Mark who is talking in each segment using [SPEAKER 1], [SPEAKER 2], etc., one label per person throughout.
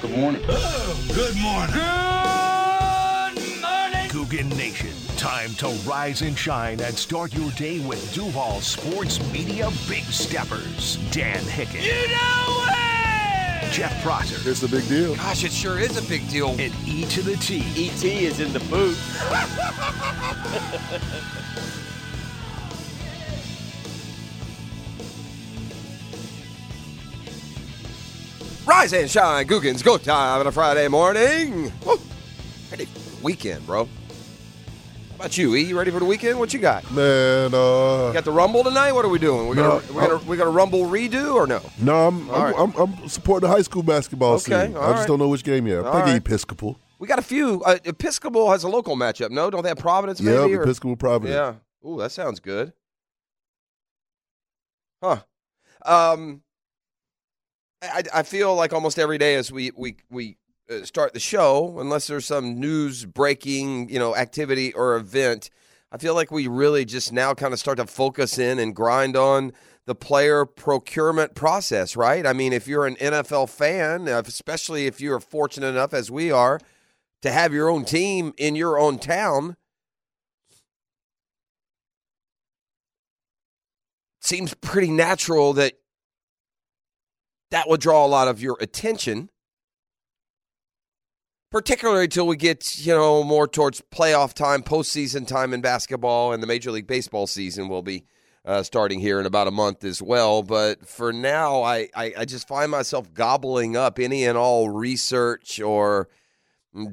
[SPEAKER 1] Good morning.
[SPEAKER 2] Good morning,
[SPEAKER 3] Good morning.
[SPEAKER 2] Coogan Nation. Time to rise and shine and start your day with Duval Sports Media Big Steppers. Dan Hicken,
[SPEAKER 3] You know it.
[SPEAKER 2] Jeff Prosser,
[SPEAKER 4] It's the big deal.
[SPEAKER 5] Gosh, it sure is a big deal.
[SPEAKER 2] and E to the T.
[SPEAKER 1] E.T. is in the booth.
[SPEAKER 5] Rise and shine, Googans, go time on a Friday morning. Woo. Ready for the weekend, bro. How about you, E? You ready for the weekend? What you got?
[SPEAKER 4] Man,
[SPEAKER 5] You
[SPEAKER 4] uh,
[SPEAKER 5] got the rumble tonight? What are we doing? We're
[SPEAKER 4] No,
[SPEAKER 5] gonna we're gonna, we're gonna rumble redo or no?
[SPEAKER 4] no, I'm I'm,
[SPEAKER 5] All right.
[SPEAKER 4] I'm I'm supporting the high school basketball
[SPEAKER 5] Okay,
[SPEAKER 4] team.
[SPEAKER 5] all
[SPEAKER 4] I just
[SPEAKER 5] right.
[SPEAKER 4] don't know which game yet. I
[SPEAKER 5] All
[SPEAKER 4] think
[SPEAKER 5] right.
[SPEAKER 4] Episcopal.
[SPEAKER 5] We got a few. Uh, Episcopal has a local matchup. No, don't they have Providence?
[SPEAKER 4] Yeah,
[SPEAKER 5] maybe, or-
[SPEAKER 4] Episcopal Providence.
[SPEAKER 5] Yeah. Ooh, that sounds good. Huh. Um, I, I feel like almost every day as we we we uh, start the show, unless there's some news breaking, you know, activity or event, I feel like we really just now kind of start to focus in and grind on the player procurement process, right? I mean, if you're an NFL fan, uh, especially if you are fortunate enough as we are to have your own team in your own town, seems pretty natural that that would draw a lot of your attention, particularly until we get you know more towards playoff time, postseason time in basketball, and the Major League Baseball season will be uh, starting here in about a month as well. But for now, I, I I just find myself gobbling up any and all research or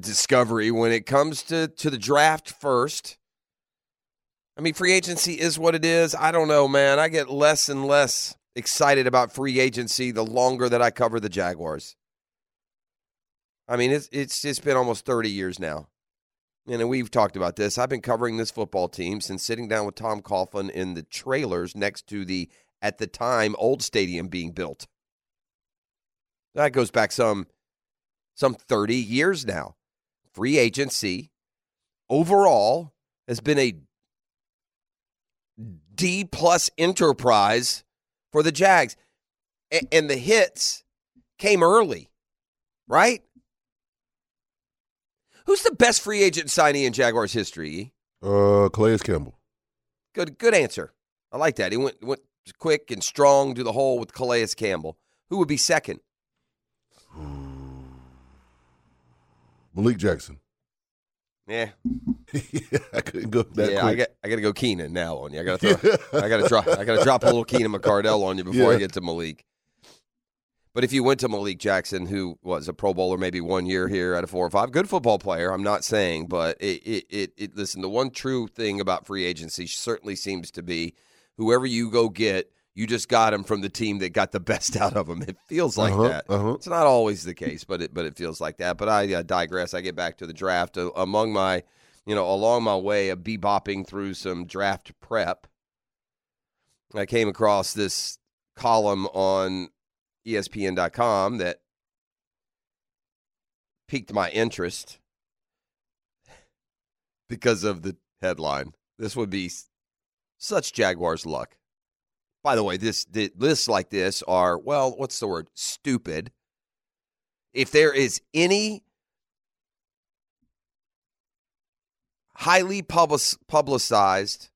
[SPEAKER 5] discovery when it comes to to the draft first. I mean, free agency is what it is. I don't know, man. I get less and less excited about free agency the longer that I cover the Jaguars. I mean, it's it's it's been almost 30 years now. And we've talked about this. I've been covering this football team since sitting down with Tom Coughlin in the trailers next to the at the time old stadium being built. That goes back some some 30 years now. Free agency overall has been a D plus enterprise for the Jags. A- and the hits came early, right? Who's the best free agent signee in Jaguars history? E?
[SPEAKER 4] Uh, Calais Campbell.
[SPEAKER 5] Good, good answer. I like that. He went went quick and strong to the hole with Calais Campbell. Who would be second?
[SPEAKER 4] Malik Jackson.
[SPEAKER 5] Yeah,
[SPEAKER 4] I couldn't go that
[SPEAKER 5] Eh, yeah. I
[SPEAKER 4] quick.
[SPEAKER 5] got I got to go Keenan now on you. I got to throw. I got to drop. I got to drop a little Keenan McCardell on you before I
[SPEAKER 4] Yeah.
[SPEAKER 5] get to Malik. But if you went to Malik Jackson, who was a Pro Bowler maybe one year here at a four or five, good football player. I'm not saying, but it it, it, it listen. The one true thing about free agency certainly seems to be whoever you go get, you just got him from the team that got the best out of him. It feels like
[SPEAKER 4] Uh-huh,
[SPEAKER 5] that.
[SPEAKER 4] uh-huh.
[SPEAKER 5] It's not always the case, but it but it feels like that. But I uh, digress. I get back to the draft. Uh, among my, you know, along my way of bebopping through some draft prep, I came across this column on E ESPN.com that piqued my interest because of the headline. This would be s- such Jaguars luck. By the way, this the, lists like this are well, what's the word? Stupid. If there is any highly public, publicized,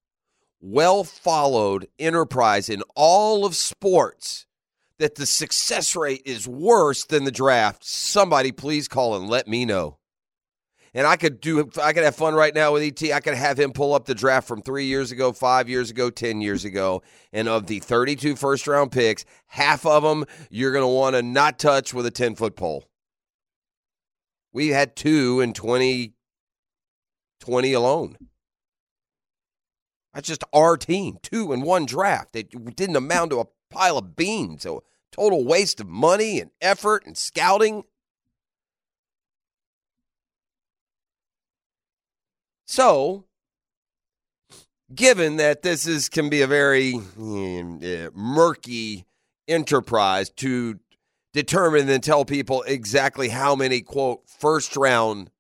[SPEAKER 5] well followed enterprise in all of sports that the success rate is worse than the draft, somebody please call and let me know. And I could do I could have fun right now with ET. I could have him pull up the draft from 3 years ago, 5 years ago, 10 years ago, and of the 32 first round picks, half of them you're going to want to not touch with a 10-foot pole. We had 2 in 2020 alone. That's just our team, two in one draft. It didn't amount to a pile of beans, a total waste of money and effort and scouting. So, given that this is can be a very mm, eh, murky enterprise to determine and tell people exactly how many quote first round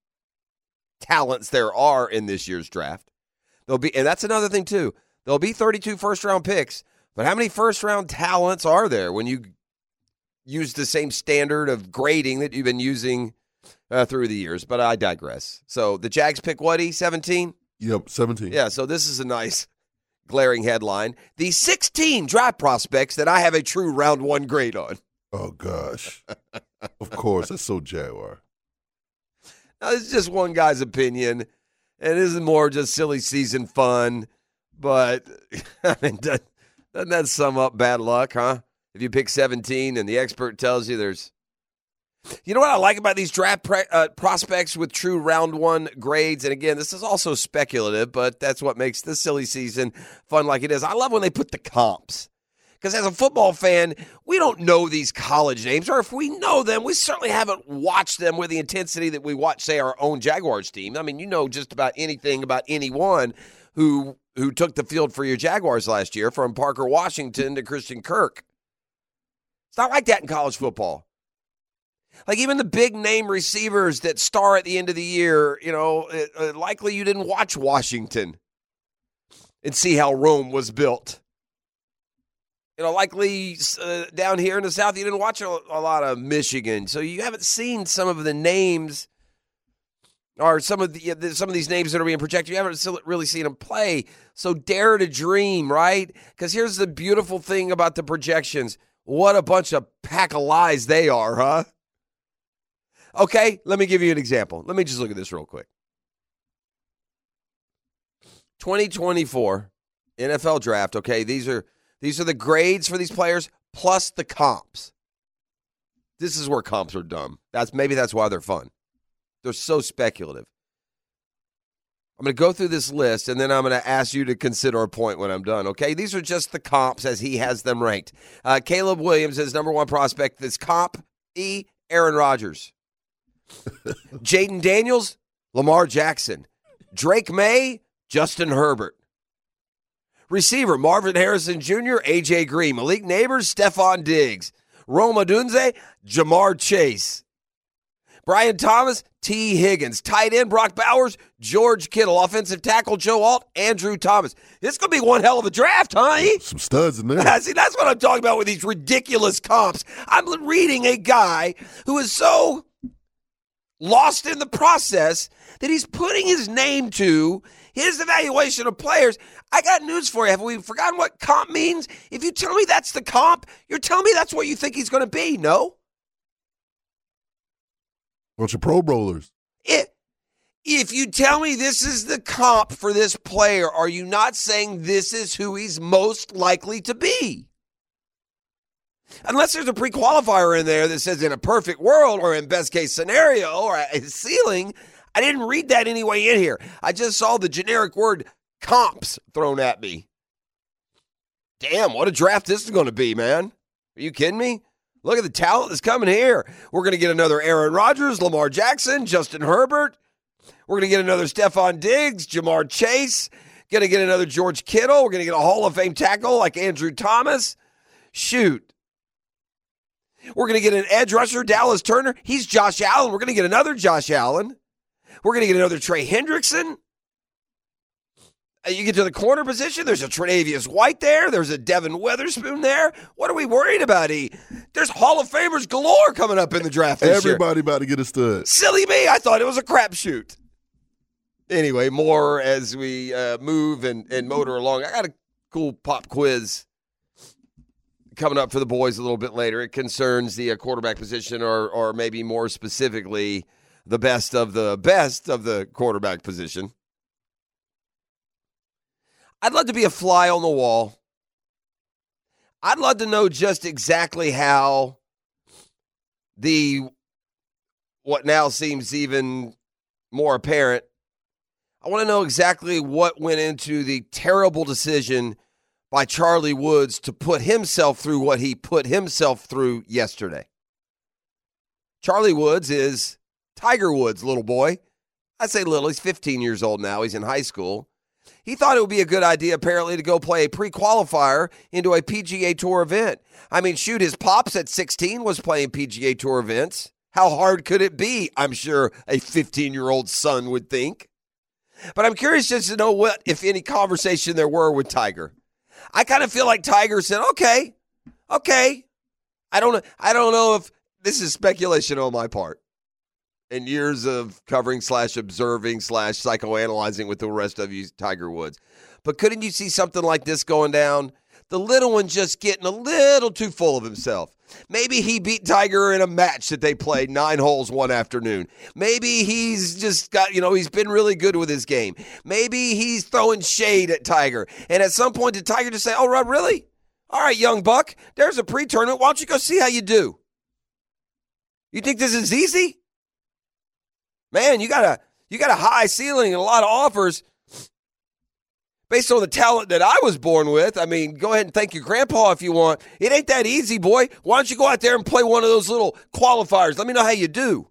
[SPEAKER 5] talents there are in this year's draft. There'll be, and that's another thing too. There'll be 32 first round picks, but how many first round talents are there when you use the same standard of grading that you've been using uh, through the years. But I digress. So the Jags pick what? E seventeen.
[SPEAKER 4] Yep, 17.
[SPEAKER 5] Yeah. So this is a nice glaring headline. The sixteen draft prospects that I have a true round one grade on.
[SPEAKER 4] Oh, gosh. of course. That's so Jaguar.
[SPEAKER 5] Now, this is just one guy's opinion, and this is more just silly season fun. But I mean, doesn't doesn't that sum up bad luck, huh? If you pick 17 and the expert tells you there's, you know what I like about these draft pre- uh, prospects with true round one grades, and again, this is also speculative, but that's what makes this silly season fun like it is. I love when they put the comps. Because as a football fan, we don't know these college names, or if we know them, we certainly haven't watched them with the intensity that we watch, say, our own Jaguars team. I mean, you know just about anything about anyone who who took the field for your Jaguars last year, from Parker Washington to Christian Kirk. It's not like that in college football. Like even the big name receivers that star at the end of the year, you know, it, uh, likely you didn't watch Washington and see how Rome was built you know, likely uh, down here in the South, you didn't watch a, a lot of Michigan, so you haven't seen some of the names or some of the the- some of these names that are being projected. You haven't still really seen them play. So dare to dream, right? Because here's the beautiful thing about the projections: what a bunch of pack of lies they are, huh? Okay, let me give you an example. Let me just look at this real quick. 2024 NFL draft. Okay, these are these are the grades for these players plus the comps. This is where comps are dumb. That's maybe that's why they're fun. They're so speculative. I'm going to go through this list and then I'm going to ask you to consider a point when I'm done. Okay, these are just the comps as he has them ranked. Uh, Caleb Williams is number one prospect. This comp E. Aaron Rodgers, Jaden Daniels, Lamar Jackson, Drake May, Justin Herbert. Receiver Marvin Harrison Jr., AJ Green, Malik Neighbors, Stephon Diggs, Roma Dunze, Jamar Chase, Brian Thomas, T. Higgins, tight end Brock Bowers, George Kittle, offensive tackle Joe Alt, Andrew Thomas. This could be one hell of a draft, huh? E?
[SPEAKER 4] Some studs in there.
[SPEAKER 5] See, that's what I'm talking about with these ridiculous comps. I'm reading a guy who is so lost in the process that he's putting his name to his evaluation of players. I got news for you. Have we forgotten what comp means? If you tell me that's the comp, you're telling me that's what you think he's going to be. No,
[SPEAKER 4] Bunch of pro bowlers.
[SPEAKER 5] it. If you tell me this is the comp for this player, are you not saying this is who he's most likely to be? Unless there's a pre qualifier in there that says in a perfect world or in best case scenario or a ceiling, I didn't read that anyway in here. I just saw the generic word comps thrown at me. Damn, what a draft this is going to be, man. Are you kidding me? Look at the talent that's coming here. We're going to get another Aaron Rodgers, Lamar Jackson, Justin Herbert. We're going to get another Stephon Diggs, Jamar Chase. Going to get another George Kittle. We're going to get a Hall of Fame tackle like Andrew Thomas. Shoot. We're going to get an edge rusher, Dallas Turner. He's Josh Allen. We're going to get another Josh Allen. We're going to get another Trey Hendrickson. Uh, You get to the corner position. There's a Tre'Davious White there. There's a Devin Weatherspoon there. What are we worried about? E. There's Hall of Famers galore coming up in the draft. This year.
[SPEAKER 4] Everybody about to get a stud.
[SPEAKER 5] Silly me, I thought it was a crapshoot. Anyway, more as we uh, move and, and motor along. I got a cool pop quiz coming up for the boys a little bit later. It concerns the uh, quarterback position, or or maybe more specifically, the best of the best of the quarterback position. I'd love to be a fly on the wall. I'd love to know just exactly how the what now seems even more apparent. I want to know exactly what went into the terrible decision by Charlie Woods to put himself through what he put himself through yesterday. Charlie Woods is Tiger Woods' little boy. I say little, he's 15 years old now, he's in high school. He thought it would be a good idea, apparently, to go play a pre qualifier into a PGA Tour event. I mean, shoot, his pops at 16 was playing PGA Tour events. How hard could it be? I'm sure a 15 year old son would think. But I'm curious just to know what, if any, conversation there were with Tiger. I kind of feel like Tiger said, okay, okay, I don't I don't know if this is speculation on my part. And years of covering slash observing slash psychoanalyzing with the rest of you Tiger Woods. But couldn't you see something like this going down? The little one just getting a little too full of himself. Maybe he beat Tiger in a match that they played nine holes one afternoon. Maybe he's just got, you know, he's been really good with his game. Maybe he's throwing shade at Tiger. And at some point, did Tiger just say, oh, right, really? All right, young buck, there's a pre tournament. Why don't you go see how you do? You think this is easy? Man, you got a you got a high ceiling and a lot of offers. Based on the talent that I was born with, I mean, go ahead and thank your grandpa if you want. It ain't that easy, boy. Why don't you go out there and play one of those little qualifiers? Let me know how you do.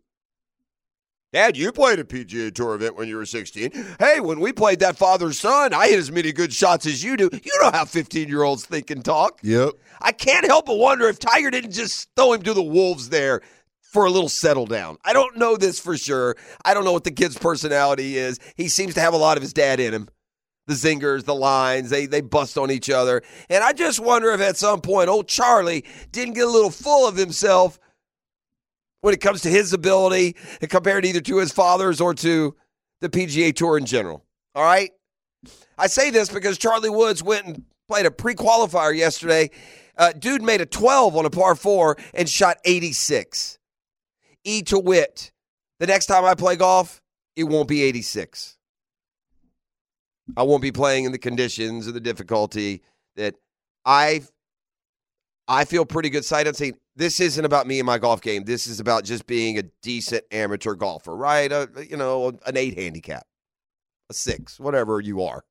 [SPEAKER 5] Dad, you played a PGA Tour event when you were 16. Hey, when we played that father son, I hit as many good shots as you do. You know how 15 year olds think and talk.
[SPEAKER 4] Yep.
[SPEAKER 5] I can't help but wonder if Tiger didn't just throw him to the wolves there for a little settle down. I don't know this for sure. I don't know what the kid's personality is. He seems to have a lot of his dad in him. The zingers, the lines, they they bust on each other. And I just wonder if at some point old Charlie didn't get a little full of himself when it comes to his ability and compared either to his father's or to the PGA Tour in general. All right? I say this because Charlie Woods went and played a pre qualifier yesterday. Uh, dude made a 12 on a par four and shot 86. E to wit, the next time I play golf, it won't be 86. I won't be playing in the conditions or the difficulty that I I feel pretty good sight unseen. This isn't about me and my golf game. This is about just being a decent amateur golfer, right? A, you know, an eight handicap, a six, whatever you are.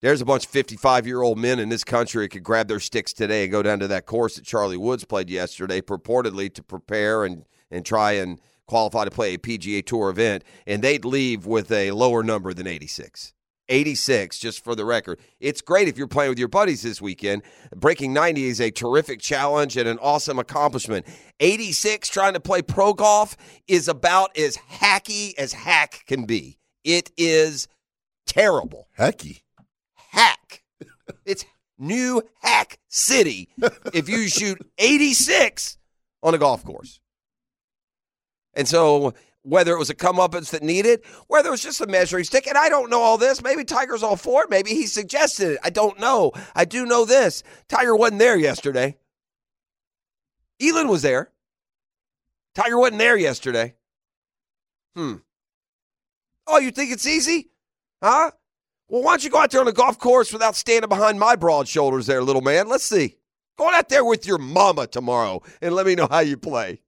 [SPEAKER 5] There's a bunch of 55 year old men in this country that could grab their sticks today and go down to that course that Charlie Woods played yesterday, purportedly to prepare and, and try and qualify to play a PGA Tour event, and they'd leave with a lower number than 86. 86, just for the record. It's great if you're playing with your buddies this weekend. Breaking 90 is a terrific challenge and an awesome accomplishment. 86, trying to play pro golf, is about as hacky as hack can be. It is terrible
[SPEAKER 4] Hacky.
[SPEAKER 5] hack. It's new hack city if you shoot 86 on a golf course. And so whether it was a comeuppance that needed, whether it was just a measuring stick, and I don't know all this. Maybe Tiger's all for it. Maybe he suggested it. I don't know. I do know this. Tiger wasn't there yesterday. Elon was there. Tiger wasn't there yesterday. Hmm. Oh, you think it's easy? Huh? Well, why don't you go out there on the golf course without standing behind my broad shoulders there, little man? Let's see. Go on out there with your mama tomorrow and let me know how you play.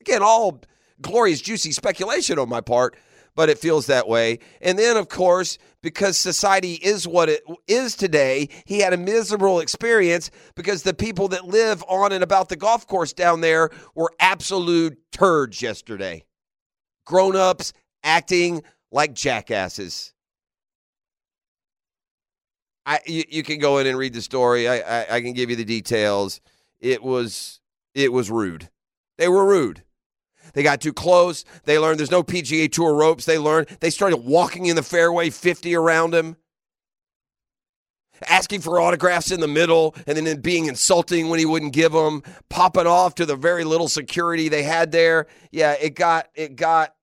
[SPEAKER 5] Again, all glorious, juicy speculation on my part, but it feels that way. And then, of course, because society is what it is today, he had a miserable experience because the people that live on and about the golf course down there were absolute turds yesterday. Grown ups acting like jackasses. I you, you can go in and read the story. I, I I can give you the details. It was it was rude. They were rude. They got too close. They learned there's no PGA Tour ropes. They learned they started walking in the fairway 50 around him, asking for autographs in the middle, and then being insulting when he wouldn't give them, popping off to the very little security they had there. Yeah, it got it got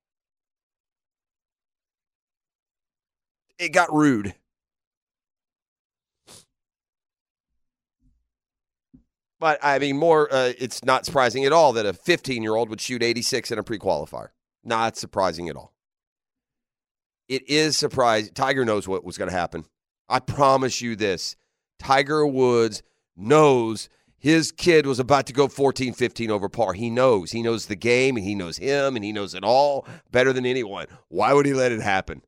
[SPEAKER 5] it got rude. But I mean, more. Uh, it's not surprising at all that a 15 year old would shoot 86 in a pre-qualifier. Not surprising at all. It is surprising. Tiger knows what was going to happen. I promise you this. Tiger Woods knows his kid was about to go 14, 15 over par. He knows. He knows the game, and he knows him, and he knows it all better than anyone. Why would he let it happen?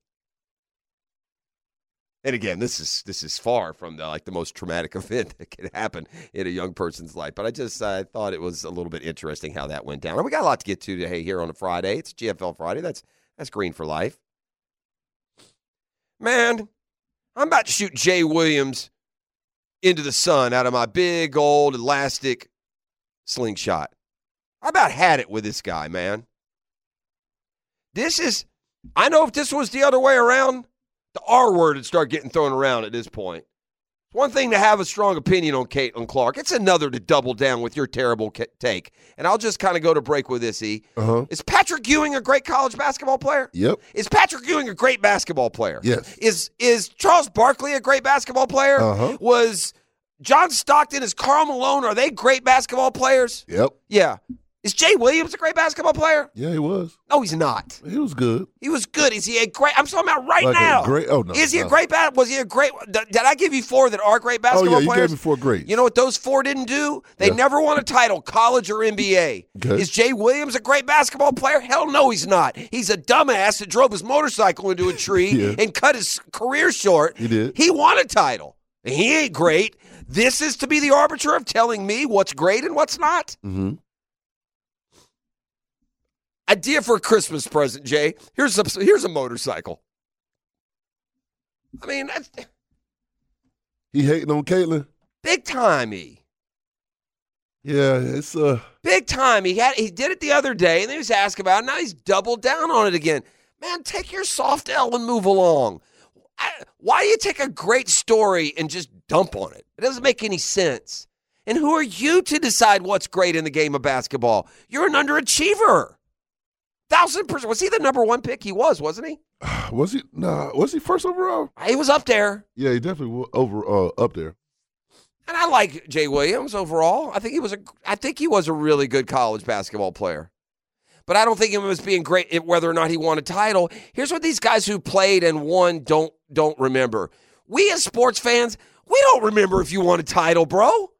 [SPEAKER 5] and again this is this is far from the like the most traumatic event that can happen in a young person's life but i just i thought it was a little bit interesting how that went down and we got a lot to get to today here on a friday it's gfl friday that's that's green for life man i'm about to shoot jay williams into the sun out of my big old elastic slingshot i about had it with this guy man this is i know if this was the other way around the R word would start getting thrown around at this point. It's one thing to have a strong opinion on Caitlin Clark. It's another to double down with your terrible ca- take. And I'll just kind of go to break with this. E.
[SPEAKER 4] Uh-huh.
[SPEAKER 5] Is Patrick Ewing a great college basketball player?
[SPEAKER 4] Yep.
[SPEAKER 5] Is Patrick Ewing a great basketball player?
[SPEAKER 4] Yes.
[SPEAKER 5] Is is Charles Barkley a great basketball player?
[SPEAKER 4] Uh-huh.
[SPEAKER 5] Was John Stockton, is Carl Malone, are they great basketball players?
[SPEAKER 4] Yep.
[SPEAKER 5] Yeah. Is Jay Williams a great basketball player?
[SPEAKER 4] Yeah, he was.
[SPEAKER 5] No, he's not.
[SPEAKER 4] He was good.
[SPEAKER 5] He was good. Is he a great? I'm talking about right
[SPEAKER 4] Like a
[SPEAKER 5] now.
[SPEAKER 4] great- oh, no,
[SPEAKER 5] Is he a
[SPEAKER 4] no.
[SPEAKER 5] great bat? Was he a great? Did, did I give you four that are great basketball
[SPEAKER 4] oh yeah, you
[SPEAKER 5] players?
[SPEAKER 4] gave me four grades.
[SPEAKER 5] You know what those four didn't do? They
[SPEAKER 4] Yeah.
[SPEAKER 5] never won a title, college or NBA.
[SPEAKER 4] Okay.
[SPEAKER 5] Is Jay Williams a great basketball player? Hell no, he's not. He's a dumbass that drove his motorcycle into a tree
[SPEAKER 4] Yeah.
[SPEAKER 5] and cut his career short.
[SPEAKER 4] He did.
[SPEAKER 5] He won a title. He ain't great. This is to be the arbiter of telling me what's great and what's not.
[SPEAKER 4] Mhm.
[SPEAKER 5] Idea for a Christmas present, Jay. Here's a here's a motorcycle. I mean, that's
[SPEAKER 4] he hating on Caitlin.
[SPEAKER 5] big timey.
[SPEAKER 4] Yeah, it's uh,
[SPEAKER 5] Big time. He had he did it the other day, and then he was asked about it. Now he's doubled down on it again. Man, take your soft L and move along. I- why do you take a great story and just dump on it? It doesn't make any sense. And who are you to decide what's great in the game of basketball? You're an underachiever. Thousand percent. Was he the number one pick? He was, wasn't he?
[SPEAKER 4] was he? Nah, was he first overall?
[SPEAKER 5] He was up there.
[SPEAKER 4] Yeah, he definitely was over uh up there.
[SPEAKER 5] And I like Jay Williams overall. I think he was a I think he was a really good college basketball player. But I don't think him as being great at whether or not he won a title. Here's what these guys who played and won don't don't remember. We as sports fans, we don't remember if you won a title, bro.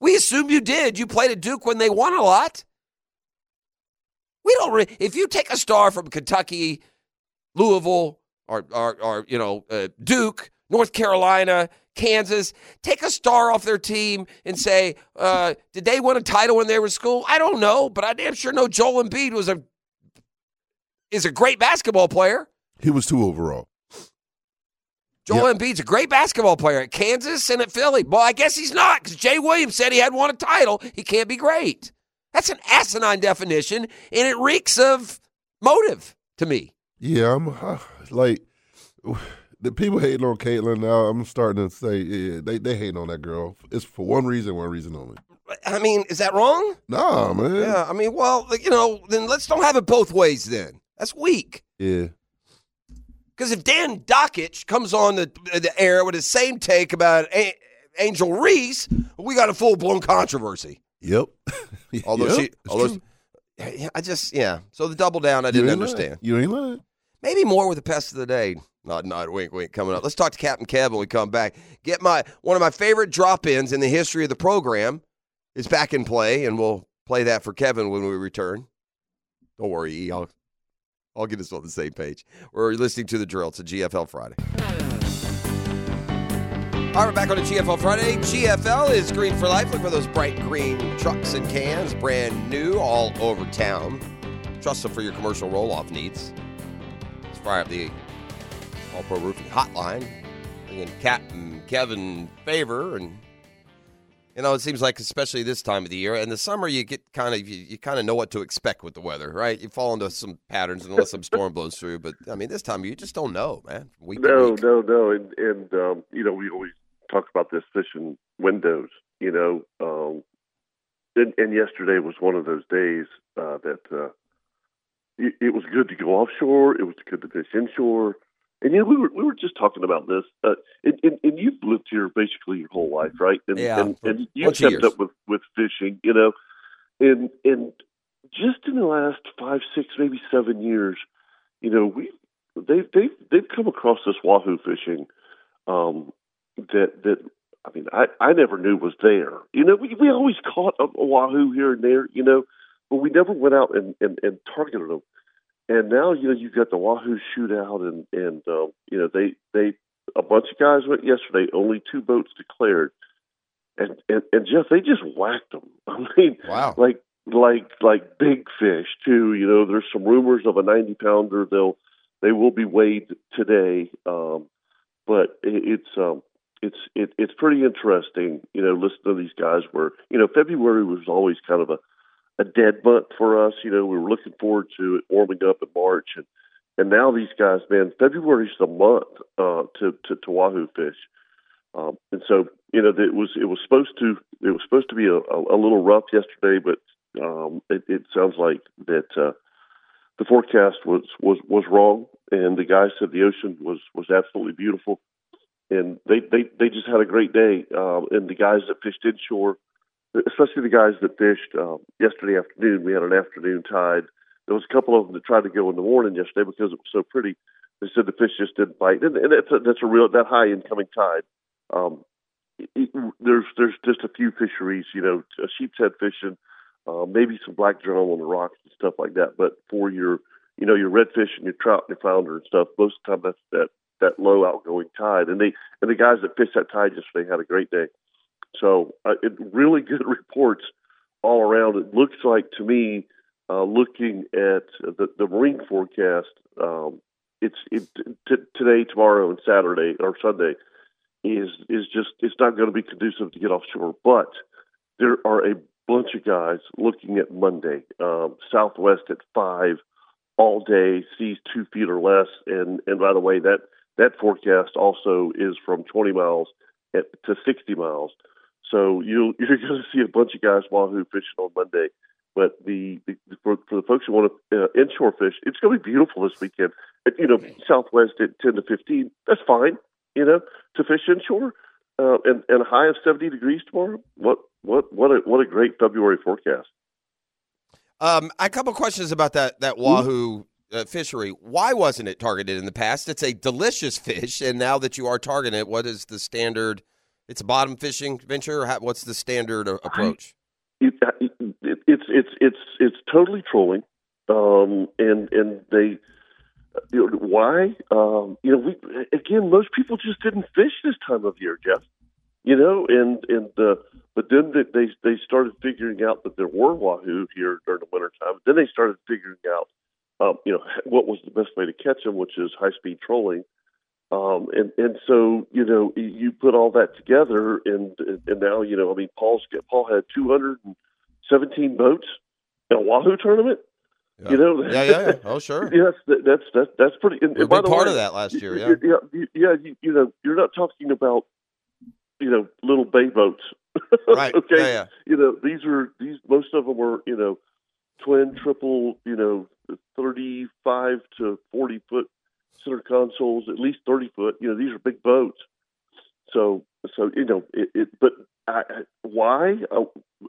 [SPEAKER 5] We assume you did. You played at Duke when they won a lot. We don't. Re- if you take a star from Kentucky, Louisville, or or, or you know uh, Duke, North Carolina, Kansas, take a star off their team and say, uh, did they win a title when they were in school? I don't know, but I damn sure know Joel Embiid was a is a great basketball player.
[SPEAKER 4] He was two overall.
[SPEAKER 5] Joel Embiid's a great basketball player at Kansas and at Philly. Well, I guess he's not because Jay Williams said he had won a title. He can't be great. That's an asinine definition, and it reeks of motive to me.
[SPEAKER 4] Yeah, I'm uh, like the people hating on Caitlin now. I'm starting to say yeah, they they hating on that girl. It's for one reason, one reason only.
[SPEAKER 5] I mean, is that wrong?
[SPEAKER 4] Nah, man.
[SPEAKER 5] Yeah, I mean, well, like, you know, then let's don't have it both ways. Then that's weak.
[SPEAKER 4] yeah.
[SPEAKER 5] Because if Dan Dockich comes on the the air with the same take about a- Angel Reese, we got a full blown controversy.
[SPEAKER 4] Yep.
[SPEAKER 5] Although
[SPEAKER 4] Yep,
[SPEAKER 5] she,
[SPEAKER 4] it's
[SPEAKER 5] although
[SPEAKER 4] true.
[SPEAKER 5] yeah, I just yeah. So the double down, I
[SPEAKER 4] You
[SPEAKER 5] didn't
[SPEAKER 4] ain't lying.
[SPEAKER 5] understand.
[SPEAKER 4] You ain't lying.
[SPEAKER 5] Maybe more with the pest of the day. Not not wink wink coming up. Let's talk to Captain Kev when we come back. Get my one of my favorite drop ins in the history of the program is back in play, and we'll play that for Kevin when we return. Don't worry, E, I'll I'll get us on the same page. We're listening to the drill. It's a GFL Friday. All right, we're back on a GFL Friday. GFL is green for life. Look for those bright green trucks and cans, brand new, all over town. Trust them for your commercial roll-off needs. Let's fire up the All Pro Roofing Hotline. Bring in Captain Kevin Favor, and you know it seems like especially this time of the year and the summer, you get kind of you, you kind of know what to expect with the weather, right? You fall into some patterns unless some storm blows through. But I mean, this time you just don't know, man. Week to
[SPEAKER 1] No,
[SPEAKER 5] week.
[SPEAKER 1] no, no. And, and um, you know, we always talk about this fishing windows, you know. Um, and, and yesterday was one of those days uh, that uh, it, it was good to go offshore. It was good to fish inshore. And, you know, we were, we were just talking about this. Uh, and, and, and you've lived here basically your whole life, right? And,
[SPEAKER 5] Yeah,
[SPEAKER 1] and, and you've
[SPEAKER 5] bunch of
[SPEAKER 1] kept
[SPEAKER 5] years.
[SPEAKER 1] up with, with fishing, you know. And, and just in the last five, six, maybe seven years, you know, we they've they've they've come across this wahoo fishing um, that that I mean I I never knew was there. You know, we we always caught a, a wahoo here and there, you know, but we never went out and and, and targeted them. And now you know you've got the wahoo shootout and and um, you know they they a bunch of guys went yesterday. Only two boats declared. And, and and Jeff, they just whacked them. I mean,
[SPEAKER 5] Wow.
[SPEAKER 1] like like like big fish too. You know, there's some rumors of a 90 pounder. They'll they will be weighed today, um, but it, it's um, it's it, it's pretty interesting. You know, listen to these guys. Were you know February was always kind of a a dead month for us. You know, we were looking forward to it warming up in March, and and now these guys, man, February's the month uh, to to to wahoo fish. Um, and so you know, it was it was supposed to it was supposed to be a, a, a little rough yesterday, but um, it, it sounds like that uh, the forecast was was was wrong, and the guy said the ocean was was absolutely beautiful, and they they they just had a great day, um, and the guys that fished inshore, especially the guys that fished um, yesterday afternoon, we had an afternoon tide. There was a couple of them that tried to go in the morning yesterday because it was so pretty. They said the fish just didn't bite, and, and that's a, that's a real that high incoming tide. Um, it, there's there's just a few fisheries, you know, uh, sheep's head fishing, uh, maybe some black journal on the rocks and stuff like that. But for your, you know, your redfish and your trout and your flounder and stuff, most of the time that's that that low outgoing tide. And they and the guys that fished that tide yesterday had a great day. So uh, it, really good reports all around. It looks like to me, uh, looking at the the marine forecast, um, it's it, t- today, tomorrow, and Saturday or Sunday is is just it's not going to be conducive to get offshore. But there are a bunch of guys looking at Monday, um, Southwest at five all day, seas two feet or less, and and by the way that that forecast also is from 20 miles at, to 60 miles. So you you're going to see a bunch of guys wahoo fishing on Monday. But the, the for, for the folks who want to uh, inshore fish, it's going to be beautiful this weekend. At, you know, Southwest at 10 to 15, that's fine you know, to fish inshore, uh, and and a high of seventy degrees tomorrow. What what what a what a great February forecast.
[SPEAKER 5] Um, a couple questions about that
[SPEAKER 1] Hmm?
[SPEAKER 5] that wahoo uh, fishery. Why wasn't it targeted in the past? It's a delicious fish, and now that you are targeting it, what is the standard? It's a bottom fishing venture. Or how, what's the standard a- approach?
[SPEAKER 1] It, it, it's it's it's it's totally trolling, um, and and they you know, why? Um, you know, we again, most people just didn't fish this time of year, Jeff. You know, and and uh, but then they they- they started figuring out that there were wahoo here during the winter time. Then they started figuring out, um, you know, what was the best way to catch them, which is high speed trolling. Um, and and so you know you put all that together, and and now you know I mean Paul's Paul had 217 boats in a wahoo tournament. You know,
[SPEAKER 5] yeah, yeah, yeah. Oh, sure.
[SPEAKER 1] Yes, that, that's that's that's pretty. And,
[SPEAKER 5] We're a
[SPEAKER 1] and by
[SPEAKER 5] big
[SPEAKER 1] the
[SPEAKER 5] part
[SPEAKER 1] way,
[SPEAKER 5] of that last year.
[SPEAKER 1] y-
[SPEAKER 5] Yeah.
[SPEAKER 1] y- yeah, y- yeah, You, you know, you're not talking about you know little bay boats,
[SPEAKER 5] Right.
[SPEAKER 1] okay.
[SPEAKER 5] Yeah, yeah.
[SPEAKER 1] You know, these are these. Most of them were you know twin, triple, you know, thirty-five to forty foot center consoles, at least thirty foot. You know, these are big boats. So, so you know, it. it but I, I- why? Uh,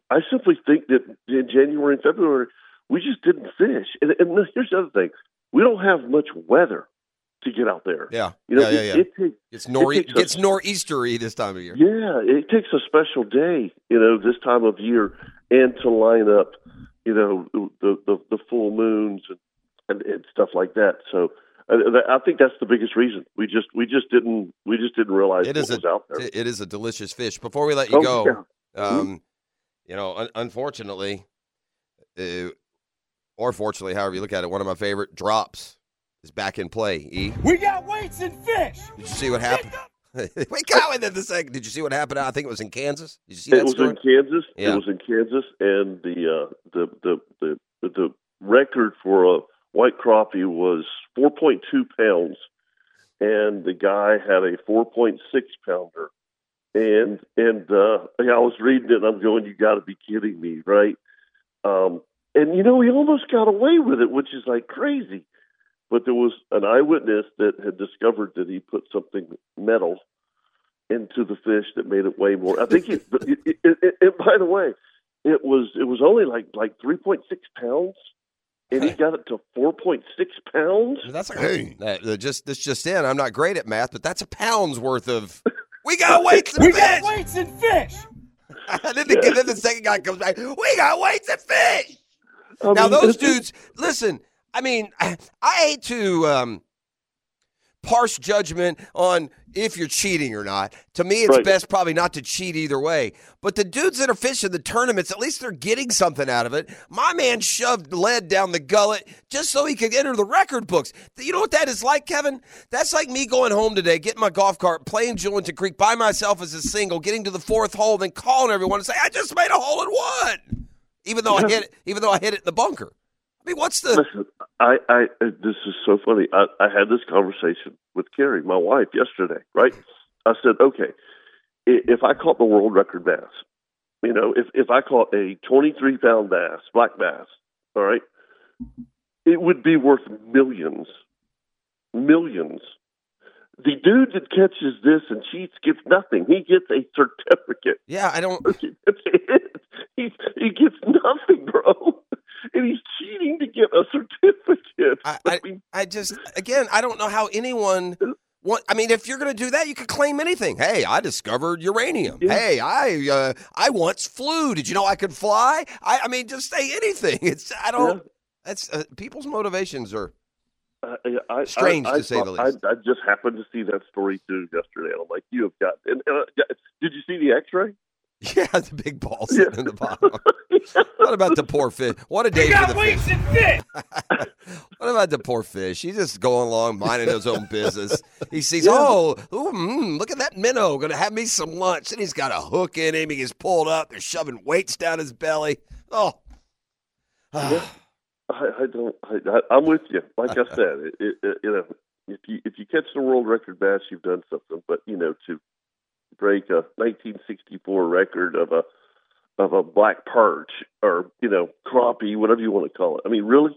[SPEAKER 1] I simply think that in January and February we just didn't fish. And, and here's the other thing: we don't have much weather to get out there.
[SPEAKER 5] Yeah.
[SPEAKER 1] You know,
[SPEAKER 5] yeah, yeah,
[SPEAKER 1] it,
[SPEAKER 5] yeah.
[SPEAKER 1] it takes
[SPEAKER 5] it's nor
[SPEAKER 1] it takes
[SPEAKER 5] gets
[SPEAKER 1] us-
[SPEAKER 5] nor'eastery this time of year.
[SPEAKER 1] yeah, it takes a special day, you know, this time of year, and to line up, you know, the the, the full moons and, and, and stuff like that. So uh, th- I think that's the biggest reason. We just we just didn't we just didn't realize
[SPEAKER 5] It
[SPEAKER 1] what
[SPEAKER 5] is a-
[SPEAKER 1] was out there.
[SPEAKER 5] It- it is a delicious fish. Before we let you
[SPEAKER 1] Oh,
[SPEAKER 5] go,
[SPEAKER 1] yeah.
[SPEAKER 5] Um, you know, un- unfortunately, uh, or fortunately, however you look at it, one of my favorite drops is back in play. E,
[SPEAKER 3] We got weights and fish.
[SPEAKER 5] did you see what happened? Wait, go in the second. Did you see what happened? I think it was in Kansas. Did you see
[SPEAKER 1] it
[SPEAKER 5] that
[SPEAKER 1] was
[SPEAKER 5] story?
[SPEAKER 1] in Kansas.
[SPEAKER 5] Yeah.
[SPEAKER 1] It was in Kansas, and the uh, the, the the the the record for a white crappie was 4.2 pounds, and the guy had a 4.6 pounder. And and uh, yeah, I was reading it, and I'm going, "You got to be kidding me, right?" Um, and you know, he almost got away with it, which is like crazy. But there was an eyewitness that had discovered that he put something metal into the fish that made it way more. I think it, it, it, it, it- by the way, it was it was only like like three point six pounds, and he got it to four point six pounds.
[SPEAKER 5] That's like
[SPEAKER 4] Hey.
[SPEAKER 5] that, that just this just in. I'm not great at math, but that's a pound's worth of. We got weights and fish.
[SPEAKER 3] weights and fish.
[SPEAKER 5] and then, the, then the second guy comes back. We got weights and fish.
[SPEAKER 1] I
[SPEAKER 5] now
[SPEAKER 1] mean,
[SPEAKER 5] those
[SPEAKER 1] it's-
[SPEAKER 5] dudes listen i mean i, I hate to um, parse judgment on if you're cheating or not to me it's
[SPEAKER 1] Right.
[SPEAKER 5] best probably not to cheat either way but the dudes that are fishing the tournaments at least they're getting something out of it my man shoved lead down the gullet just so he could enter the record books you know what that is like kevin that's like me going home today getting my golf cart playing Julianton creek by myself as a single getting to the fourth hole then calling everyone and say i just made a hole in one even though I hit it, even though I hit it in the bunker. I mean, what's the
[SPEAKER 1] Listen, I, I uh, this is so funny. I, I had this conversation with Carrie, my wife, yesterday. Right? I said, okay, i- if I caught the world record bass, you know, if if I caught a 23 pound bass, black bass, all right, it would be worth millions, millions. The dude that catches this and cheats gets nothing. He gets a certificate.
[SPEAKER 5] Yeah, I don't.
[SPEAKER 1] That's it. He, he gets nothing, bro. And he's cheating to get a certificate.
[SPEAKER 5] I-
[SPEAKER 1] mean,
[SPEAKER 5] I just again, I don't know how anyone. What, I mean, if you're going to do that, you could claim anything. Hey, I discovered uranium.
[SPEAKER 1] Yeah.
[SPEAKER 5] Hey, I uh, I once flew. Did you know I could fly? I, I mean, just say anything. It's I don't.
[SPEAKER 1] Yeah.
[SPEAKER 5] That's uh, people's motivations are.
[SPEAKER 1] I, I, I-
[SPEAKER 5] Strange,
[SPEAKER 1] I,
[SPEAKER 5] to say the
[SPEAKER 1] I-
[SPEAKER 5] least.
[SPEAKER 1] I, I just happened to see that story too yesterday. And I'm like, you have got. And, and I, did you see the X-ray?
[SPEAKER 5] Yeah, the big ball sitting
[SPEAKER 1] Yeah.
[SPEAKER 5] in the bottom. what about the poor fish? What a day
[SPEAKER 3] They got
[SPEAKER 5] for the fish.
[SPEAKER 3] weights and fish.
[SPEAKER 5] what about the poor fish? He's just going along, minding his own business. He sees,
[SPEAKER 1] Yeah.
[SPEAKER 5] oh, ooh, mm, look at that minnow, going to have me some lunch. And he's got a hook in him. He gets pulled up. They're shoving weights down his belly. Oh.
[SPEAKER 1] Yeah. I, I don't. I, I, I'm with you. Like I said, it, it, it, you know, if you if you catch the world record bass, you've done something. But you know, to break a 1964 record of a of a black perch or you know crappie, whatever you want to call it. I mean, really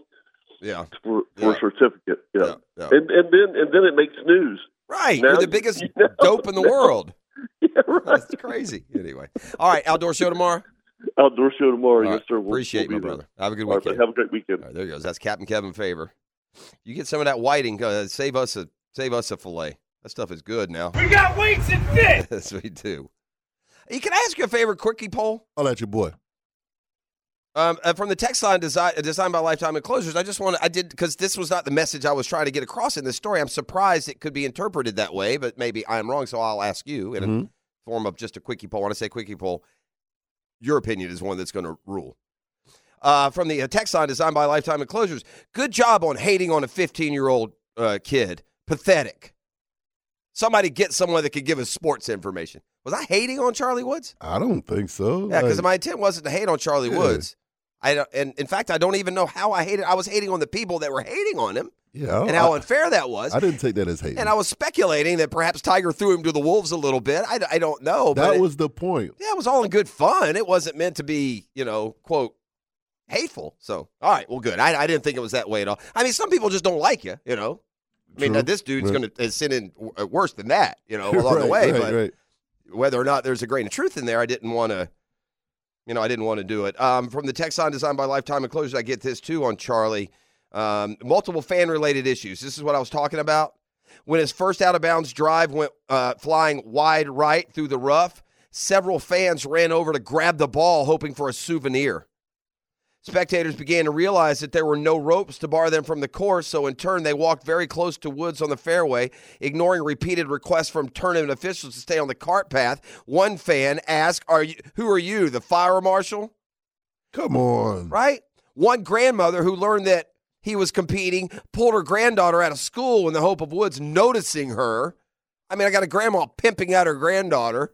[SPEAKER 5] yeah.
[SPEAKER 1] for, for
[SPEAKER 5] Yeah.
[SPEAKER 1] a certificate, you know.
[SPEAKER 5] yeah, yeah.
[SPEAKER 1] And and then and then it makes news.
[SPEAKER 5] Right.
[SPEAKER 1] Now
[SPEAKER 5] You're the
[SPEAKER 1] you-
[SPEAKER 5] biggest
[SPEAKER 1] you know,
[SPEAKER 5] dope in the
[SPEAKER 1] now-
[SPEAKER 5] world.
[SPEAKER 1] Yeah, right.
[SPEAKER 5] That's crazy. Anyway. All right. Outdoor show tomorrow.
[SPEAKER 1] Outdoor show tomorrow.
[SPEAKER 5] All
[SPEAKER 1] yes,
[SPEAKER 5] right,
[SPEAKER 1] sir. We'll,
[SPEAKER 5] Appreciate
[SPEAKER 1] we'll
[SPEAKER 5] you,
[SPEAKER 1] be there.
[SPEAKER 5] brother. Have a good
[SPEAKER 1] All right,
[SPEAKER 5] weekend.
[SPEAKER 1] have a great weekend.
[SPEAKER 5] All right, there he goes. That's Captain Kevin Favor. You get some of that whiting. Uh, save us a save us a fillet. That stuff is good now.
[SPEAKER 3] We got weights and fish.
[SPEAKER 5] Yes, we do. Hey, Can I ask you a favor, quickie poll?
[SPEAKER 4] I'll let Oh, your boy.
[SPEAKER 5] Um, uh, from the text line design, designed by Lifetime Enclosures, I just want to, I did, because this was not the message I was trying to get across in this story. I'm surprised it could be interpreted that way, but maybe I'm wrong, so I'll ask you in
[SPEAKER 4] Mhm.
[SPEAKER 5] a form of just a quickie poll. When I say quickie poll, your opinion is one that's going to rule. Uh, from the uh, text line designed by Lifetime Enclosures, good job on hating on a 15 year old uh, kid. Pathetic. Somebody get someone that could give us sports information. Was I hating on Charlie Woods?
[SPEAKER 4] I don't think so.
[SPEAKER 5] Yeah, because
[SPEAKER 4] Like,
[SPEAKER 5] my intent wasn't to hate on Charlie
[SPEAKER 4] Yeah.
[SPEAKER 5] Woods. I don't, and in fact, I don't even know how I hated. I was hating on the people that were hating on him
[SPEAKER 4] yeah, I,
[SPEAKER 5] and how
[SPEAKER 4] Oh, I,
[SPEAKER 5] unfair that was.
[SPEAKER 4] I didn't take that as hate.
[SPEAKER 5] and I was speculating that perhaps Tiger threw him to the wolves a little bit. I, d- I don't know. but
[SPEAKER 4] that
[SPEAKER 5] it-
[SPEAKER 4] was the point.
[SPEAKER 5] yeah, it was all in good fun. It wasn't meant to be, you know, quote hateful. So, all right, well, good. I, I didn't think it was that way at all. I mean, some people just don't like you, you know. I mean,
[SPEAKER 4] True.
[SPEAKER 5] now this dude's
[SPEAKER 4] Right.
[SPEAKER 5] going to send in w- uh, worse than that, you know, along the
[SPEAKER 4] Right,
[SPEAKER 5] way.
[SPEAKER 4] right,
[SPEAKER 5] but
[SPEAKER 4] right.
[SPEAKER 5] whether or not there's a grain of truth in there, I didn't want to, you know, I didn't want to do it. Um, from the text on designed by Lifetime Enclosures, I get this too on Charlie. Um, multiple fan related issues. This is what I was talking about. When his first out of bounds drive went uh, flying wide right through the rough, several fans ran over to grab the ball, hoping for a souvenir. Spectators began to realize that there were no ropes to bar them from the course, so in turn they walked very close to Woods on the fairway, ignoring repeated requests from tournament officials to stay on the cart path. One fan asked, "Are you who are you, the fire marshal?"
[SPEAKER 4] Come on.
[SPEAKER 5] Right? One grandmother who learned that he was competing pulled her granddaughter out of school in the hope of Woods noticing her. I mean, I got a grandma pimping out her granddaughter.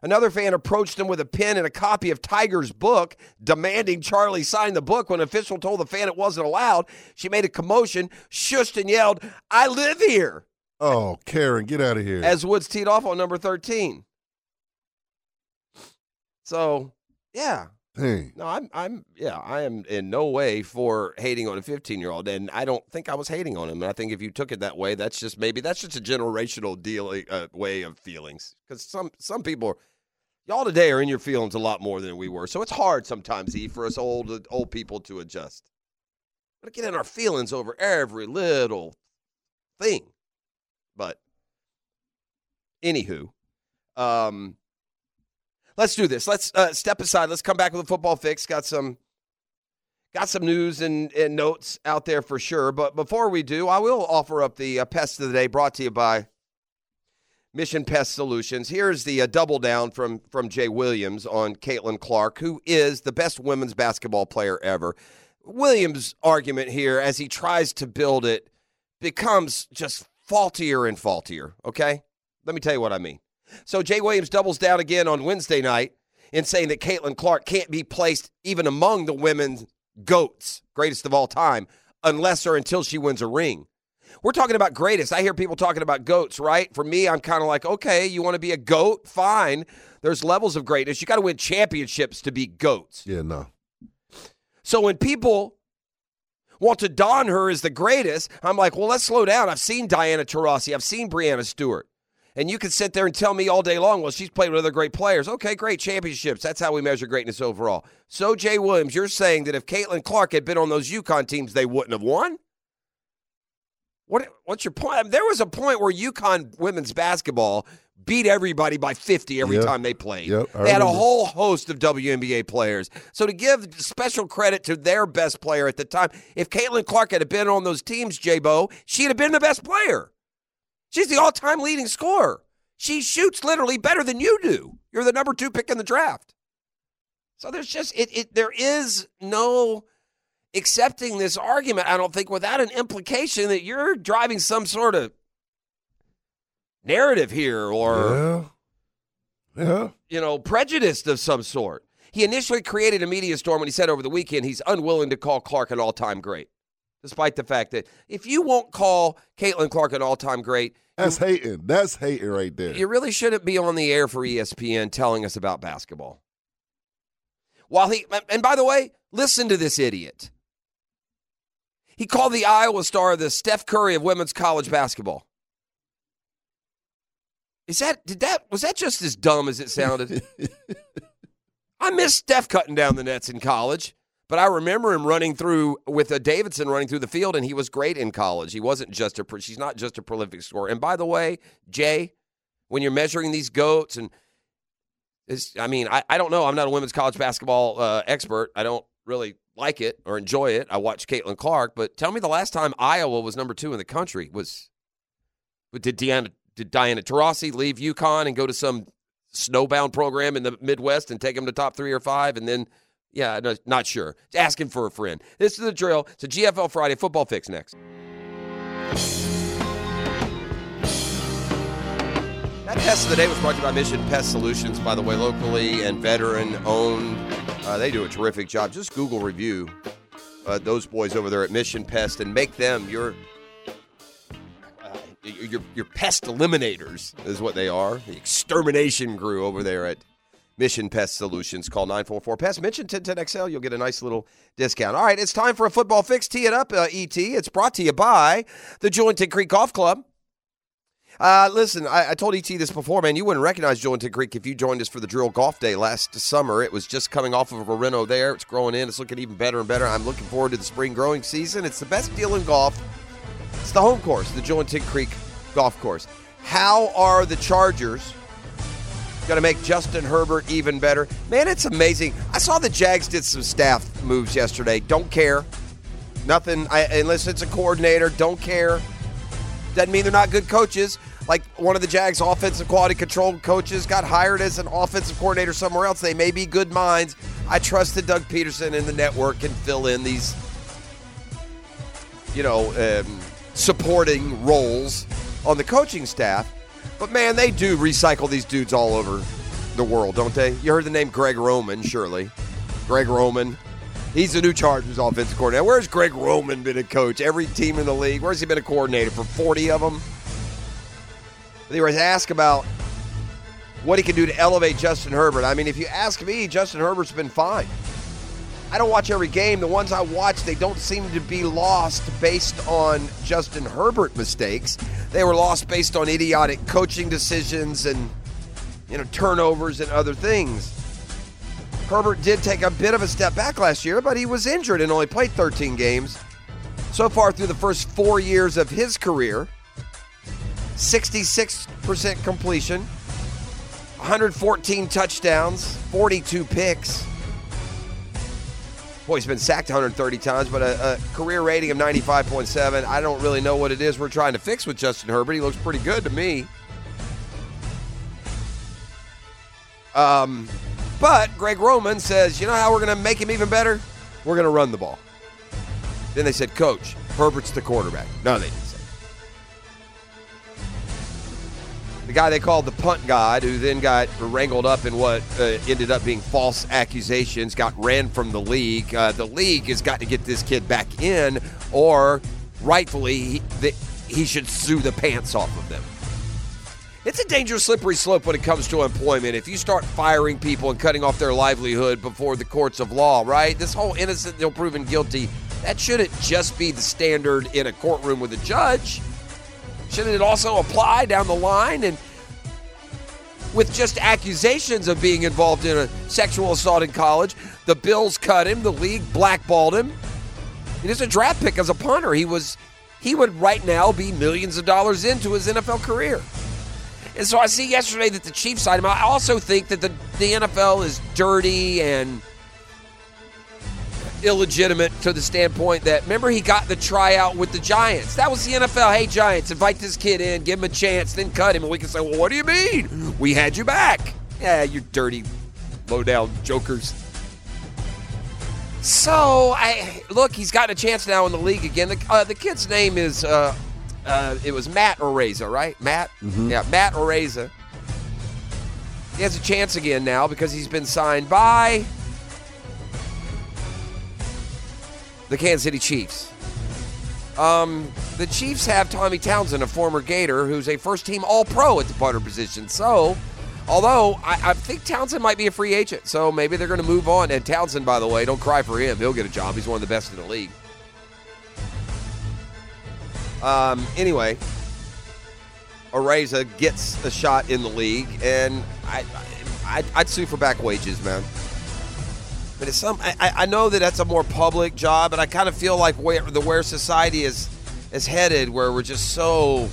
[SPEAKER 5] Another fan approached him with a pen and a copy of Tiger's book, demanding Charlie sign the book. When an official told the fan it wasn't allowed, she made a commotion, shushed, and yelled, I live here,
[SPEAKER 4] Oh, Karen, get out of here.
[SPEAKER 5] as Woods teed off on number 13. So, yeah,
[SPEAKER 4] Dang.
[SPEAKER 5] no, I'm, I'm, yeah, I am in no way for hating on a 15 year old, and I don't think I was hating on him. And I think if you took it that way, that's just maybe that's just a generational deal uh, way of feelings. Because some some people, are, y'all today are in your feelings a lot more than we were, so it's hard sometimes, E, for us old old people to adjust. But get in our feelings over every little thing. But anywho, um, let's do this. Let's uh, step aside. Let's come back with a football fix. Got some got some news and, and notes out there for sure. But before we do, I will offer up the uh, pest of the day brought to you by Mission Pest Solutions. Here's the uh, double down from from Jay Williams on Caitlin Clark, who is the best women's basketball player ever. Williams' argument here, as he tries to build it, becomes just faultier and faultier. Okay, let me tell you what I mean. So Jay Williams doubles down again on Wednesday night in saying that Caitlin Clark can't be placed even among the women's goats, greatest of all time, unless or until she wins a ring. We're talking about greatest. I hear people talking about goats, right? For me, I'm kind of like, okay, you want to be a goat? Fine. There's levels of greatness. You got to win championships to be goats.
[SPEAKER 4] Yeah, no.
[SPEAKER 5] So when people want to don her as the greatest, I'm like, well, let's slow down. I've seen Diana Taurasi. I've seen Brianna Stewart. And you can sit there and tell me all day long, well, she's played with other great players. Okay, great championships. That's how we measure greatness overall. So, Jay Williams, you're saying that if Caitlin Clark had been on those UConn teams, they wouldn't have won? What, what's your point? I mean, there was a point where UConn women's basketball beat everybody by 50 every
[SPEAKER 4] Yeah.
[SPEAKER 5] time they played.
[SPEAKER 4] Yep, I
[SPEAKER 5] they had a
[SPEAKER 4] remember.
[SPEAKER 5] whole host of WNBA players. So to give special credit to their best player at the time, if Caitlin Clark had been on those teams, J Bo, she'd have been the best player. She's the all time leading scorer. She shoots literally better than you do. You're the number two pick in the draft. So there's just it, it there is no accepting this argument, I don't think, without an implication that you're driving some sort of narrative here or
[SPEAKER 4] yeah. Yeah.
[SPEAKER 5] you know, prejudiced of some sort. He initially created a media storm when he said over the weekend he's unwilling to call Clark an all time great, despite the fact that if you won't call Caitlin Clark an all time great,
[SPEAKER 4] That's hating. That's hating right there.
[SPEAKER 5] you really shouldn't be on the air for E ESPN telling us about basketball. While he, and by the way, listen to this idiot. He called the Iowa star the Steph Curry of women's college basketball. Is that, did that, was that just as dumb as it sounded? I miss Steph cutting down the nets in college, but I remember him running through with a Davidson running through the field, and he was great in college. He wasn't just a, pro- she's not just a prolific scorer. And by the way, Jay, when you're measuring these goats and it's, I mean, I, I don't know. I'm not a women's college basketball uh, expert. I don't really like it or enjoy it. I watch Caitlin Clark, but tell me the last time Iowa was number two in the country was but did Deanna did Diana Taurasi leave UConn and go to some snowbound program in the Midwest and take them to top three or five and then yeah, no, not sure. Ask him for a friend. This is the drill. It's a GFL Friday football fix next. That test of the day was brought to you by Mission Pest Solutions, by the way, locally and veteran owned. Uh, they do a terrific job. Just Google review uh, those boys over there at Mission Pest and make them your uh, your your pest eliminators is what they are. The extermination crew over there at Mission Pest Solutions. Call 944 Pest. E Mention 1010XL. You'll get a nice little discount. All right, it's time for a football fix. Tee it up, uh, ET. It's brought to you by the Jointed Creek Golf Club. Uh, listen, I, I told ET this before, man. You wouldn't recognize Jointed Creek if you joined us for the drill golf day last summer. It was just coming off of a reno there. It's growing in. It's looking even better and better. I'm looking forward to the spring growing season. It's the best deal in golf. It's the home course, the Jointed Creek Golf Course. How are the Chargers going to make Justin Herbert even better? Man, it's amazing. I saw the Jags did some staff moves yesterday. Don't care. Nothing, I, unless it's a coordinator, don't care. Doesn't mean they're not good coaches. Like one of the Jags' offensive quality control coaches got hired as an offensive coordinator somewhere else. They may be good minds. I trust that Doug Peterson and the network can fill in these you know, um, supporting roles on the coaching staff. But man, they do recycle these dudes all over the world, don't they? You heard the name Greg Roman, surely. Greg Roman. He's the new Chargers offensive coordinator. Where's Greg Roman been a coach? Every team in the league. Where's he been a coordinator for 40 of them? They were asked about what he can do to elevate Justin Herbert. I mean, if you ask me, Justin Herbert's been fine. I don't watch every game. The ones I watch, they don't seem to be lost based on Justin Herbert mistakes. They were lost based on idiotic coaching decisions and you know turnovers and other things. Herbert did take a bit of a step back last year, but he was injured and only played 13 games. So far through the first 4 years of his career, 66% completion, 114 touchdowns, 42 picks. Boy, he's been sacked 130 times, but a, a career rating of 95.7. I don't really know what it is we're trying to fix with Justin Herbert. He looks pretty good to me. Um, but Greg Roman says, you know how we're going to make him even better? We're going to run the ball. Then they said, Coach, Herbert's the quarterback. No, they didn't say. that. The guy they called the punt god, who then got wrangled up in what uh, ended up being false accusations, got ran from the league. Uh, the league has got to get this kid back in, or rightfully, he, the, he should sue the pants off of them. It's a dangerous, slippery slope when it comes to employment. If you start firing people and cutting off their livelihood before the courts of law, right? This whole innocent until proven guilty, that shouldn't just be the standard in a courtroom with a judge. Shouldn't it also apply down the line? And with just accusations of being involved in a sexual assault in college, the Bills cut him, the league blackballed him. It is a draft pick as a punter. He was he would right now be millions of dollars into his NFL career. And so I see yesterday that the Chiefs signed him. I also think that the, the NFL is dirty and illegitimate to the standpoint that remember he got the tryout with the Giants. That was the NFL. Hey Giants, invite this kid in, give him a chance, then cut him, and we can say, well, what do you mean? We had you back. Yeah, you dirty, low down jokers. So I look, he's gotten a chance now in the league again. The, uh, the kid's name is uh, uh, it was Matt Areza, right? Matt, yeah, Matt Areza. He has a chance again now because he's been signed by the Kansas City Chiefs. Um, the Chiefs have Tommy Townsend, a former Gator, who's a first team All Pro at the punter position. So, although I, I think Townsend might be a free agent, so maybe they're going to move on. And Townsend, by the way, don't cry for him. He'll get a job. He's one of the best in the league. Um, anyway, Areza gets a shot in the league, and I, I, I'd sue for back wages, man. But it's some. I- I, I know that that's a more public job, and I kind of feel like where the where society is is headed, where we're just so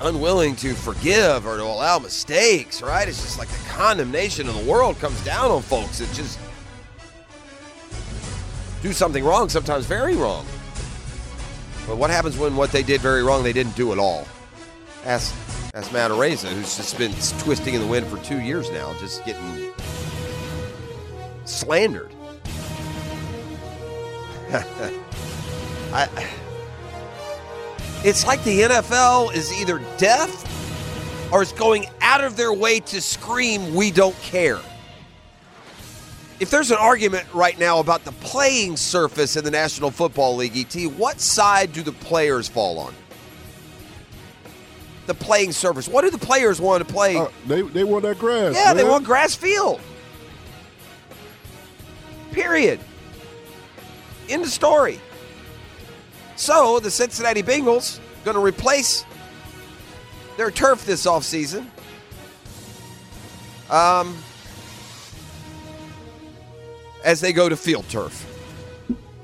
[SPEAKER 5] unwilling to forgive or to allow mistakes. Right? It's just like the condemnation of the world comes down on folks that just do something wrong, sometimes very wrong. But what happens when what they did very wrong they didn't do at all? Ask ask Matt Areza, who's just been twisting in the wind for two years now, just getting slandered. I, it's like the NFL is either deaf or is going out of their way to scream, we don't care. If there's an argument right now about the playing surface in the National Football League, ET, what side do the players fall on? The playing surface. What do the players want to play?
[SPEAKER 4] Uh, they they want that grass.
[SPEAKER 5] Yeah, they
[SPEAKER 4] man.
[SPEAKER 5] want grass field. Period. End of story. So the Cincinnati Bengals going to replace their turf this offseason. Um, as they go to field turf,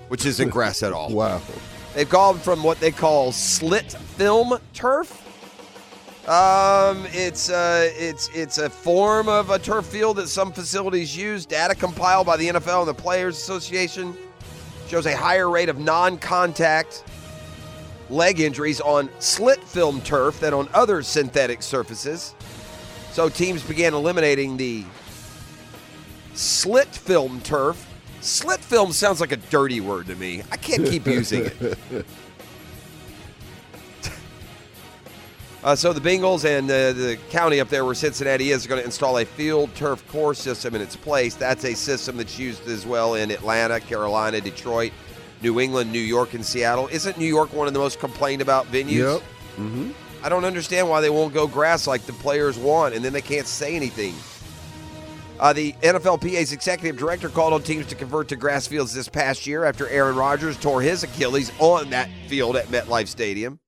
[SPEAKER 5] which isn't grass at all.
[SPEAKER 4] Wow.
[SPEAKER 5] They've gone from what they call slit film turf. Um, it's uh, it's it's a form of a turf field that some facilities use. Data compiled by the NFL and the Players Association shows a higher rate of non-contact leg injuries on slit film turf than on other synthetic surfaces. So teams began eliminating the slit film turf. Slit film sounds like a dirty word to me. I can't keep using it. Uh, so the Bengals and uh, the county up there where Cincinnati is going to install a field turf core system in its place. That's a system that's used as well in Atlanta, Carolina, Detroit, New England, New York, and Seattle. Isn't New York one of the most complained about venues?
[SPEAKER 4] Yep. Mm-hmm.
[SPEAKER 5] I don't understand why they won't go grass like the players want, and then they can't say anything. Uh, the NFLPA's executive director called on teams to convert to grass fields this past year after Aaron Rodgers tore his Achilles on that field at MetLife Stadium.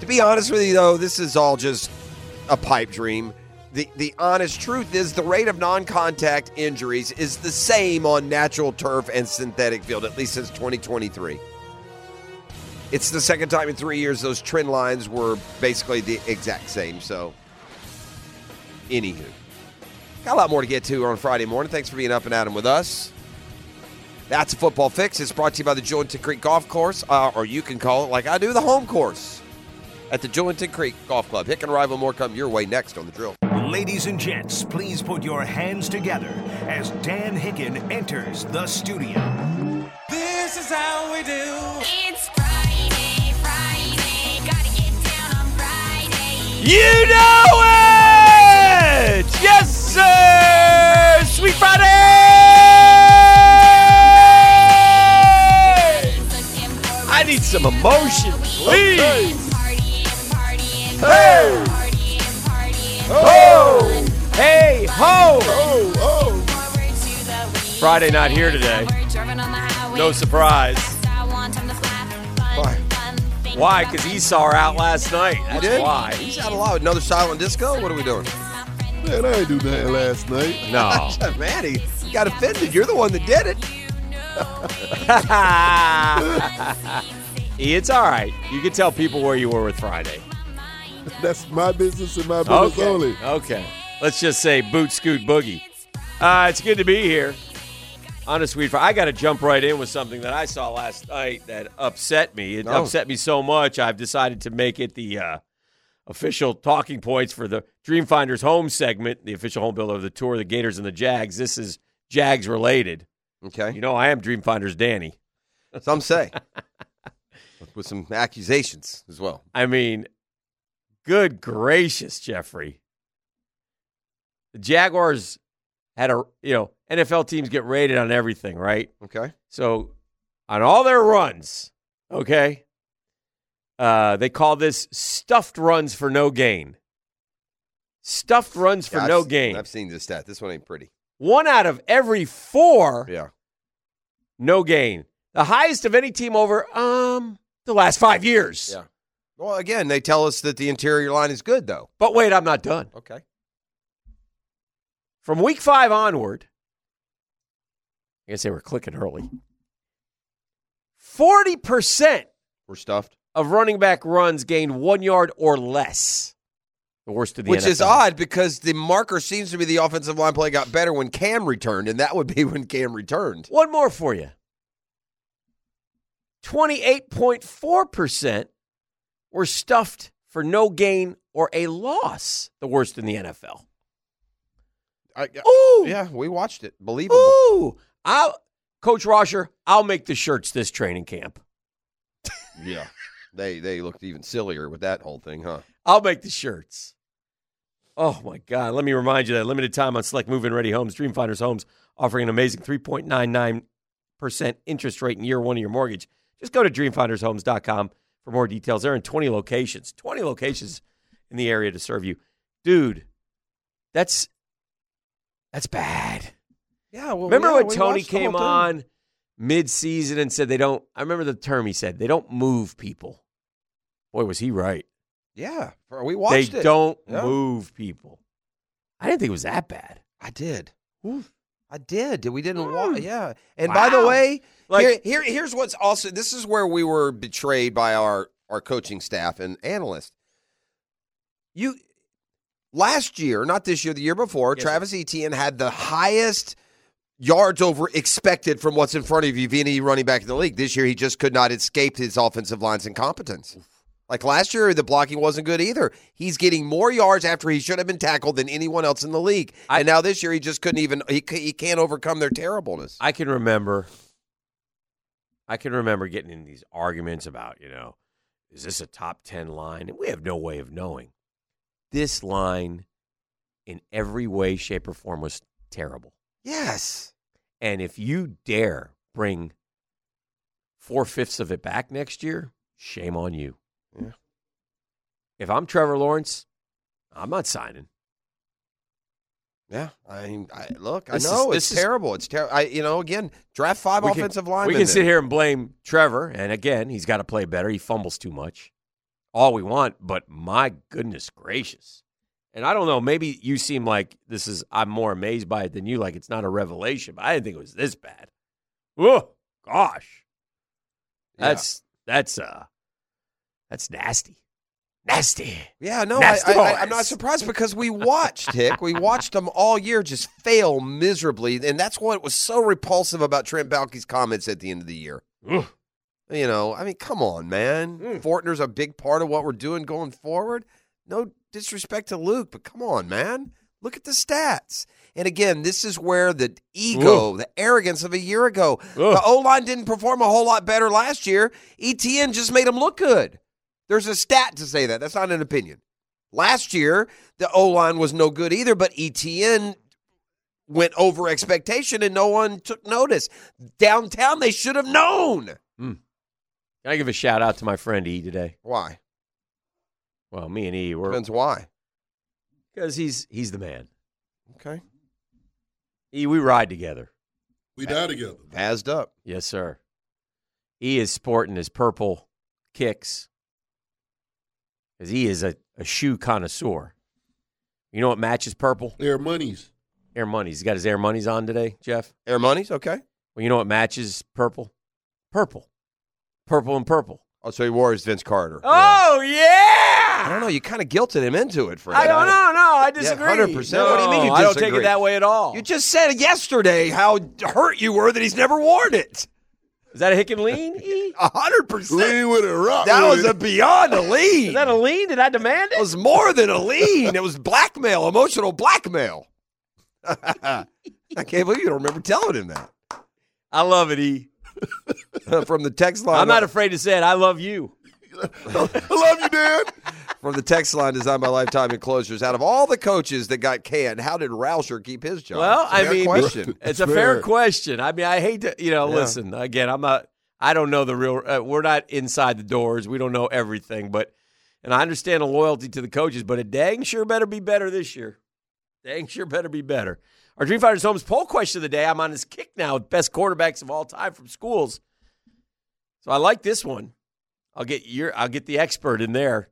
[SPEAKER 5] To be honest with you, though, this is all just a pipe dream. The, the honest truth is the rate of non-contact injuries is the same on natural turf and synthetic field, at least since 2023. It's the second time in three years those trend lines were basically the exact same. So, anywho, got a lot more to get to on Friday morning. Thanks for being up and at 'em with us. That's a football fix. It's brought to you by the Jointon Creek Golf Course, uh, or you can call it like I do, the home course at the Jointon Creek Golf Club. Hick and rival more come your way next on the drill.
[SPEAKER 2] Ladies and gents, please put your hands together as Dan Hicken enters the studio.
[SPEAKER 3] This is how we do.
[SPEAKER 6] It's Friday, Friday. Gotta get down on Friday.
[SPEAKER 7] You know it! Yes, sir! Sweet Friday!
[SPEAKER 6] Looking for
[SPEAKER 7] I need some emotion, please.
[SPEAKER 6] Hey!
[SPEAKER 7] Oh, hey, ho.
[SPEAKER 4] Oh,
[SPEAKER 6] Friday not here today.
[SPEAKER 7] No
[SPEAKER 6] No
[SPEAKER 7] surprise.
[SPEAKER 6] surprise.
[SPEAKER 5] Why?
[SPEAKER 6] Why?
[SPEAKER 7] Why? Because Esau are out last night.
[SPEAKER 5] You
[SPEAKER 7] That's
[SPEAKER 5] did?
[SPEAKER 7] why.
[SPEAKER 5] He's out loud. Another silent disco? What are we doing?
[SPEAKER 4] Man, I ain't do nothing last night.
[SPEAKER 7] No.
[SPEAKER 5] Manny, you got offended. You're the one that did it.
[SPEAKER 7] it's all right. You can tell people where you were with Friday.
[SPEAKER 4] That's my business and my business only.
[SPEAKER 7] Okay. Let's just say boot scoot boogie. Uh, it's good to be here. Honest weed. I got to jump right in with something that I saw last night that upset me. It
[SPEAKER 5] Oh.
[SPEAKER 7] upset me so much. I've decided to make it the uh, official talking points for the Dreamfinders Home segment, the official home builder of the tour, the Gators and the Jags. This is Jags related. You
[SPEAKER 5] Okay.
[SPEAKER 7] know, I am Dreamfinders Danny.
[SPEAKER 5] Some say. With some accusations as well.
[SPEAKER 7] I mean, good gracious, Jeffrey. The Jaguars had a, you know, NFL teams get rated on everything, right?
[SPEAKER 5] Okay.
[SPEAKER 7] So on all their runs, okay, uh, they call this stuffed runs for no gain. Stuffed runs for
[SPEAKER 5] Yeah, I've
[SPEAKER 7] no
[SPEAKER 5] s-
[SPEAKER 7] gain.
[SPEAKER 5] I've seen this stat. This one ain't pretty.
[SPEAKER 7] One out of every four,
[SPEAKER 5] Yeah.
[SPEAKER 7] no gain. The highest of any team over um the last five years.
[SPEAKER 5] Yeah. Well, again, they tell us that the interior line is good, though.
[SPEAKER 7] But wait, I'm not done.
[SPEAKER 5] Okay.
[SPEAKER 7] from week five onward, I guess they were clicking early. 40%
[SPEAKER 5] We're stuffed.
[SPEAKER 7] of running back runs gained one yard or less. The worst of the
[SPEAKER 5] Which is
[SPEAKER 7] NFL.
[SPEAKER 5] odd because the marker seems to be the offensive line play got better when Cam returned, and that would be when Cam returned.
[SPEAKER 7] One more for you 28.4% were stuffed for no gain or a loss. The worst in the NFL.
[SPEAKER 5] I,
[SPEAKER 7] Ooh.
[SPEAKER 5] yeah, we watched it. Believable.
[SPEAKER 7] Ooh. I'll, Coach Rosher, I'll make the shirts this training camp.
[SPEAKER 5] Yeah. They they looked even sillier with that whole thing, huh?
[SPEAKER 7] I'll make the shirts. Oh my God. Let me remind you that limited time on select move in ready homes, Dreamfinders Homes offering an amazing 3.99% interest rate in year one of your mortgage. Just go to dreamfindershomes.com for more details. They're in 20 locations, 20 locations in the area to serve you. Dude, that's that's bad.
[SPEAKER 5] Yeah. Well,
[SPEAKER 7] Remember when Tony came on mid-season and said they don't I remember the term he said, they don't move people. Boy, was he right
[SPEAKER 5] Yeah, for- we watched
[SPEAKER 7] they
[SPEAKER 5] it.
[SPEAKER 7] don't
[SPEAKER 5] Yeah.
[SPEAKER 7] move people. I didn't think it was that bad.
[SPEAKER 5] I did. I did. We didn't watch.
[SPEAKER 7] Mm.
[SPEAKER 5] Yeah. And by the
[SPEAKER 7] Wow.
[SPEAKER 5] way,
[SPEAKER 7] Like-
[SPEAKER 5] here, here here's what's also this is where we were betrayed by our our coaching staff and analysts. You last year, not this year, the year before,
[SPEAKER 7] Yes, sir.
[SPEAKER 5] Travis Etienne had the highest yards over expected from what's in front of you of any running back in the league. This year, he just could not escape his offensive line's incompetence. Like last year, the blocking wasn't good either. He's getting more yards after he should have been tackled than anyone else in the league.
[SPEAKER 7] I-
[SPEAKER 5] and now this year, he just couldn't even he c- he can't overcome their terribleness.
[SPEAKER 7] I can remember. I can remember getting in these arguments about, you know, is this a top 10 line? And we have no way of knowing. This line, in every way, shape, or form, was terrible.
[SPEAKER 5] yes,
[SPEAKER 7] And if you dare bring four fifths of it back next year, shame on you.
[SPEAKER 5] Yeah.
[SPEAKER 7] If I'm Trevor Lawrence, I'm not signing.
[SPEAKER 5] yeah. I, mean, I look,
[SPEAKER 7] This
[SPEAKER 5] I
[SPEAKER 7] is-
[SPEAKER 5] know
[SPEAKER 7] this
[SPEAKER 5] it's
[SPEAKER 7] is-
[SPEAKER 5] terrible. It's terrible. I you know again, draft five
[SPEAKER 7] We can-
[SPEAKER 5] offensive linemen.
[SPEAKER 7] We can sit
[SPEAKER 5] then.
[SPEAKER 7] here and blame Trevor, and again, he's got to play better. He fumbles too much, all we want. But my goodness gracious! And I don't know. Maybe you seem like this is. I'm more amazed by it than you. Like it's not a revelation, but I didn't think it was this bad. Oh gosh,
[SPEAKER 5] Yeah.
[SPEAKER 7] that's that's uh, that's nasty, nasty.
[SPEAKER 5] Yeah, no, I,
[SPEAKER 7] Nasty
[SPEAKER 5] I, I, I'm
[SPEAKER 7] boys.
[SPEAKER 5] not surprised because we watched Hick. We watched them all year just fail miserably, and that's what was so repulsive about Trent Baalke's comments at the end of the year.
[SPEAKER 7] Ugh.
[SPEAKER 5] You know, I mean, come on, man.
[SPEAKER 7] Mm.
[SPEAKER 5] Fortner's a big part of what we're doing going forward. No disrespect to Luke, but come on, man. Look at the stats. And again, this is where the ego, the arrogance of a year ago. The O line didn't perform a whole lot better last year. ETN just made him look good. There's a stat to say that. That's not an opinion. Last year, the O line was no good either, but ETN went over expectation and no one took notice. Downtown, they should have known.
[SPEAKER 7] Can I give a shout out to my friend E today?
[SPEAKER 5] Why?
[SPEAKER 7] Well, me and E were
[SPEAKER 5] Depends why.
[SPEAKER 7] because he's he's the man.
[SPEAKER 5] Okay.
[SPEAKER 7] E, we ride together.
[SPEAKER 4] We die together.
[SPEAKER 5] Hazed up.
[SPEAKER 7] Yes, sir. E is sporting his purple kicks because he is a, a shoe connoisseur. You know what matches purple?
[SPEAKER 4] They're monies.
[SPEAKER 7] Air Money's. He's got his Air Money's on today, Jeff.
[SPEAKER 5] Air money's okay.
[SPEAKER 7] Well, you know what matches purple? Purple. Purple and purple.
[SPEAKER 5] Oh, so he wore his Vince Carter.
[SPEAKER 7] Oh, yeah!
[SPEAKER 5] I don't know. You kind of guilted him into it, Fred.
[SPEAKER 7] I don't know. No, I disagree.
[SPEAKER 5] 100%. What do you mean you
[SPEAKER 7] No, I don't take it
[SPEAKER 5] disagree?
[SPEAKER 7] that way at all.
[SPEAKER 5] You just said yesterday how hurt you were that he's never worn it.
[SPEAKER 7] Is that a hick and lean? E?
[SPEAKER 5] A hundred percent.
[SPEAKER 4] Lean with it, rock
[SPEAKER 5] That
[SPEAKER 4] with
[SPEAKER 5] was
[SPEAKER 4] it.
[SPEAKER 5] a beyond a lean.
[SPEAKER 7] Is that a lean? Did I demand
[SPEAKER 5] It
[SPEAKER 7] it?
[SPEAKER 5] was more than a lean. It was blackmail, emotional blackmail. I can't believe you don't remember telling him that
[SPEAKER 7] I love it, E.
[SPEAKER 5] from the text line.
[SPEAKER 7] I'm not afraid to say it. I love you.
[SPEAKER 4] I love you, Dad.
[SPEAKER 5] from the text line designed by Lifetime Enclosures. Out of all the coaches that got canned, how did Rauscher keep his job?
[SPEAKER 7] Well, I
[SPEAKER 5] Fair
[SPEAKER 7] mean,
[SPEAKER 5] question.
[SPEAKER 7] It's
[SPEAKER 4] That's
[SPEAKER 7] a fair
[SPEAKER 4] fair.
[SPEAKER 7] question. I mean, I hate to, you know, listen, again, I'm not, I don't know the real, uh, we're not inside the doors. We don't know everything, but, and I understand the loyalty to the coaches, but it dang sure better be better this year. Dang sure better be better. Our Dream Fighters Homes poll question of the day. I'm on his kick now with best quarterbacks of all time from schools. So I like this one. I'll get your, I'll get the expert in there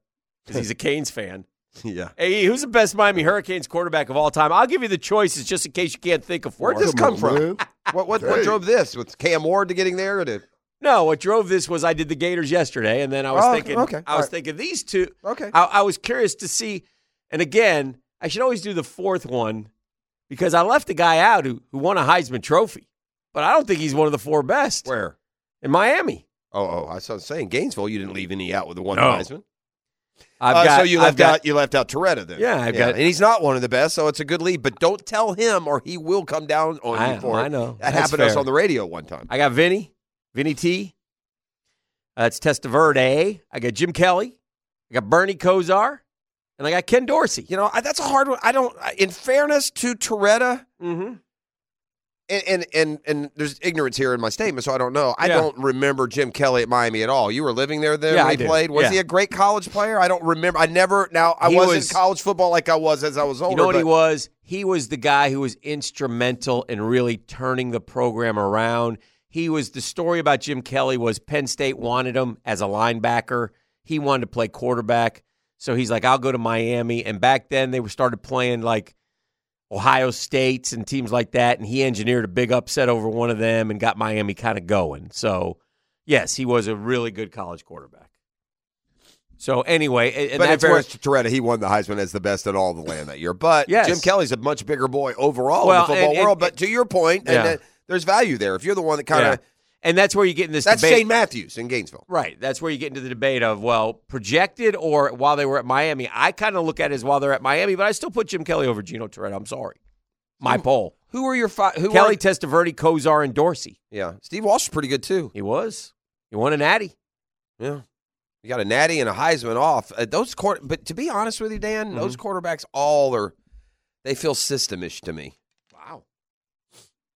[SPEAKER 7] because he's a Canes fan.
[SPEAKER 5] yeah.
[SPEAKER 7] Hey, who's the best Miami Hurricanes quarterback of all time? I'll give you the choices just in case you can't think of four.
[SPEAKER 5] Where'd this come from?
[SPEAKER 4] man.
[SPEAKER 5] What what, what
[SPEAKER 4] Hey.
[SPEAKER 5] drove this? With Cam Ward to getting there? To,
[SPEAKER 7] No, what drove this was I did the Gators yesterday, and then I was
[SPEAKER 5] Oh,
[SPEAKER 7] thinking,
[SPEAKER 5] okay,
[SPEAKER 7] I was
[SPEAKER 5] all right.
[SPEAKER 7] thinking these two.
[SPEAKER 5] okay.
[SPEAKER 7] I, I was curious to see, and again, I should always do the fourth one because I left a guy out who who won a Heisman Trophy, but I don't think he's one of the four best
[SPEAKER 5] Where?
[SPEAKER 7] in Miami.
[SPEAKER 5] Oh, oh, I was saying Gainesville. You didn't leave any out with the one
[SPEAKER 7] No.
[SPEAKER 5] Heisman.
[SPEAKER 7] I've
[SPEAKER 5] Uh,
[SPEAKER 7] got,
[SPEAKER 5] so you
[SPEAKER 7] I've
[SPEAKER 5] left
[SPEAKER 7] got-
[SPEAKER 5] out you left out Toretta then.
[SPEAKER 7] Yeah, I've got-
[SPEAKER 5] and he's not one of the best, so it's a good lead. But don't tell him, or he will come down on
[SPEAKER 7] I-
[SPEAKER 5] you for
[SPEAKER 7] I
[SPEAKER 5] it.
[SPEAKER 7] know.
[SPEAKER 5] that
[SPEAKER 7] That's
[SPEAKER 5] happened to us
[SPEAKER 7] fair.
[SPEAKER 5] on the radio one time.
[SPEAKER 7] I got Vinny, Vinny T. Uh, That's Testaverde. I got Jim Kelly. I got Bernie Kosar, and I got Ken Dorsey.
[SPEAKER 5] You know, I, that's a hard one. I don't. I, in fairness to Toretta,
[SPEAKER 7] Mm-hmm.
[SPEAKER 5] and, and and and there's ignorance here in my statement, so I don't know. I
[SPEAKER 7] Yeah.
[SPEAKER 5] don't remember Jim Kelly at Miami at all. You were living there then
[SPEAKER 7] Yeah,
[SPEAKER 5] when
[SPEAKER 7] I
[SPEAKER 5] he
[SPEAKER 7] do.
[SPEAKER 5] played. Was
[SPEAKER 7] Yeah.
[SPEAKER 5] he a great college player? I don't remember. I never. Now I
[SPEAKER 7] He
[SPEAKER 5] wasn't
[SPEAKER 7] was-
[SPEAKER 5] college football like I was as I was older.
[SPEAKER 7] You know what he
[SPEAKER 5] but-
[SPEAKER 7] was? He was the guy who was instrumental in really turning the program around. He was the story about Jim Kelly was Penn State wanted him as a linebacker. He wanted to play quarterback. So he's like, I'll go to Miami. And back then they were started playing like Ohio States and teams like that. And he engineered a big upset over one of them and got Miami kind of going. So yes, he was a really good college quarterback. So anyway, and- and
[SPEAKER 5] but in
[SPEAKER 7] that's where
[SPEAKER 5] fairness to Toretta, he won the Heisman as the best in all the land that year. But
[SPEAKER 7] Yes.
[SPEAKER 5] Jim Kelly's a much bigger boy overall
[SPEAKER 7] Well,
[SPEAKER 5] in the football
[SPEAKER 7] and- and-
[SPEAKER 5] world. But to your point, and
[SPEAKER 7] Yeah.
[SPEAKER 5] that- there's value there. If you're the one that kind of
[SPEAKER 7] Yeah. and that's where you get in this
[SPEAKER 5] that's
[SPEAKER 7] debate.
[SPEAKER 5] Shane Matthews in Gainesville.
[SPEAKER 7] Right. That's where you get into the debate of, well, projected or while they were at Miami. I kind of look at it as while they're at Miami, but I still put Jim Kelly over Gino Toretto. I'm sorry. My poll.
[SPEAKER 5] Who are your five? Who
[SPEAKER 7] Kelly,
[SPEAKER 5] are-
[SPEAKER 7] Testaverde, Kozar, and Dorsey.
[SPEAKER 5] yeah, Steve Walsh is pretty good too.
[SPEAKER 7] He was. He won an Natty.
[SPEAKER 5] Yeah. You got a natty and a Heisman off. Uh, those quarter, but to be honest with you, Dan, those
[SPEAKER 7] Mm-hmm.
[SPEAKER 5] quarterbacks all are they feel systemish to me.
[SPEAKER 7] Wow.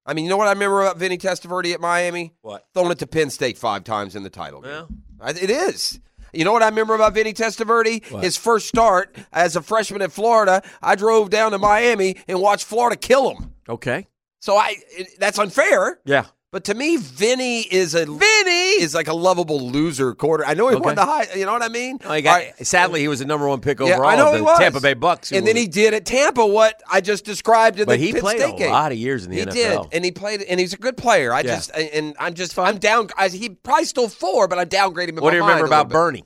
[SPEAKER 5] I mean, you know what I remember about Vinny Testaverde at Miami?
[SPEAKER 7] What?
[SPEAKER 5] Throwing it to Penn State five times in the title game.
[SPEAKER 7] Yeah.
[SPEAKER 5] I- It is. You know what I remember about Vinny Testaverde?
[SPEAKER 7] What?
[SPEAKER 5] His first start as a freshman in Florida, I drove down to Miami and watched Florida kill him.
[SPEAKER 7] Okay.
[SPEAKER 5] So I it- that's unfair.
[SPEAKER 7] Yeah.
[SPEAKER 5] But to me, Vinny is a Vinny is like a lovable loser quarter. I know he won
[SPEAKER 7] Okay.
[SPEAKER 5] the high. You know what I mean?
[SPEAKER 7] Oh, he got,
[SPEAKER 5] All right.
[SPEAKER 7] Sadly, he was the number one pick
[SPEAKER 5] Yeah,
[SPEAKER 7] overall.
[SPEAKER 5] I know
[SPEAKER 7] of
[SPEAKER 5] he
[SPEAKER 7] the
[SPEAKER 5] was.
[SPEAKER 7] Tampa Bay Bucks. who
[SPEAKER 5] and then
[SPEAKER 7] was-
[SPEAKER 5] he did at Tampa what I just described in
[SPEAKER 7] But
[SPEAKER 5] the
[SPEAKER 7] he
[SPEAKER 5] Penn
[SPEAKER 7] played
[SPEAKER 5] State
[SPEAKER 7] a
[SPEAKER 5] game.
[SPEAKER 7] lot of years in the
[SPEAKER 5] he did,
[SPEAKER 7] NFL.
[SPEAKER 5] and he played, and he's a good player. I
[SPEAKER 7] Yeah.
[SPEAKER 5] just and I'm just I'm down. I, he probably still four, but I'm downgrading him. in
[SPEAKER 7] what do
[SPEAKER 5] my
[SPEAKER 7] you remember
[SPEAKER 5] mind a little
[SPEAKER 7] about
[SPEAKER 5] bit.
[SPEAKER 7] Bernie?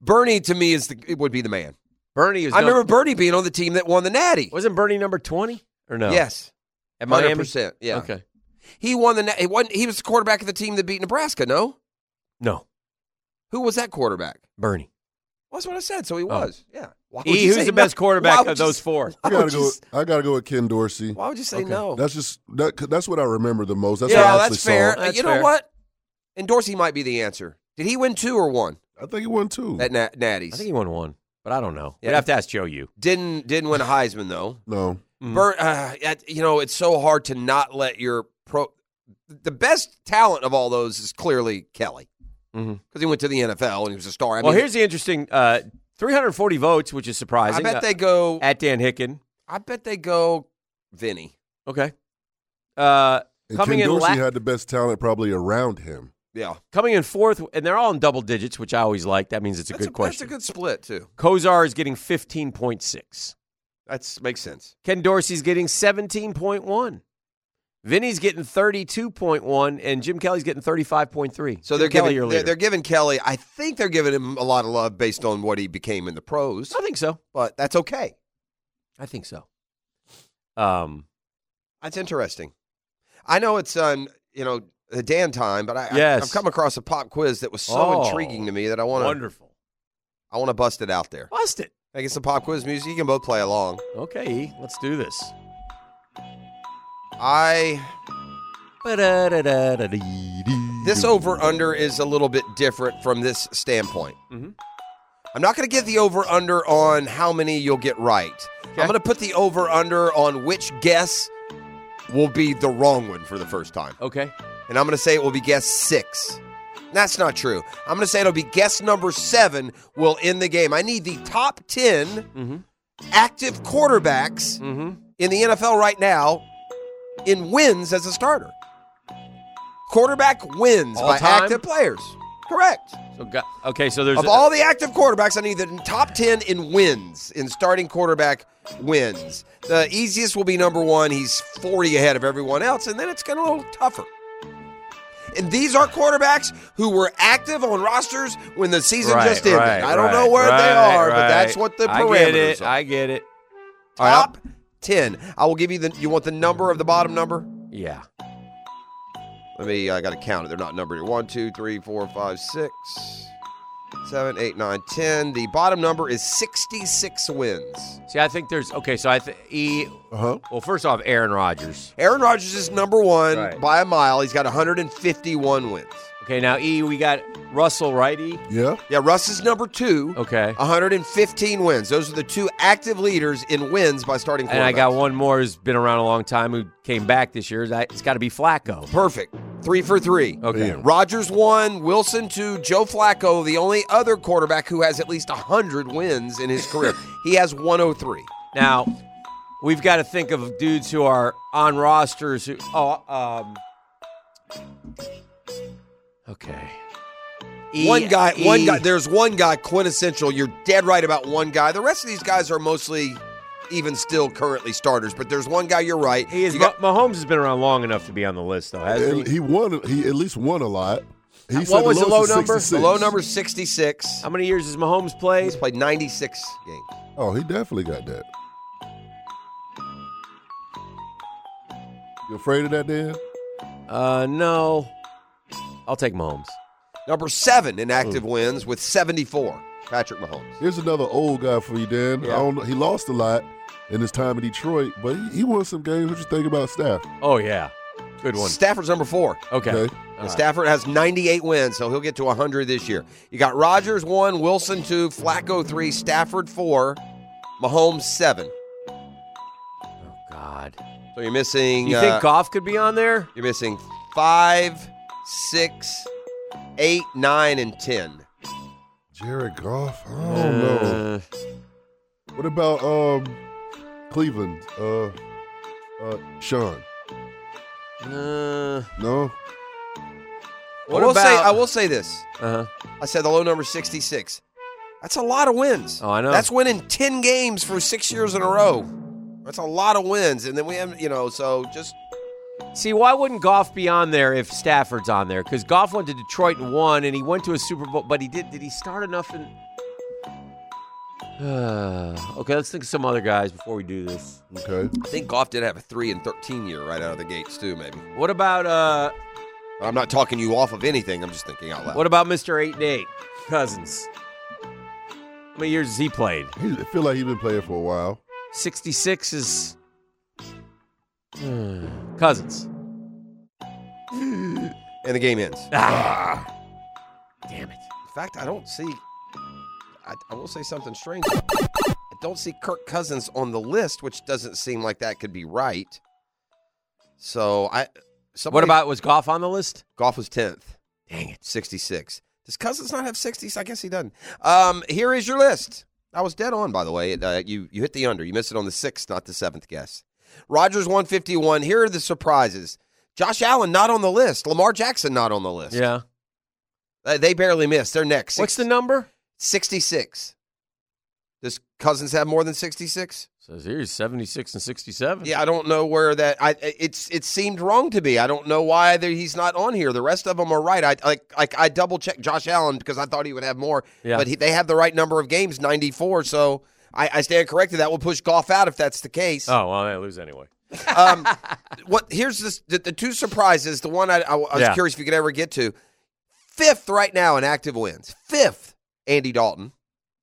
[SPEAKER 5] Bernie to me is the it would be the man.
[SPEAKER 7] Bernie was.
[SPEAKER 5] I
[SPEAKER 7] number-
[SPEAKER 5] remember Bernie being on the team that won the Natty.
[SPEAKER 7] Wasn't Bernie number 20 or no?
[SPEAKER 5] Yes,
[SPEAKER 7] At Miami?
[SPEAKER 5] hundred percent. Yeah,
[SPEAKER 7] Okay.
[SPEAKER 5] he won the. Na- He, won, he was the quarterback of the team that beat Nebraska. No,
[SPEAKER 7] No.
[SPEAKER 5] who was that quarterback?
[SPEAKER 7] Bernie.
[SPEAKER 5] Well, that's what I said. So Oh. he was. Yeah. Why would
[SPEAKER 7] E,
[SPEAKER 5] you
[SPEAKER 7] who's
[SPEAKER 5] say
[SPEAKER 7] the
[SPEAKER 5] no?
[SPEAKER 7] best quarterback
[SPEAKER 5] Why
[SPEAKER 7] of
[SPEAKER 5] would you
[SPEAKER 7] those
[SPEAKER 5] s-
[SPEAKER 7] four?
[SPEAKER 5] Why
[SPEAKER 4] I gotta
[SPEAKER 5] would,
[SPEAKER 4] go.
[SPEAKER 5] you, s-
[SPEAKER 4] I gotta go with Ken Dorsey.
[SPEAKER 5] why would you say no?
[SPEAKER 4] That's just that, that's what I remember the most. That's
[SPEAKER 5] yeah,
[SPEAKER 4] what I actually
[SPEAKER 5] that's fair.
[SPEAKER 4] saw.
[SPEAKER 5] Uh,
[SPEAKER 7] That's
[SPEAKER 5] you know
[SPEAKER 7] fair.
[SPEAKER 5] what? And Dorsey might be the answer. Did he win two or one
[SPEAKER 4] I think he won two.
[SPEAKER 5] at Nat- Natty's?
[SPEAKER 7] I think he won one, but I don't know.
[SPEAKER 5] Yeah.
[SPEAKER 7] We'd have to ask Joe. You
[SPEAKER 5] didn't didn't win a Heisman though.
[SPEAKER 4] no,
[SPEAKER 7] Mhm.
[SPEAKER 5] Bur- uh, at- you know, it's so hard to not let your pro. The best talent of all those is clearly Kelly.
[SPEAKER 7] Mhm.
[SPEAKER 5] because he went to the NFL and he was a star. I
[SPEAKER 7] well,
[SPEAKER 5] mean,
[SPEAKER 7] here's the interesting uh, 340 votes, which
[SPEAKER 5] I
[SPEAKER 7] is surprising.
[SPEAKER 5] bet
[SPEAKER 7] uh,
[SPEAKER 5] they go.
[SPEAKER 7] at Dan Hicken.
[SPEAKER 5] I bet they go. Vinny.
[SPEAKER 7] Okay. Uh,
[SPEAKER 4] And
[SPEAKER 7] coming
[SPEAKER 4] Ken
[SPEAKER 7] in
[SPEAKER 4] Dorsey
[SPEAKER 7] la-
[SPEAKER 4] had the best talent probably around him.
[SPEAKER 5] Yeah,
[SPEAKER 7] coming in fourth, and they're all in double digits, which I always like. That means it's a
[SPEAKER 5] That's
[SPEAKER 7] good question.
[SPEAKER 5] That's a good split too.
[SPEAKER 7] Kozar is getting 15.6.
[SPEAKER 5] That's makes sense.
[SPEAKER 7] Ken Dorsey's getting 17.1. Vinny's getting 32.1, and Jim Kelly's getting 35.3.
[SPEAKER 5] So
[SPEAKER 7] Jim
[SPEAKER 5] they're
[SPEAKER 7] Kelly,
[SPEAKER 5] giving
[SPEAKER 7] your
[SPEAKER 5] they're,
[SPEAKER 7] leader.
[SPEAKER 5] they're giving Kelly. I think they're giving him a lot of love based on what he became in the pros,
[SPEAKER 7] I think so.
[SPEAKER 5] but that's okay.
[SPEAKER 7] I think so. Um,
[SPEAKER 5] That's interesting. I know it's on you know the Dan time, but I, I-
[SPEAKER 7] Yes.
[SPEAKER 5] I've come across a pop quiz that was so
[SPEAKER 7] Oh,
[SPEAKER 5] intriguing to me that I want to
[SPEAKER 7] wonderful.
[SPEAKER 5] I want to bust it out there.
[SPEAKER 7] Bust it.
[SPEAKER 5] I get some pop quiz music. You can both play along.
[SPEAKER 7] Okay, let's do this.
[SPEAKER 5] I
[SPEAKER 7] This
[SPEAKER 5] this over under is a little bit different from this standpoint.
[SPEAKER 7] Mhm.
[SPEAKER 5] I'm not going to give the over under on how many you'll get right. I'm going to put the over under on which guess will be the wrong one for the first time.
[SPEAKER 7] Okay.
[SPEAKER 5] And I'm going to say it will be guess six. That's not true. I'm going to say it'll be guess number seven will end the game. I need the top 10
[SPEAKER 7] Mhm.
[SPEAKER 5] active quarterbacks
[SPEAKER 7] Mm-hmm.
[SPEAKER 5] in the NFL right now in wins as a starter. Quarterback wins
[SPEAKER 7] All
[SPEAKER 5] by
[SPEAKER 7] time?
[SPEAKER 5] active players. Correct.
[SPEAKER 7] So got, okay, so there's
[SPEAKER 5] Of
[SPEAKER 7] a-
[SPEAKER 5] all the active quarterbacks, I need the top 10 in wins, in starting quarterback wins. The easiest will be number one. He's 40 ahead of everyone else, and then it's getting a little tougher. And these are quarterbacks who were active on rosters when the season
[SPEAKER 7] Right,
[SPEAKER 5] just ended.
[SPEAKER 7] right,
[SPEAKER 5] I don't
[SPEAKER 7] right,
[SPEAKER 5] know where they
[SPEAKER 7] right,
[SPEAKER 5] are, but
[SPEAKER 7] right.
[SPEAKER 5] that's what the parameters
[SPEAKER 7] I get it.
[SPEAKER 5] are
[SPEAKER 7] I get it. All right, I'll-
[SPEAKER 5] top 10. I will give you the, you want the number of the bottom number?
[SPEAKER 7] yeah.
[SPEAKER 5] Let me, I got to count it. They're not numbered. here. One, two, three, four, five, six, seven, eight, nine, ten. The bottom number is 66 wins.
[SPEAKER 7] See, I think there's okay. So I think E.
[SPEAKER 4] Uh huh.
[SPEAKER 7] Well, first off, Aaron Rodgers.
[SPEAKER 5] Aaron Rodgers is number one
[SPEAKER 7] Right.
[SPEAKER 5] by a mile. He's got 151 wins.
[SPEAKER 7] Okay, now E. We got Russell, right? E.
[SPEAKER 4] Yeah.
[SPEAKER 5] Yeah, Russ is number two.
[SPEAKER 7] Okay.
[SPEAKER 5] 115 wins. Those are the two active leaders in wins by starting quarterbacks.
[SPEAKER 7] And I got one more who's been around a long time who came back this year. That- It's got to be Flacco.
[SPEAKER 5] Perfect. Three for three.
[SPEAKER 7] Okay.
[SPEAKER 4] Damn.
[SPEAKER 5] Rodgers one, Wilson two, Joe Flacco, the only other quarterback who has at least 100 wins in his career. he has 103.
[SPEAKER 7] Now we've got to think of dudes who are on rosters. Who, oh, um, okay. E-
[SPEAKER 5] one guy,
[SPEAKER 7] E-
[SPEAKER 5] one guy, there's one guy quintessential. You're dead right about one guy. The rest of these guys are mostly even still currently starters, but there's one guy you're right.
[SPEAKER 7] He is.
[SPEAKER 5] You got-
[SPEAKER 7] Ma- Mahomes has been around long enough to be on the list, though, hasn't he?
[SPEAKER 4] And he won. He at least won a lot. He
[SPEAKER 7] What
[SPEAKER 4] said
[SPEAKER 7] was the
[SPEAKER 4] lowest
[SPEAKER 7] low
[SPEAKER 4] is
[SPEAKER 7] number? The
[SPEAKER 4] 66.
[SPEAKER 5] the low number 66.
[SPEAKER 7] How many years has Mahomes played?
[SPEAKER 5] He's played 96 games.
[SPEAKER 4] Oh, he definitely got that. You afraid of that, Dan?
[SPEAKER 7] Uh, no. I'll take Mahomes.
[SPEAKER 5] Number 7 in active
[SPEAKER 7] Hmm.
[SPEAKER 5] wins with 74. Patrick Mahomes.
[SPEAKER 4] Here's another old guy for you, Dan. I don't know. He lost a lot in his time in Detroit, but he, he won some games. What you think about staff?
[SPEAKER 7] Oh yeah, good one.
[SPEAKER 5] Stafford's number 4.
[SPEAKER 7] Okay.
[SPEAKER 5] And Stafford has 98 wins, so he'll get to 100 this year. You got Rodgers one, Wilson two, Flacco three, Stafford four, Mahomes seven.
[SPEAKER 7] Oh God.
[SPEAKER 5] So you're missing.
[SPEAKER 7] You
[SPEAKER 5] uh,
[SPEAKER 7] think Goff could be on there?
[SPEAKER 5] you're missing five, six, eight, nine, and ten.
[SPEAKER 4] Jared Goff? I don't know.
[SPEAKER 7] Uh,
[SPEAKER 4] What about um Cleveland? Uh, uh, Sean?
[SPEAKER 7] uh,
[SPEAKER 4] No.
[SPEAKER 7] what
[SPEAKER 5] I will
[SPEAKER 7] about?
[SPEAKER 5] say I will say this.
[SPEAKER 7] Uh-huh.
[SPEAKER 5] I said the low number 66. That's a lot of wins.
[SPEAKER 7] Oh, I know.
[SPEAKER 5] That's winning 10 games for six years in a row. That's a lot of wins, and then we have you know. So just
[SPEAKER 7] See, why wouldn't Goff be on there if Stafford's on there? Because Goff went to Detroit and won, and he went to a Super Bowl. But he did. Did he start enough? In... Uh, okay, let's think of some other guys before we do this.
[SPEAKER 4] Okay.
[SPEAKER 5] I think Goff did have a three and 13 year right out of the gates too, maybe.
[SPEAKER 7] What about uh?
[SPEAKER 5] I'm not talking you off of anything. I'm just thinking out loud.
[SPEAKER 7] What about Mister Eight and Eight Cousins? How many years has he played?
[SPEAKER 4] He I feel like he's been playing for a while.
[SPEAKER 7] 66 is Cousins.
[SPEAKER 5] and the game ends. In
[SPEAKER 7] Ah. Damn it.
[SPEAKER 5] fact, I don't see. I, I will say something strange. I don't see Kirk Cousins on the list, which doesn't seem like that could be right. So I. Somebody,
[SPEAKER 7] What about was Goff on the list?
[SPEAKER 5] Goff was tenth,
[SPEAKER 7] Dang it.
[SPEAKER 5] sixty six. Does Cousins not have 60s? I guess he doesn't. Um, here is your list. I was dead on, by the way. Uh, you, you hit the under. You missed it on the sixth, not the seventh guess. Rogers 151. Here are the surprises. Josh Allen not on the list. Lamar Jackson not on the list.
[SPEAKER 7] Yeah.
[SPEAKER 5] Uh, they barely missed. They're next.
[SPEAKER 7] What's
[SPEAKER 5] Six-
[SPEAKER 7] the number?
[SPEAKER 5] 66. Does Cousins have more than 66?
[SPEAKER 7] Says here he's 76 and 67.
[SPEAKER 5] Yeah, I don't know where that. I it's it seemed wrong to me. I don't know why there, he's not on here. The rest of them are right. I like like I double checked Josh Allen because I thought he would have more.
[SPEAKER 7] Yeah.
[SPEAKER 5] But he, they have the right number of games, ninety four. So I, I stand corrected. That will push golf out if that's the case.
[SPEAKER 7] Oh, well, they lose anyway.
[SPEAKER 5] Um, what here's this, the, the two surprises. The one I, I was
[SPEAKER 7] Yeah.
[SPEAKER 5] curious if you could ever get to. Fifth right now in active wins. Fifth, Andy Dalton.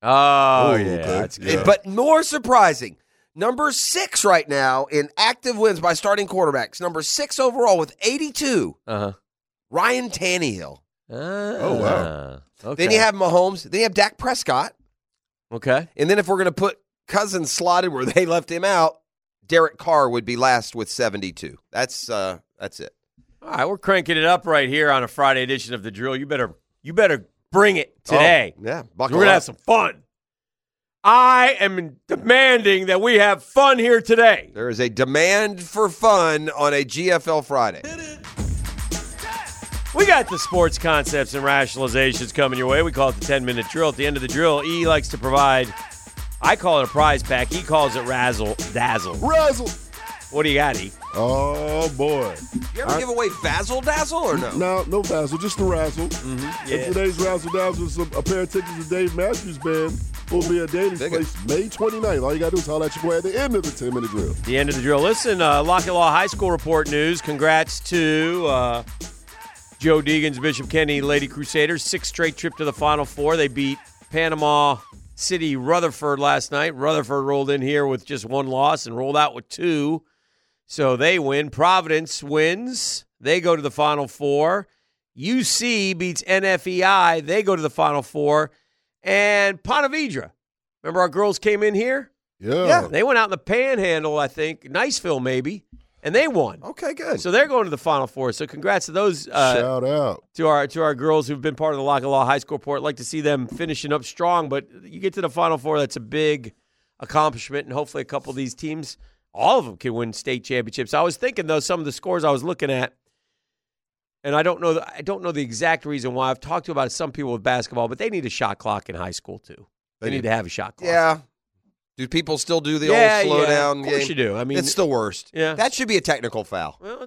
[SPEAKER 7] Oh,
[SPEAKER 4] Ooh,
[SPEAKER 7] yeah.
[SPEAKER 4] okay.
[SPEAKER 7] That's good.
[SPEAKER 4] Yeah.
[SPEAKER 5] Eh, But more surprising, number six right now in active wins by starting quarterbacks, number six overall with 82,
[SPEAKER 7] Uh-huh.
[SPEAKER 5] Ryan Tannehill.
[SPEAKER 7] Oh,
[SPEAKER 4] wow.
[SPEAKER 7] Okay.
[SPEAKER 5] Then you have Mahomes. Then you have Dak Prescott.
[SPEAKER 7] Okay.
[SPEAKER 5] And then if we're going to put Cousins slotted where they left him out, Derek Carr would be last with 72. That's uh, that's it.
[SPEAKER 7] All right, we're cranking it up right here on a Friday edition of The Drill. You better you better bring it today.
[SPEAKER 5] Oh, yeah.
[SPEAKER 7] We're
[SPEAKER 5] buckle
[SPEAKER 7] going to
[SPEAKER 5] up.
[SPEAKER 7] have some fun. I am demanding that we have fun here today.
[SPEAKER 5] There is a demand for fun on a GFL Friday.
[SPEAKER 7] We got the sports concepts and rationalizations coming your way. We call it the 10 minute drill. At the end of the drill, E likes to provide, I call it a prize pack. He calls it razzle dazzle.
[SPEAKER 4] Razzle.
[SPEAKER 7] What do you got, E?
[SPEAKER 4] Oh boy.
[SPEAKER 5] You ever give away Vazzle Dazzle or no?
[SPEAKER 4] No, no razzle, just the razzle. And today's razzle dazzle is a, a pair of tickets to Dave Matthews Band. Will be at Danny's
[SPEAKER 5] Dig it.
[SPEAKER 4] place May 29th. All you gotta do is holler at your boy at the end of the 10 minute drill.
[SPEAKER 7] The end of the drill. Listen, uh, Lockett Law High School report news. Congrats to uh, Joe Deegan's Bishop Kenny Lady Crusaders. Sixth straight trip to the Final Four. They beat Panama City Rutherford last night. Rutherford rolled in here with just one loss and rolled out with two. So they win. Providence wins. They go to the Final Four. UC beats NFEI. They go to the Final Four. And Pontevedra. Remember our girls came in here?
[SPEAKER 4] Yeah.
[SPEAKER 5] Yeah.
[SPEAKER 7] They went out in the panhandle, I think, Niceville maybe, and they won.
[SPEAKER 5] Okay, good.
[SPEAKER 7] So they're going to the Final Four. So congrats to those uh,
[SPEAKER 4] Shout out.
[SPEAKER 7] to our to our girls who've been part of the Lock Law High School port. Like to see them finishing up strong, but you get to the Final Four, that's a big accomplishment, and hopefully a couple of these teams, all of them, can win state championships. I was thinking though, some of the scores I was looking at, and I don't know the, I don't know the exact reason why. I've talked to about some people with basketball, but they need a shot clock in high school too. They,
[SPEAKER 5] They
[SPEAKER 7] need
[SPEAKER 5] do.
[SPEAKER 7] to have a shot clock.
[SPEAKER 5] Yeah. Do people still do the
[SPEAKER 7] yeah,
[SPEAKER 5] old slow
[SPEAKER 7] yeah,
[SPEAKER 5] down
[SPEAKER 7] Of course
[SPEAKER 5] game?
[SPEAKER 7] you do. I mean,
[SPEAKER 5] it's the worst.
[SPEAKER 7] Yeah.
[SPEAKER 5] That should be a technical foul.
[SPEAKER 7] Well,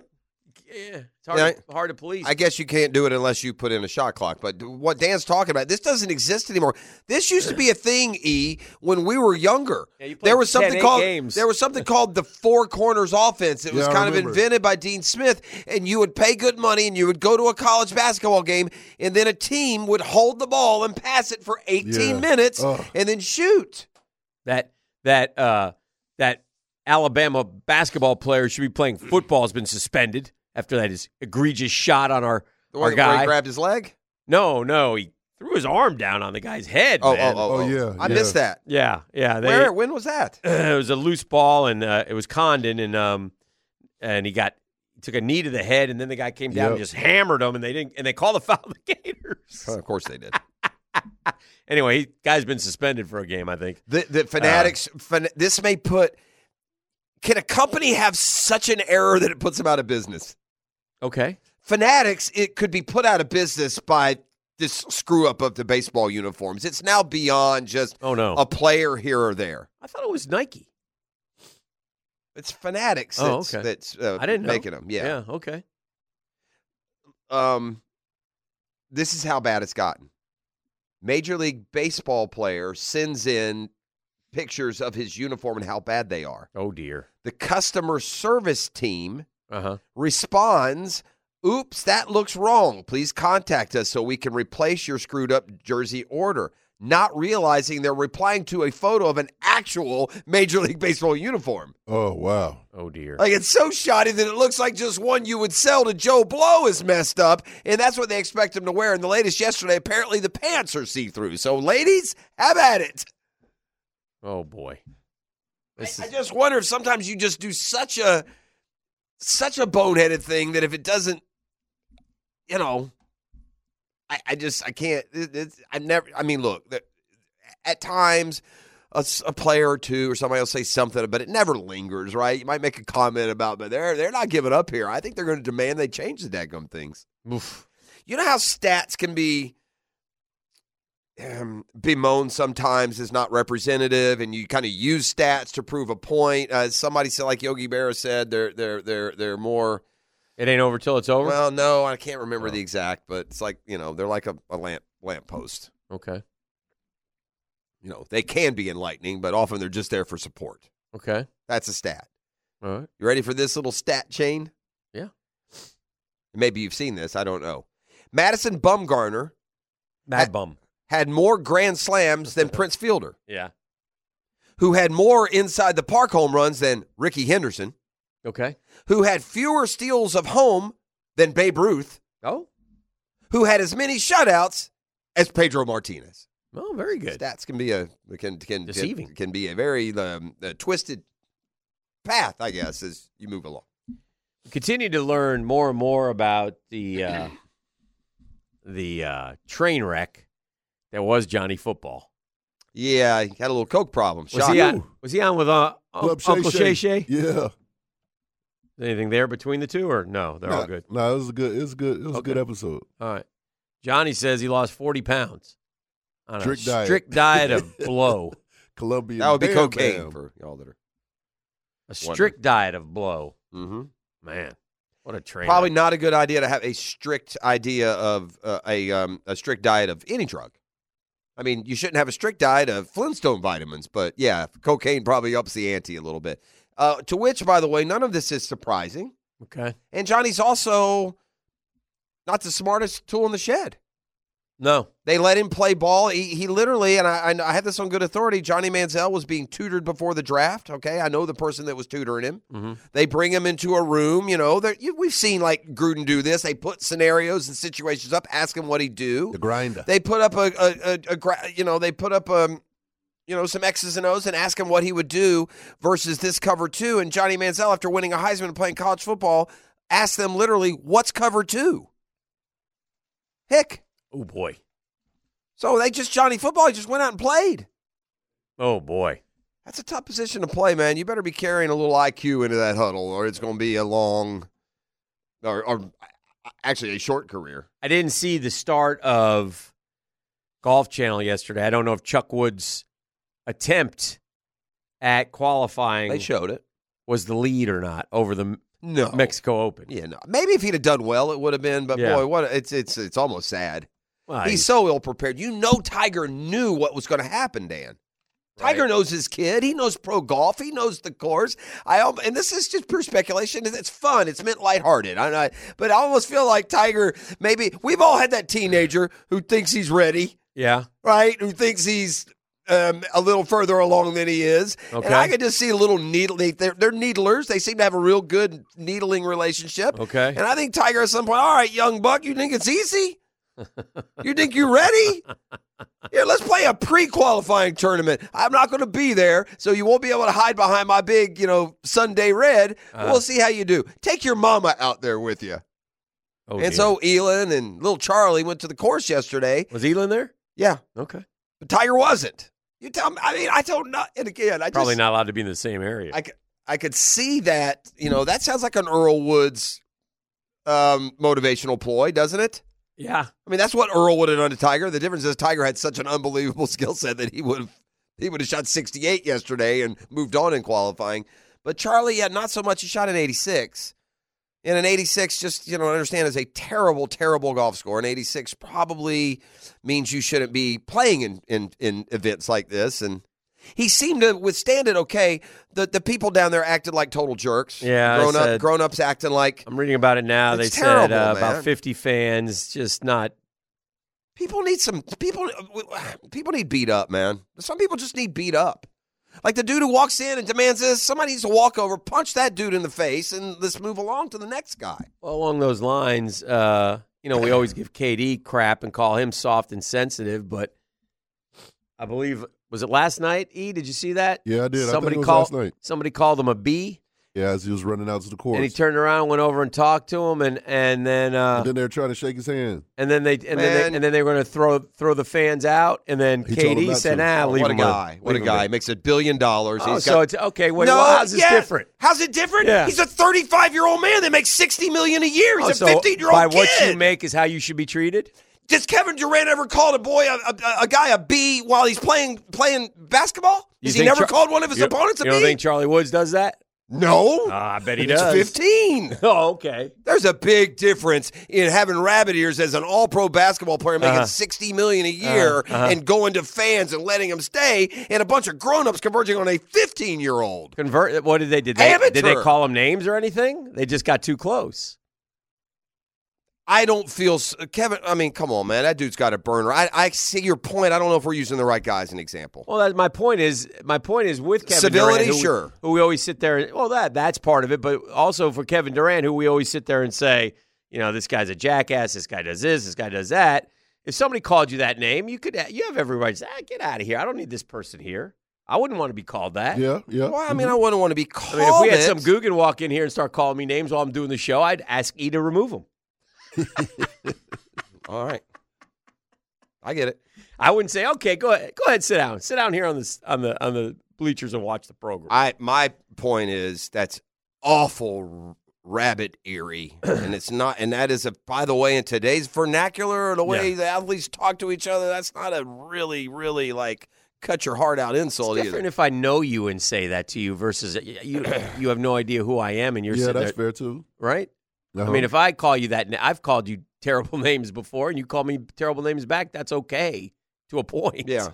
[SPEAKER 7] yeah, it's hard,
[SPEAKER 5] Yeah,
[SPEAKER 7] to, hard to police.
[SPEAKER 5] I guess you can't do it unless you put in a shot clock. But what Dan's talking about, this doesn't exist anymore. This used to be a thing, E, when we were younger.
[SPEAKER 7] Yeah, you played
[SPEAKER 5] there was
[SPEAKER 7] 10,
[SPEAKER 5] something
[SPEAKER 7] eight
[SPEAKER 5] called
[SPEAKER 7] games.
[SPEAKER 5] there was something called the four corners offense. It was
[SPEAKER 4] Yeah, I
[SPEAKER 5] kind of
[SPEAKER 4] remember.
[SPEAKER 5] invented by Dean Smith, and you would pay good money and you would go to a college basketball game, and then a team would hold the ball and pass it for 18
[SPEAKER 4] Yeah.
[SPEAKER 5] minutes
[SPEAKER 4] Ugh.
[SPEAKER 5] and then shoot.
[SPEAKER 7] that that uh, that Alabama basketball player should be playing football has been suspended after that his egregious shot on our
[SPEAKER 5] The
[SPEAKER 7] our
[SPEAKER 5] one where
[SPEAKER 7] guy.
[SPEAKER 5] he grabbed his leg?
[SPEAKER 7] no, no, he threw his arm down on the guy's head.
[SPEAKER 5] Oh, oh,
[SPEAKER 7] man.
[SPEAKER 5] oh,
[SPEAKER 4] Oh, yeah,
[SPEAKER 5] I
[SPEAKER 4] yeah.
[SPEAKER 5] missed that.
[SPEAKER 7] yeah, yeah. They,
[SPEAKER 5] Where? When was that?
[SPEAKER 7] it was a loose ball, and uh, it was Condon, and um, and he got took a knee to the head, and then the guy came down and
[SPEAKER 4] Yep.
[SPEAKER 7] just hammered him, and they didn't, and they called the foul on the Gators.
[SPEAKER 5] of course they did.
[SPEAKER 7] anyway, he, guy's been suspended for a game, I think.
[SPEAKER 5] The, the fanatics. fan, this may put. Can a company have such an error that it puts them out of business?
[SPEAKER 7] Okay.
[SPEAKER 5] Fanatics, it could be put out of business by this screw up of the baseball uniforms. It's now beyond just
[SPEAKER 7] Oh no,
[SPEAKER 5] a player here or there.
[SPEAKER 7] I thought it was Nike.
[SPEAKER 5] It's fanatics
[SPEAKER 7] Oh,
[SPEAKER 5] that's,
[SPEAKER 7] okay.
[SPEAKER 5] that's uh,
[SPEAKER 7] I didn't know.
[SPEAKER 5] making them. Yeah.
[SPEAKER 7] Yeah. Okay.
[SPEAKER 5] Um, this is how bad it's gotten. Major League Baseball player sends in pictures of his uniform and how bad they are.
[SPEAKER 7] Oh dear.
[SPEAKER 5] the customer service team
[SPEAKER 7] Uh huh.
[SPEAKER 5] responds oops that looks wrong please contact us so we can replace your screwed up jersey order not realizing they're replying to a photo of an actual major league baseball uniform
[SPEAKER 4] Oh wow.
[SPEAKER 7] Oh dear.
[SPEAKER 5] like it's so shoddy that it looks like just one you would sell to joe blow is messed up and that's what they expect him to wear and the latest yesterday apparently the pants are see-through so ladies have at it
[SPEAKER 7] Oh boy. This
[SPEAKER 5] I, I
[SPEAKER 7] is-
[SPEAKER 5] just wonder if sometimes you just do such a such a boneheaded thing that if it doesn't, you know, I, I just I can't. It, it's, I never. I mean, look. the- At times, a, s- a player or two or somebody will say something, but it never lingers, right? You might make a comment about, but they're they're not giving up here. I think they're going to demand they change the daggum things. You know how stats can be um, bemoaned sometimes as not representative, and you kind of use stats to prove a point. Uh, somebody said, like Yogi Berra said, they're they're they're they're more.
[SPEAKER 7] It ain't over till it's over.
[SPEAKER 5] Well, no, I can't remember the exact, but it's like you know they're like a, a lamp lamp post.
[SPEAKER 7] okay.
[SPEAKER 5] You know they can be enlightening, but often they're just there for support.
[SPEAKER 7] Okay.
[SPEAKER 5] That's a stat.
[SPEAKER 7] All right.
[SPEAKER 5] You ready for this little stat chain?
[SPEAKER 7] Yeah.
[SPEAKER 5] Maybe you've seen this. I don't know. Madison Bumgarner
[SPEAKER 7] Mad bum.
[SPEAKER 5] had more grand slams than Prince Fielder,
[SPEAKER 7] Yeah.
[SPEAKER 5] who had more inside the park home runs than Ricky Henderson,
[SPEAKER 7] Okay.
[SPEAKER 5] who had fewer steals of home than Babe Ruth,
[SPEAKER 7] Oh.
[SPEAKER 5] who had as many shutouts as Pedro Martinez.
[SPEAKER 7] Oh, very good.
[SPEAKER 5] Stats can be a can can
[SPEAKER 7] Deceiving.
[SPEAKER 5] can, can be a very um, uh twisted path, I guess, as you move along.
[SPEAKER 7] We continue to learn more and more about the uh, the uh, train wreck that was Johnny Football.
[SPEAKER 5] Yeah, he had a little coke problem.
[SPEAKER 7] Was
[SPEAKER 5] Shocking.
[SPEAKER 7] he on? Was he on with uh, um,
[SPEAKER 4] Club Shay
[SPEAKER 7] Uncle Shay Shay?
[SPEAKER 4] Yeah.
[SPEAKER 7] Anything there between the two, or no? They're
[SPEAKER 4] nah,
[SPEAKER 7] all good.
[SPEAKER 4] nah, it was a good. It was a good. It was a good episode.
[SPEAKER 7] All right. Johnny says he lost forty pounds on
[SPEAKER 4] Strict
[SPEAKER 7] a
[SPEAKER 4] diet.
[SPEAKER 7] strict diet of blow.
[SPEAKER 4] Colombian.
[SPEAKER 5] That would be
[SPEAKER 4] Bam
[SPEAKER 5] cocaine
[SPEAKER 4] Bam.
[SPEAKER 5] for y'all that are.
[SPEAKER 7] A strict diet of blow.
[SPEAKER 5] Mm-hmm.
[SPEAKER 7] Man, what a train.
[SPEAKER 5] Probably
[SPEAKER 7] wreck.
[SPEAKER 5] not a good idea to have a strict idea of uh, a um, a strict diet of any drug. I mean, you shouldn't have a strict diet of Flintstone vitamins, but yeah, cocaine probably ups the ante a little bit. Uh, to which, by the way, none of this is surprising.
[SPEAKER 7] Okay.
[SPEAKER 5] And Johnny's also not the smartest tool in the shed.
[SPEAKER 7] No.
[SPEAKER 5] They let him play ball. He, he literally, and I, I, I have this on good authority, Johnny Manziel was being tutored before the draft. Okay. I know the person that was tutoring him.
[SPEAKER 7] Mhm.
[SPEAKER 5] They bring him into a room. You know, they're- you, we've seen like Gruden do this. They put scenarios and situations up, ask him what he'd do.
[SPEAKER 4] The grinder.
[SPEAKER 5] They put up a, a, a, a gra- you know, they put up um you know, some X's and O's and ask him what he would do versus this cover two. And Johnny Manziel, after winning a Heisman and playing college football, asked them literally, what's cover two? Heck.
[SPEAKER 7] Oh boy.
[SPEAKER 5] So they just Johnny football. He just went out and played.
[SPEAKER 7] Oh boy.
[SPEAKER 5] That's a tough position to play, man. You better be carrying a little IQ into that huddle, or it's going to be a long, or, or actually a short career.
[SPEAKER 7] I didn't see the start of Golf Channel yesterday. I don't know if Chuck Wood's attempt at qualifying
[SPEAKER 5] showed it.
[SPEAKER 7] was the lead or not over the
[SPEAKER 5] No,
[SPEAKER 7] Mexico Open.
[SPEAKER 5] Oh. Yeah, no. Maybe if he'd have done well, it would have been. But
[SPEAKER 7] Yeah.
[SPEAKER 5] boy, what it's it's it's almost sad.
[SPEAKER 7] Well,
[SPEAKER 5] He's
[SPEAKER 7] he's-
[SPEAKER 5] so ill prepared. You know, Tiger knew what was going to happen, Dan. Tiger knows his kid. He knows pro golf. He knows the course. I al- and this is just pure speculation. It's- It's fun. It's meant lighthearted. I I- but I almost feel like Tiger. Maybe we've all had that teenager who thinks he's ready,
[SPEAKER 7] yeah.
[SPEAKER 5] right? Who thinks he's um, a little further along than he is.
[SPEAKER 7] Okay.
[SPEAKER 5] And I could just see a little needle. They, they're, they're needlers. They seem to have a real good needling relationship.
[SPEAKER 7] Okay.
[SPEAKER 5] And I think Tiger at some point, all right, young buck, you think it's easy? You think you're ready? Here, let's play a pre-qualifying tournament. I'm not going to be there, so you won't be able to hide behind my big, you know, Sunday red. But
[SPEAKER 7] Uh-huh.
[SPEAKER 5] We'll see how you do. Take your mama out there with you.
[SPEAKER 7] Oh,
[SPEAKER 5] and
[SPEAKER 7] dear.
[SPEAKER 5] so Elon and little Charlie went to the course yesterday.
[SPEAKER 7] was Elon there?
[SPEAKER 5] Yeah,
[SPEAKER 7] Okay.
[SPEAKER 5] but Tiger wasn't. You tell me. I mean, I don't know. And again, I
[SPEAKER 7] Probably
[SPEAKER 5] just,
[SPEAKER 7] not allowed to be in the same area.
[SPEAKER 5] I could, I could see that. You know, that sounds like an Earl Woods um, motivational ploy, doesn't it?
[SPEAKER 7] yeah.
[SPEAKER 5] I mean, that's what Earl would have done to Tiger. The difference is Tiger had such an unbelievable skill set that he would have he would have shot 68 yesterday and moved on in qualifying. But Charlie, yeah, not so much. He shot an 86. And an 86, just you know, understand, is a terrible, terrible golf score. An 86 probably means you shouldn't be playing in in, in events like this. And he seemed to withstand it okay. The the people down there acted like total jerks.
[SPEAKER 7] Yeah, I
[SPEAKER 5] grown up
[SPEAKER 7] said-
[SPEAKER 5] grown ups acting like
[SPEAKER 7] I'm reading about it now.
[SPEAKER 5] It's
[SPEAKER 7] they
[SPEAKER 5] terrible,
[SPEAKER 7] said uh,
[SPEAKER 5] man.
[SPEAKER 7] about 50 fans, just not.
[SPEAKER 5] People need some people. People need beat up, man. Some people just need beat up. Like the dude who walks in and demands this. Somebody needs to walk over, punch that dude in the face, and let's move along to the next guy.
[SPEAKER 7] Well, along those lines, uh, you know, we always give KD crap and call him soft and sensitive, but I believe was it last night? E, did you see that?
[SPEAKER 4] Yeah, I did. I think
[SPEAKER 7] Somebody
[SPEAKER 4] it was last
[SPEAKER 7] called
[SPEAKER 4] night.
[SPEAKER 7] somebody called him a B.
[SPEAKER 4] Yeah, as he was running out to the course.
[SPEAKER 7] And he turned around, went over and talked to him, and and then uh,
[SPEAKER 4] And then they were trying to shake his hand.
[SPEAKER 7] and then they and then
[SPEAKER 5] Man.
[SPEAKER 7] they, and then they were going to throw throw the fans out, and then
[SPEAKER 4] He told him
[SPEAKER 7] KD
[SPEAKER 4] not
[SPEAKER 7] said,
[SPEAKER 4] to.
[SPEAKER 7] "Nah,
[SPEAKER 5] Oh,
[SPEAKER 7] leave
[SPEAKER 5] what a
[SPEAKER 7] him alone.
[SPEAKER 5] guy! What a
[SPEAKER 7] Leave him
[SPEAKER 5] guy!
[SPEAKER 7] alone."
[SPEAKER 5] Makes a billion dollars.
[SPEAKER 7] Oh,
[SPEAKER 5] He's
[SPEAKER 7] so
[SPEAKER 5] got-
[SPEAKER 7] it's okay. Wait,
[SPEAKER 5] no,
[SPEAKER 7] well, how's this
[SPEAKER 5] yeah.
[SPEAKER 7] different?
[SPEAKER 5] How's it different?
[SPEAKER 7] Yeah.
[SPEAKER 5] He's a 35 year old man that makes 60 million a year. He's
[SPEAKER 7] Oh,
[SPEAKER 5] a
[SPEAKER 7] so
[SPEAKER 5] 15 year old
[SPEAKER 7] by
[SPEAKER 5] kid.
[SPEAKER 7] what you make is how you should be treated.
[SPEAKER 5] Does Kevin Durant ever call a boy a, a, a guy a B while he's playing playing basketball?
[SPEAKER 7] You
[SPEAKER 5] Has he
[SPEAKER 7] think
[SPEAKER 5] never
[SPEAKER 7] Char-
[SPEAKER 5] called one of his
[SPEAKER 7] you,
[SPEAKER 5] opponents a
[SPEAKER 7] You don't
[SPEAKER 5] B?
[SPEAKER 7] think Charlie Woods does that?
[SPEAKER 5] no.
[SPEAKER 7] I bet he
[SPEAKER 5] He's 15.
[SPEAKER 7] Oh, okay.
[SPEAKER 5] There's a big difference in having rabbit ears as an all-pro basketball player making
[SPEAKER 7] Uh-huh.
[SPEAKER 5] 60 million a year
[SPEAKER 7] Uh-huh, uh-huh.
[SPEAKER 5] and going to fans and letting them stay and a bunch of grown-ups converging on a 15-year-old.
[SPEAKER 7] Convert. What did they? Did they? Did they
[SPEAKER 5] Amateur.
[SPEAKER 7] call him names or anything? They just got too close.
[SPEAKER 5] I don't feel s- Kevin. I mean, come on, man. That dude's got a burner. I, I see your point. I don't know if we're using the right guy as an example.
[SPEAKER 7] Well, that, my point is, my point is with Kevin
[SPEAKER 5] Civility,
[SPEAKER 7] Durant, who,
[SPEAKER 5] sure.
[SPEAKER 7] who we always sit there. and- Well, that that's part of it, but also for Kevin Durant, who we always sit there and say, you know, this guy's a jackass. This guy does this. This guy does that. If somebody called you that name, you could you have every right to say, ah, get out of here. I don't need this person here. I wouldn't want to be called that.
[SPEAKER 4] Yeah, yeah. Mm-hmm.
[SPEAKER 5] Well, I mean, I wouldn't want to be called.
[SPEAKER 7] Mm-hmm. I mean, if we had
[SPEAKER 5] it.
[SPEAKER 7] some Googan walk in here and start calling me names while I'm doing the show, I'd ask E to remove him.
[SPEAKER 5] all right, I get it.
[SPEAKER 7] I wouldn't say, okay, go ahead, go ahead, sit down, sit down here on the on the on the bleachers and watch the program.
[SPEAKER 5] I my point is that's awful rabbit eerie, and it's not. And that is a by the way, in today's vernacular, the way
[SPEAKER 7] Yeah.
[SPEAKER 5] the athletes talk to each other, that's not a really, really like cut your heart out insult
[SPEAKER 7] It's
[SPEAKER 5] either.
[SPEAKER 7] different if I know you and say that to you versus you. You have no idea who I am, and you're
[SPEAKER 4] yeah,
[SPEAKER 7] sitting
[SPEAKER 4] that's
[SPEAKER 7] there,
[SPEAKER 4] fair too.
[SPEAKER 7] right? I
[SPEAKER 4] Uh-huh.
[SPEAKER 7] mean, if I call you that, na- I've called you terrible names before, and you call me terrible names back. That's okay to a point.
[SPEAKER 5] Yeah.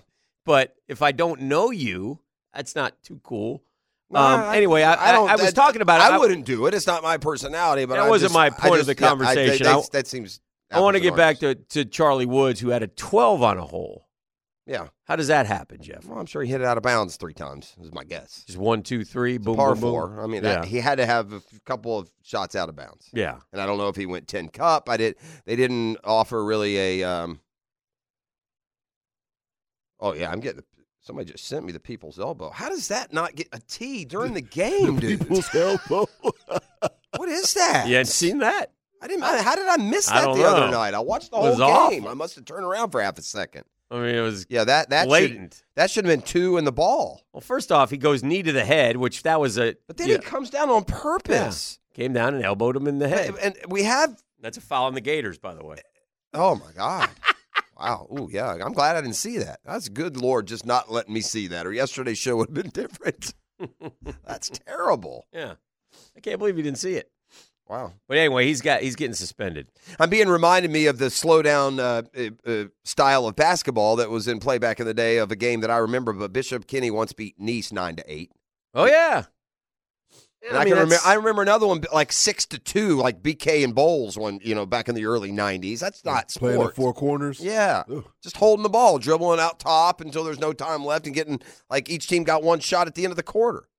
[SPEAKER 7] But if I don't know you, that's not too cool.
[SPEAKER 5] No,
[SPEAKER 7] um,
[SPEAKER 5] I-
[SPEAKER 7] anyway, I, I, I, was
[SPEAKER 5] that-
[SPEAKER 7] talking about it.
[SPEAKER 5] I, wouldn't do it. It's not my personality. But
[SPEAKER 7] That
[SPEAKER 5] I
[SPEAKER 7] wasn't
[SPEAKER 5] just-
[SPEAKER 7] my
[SPEAKER 5] I
[SPEAKER 7] point of
[SPEAKER 5] just-
[SPEAKER 7] the
[SPEAKER 5] yeah, I- that-
[SPEAKER 7] conversation.
[SPEAKER 5] that's-
[SPEAKER 7] I-
[SPEAKER 5] that seems.
[SPEAKER 7] I want to
[SPEAKER 5] apples
[SPEAKER 7] get
[SPEAKER 5] and
[SPEAKER 7] back
[SPEAKER 5] oranges.
[SPEAKER 7] to, to Charlie Woods, who had a 12 on a hole.
[SPEAKER 5] yeah.
[SPEAKER 7] How does that happen, Jeff?
[SPEAKER 5] Well, I'm sure he hit it out of bounds three times. Is my guess.
[SPEAKER 7] Just one, two, three, boom,
[SPEAKER 5] Par
[SPEAKER 7] boom, boom.
[SPEAKER 5] four. I mean, that,
[SPEAKER 7] Yeah.
[SPEAKER 5] he had to have a f- couple of shots out of bounds.
[SPEAKER 7] Yeah.
[SPEAKER 5] And I don't know if he went ten cup. I did. They didn't offer really a. Um, oh yeah, I'm getting. Somebody just sent me the people's elbow. How does that not get a T during the game, dude?
[SPEAKER 4] People's elbow.
[SPEAKER 5] What is that?
[SPEAKER 7] You hadn't seen that?
[SPEAKER 5] I didn't. I, how did I miss
[SPEAKER 7] I
[SPEAKER 5] that
[SPEAKER 7] don't
[SPEAKER 5] the other
[SPEAKER 7] know.
[SPEAKER 5] night? I watched the
[SPEAKER 7] It
[SPEAKER 5] whole
[SPEAKER 7] was
[SPEAKER 5] game.
[SPEAKER 7] awful.
[SPEAKER 5] I must have turned around for half a second.
[SPEAKER 7] I mean, it was
[SPEAKER 5] Yeah, that that should,
[SPEAKER 7] blatant.
[SPEAKER 5] that should have been two in the ball.
[SPEAKER 7] Well, first off, he goes knee to the head, which that was a.
[SPEAKER 5] But then
[SPEAKER 7] yeah,
[SPEAKER 5] he comes down on purpose.
[SPEAKER 7] came down and elbowed him in the head.
[SPEAKER 5] But- and we have.
[SPEAKER 7] That's a foul on the Gators, by the way.
[SPEAKER 5] Oh my god. Wow. Ooh, yeah. I'm glad I didn't see that. That's good, Lord, just not letting me see that. Or yesterday's show would have been different. That's terrible.
[SPEAKER 7] Yeah, I can't believe you didn't see it.
[SPEAKER 5] Wow.
[SPEAKER 7] But anyway, he's got he's getting suspended.
[SPEAKER 5] I'm being reminded me of the slow down uh, uh, uh, style of basketball that was in play back in the day of a game that I remember. But Bishop Kinney once beat Nice nine to eight.
[SPEAKER 7] Oh yeah, Yeah,
[SPEAKER 5] And I,
[SPEAKER 7] mean,
[SPEAKER 5] can remember.
[SPEAKER 7] that's-
[SPEAKER 5] I remember another one like six to two, like BK and Bowles when you know back in the early '90s. That's not
[SPEAKER 4] Playing at
[SPEAKER 5] sports.
[SPEAKER 4] four corners.
[SPEAKER 5] Yeah,
[SPEAKER 4] Ugh.
[SPEAKER 5] just holding the ball, dribbling out top until there's no time left, and getting like each team got one shot at the end of the quarter.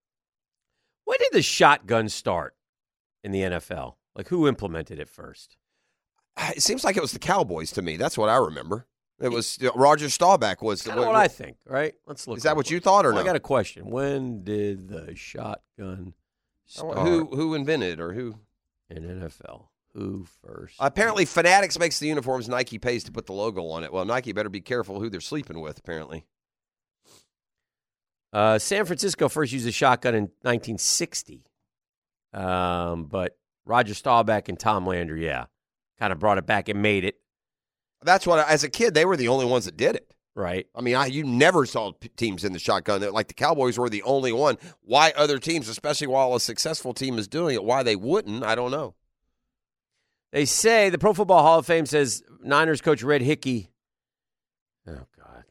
[SPEAKER 7] when did the shotgun start in the NFL? Like who implemented it first?
[SPEAKER 5] Ah, It seems like it was the Cowboys to me. That's what I remember. It was Roger Staubach was.
[SPEAKER 7] Kind of what I think. Right? Let's look.
[SPEAKER 5] is that
[SPEAKER 7] real
[SPEAKER 5] what
[SPEAKER 7] quick.
[SPEAKER 5] you thought or
[SPEAKER 7] Well, I
[SPEAKER 5] no?
[SPEAKER 7] got a question. When did the shotgun start
[SPEAKER 5] who who invented or who?
[SPEAKER 7] in NFL? Who first?
[SPEAKER 5] Apparently, Fanatics makes the uniforms. Nike pays to put the logo on it. Well, Nike better be careful who they're sleeping with. Apparently.
[SPEAKER 7] Uh, San Francisco first used a shotgun in 1960, um, but Roger Staubach and Tom Landry, yeah, kind of brought it back and made it
[SPEAKER 5] That's what, I, as a kid, they were the only ones that did it.
[SPEAKER 7] right.
[SPEAKER 5] I mean, I, you never saw p- teams in the shotgun. They're Like the Cowboys were the only one. Why other teams, especially while a successful team is doing it, why they wouldn't, I don't know.
[SPEAKER 7] They say the Pro Football Hall of Fame says Niners coach Red Hickey. Oh God,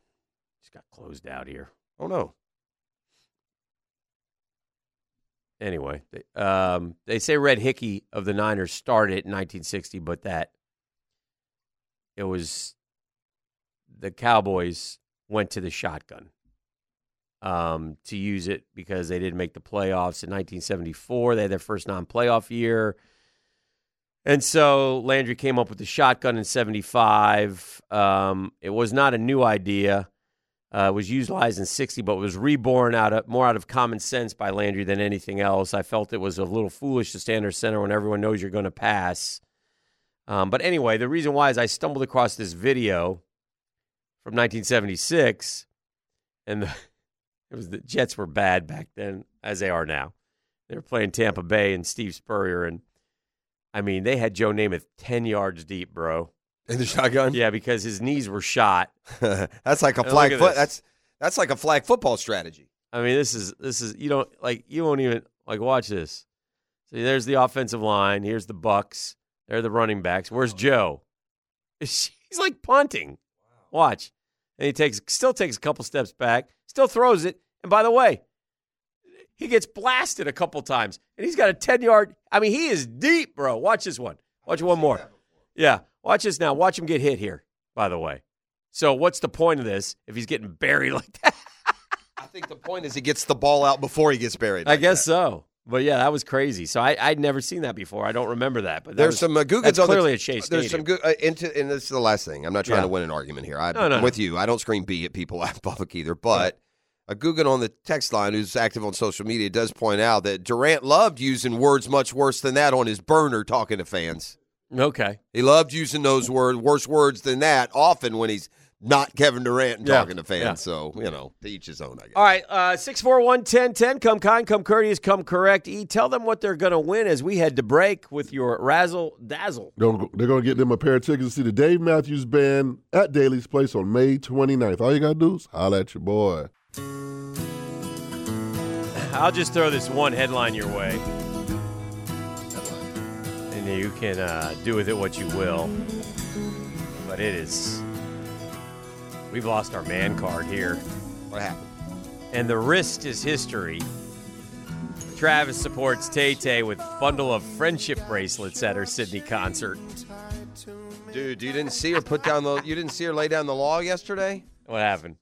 [SPEAKER 7] just got closed out here.
[SPEAKER 5] Oh no.
[SPEAKER 7] Anyway, they, um, they say Red Hickey of the Niners started it in 1960, but that it was the Cowboys went to the shotgun um, to use it because they didn't make the playoffs in 1974. They had their first non-playoff year, and so Landry came up with the shotgun in '75. Um, it was not a new idea. uh, was utilized in 60, but was reborn out of more out of common sense by Landry than anything else. I felt it was a little foolish to stand under center when everyone knows you're going to pass. Um, but anyway, the reason why is I stumbled across this video from 1976, and the, it was the Jets were bad back then, as they are now. They were playing Tampa Bay and Steve Spurrier, and I mean, they had Joe Namath 10 yards deep, bro.
[SPEAKER 5] in the shotgun.
[SPEAKER 7] Yeah, because his knees were shot.
[SPEAKER 5] that's like a
[SPEAKER 7] Now
[SPEAKER 5] flag
[SPEAKER 7] look at
[SPEAKER 5] foot.
[SPEAKER 7] this.
[SPEAKER 5] That's that's like a flag football strategy.
[SPEAKER 7] I mean, this is this is you don't like you won't even like watch this. So there's the offensive line. Here's the Bucks. They're the running backs. Where's Joe? He's like punting. Watch, and he takes still takes a couple steps back. Still throws it. And by the way, he gets blasted a couple times, and he's got a ten yard. I mean, he is deep, bro. Watch this one. Watch one more. Yeah, watch this now. Watch him get hit here. By the way, so what's the point of this if he's getting buried like that?
[SPEAKER 5] I think the point is he gets the ball out before he gets buried.
[SPEAKER 7] I guess so. But yeah, that was crazy. So I, I'd never seen that before. I don't remember that. But that
[SPEAKER 5] There's
[SPEAKER 7] was-
[SPEAKER 5] some uh, Googans
[SPEAKER 7] that's
[SPEAKER 5] on the-
[SPEAKER 7] clearly a Chase
[SPEAKER 5] There's some
[SPEAKER 7] Stadium.
[SPEAKER 5] good uh, into, and this is the last thing. I'm not trying
[SPEAKER 7] Yeah.
[SPEAKER 5] to win an argument here. I,
[SPEAKER 7] No, no,
[SPEAKER 5] am
[SPEAKER 7] no.
[SPEAKER 5] with you. I don't scream B at people out in public either. But a Googan on the text line who's active on social media does point out that Durant loved using words much worse than that on his burner talking to fans.
[SPEAKER 7] Okay.
[SPEAKER 5] He loved using those words, worse words than that, often when he's not Kevin Durant and
[SPEAKER 7] Yeah,
[SPEAKER 5] talking to fans.
[SPEAKER 7] yeah.
[SPEAKER 5] So you know, to each his own. I guess.
[SPEAKER 7] All right. Uh, six four one ten ten. Come kind, come courteous, come correct. E. Tell them what they're going to win as we head to break with your razzle dazzle.
[SPEAKER 4] Gonna- They're going to get them a pair of tickets to see the Dave Matthews Band at Daly's Place on May 29th. All you got to do is holler at your boy.
[SPEAKER 7] I'll just throw this one headline your way, and you can uh, do with it what you will. But it is. We've lost our man card here.
[SPEAKER 5] What happened?
[SPEAKER 7] and the wrist is history. Travis supports Tay Tay with bundle of friendship bracelets at her Sydney concert.
[SPEAKER 5] Dude, you didn't see her put down the. You didn't see her lay down the law yesterday.
[SPEAKER 7] What happened?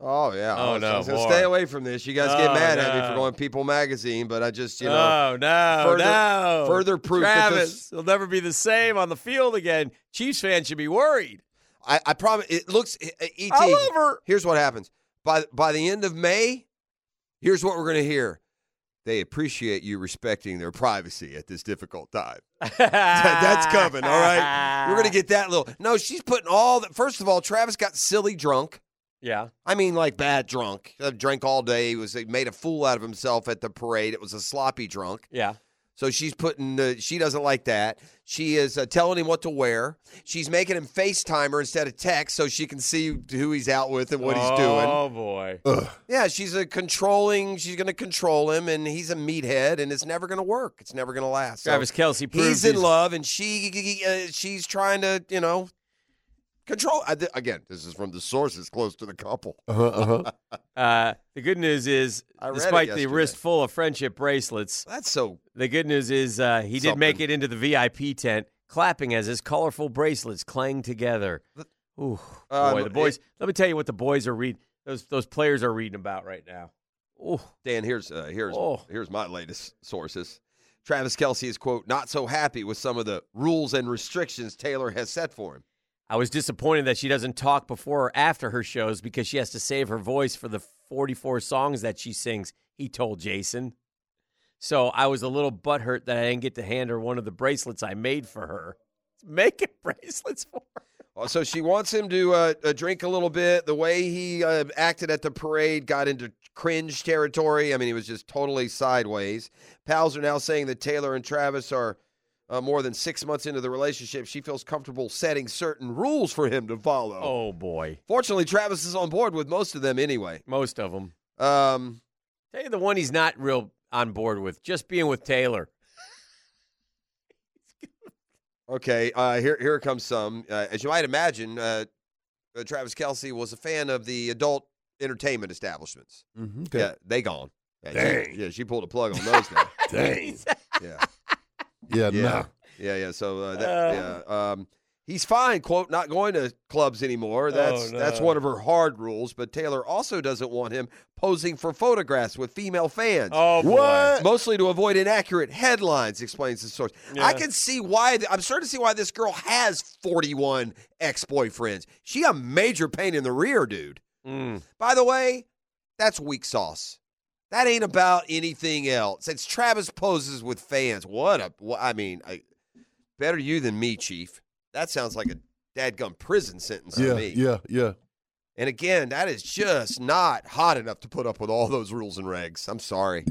[SPEAKER 5] Oh yeah.
[SPEAKER 7] Oh,
[SPEAKER 5] I was- I
[SPEAKER 7] no,
[SPEAKER 5] was gonna
[SPEAKER 7] more.
[SPEAKER 5] stay away from this. You guys get
[SPEAKER 7] Oh,
[SPEAKER 5] mad at me for
[SPEAKER 7] no.
[SPEAKER 5] going People Magazine, but I just you know.
[SPEAKER 7] oh no,
[SPEAKER 5] further-
[SPEAKER 7] no!
[SPEAKER 5] further proof that
[SPEAKER 7] Travis
[SPEAKER 5] this-
[SPEAKER 7] will never be the same on the field again. Chiefs fans should be worried.
[SPEAKER 5] I, I promise. It looks E- E- et.
[SPEAKER 7] I love her.
[SPEAKER 5] Here's what happens by by the end of May. Here's what we're gonna hear. They appreciate you respecting their privacy at this difficult time. That's coming, all right? We're gonna get that little. No, she's putting all the. First of all, Travis got silly drunk.
[SPEAKER 7] Yeah,
[SPEAKER 5] I mean, like bad drunk. Uh, Drank all day. He was he made a fool out of himself at the parade. It was a sloppy drunk.
[SPEAKER 7] yeah.
[SPEAKER 5] So she's putting the, she doesn't like that. She is uh, telling him what to wear. She's making him FaceTimer instead of text so she can see who he's out with and what
[SPEAKER 7] oh,
[SPEAKER 5] he's doing.
[SPEAKER 7] Oh boy.
[SPEAKER 5] Yeah, she's a controlling, she's going to control him and he's a meathead and it's never going to work. It's never going to last. So
[SPEAKER 7] Travis Kelsey proved
[SPEAKER 5] he's in
[SPEAKER 7] his-
[SPEAKER 5] love and she uh, she's trying to, you know, control. I, th- again, this is from the sources close to the couple.
[SPEAKER 4] Uh-huh, uh-huh.
[SPEAKER 7] Uh, the good news is,
[SPEAKER 5] I read it
[SPEAKER 7] despite the
[SPEAKER 5] yesterday.
[SPEAKER 7] wrist full of friendship bracelets,
[SPEAKER 5] That's so
[SPEAKER 7] The good news is uh, he did make it into the VIP tent, clapping as his colorful bracelets clang together. Ooh,
[SPEAKER 5] Uh,
[SPEAKER 7] boy,
[SPEAKER 5] no,
[SPEAKER 7] the boys. let me tell you what the boys are reading. Those those players are reading about right now. Ooh,
[SPEAKER 5] Dan, here's uh, here's
[SPEAKER 7] Oh.
[SPEAKER 5] here's my latest sources. Travis Kelsey is quote not so happy with some of the rules and restrictions Taylor has set for him.
[SPEAKER 7] I was disappointed that she doesn't talk before or after her shows because she has to save her voice for the 44 songs that she sings. He told Jason. So I was a little butthurt that I didn't get to hand her one of the bracelets I made for her. Making bracelets for her.
[SPEAKER 5] Uh, So she wants him to uh, uh, drink a little bit. The way he uh, acted at the parade got into cringe territory. I mean, he was just totally sideways. Pals are now saying that Taylor and Travis are uh, more than six months into the relationship. She feels comfortable setting certain rules for him to follow.
[SPEAKER 7] Oh boy,
[SPEAKER 5] Fortunately, Travis is on board with most of them anyway.
[SPEAKER 7] most of them.
[SPEAKER 5] Um,
[SPEAKER 7] Tell you the one he's not real on board with, just being with Taylor.
[SPEAKER 5] Okay, uh, here here comes some. Uh, as you might imagine, uh, uh, Travis Kelsey was a fan of the adult entertainment establishments.
[SPEAKER 4] Mhm, okay.
[SPEAKER 5] Yeah, they gone. Yeah, She, yeah, she pulled a plug on those now.
[SPEAKER 4] Dang.
[SPEAKER 5] Yeah, Yeah.
[SPEAKER 4] Yeah, nah.
[SPEAKER 5] yeah, yeah. So uh,
[SPEAKER 7] Uh.
[SPEAKER 5] that, yeah, um, he's fine. Quote, not going to clubs anymore. That's
[SPEAKER 7] Oh, no.
[SPEAKER 5] that's one of her hard rules. But Taylor also doesn't want him posing for photographs with female fans.
[SPEAKER 7] Oh
[SPEAKER 4] What?
[SPEAKER 5] Mostly to avoid inaccurate headlines, explains the source. I
[SPEAKER 7] Yeah.
[SPEAKER 5] can see why. th- I'm starting to see why this girl has 41 ex boyfriends. She a major pain in the rear, dude.
[SPEAKER 7] Mm.
[SPEAKER 5] By the way, that's weak sauce. That ain't about anything else. It's Travis poses with fans. What a! wha- I mean, I, better you than me, Chief. That sounds like a dadgum prison sentence
[SPEAKER 4] yeah,
[SPEAKER 5] to me.
[SPEAKER 4] yeah, yeah.
[SPEAKER 5] And again, that is just not hot enough to put up with all those rules and regs. I'm sorry.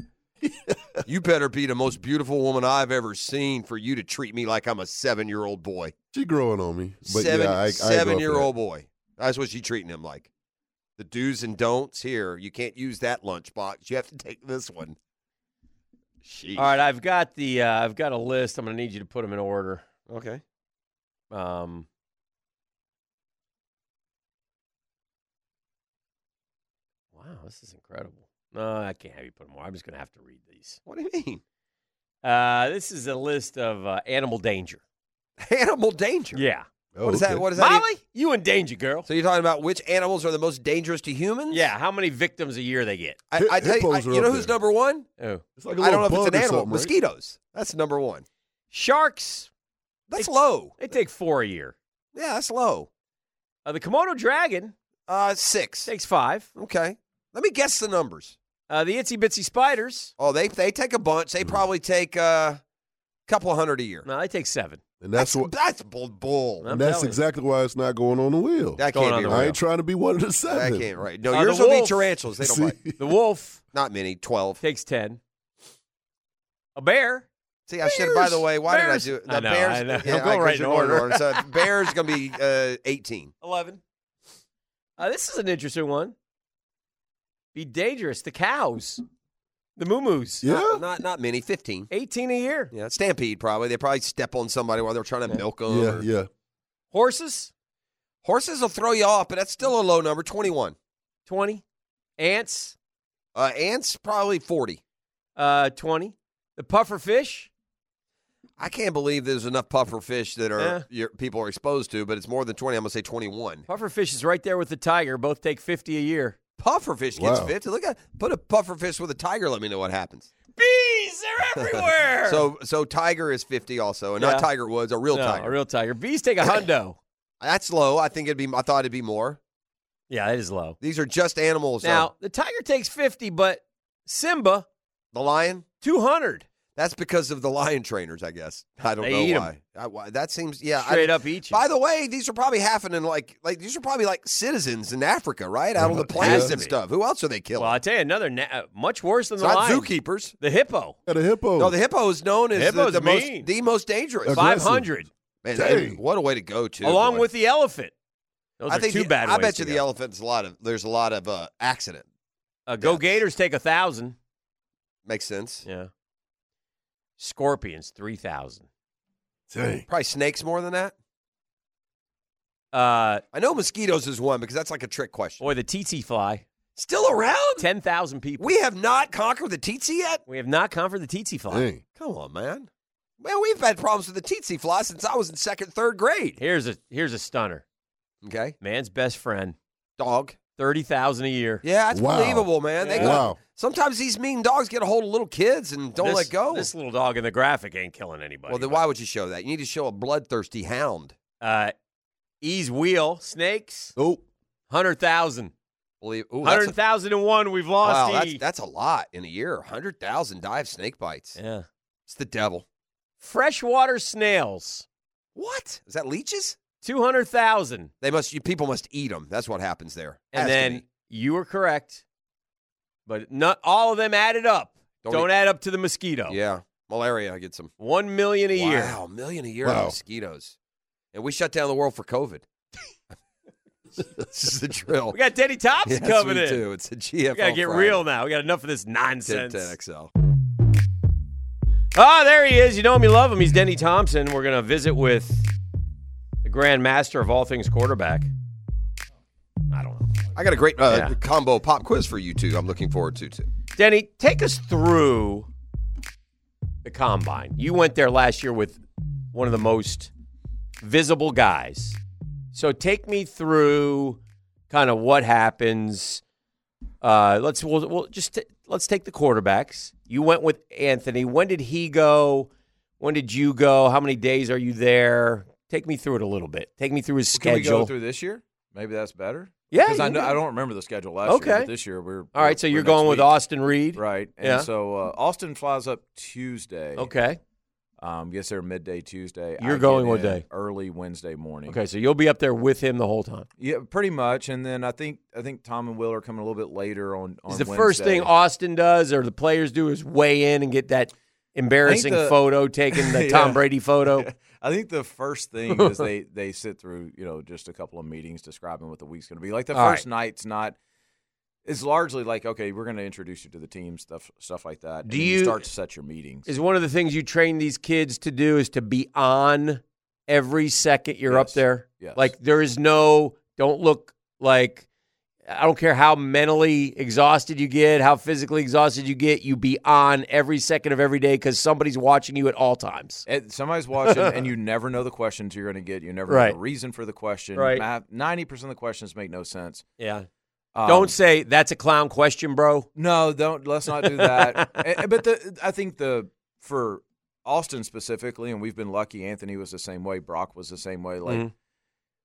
[SPEAKER 5] you better be the most beautiful woman I've ever seen for you to treat me like I'm a seven year old boy.
[SPEAKER 4] She growing on me, but
[SPEAKER 5] seven
[SPEAKER 4] yeah, I- I, go
[SPEAKER 5] seven
[SPEAKER 4] up
[SPEAKER 5] year
[SPEAKER 4] there.
[SPEAKER 5] old boy. That's what she treating him like. The do's and don'ts here. You can't use that lunchbox. You have to take this one. Sheesh.
[SPEAKER 7] All right, I've got the uh, I've got a list. I'm going to need you to put them in order.
[SPEAKER 5] Okay.
[SPEAKER 7] Um, wow, this is incredible. No, I can't have you put them more. I'm just going to have to read these.
[SPEAKER 5] What do you mean?
[SPEAKER 7] Uh, this is a list of uh, animal danger.
[SPEAKER 5] Animal danger.
[SPEAKER 7] Yeah.
[SPEAKER 4] Oh,
[SPEAKER 5] What is
[SPEAKER 4] okay.
[SPEAKER 5] that? What is that?
[SPEAKER 7] Molly, you in danger, girl.
[SPEAKER 5] So you're talking about which animals are the most dangerous to humans?
[SPEAKER 7] Yeah, how many victims a year they get?
[SPEAKER 5] I,
[SPEAKER 4] Hi-
[SPEAKER 5] I tell you, I-
[SPEAKER 4] hippos are
[SPEAKER 5] you know
[SPEAKER 4] up
[SPEAKER 5] who's
[SPEAKER 4] there.
[SPEAKER 5] number one?
[SPEAKER 7] Oh.
[SPEAKER 4] It's like a
[SPEAKER 5] I don't know
[SPEAKER 4] little
[SPEAKER 5] if it's an
[SPEAKER 4] bug or
[SPEAKER 5] animal.
[SPEAKER 4] something, right?
[SPEAKER 5] Mosquitoes. That's number one.
[SPEAKER 7] Sharks,
[SPEAKER 5] That's low.
[SPEAKER 7] they take four a year.
[SPEAKER 5] Yeah, that's low.
[SPEAKER 7] Uh, the Komodo dragon
[SPEAKER 5] Uh, six.
[SPEAKER 7] takes five.
[SPEAKER 5] Okay. Let me guess the numbers.
[SPEAKER 7] Uh, the itsy bitsy spiders,
[SPEAKER 5] Oh, they they take a bunch.
[SPEAKER 4] Mm.
[SPEAKER 5] They probably take a uh, couple hundred a year.
[SPEAKER 7] no, they take seven.
[SPEAKER 4] And that's what.
[SPEAKER 5] that's bull. bull.
[SPEAKER 7] No, I'm
[SPEAKER 4] And that's
[SPEAKER 7] telling you.
[SPEAKER 4] exactly why it's not going on the wheel.
[SPEAKER 5] that
[SPEAKER 7] going
[SPEAKER 5] can't
[SPEAKER 7] on
[SPEAKER 5] be
[SPEAKER 7] the
[SPEAKER 5] right.
[SPEAKER 4] I ain't trying to be one of the
[SPEAKER 5] That
[SPEAKER 4] seven.
[SPEAKER 5] can't be right. No,
[SPEAKER 7] Uh, the
[SPEAKER 5] yours will be
[SPEAKER 7] wolf.
[SPEAKER 5] tarantulas. They don't
[SPEAKER 4] See?
[SPEAKER 5] bite.
[SPEAKER 7] The wolf
[SPEAKER 5] Not many. Twelve.
[SPEAKER 7] takes ten. A bear,
[SPEAKER 5] See, I should. By the
[SPEAKER 7] Bears.
[SPEAKER 5] way, why
[SPEAKER 7] Bears.
[SPEAKER 5] did I do
[SPEAKER 7] I know,
[SPEAKER 5] bears?
[SPEAKER 7] I know.
[SPEAKER 5] Yeah,
[SPEAKER 7] I'm going
[SPEAKER 5] I- 'cause
[SPEAKER 7] right in
[SPEAKER 5] you're going
[SPEAKER 7] order.
[SPEAKER 5] So bears gonna be uh, eighteen.
[SPEAKER 7] eleven. Uh, this is an interesting one. Be dangerous. The cows, the moo-moos,
[SPEAKER 4] Yeah.
[SPEAKER 5] Not, not not many. Fifteen.
[SPEAKER 7] eighteen a year.
[SPEAKER 5] Yeah, stampede probably. They probably step on somebody while they're trying to milk them.
[SPEAKER 4] Yeah, yeah.
[SPEAKER 7] Horses,
[SPEAKER 5] Horses will throw you off, but that's still a low number. Twenty-one.
[SPEAKER 7] twenty. Ants,
[SPEAKER 5] Uh, ants probably forty.
[SPEAKER 7] uh, twenty. The puffer fish,
[SPEAKER 5] I can't believe there's enough puffer fish that are
[SPEAKER 7] Yeah.
[SPEAKER 5] your, people are exposed to, but it's more than 20. I'm going to say 21.
[SPEAKER 7] puffer fish is right there with the tiger. Both take fifty a year.
[SPEAKER 5] Puffer fish gets
[SPEAKER 4] Wow.
[SPEAKER 5] 50. Look at put a puffer fish with a tiger. Let me know what happens.
[SPEAKER 7] Bees, they're everywhere.
[SPEAKER 5] So so tiger is 50 also, and
[SPEAKER 7] Yeah.
[SPEAKER 5] not Tiger Woods, a real
[SPEAKER 7] No,
[SPEAKER 5] tiger.
[SPEAKER 7] a real tiger. Bees take a hundo.
[SPEAKER 5] That's low. I think it'd be. I thought it'd be more.
[SPEAKER 7] yeah, that is low.
[SPEAKER 5] These are just animals. though.
[SPEAKER 7] Now the tiger takes fifty, but Simba
[SPEAKER 5] the lion.
[SPEAKER 7] two hundred.
[SPEAKER 5] That's because of the lion trainers, I guess. I don't
[SPEAKER 7] They
[SPEAKER 5] know
[SPEAKER 7] eat 'em.
[SPEAKER 5] why. I, why. That seems yeah. I-
[SPEAKER 7] Straight up each.
[SPEAKER 5] By the way, these are probably happening like like these are probably like citizens in Africa, right? Out on the
[SPEAKER 7] Has
[SPEAKER 5] plains
[SPEAKER 7] to
[SPEAKER 5] and
[SPEAKER 7] be.
[SPEAKER 5] stuff. Who else are they killing?
[SPEAKER 7] well, I tell you another na- uh, much worse than
[SPEAKER 5] it's
[SPEAKER 7] the
[SPEAKER 5] not
[SPEAKER 7] lion.
[SPEAKER 5] zookeepers.
[SPEAKER 7] The hippo,
[SPEAKER 4] Got a hippo.
[SPEAKER 5] No, the hippo is known as the,
[SPEAKER 7] Hippo's
[SPEAKER 5] the
[SPEAKER 7] mean.
[SPEAKER 5] most the most dangerous.
[SPEAKER 4] Aggressive.
[SPEAKER 7] five hundred,
[SPEAKER 5] Man,
[SPEAKER 4] Dang.
[SPEAKER 5] what a way to go to.
[SPEAKER 7] along
[SPEAKER 5] boy.
[SPEAKER 7] with the elephant. Those
[SPEAKER 5] I
[SPEAKER 7] are
[SPEAKER 5] think
[SPEAKER 7] two
[SPEAKER 5] the-
[SPEAKER 7] bad.
[SPEAKER 5] I
[SPEAKER 7] ways
[SPEAKER 5] bet
[SPEAKER 7] to
[SPEAKER 5] you the
[SPEAKER 7] go.
[SPEAKER 5] elephant's a lot of there's a lot of uh, accident.
[SPEAKER 7] Uh, go
[SPEAKER 5] yeah.
[SPEAKER 7] Gators take a thousand.
[SPEAKER 5] Makes sense.
[SPEAKER 7] Yeah. Scorpions three thousand.
[SPEAKER 4] Dang.
[SPEAKER 5] Probably snakes more than that.
[SPEAKER 7] Uh,
[SPEAKER 5] I know mosquitoes is one because that's like a trick question.
[SPEAKER 7] boy, the tsetse fly
[SPEAKER 5] Still around?
[SPEAKER 7] ten thousand people.
[SPEAKER 5] We have not conquered the tsetse yet.
[SPEAKER 7] We have not conquered the tsetse fly.
[SPEAKER 4] Dang.
[SPEAKER 5] Come on, man. Man, we've had problems with the tsetse fly since I was in second, third grade.
[SPEAKER 7] Here's a here's a stunner.
[SPEAKER 5] Okay,
[SPEAKER 7] Man's best friend
[SPEAKER 5] dog.
[SPEAKER 7] thirty thousand a year.
[SPEAKER 5] Yeah, that's
[SPEAKER 4] Wow.
[SPEAKER 5] believable, man. They
[SPEAKER 7] Yeah.
[SPEAKER 5] go-
[SPEAKER 4] Wow.
[SPEAKER 5] Sometimes these mean dogs get a hold of little kids and don't
[SPEAKER 7] This-
[SPEAKER 5] let go.
[SPEAKER 7] This little dog in the graphic ain't killing anybody.
[SPEAKER 5] well, then why would you show that? You need to show a bloodthirsty hound.
[SPEAKER 7] Uh, ease wheel snakes
[SPEAKER 4] Oh,
[SPEAKER 7] hundred thousand.
[SPEAKER 5] Believe. Ooh, that's
[SPEAKER 7] Hundred
[SPEAKER 5] a-
[SPEAKER 7] thousand and one. We've lost.
[SPEAKER 5] Wow, that's,
[SPEAKER 7] E.
[SPEAKER 5] that's a lot in a year. 100,000 die of snake bites.
[SPEAKER 7] yeah.
[SPEAKER 5] It's the devil.
[SPEAKER 7] Freshwater snails
[SPEAKER 5] What? Is that leeches?
[SPEAKER 7] two hundred thousand.
[SPEAKER 5] They must. You, people must eat them. That's what happens there. Has
[SPEAKER 7] And
[SPEAKER 5] to
[SPEAKER 7] then
[SPEAKER 5] be.
[SPEAKER 7] you were correct, but not all of them added up.
[SPEAKER 5] Don't e
[SPEAKER 7] Don't, add up to the mosquito.
[SPEAKER 5] yeah, malaria gets them.
[SPEAKER 7] One million a year.
[SPEAKER 5] Wow, a million a year
[SPEAKER 4] Wow.
[SPEAKER 5] of mosquitoes, and we shut down the world for COVID. this is the drill.
[SPEAKER 7] We got Denny Thompson
[SPEAKER 5] Yes,
[SPEAKER 7] coming
[SPEAKER 5] we
[SPEAKER 7] in.
[SPEAKER 5] do. It's a GFL.
[SPEAKER 7] We gotta get
[SPEAKER 5] Friday.
[SPEAKER 7] real now. We got enough of this
[SPEAKER 5] 10,
[SPEAKER 7] nonsense.
[SPEAKER 5] 10 XL.
[SPEAKER 7] Ah, there he is. You know him, you love him. He's Denny Thompson. We're going to visit with the grand master of all things quarterback. I don't know.
[SPEAKER 5] I got a great uh,
[SPEAKER 7] Yeah.
[SPEAKER 5] combo pop quiz for you two. I'm looking forward to too.
[SPEAKER 7] Denny, take us through the combine. You went there last year with one of the most visible guys. So take me through kind of what happens. Uh, let's we'll, we'll just t- let's take the quarterbacks. You went with Anthony. When did he go? When did you go? How many days are you there? Take me through it a little bit. Take me through his
[SPEAKER 8] Can we
[SPEAKER 7] schedule.
[SPEAKER 8] go through this year? Maybe that's better.
[SPEAKER 7] Yeah,
[SPEAKER 8] because I
[SPEAKER 7] you
[SPEAKER 8] know
[SPEAKER 7] can.
[SPEAKER 8] I don't remember the schedule last year.
[SPEAKER 7] Okay.
[SPEAKER 8] but this year we're
[SPEAKER 7] All right, so you're going with
[SPEAKER 8] Austin.
[SPEAKER 7] Austin Reed.
[SPEAKER 8] Right. And
[SPEAKER 7] Yeah.
[SPEAKER 8] so uh, Austin flies up Tuesday.
[SPEAKER 7] Okay.
[SPEAKER 8] Um, guess they're midday Tuesday.
[SPEAKER 7] You're
[SPEAKER 8] get
[SPEAKER 7] going what
[SPEAKER 8] in
[SPEAKER 7] day?
[SPEAKER 8] Early Wednesday morning.
[SPEAKER 7] Okay, so you'll be up there with him the whole time.
[SPEAKER 8] Yeah, pretty much. And then I think I think Tom and Will are coming a little bit later on. on
[SPEAKER 7] Is the first thing
[SPEAKER 8] Wednesday.
[SPEAKER 7] Austin does or the players do is weigh in and get that embarrassing
[SPEAKER 8] the-
[SPEAKER 7] photo taken, the
[SPEAKER 8] Yeah.
[SPEAKER 7] Tom Brady photo.
[SPEAKER 8] I think the first thing is they they sit through you know just a couple of meetings describing what the week's going to be like. The
[SPEAKER 7] All
[SPEAKER 8] first night's not. It's largely like okay, we're going to introduce you to the team stuff stuff like that. and
[SPEAKER 7] Do
[SPEAKER 8] then
[SPEAKER 7] you-
[SPEAKER 8] start to set your meetings?
[SPEAKER 7] Is one of the things you train these kids to do is to be on every second you're up
[SPEAKER 8] Yes.
[SPEAKER 7] there.
[SPEAKER 8] Yes.
[SPEAKER 7] Like there is no don't look like I don't care how mentally exhausted you get, how physically exhausted you get, you be on every second of every day because somebody's watching you at all times.
[SPEAKER 8] And somebody's watching, and you never know the questions you're going to get. You never
[SPEAKER 7] Right.
[SPEAKER 8] know the reason for the question.
[SPEAKER 7] Right.
[SPEAKER 8] Ninety percent of the questions make no sense.
[SPEAKER 7] Yeah.
[SPEAKER 8] Um,
[SPEAKER 7] don't say that's a clown question, bro.
[SPEAKER 8] no, don't. Let's not do that. Eh, but the, I think the for Austin specifically, and we've been lucky. Anthony was the same way. Brock was the same way. Like
[SPEAKER 7] Mhm.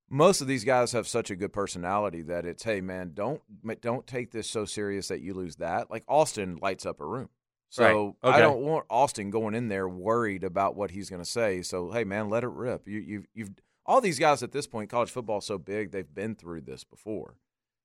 [SPEAKER 8] most of these guys have such a good personality that it's hey man, don't ma- don't take this so serious that you lose that. Like Austin lights up a room. So
[SPEAKER 7] Right. Okay.
[SPEAKER 8] I don't want Austin going in there worried about what he's going to say. So hey man, let it rip. You you've you've all these guys at this point, college football's so big, they've been through this before.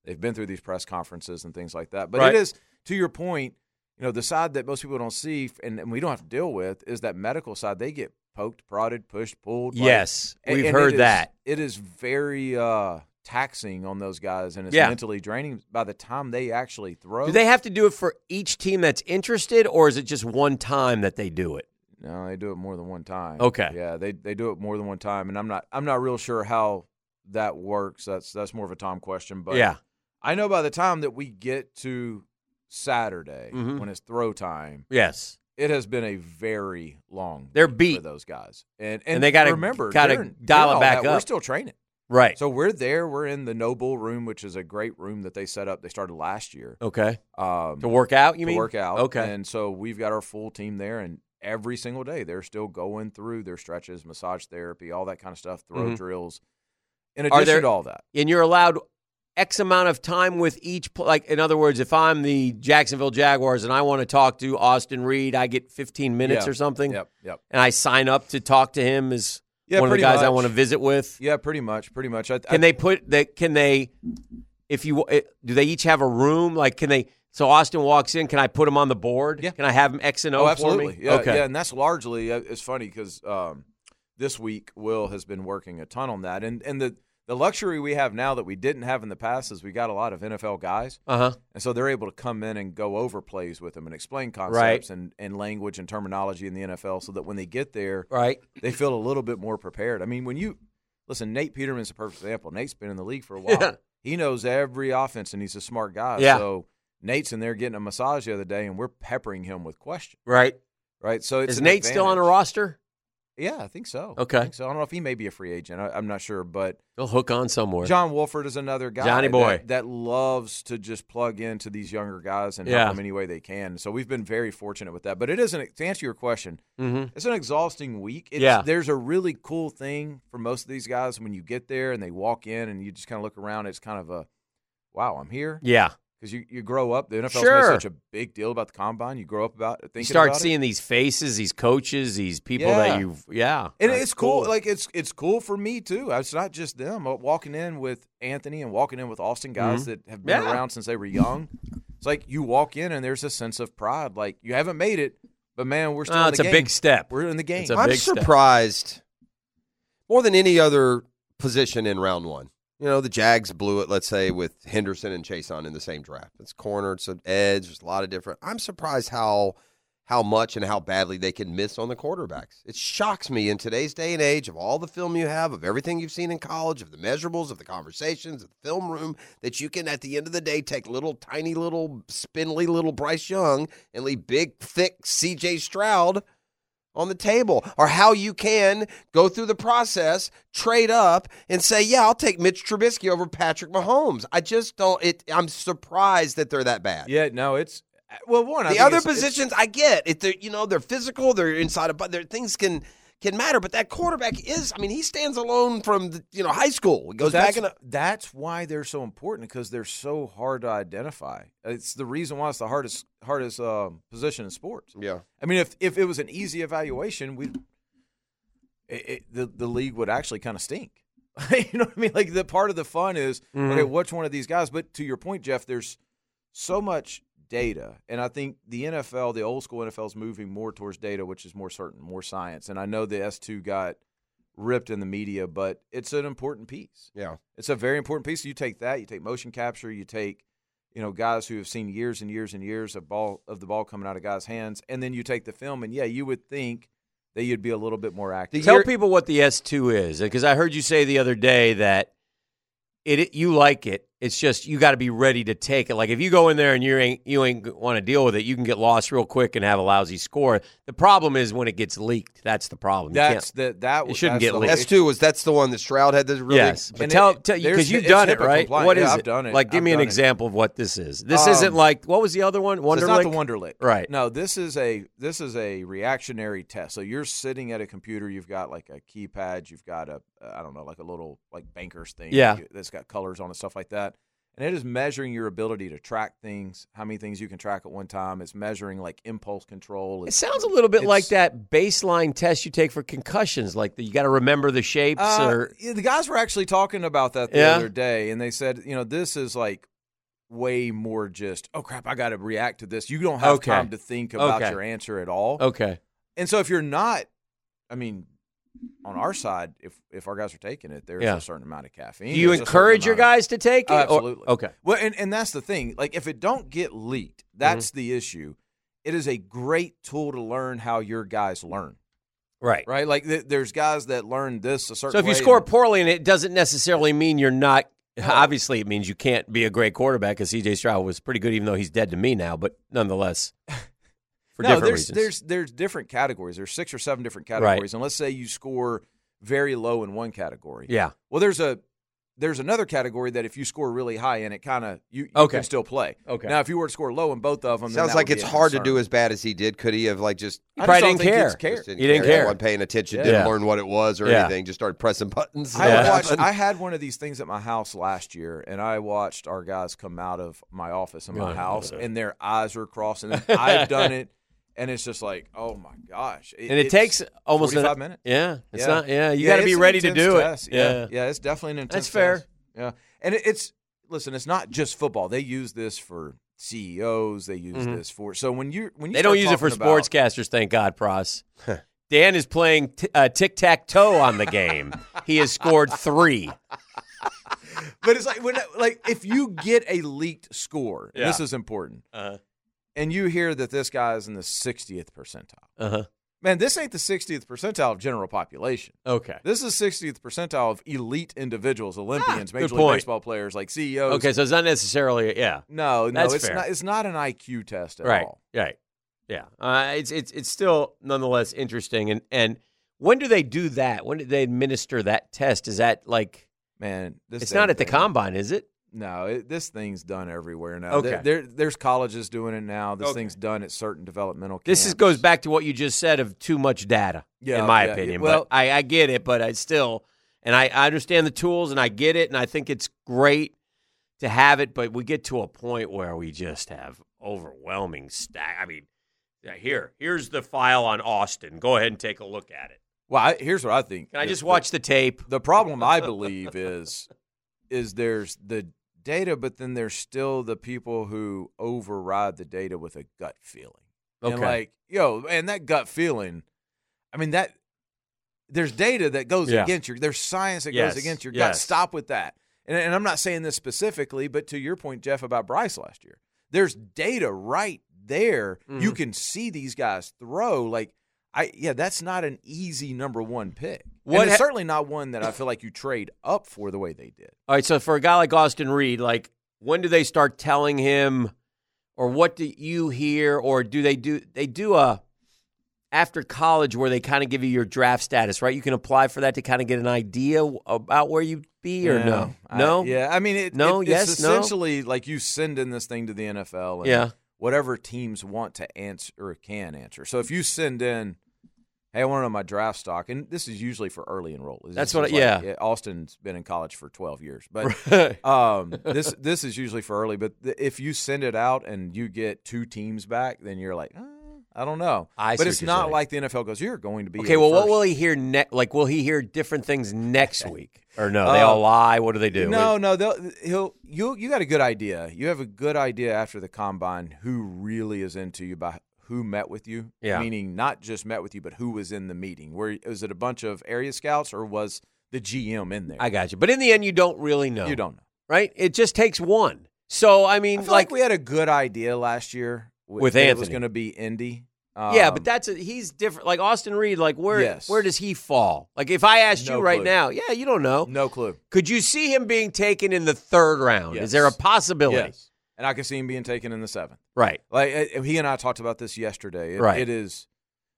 [SPEAKER 8] They've been through these press conferences and things like that. But
[SPEAKER 7] Right.
[SPEAKER 8] it is to your point, you know, the side that most people don't see f- and, and we don't have to deal with is that medical side. They get poked, prodded, pushed, pulled. like-
[SPEAKER 7] Yes,
[SPEAKER 8] a-
[SPEAKER 7] we've
[SPEAKER 8] and it
[SPEAKER 7] heard
[SPEAKER 8] is-
[SPEAKER 7] that.
[SPEAKER 8] It is very uh, taxing on those guys, and it's
[SPEAKER 7] Yeah.
[SPEAKER 8] mentally draining by the time they actually throw.
[SPEAKER 7] Do they have to do it for each team that's interested, or is it just one time that they do it?
[SPEAKER 8] No, they do it more than one time.
[SPEAKER 7] Okay.
[SPEAKER 8] Yeah, they they do it more than one time, and I'm not I'm not real sure how that works. That's that's more of a Tom question, but
[SPEAKER 7] yeah.
[SPEAKER 8] I know by the time that we get to Saturday
[SPEAKER 7] Mhm.
[SPEAKER 8] when it's throw time,
[SPEAKER 7] Yes.
[SPEAKER 8] it has been a very long.
[SPEAKER 7] They're
[SPEAKER 8] week
[SPEAKER 7] beat.
[SPEAKER 8] for those guys, and and,
[SPEAKER 7] And they gotta-
[SPEAKER 8] remember
[SPEAKER 7] gotta
[SPEAKER 8] during- during
[SPEAKER 7] dial it
[SPEAKER 8] all
[SPEAKER 7] back
[SPEAKER 8] that, We're
[SPEAKER 7] up.
[SPEAKER 8] still training.
[SPEAKER 7] Right.
[SPEAKER 8] So we're there. We're in the Noble Room, which is a great room that they set up. They started last year
[SPEAKER 7] okay.
[SPEAKER 8] um,
[SPEAKER 7] To work out, you
[SPEAKER 8] to
[SPEAKER 7] mean?
[SPEAKER 8] work out.
[SPEAKER 7] Okay.
[SPEAKER 8] and so we've got our full team there, and every single day they're still going through their stretches, massage therapy, all that kind of stuff, throw
[SPEAKER 7] Mhm.
[SPEAKER 8] drills. In addition
[SPEAKER 7] there-
[SPEAKER 8] to all that,
[SPEAKER 7] and you're allowed X amount of time with each. Pl- like, in other words, if I'm the Jacksonville Jaguars and I want to talk to Austin Reed, I get 15 minutes
[SPEAKER 8] Yeah.
[SPEAKER 7] or something,
[SPEAKER 8] yep, yep,
[SPEAKER 7] and I sign up to talk to him as
[SPEAKER 8] Yeah,
[SPEAKER 7] one of the
[SPEAKER 8] pretty
[SPEAKER 7] guys I
[SPEAKER 8] much.
[SPEAKER 7] want to visit with.
[SPEAKER 8] yeah, pretty much, pretty much. I,
[SPEAKER 7] Can
[SPEAKER 8] I,
[SPEAKER 7] they put that? Can they? If you eh, do, they each have a room. Like, can they? So Austin walks in. Can I put him on the board?
[SPEAKER 8] Yeah.
[SPEAKER 7] Can I have him X and O
[SPEAKER 8] oh,
[SPEAKER 7] for
[SPEAKER 8] absolutely.
[SPEAKER 7] me?
[SPEAKER 8] Yeah,
[SPEAKER 7] okay.
[SPEAKER 8] yeah, and that's largely uh, it's funny because um, this week Will has been working a ton on that, and and the the luxury we have now that we didn't have in the past is we got a lot of NFL guys.
[SPEAKER 7] Uh huh.
[SPEAKER 8] And so they're able to come in and go over plays with them and explain
[SPEAKER 7] Right.
[SPEAKER 8] concepts and, and language and terminology in the NFL so that when they get there,
[SPEAKER 7] Right.
[SPEAKER 8] they feel a little bit more prepared. I mean, when you listen, Nate Peterman's a perfect example. Nate's been in the league for a while.
[SPEAKER 7] Yeah.
[SPEAKER 8] He knows every offense and he's a smart guy.
[SPEAKER 7] Yeah.
[SPEAKER 8] So Nate's in there getting a massage the other day and we're peppering him with questions.
[SPEAKER 7] Right.
[SPEAKER 8] Right. So it's
[SPEAKER 7] Is
[SPEAKER 8] an
[SPEAKER 7] Nate still on a
[SPEAKER 8] advantage.
[SPEAKER 7] roster?
[SPEAKER 8] Yeah, I think so.
[SPEAKER 7] Okay.
[SPEAKER 8] I think so. I don't know if he may be a free agent. I, I'm not sure, but
[SPEAKER 7] He'll hook on somewhere.
[SPEAKER 8] John Wolford is another guy,
[SPEAKER 7] Johnny boy.
[SPEAKER 8] that, that loves to just plug into these younger guys and
[SPEAKER 7] Yeah.
[SPEAKER 8] help them any way they can. So we've been very fortunate with that. But it isn't to answer your question.
[SPEAKER 7] hmm
[SPEAKER 8] It's an exhausting week. It's,
[SPEAKER 7] Yeah.
[SPEAKER 8] there's a really cool thing for most of these guys when you get there and they walk in and you just kind of look around. It's kind of a wow, I'm here
[SPEAKER 7] Yeah.
[SPEAKER 8] because you, you grow up. The NFL's made
[SPEAKER 7] Sure.
[SPEAKER 8] such a big deal about the combine. You grow up about thinking
[SPEAKER 7] You start
[SPEAKER 8] about it.
[SPEAKER 7] seeing these faces, these coaches, these people
[SPEAKER 8] Yeah.
[SPEAKER 7] that you've yeah.
[SPEAKER 8] And
[SPEAKER 7] That's
[SPEAKER 8] it's cool. Like it's it's cool for me too. It's not just them. Uh, Walking in with Anthony and walking in with Austin guys
[SPEAKER 7] Mhm.
[SPEAKER 8] that have been
[SPEAKER 7] Yeah.
[SPEAKER 8] around since they were young. It's like you walk in and there's a sense of pride. Like you haven't made it, but man, we're still.
[SPEAKER 7] Oh,
[SPEAKER 8] in
[SPEAKER 7] it's
[SPEAKER 8] the
[SPEAKER 7] a
[SPEAKER 8] game.
[SPEAKER 7] big step.
[SPEAKER 8] We're in the game.
[SPEAKER 7] It's a
[SPEAKER 8] I'm
[SPEAKER 5] I'm
[SPEAKER 7] big step.
[SPEAKER 5] surprised more than any other position in round one. You know, the Jags blew it, let's say, with Henderson and Chase on in the same draft. It's corner, it's an edge, there's a lot of different. I'm surprised how how much and how badly they can miss on the quarterbacks. It shocks me in today's day and age of all the film you have, of everything you've seen in college, of the measurables, of the conversations, of the film room, that you can at the end of the day take little tiny little spindly little Bryce Young and leave big, thick CJ Stroud on the table or how you can go through the process, trade up and say, "Yeah, I'll take Mitch Trubisky over Patrick Mahomes." I just don't it I'm surprised that they're that bad.
[SPEAKER 8] yeah, no, it's well one. I
[SPEAKER 5] The
[SPEAKER 8] think
[SPEAKER 5] other
[SPEAKER 8] it's- it's-
[SPEAKER 5] positions I get, it they're, you know, they're physical, they're inside a but their things can can matter. But that quarterback is, I mean, he stands alone from the, you know high school. He goes
[SPEAKER 8] that's,
[SPEAKER 5] back in. A,
[SPEAKER 8] that's why they're so important because they're so hard to identify. It's the reason why it's the hardest hardest um, position in sports.
[SPEAKER 5] yeah,
[SPEAKER 8] I mean, if if it was an easy evaluation, we it, it, the the league would actually kind of stink. you know what I mean? Like the part of the fun is okay, which one of these guys? But to your point, Jeff, there's so much data, and I think the NFL, the old school NFL, is moving more towards data, which is more certain, more science. And I know the S two got ripped in the media, but it's an important piece.
[SPEAKER 5] yeah,
[SPEAKER 8] It's a very important piece. You take that, you take motion capture, you take, you know, guys who have seen years and years and years of ball of the ball coming out of guys' hands, and then you take the film, and yeah, you would think that you'd be a little bit more active.
[SPEAKER 7] Tell people what the S two is, because I heard you say the other day that it, it- you like it. It's just you got to be ready to take it. Like if you go in there and you ain't you ain't want to deal with it, you can get lost real quick and have a lousy score. The problem is when it gets leaked. That's the problem. You can't-
[SPEAKER 8] That's the that
[SPEAKER 7] It shouldn't
[SPEAKER 8] that's
[SPEAKER 7] get
[SPEAKER 8] the
[SPEAKER 7] leaked.
[SPEAKER 8] whole-
[SPEAKER 5] S two was that's the one that Stroud had this really.
[SPEAKER 7] yes, but
[SPEAKER 8] And
[SPEAKER 7] tell
[SPEAKER 8] it-
[SPEAKER 7] tell
[SPEAKER 8] there's-
[SPEAKER 7] because you've
[SPEAKER 8] it's
[SPEAKER 7] done it
[SPEAKER 8] HIPAA
[SPEAKER 7] right.
[SPEAKER 8] compliant.
[SPEAKER 7] What is
[SPEAKER 8] Yeah, I've
[SPEAKER 7] it?
[SPEAKER 8] done it.
[SPEAKER 7] Like, give
[SPEAKER 8] I've
[SPEAKER 7] me an
[SPEAKER 8] done it.
[SPEAKER 7] example of what this is. This isn't
[SPEAKER 8] Um,
[SPEAKER 7] like what was the other one? Wonderlic.
[SPEAKER 8] It's not the Wonderlic,
[SPEAKER 7] Right.
[SPEAKER 8] No, this is a this is a reactionary test. So you're sitting at a computer. You've got like a keypad. You've got a uh, I don't know like a little like banker's thing.
[SPEAKER 7] Yeah.
[SPEAKER 8] that's got colors on it, stuff like that. And it is measuring your ability to track things, how many things you can track at one time. It's measuring like impulse control.
[SPEAKER 7] It
[SPEAKER 8] It's-
[SPEAKER 7] sounds a little bit like
[SPEAKER 8] It's-
[SPEAKER 7] that baseline test you take for concussions, like the, you got to remember the shapes
[SPEAKER 8] Uh,
[SPEAKER 7] or
[SPEAKER 8] yeah, the guys were actually talking about that the
[SPEAKER 7] Yeah.
[SPEAKER 8] other day, and they said, you know, this is like way more just oh crap, I got to react to this. You don't have
[SPEAKER 7] Okay.
[SPEAKER 8] time to think about
[SPEAKER 7] Okay.
[SPEAKER 8] your answer at all.
[SPEAKER 7] okay.
[SPEAKER 8] And so if you're not, I mean, on our side, if if our guys are taking it, there's
[SPEAKER 7] Yeah.
[SPEAKER 8] a certain amount of caffeine.
[SPEAKER 7] Do you
[SPEAKER 8] there's a certain
[SPEAKER 7] encourage your
[SPEAKER 8] amount of-
[SPEAKER 7] guys to take it?
[SPEAKER 8] Oh,
[SPEAKER 7] or-
[SPEAKER 8] absolutely.
[SPEAKER 7] okay.
[SPEAKER 8] well, and and that's the thing. Like if it don't get leaked, that's
[SPEAKER 7] Mm-hmm.
[SPEAKER 8] the issue. It is a great tool to learn how your guys learn.
[SPEAKER 7] Right.
[SPEAKER 8] Right? Like th- there's guys that learn this a certain.
[SPEAKER 7] So if you
[SPEAKER 8] way
[SPEAKER 7] score
[SPEAKER 8] and-
[SPEAKER 7] poorly, and it doesn't necessarily mean you're not. Obviously, it means you can't be a great quarterback because C.J. Stroud was pretty good, even though he's dead to me now. But nonetheless, for
[SPEAKER 8] no,
[SPEAKER 7] different
[SPEAKER 8] there's
[SPEAKER 7] reasons,
[SPEAKER 8] there's there's different categories. There's six or seven different
[SPEAKER 7] Right.
[SPEAKER 8] categories, and let's say you score very low in one category.
[SPEAKER 7] yeah,
[SPEAKER 8] Well, there's a there's another category that if you score really high in it, kind of you, you
[SPEAKER 7] Okay.
[SPEAKER 8] can still play.
[SPEAKER 7] Okay.
[SPEAKER 8] Now, if you were to score low in both of them,
[SPEAKER 5] Sounds like it's hard to do as bad as he did. Could he have like just?
[SPEAKER 7] He probably didn't care.
[SPEAKER 5] just
[SPEAKER 7] He didn't care.
[SPEAKER 5] Wasn't paying attention.
[SPEAKER 8] Yeah.
[SPEAKER 5] Didn't learn what it was or
[SPEAKER 7] Yeah.
[SPEAKER 5] anything. Just started pressing buttons.
[SPEAKER 8] I
[SPEAKER 7] Yeah.
[SPEAKER 8] watched. I had one of these things at my house last year, and I watched our guys come out of my office in my
[SPEAKER 7] Yeah.
[SPEAKER 8] house, and their eyes were crossing. And I've done it, and it's just like, oh my gosh!
[SPEAKER 7] and it
[SPEAKER 8] it's
[SPEAKER 7] takes almost an-
[SPEAKER 8] 45 minutes.
[SPEAKER 7] Yeah, it's
[SPEAKER 8] Yeah.
[SPEAKER 7] not. Yeah, you
[SPEAKER 8] Yeah,
[SPEAKER 7] got to
[SPEAKER 8] it's
[SPEAKER 7] be
[SPEAKER 8] an
[SPEAKER 7] ready to
[SPEAKER 8] intense
[SPEAKER 7] do
[SPEAKER 8] test.
[SPEAKER 7] it. Yeah.
[SPEAKER 8] yeah, it's definitely an intense.
[SPEAKER 7] That's fair.
[SPEAKER 8] test. Yeah, and it, it's listen, it's not just football. They use this for CEOs. They use this for so when you when
[SPEAKER 7] Mm-hmm.
[SPEAKER 8] you
[SPEAKER 7] They don't
[SPEAKER 8] start
[SPEAKER 7] use it for
[SPEAKER 8] talking about-
[SPEAKER 7] sportscasters, thank God, Pross. Dan is playing t- uh, tic tac toe on the game. he has scored three.
[SPEAKER 8] but it's like when like if you get a leaked score, and this
[SPEAKER 7] Yeah.
[SPEAKER 8] is important,
[SPEAKER 7] Uh-huh.
[SPEAKER 8] and you hear that this guy is in the 60th percentile.
[SPEAKER 7] Uh-huh.
[SPEAKER 8] Man, this ain't the 60th percentile of general population.
[SPEAKER 7] Okay.
[SPEAKER 8] This is 60th percentile of elite individuals, Olympians,
[SPEAKER 7] Ah, good
[SPEAKER 8] major league
[SPEAKER 7] point.
[SPEAKER 8] baseball players, like CEOs.
[SPEAKER 7] Okay, so it's not necessarily. Yeah.
[SPEAKER 8] No, no,
[SPEAKER 7] That's
[SPEAKER 8] it's
[SPEAKER 7] fair.
[SPEAKER 8] not. It's not an IQ test at
[SPEAKER 7] Right.
[SPEAKER 8] all.
[SPEAKER 7] Right. Yeah. Uh, it's it's it's still nonetheless interesting. And and when do they do that? When do they administer that test? Is that like?
[SPEAKER 8] Man, this
[SPEAKER 7] it's not
[SPEAKER 8] dang
[SPEAKER 7] at the
[SPEAKER 8] thing-
[SPEAKER 7] combine, is it?
[SPEAKER 8] No, it, this thing's done everywhere now.
[SPEAKER 7] Okay.
[SPEAKER 8] There, there- there's colleges doing it now. This
[SPEAKER 7] Okay.
[SPEAKER 8] thing's done at certain developmental.
[SPEAKER 7] This is,
[SPEAKER 8] camps.
[SPEAKER 7] goes back to what you just said of too much data,
[SPEAKER 8] Yeah,
[SPEAKER 7] in my
[SPEAKER 8] yeah,
[SPEAKER 7] opinion.
[SPEAKER 8] yeah. Well-
[SPEAKER 7] but I, I get it, but I still, and I, I understand the tools and I get it, and I think it's great to have it, but we get to a point where we just have overwhelming stack. I mean, yeah, here, here's the file on Austin. Go ahead and take a look at it.
[SPEAKER 8] Well, I, here's what I think.
[SPEAKER 7] Can I
[SPEAKER 8] The-
[SPEAKER 7] just
[SPEAKER 8] the-
[SPEAKER 7] watch the tape?
[SPEAKER 8] The problem I believe is is there's the data, but then there's still the people who override the data with a gut feeling. And
[SPEAKER 7] Okay.
[SPEAKER 8] like, yo, man, that gut feeling, I mean that there's data that goes
[SPEAKER 7] Yeah.
[SPEAKER 8] against your there's science that
[SPEAKER 7] Yes,
[SPEAKER 8] goes against your gut.
[SPEAKER 7] yes.
[SPEAKER 8] Stop with that. And, and I'm not saying this specifically, but to your point, Jeff, about Bryce last year. There's data right there.
[SPEAKER 7] Mm-hmm.
[SPEAKER 8] You can see these guys throw. Like, I yeah, that's not an easy number one pick.
[SPEAKER 7] What
[SPEAKER 8] What and it's
[SPEAKER 7] ha-
[SPEAKER 8] certainly not one that I feel like you trade up for the way they did.
[SPEAKER 7] All right, so for a guy like Austin Reed, like when do they start telling him or what do you hear or do they do they do a after college where they kind of give you your draft status, right? You can apply for that to kind of get an idea about where you be or no.
[SPEAKER 8] I-
[SPEAKER 7] no?
[SPEAKER 8] yeah. I mean, it,
[SPEAKER 7] No,
[SPEAKER 8] it-
[SPEAKER 7] yes,
[SPEAKER 8] it's
[SPEAKER 7] no?
[SPEAKER 8] essentially like you send in this thing to the NFL. And
[SPEAKER 7] Yeah.
[SPEAKER 8] Whatever teams want to answer or can answer. So if you send in, hey, I want to know my draft stock, and this is usually for early enroll. This
[SPEAKER 7] That's
[SPEAKER 8] is
[SPEAKER 7] what I-
[SPEAKER 8] like-
[SPEAKER 7] yeah.
[SPEAKER 8] Austin's been in college for twelve years, but
[SPEAKER 7] Right.
[SPEAKER 8] um, this this is usually for early. But th- if you send it out and you get two teams back, then you're like, uh, I don't know.
[SPEAKER 7] I see
[SPEAKER 8] but
[SPEAKER 7] what
[SPEAKER 8] it's
[SPEAKER 7] you're
[SPEAKER 8] not
[SPEAKER 7] saying.
[SPEAKER 8] like the NFL goes, you're going to be
[SPEAKER 7] Okay,
[SPEAKER 8] in
[SPEAKER 7] well, what
[SPEAKER 8] first."
[SPEAKER 7] will he hear next? Like, will he hear different things next week? Or no? They all
[SPEAKER 8] Uh,
[SPEAKER 7] lie. What do they do?
[SPEAKER 8] No, no, they'll, he'll you you got a good idea. You have a good idea after the combine who really is into you by who met with you.
[SPEAKER 7] Yeah.
[SPEAKER 8] meaning not just met with you, but who was in the meeting. Where was it a bunch of area scouts or was the GM in there?
[SPEAKER 7] I got you. But in the end, you don't really know.
[SPEAKER 8] You don't know.
[SPEAKER 7] right? It just takes one. So I mean,
[SPEAKER 8] I feel like,
[SPEAKER 7] like,
[SPEAKER 8] we had a good idea last year with,
[SPEAKER 7] With
[SPEAKER 8] that It was
[SPEAKER 7] Anthony.
[SPEAKER 8] going to be Indy.
[SPEAKER 7] yeah,
[SPEAKER 8] Um,
[SPEAKER 7] but that's a, he's different. Like Austin Reed, like where
[SPEAKER 8] Yes.
[SPEAKER 7] where does he fall? Like if I asked
[SPEAKER 8] No
[SPEAKER 7] you right
[SPEAKER 8] clue.
[SPEAKER 7] now, yeah, you don't know.
[SPEAKER 8] no clue.
[SPEAKER 7] Could you see him being taken in the third round? Is there a
[SPEAKER 8] Yes.
[SPEAKER 7] possibility?
[SPEAKER 8] Yes, and I could see him being taken in the seventh.
[SPEAKER 7] Right.
[SPEAKER 8] Like uh, he and I talked about this yesterday. It-
[SPEAKER 7] Right.
[SPEAKER 8] It is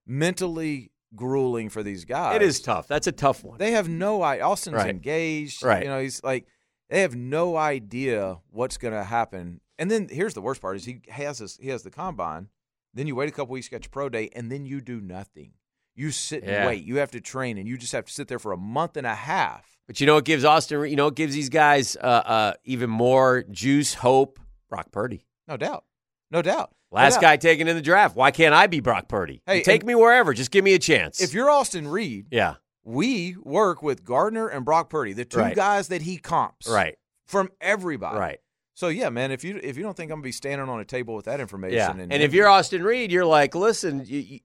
[SPEAKER 8] mentally grueling for these guys.
[SPEAKER 7] it is tough. That's a tough one.
[SPEAKER 8] They have no idea. Austin's
[SPEAKER 7] Right.
[SPEAKER 8] engaged.
[SPEAKER 7] Right.
[SPEAKER 8] You know, he's like they have no idea what's going to happen. And then here's the worst part: is he has this, he has the combine. Then you wait a couple weeks, get your pro day, and then you do nothing. You sit and
[SPEAKER 7] Yeah.
[SPEAKER 8] wait. You have to train, and you just have to sit there for a month and a half.
[SPEAKER 7] but you know, it gives Austin. Reed- You know, it gives these guys uh, uh, even more juice, hope. Brock Purdy,
[SPEAKER 8] No doubt. No doubt. No
[SPEAKER 7] last
[SPEAKER 8] doubt.
[SPEAKER 7] guy taken in the draft. Why can't I be Brock Purdy?
[SPEAKER 8] Hey,
[SPEAKER 7] You take
[SPEAKER 8] and-
[SPEAKER 7] me wherever. Just give me a chance.
[SPEAKER 8] If you're Austin Reed,
[SPEAKER 7] yeah,
[SPEAKER 8] we work with Gardner and Brock Purdy, the two
[SPEAKER 7] Right.
[SPEAKER 8] guys that he comps
[SPEAKER 7] right,
[SPEAKER 8] from everybody.
[SPEAKER 7] right.
[SPEAKER 8] So yeah, man, if you if you don't think I'm gonna be standing on a table with that information,
[SPEAKER 7] Yeah.
[SPEAKER 8] and,
[SPEAKER 7] And, if you're Austin Reed, you're like, listen, you, you,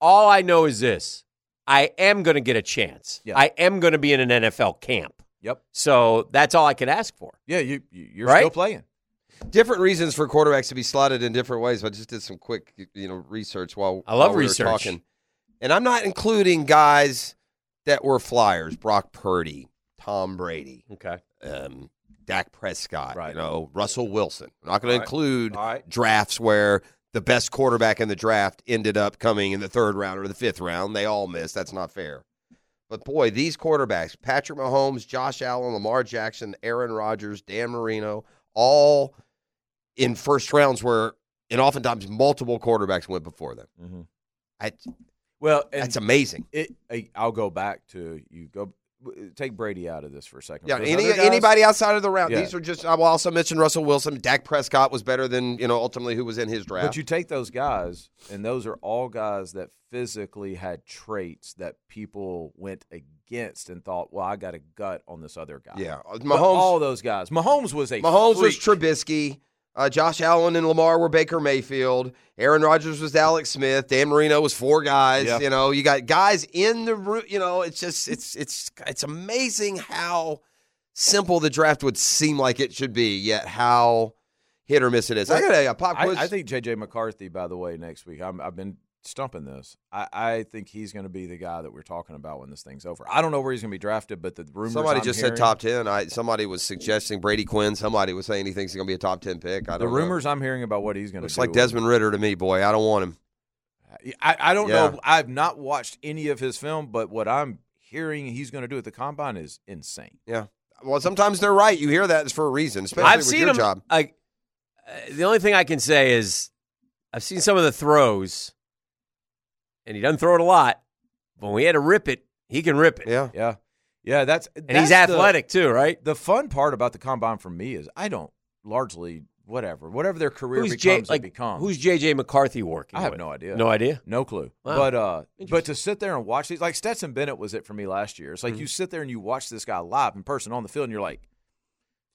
[SPEAKER 7] all I know is this I am going to get a chance.
[SPEAKER 8] Yeah.
[SPEAKER 7] I am going to be in an NFL camp.
[SPEAKER 8] yep,
[SPEAKER 7] So that's all I could ask for.
[SPEAKER 8] yeah, you you- you're
[SPEAKER 7] Right?
[SPEAKER 8] still playing.
[SPEAKER 5] Different reasons for quarterbacks to be slotted in different ways. But I just did some quick, you know, research while
[SPEAKER 7] I
[SPEAKER 5] while
[SPEAKER 7] love
[SPEAKER 5] we were
[SPEAKER 7] research.
[SPEAKER 5] talking. and I'm not including guys that were flyers: Brock Purdy, Tom Brady,
[SPEAKER 7] Okay.
[SPEAKER 5] um, Dak Prescott, you
[SPEAKER 8] Right.
[SPEAKER 5] know, Russell Wilson. I'm not going
[SPEAKER 8] All
[SPEAKER 5] to
[SPEAKER 8] right.
[SPEAKER 5] include
[SPEAKER 8] All right.
[SPEAKER 5] drafts where the best quarterback in the draft ended up coming in the third round or the fifth round. They all missed. That's not fair. But boy, these quarterbacks, Patrick Mahomes, Josh Allen, Lamar Jackson, Aaron Rodgers, Dan Marino, all in first rounds where and oftentimes multiple quarterbacks went before them.
[SPEAKER 8] Mhm.
[SPEAKER 5] I,
[SPEAKER 8] Well, and
[SPEAKER 5] that's amazing.
[SPEAKER 8] it, I- I'll go back to you go take Brady out of this for a second.
[SPEAKER 5] Yeah,
[SPEAKER 8] Those
[SPEAKER 5] any,
[SPEAKER 8] other guys-
[SPEAKER 5] anybody outside of the round.
[SPEAKER 8] Yeah.
[SPEAKER 5] These are just. I will also mention Russell Wilson. Dak Prescott was better than you know ultimately who was in his draft.
[SPEAKER 8] But you take those guys, and those are all guys that physically had traits that people went against and thought, well, I got a gut on this other guy.
[SPEAKER 5] yeah,
[SPEAKER 8] But all
[SPEAKER 5] Mahomes.
[SPEAKER 8] those guys. Mahomes was a
[SPEAKER 5] Mahomes was
[SPEAKER 8] freak.
[SPEAKER 5] Trubisky. Uh, Josh Allen and Lamar were Baker Mayfield. Aaron Rodgers was Alex Smith. Dan Marino was four guys.
[SPEAKER 8] Yeah.
[SPEAKER 5] You know, you got guys in the room. You know, it's just it's it's it's amazing how simple the draft would seem like it should be, yet how hit or miss it is. I got a, a pop quiz.
[SPEAKER 8] I, I think JJ McCarthy, by the way, next week. I'm, I've been stumping this. I, I think he's going to be the guy that we're talking about when this thing's over. I don't know where he's going to be drafted, but the rumors
[SPEAKER 5] Somebody
[SPEAKER 8] I'm
[SPEAKER 5] just
[SPEAKER 8] hearing,
[SPEAKER 5] said top ten. I somebody was suggesting Brady Quinn. Somebody was saying he thinks he's gonna be a top ten pick. I don't
[SPEAKER 8] The
[SPEAKER 5] know.
[SPEAKER 8] rumors I'm hearing about what he's going to
[SPEAKER 5] looks
[SPEAKER 8] do.
[SPEAKER 5] like Desmond Ritter to me, boy. I don't want him.
[SPEAKER 8] I, I don't
[SPEAKER 5] Yeah.
[SPEAKER 8] know. I've not watched any of his film, but what I'm hearing he's going to do at the combine is insane.
[SPEAKER 5] Well, sometimes they're right. You hear that for a reason, especially
[SPEAKER 7] I've
[SPEAKER 5] with
[SPEAKER 7] seen
[SPEAKER 5] your
[SPEAKER 7] him.
[SPEAKER 5] job.
[SPEAKER 7] I, uh, the only thing I can say is I've seen some of the throws, and he doesn't throw it a lot. But when we had to rip it, he can rip it.
[SPEAKER 5] Yeah.
[SPEAKER 8] Yeah, yeah. That's
[SPEAKER 7] And he's
[SPEAKER 8] that's the-
[SPEAKER 7] athletic too, right?
[SPEAKER 8] The fun part about the combine for me is I don't largely whatever whatever their career
[SPEAKER 7] Who's J,
[SPEAKER 8] becomes,
[SPEAKER 7] like,
[SPEAKER 8] it becomes.
[SPEAKER 7] who's JJ McCarthy working?
[SPEAKER 8] I have
[SPEAKER 7] with?
[SPEAKER 8] no idea.
[SPEAKER 7] No idea.
[SPEAKER 8] No clue.
[SPEAKER 7] Wow.
[SPEAKER 8] But uh, but
[SPEAKER 7] Interesting.
[SPEAKER 8] to sit there and watch these, like Stetson Bennett was it for me last year. It's like you sit there and you watch this guy live in person on the field, and you're like,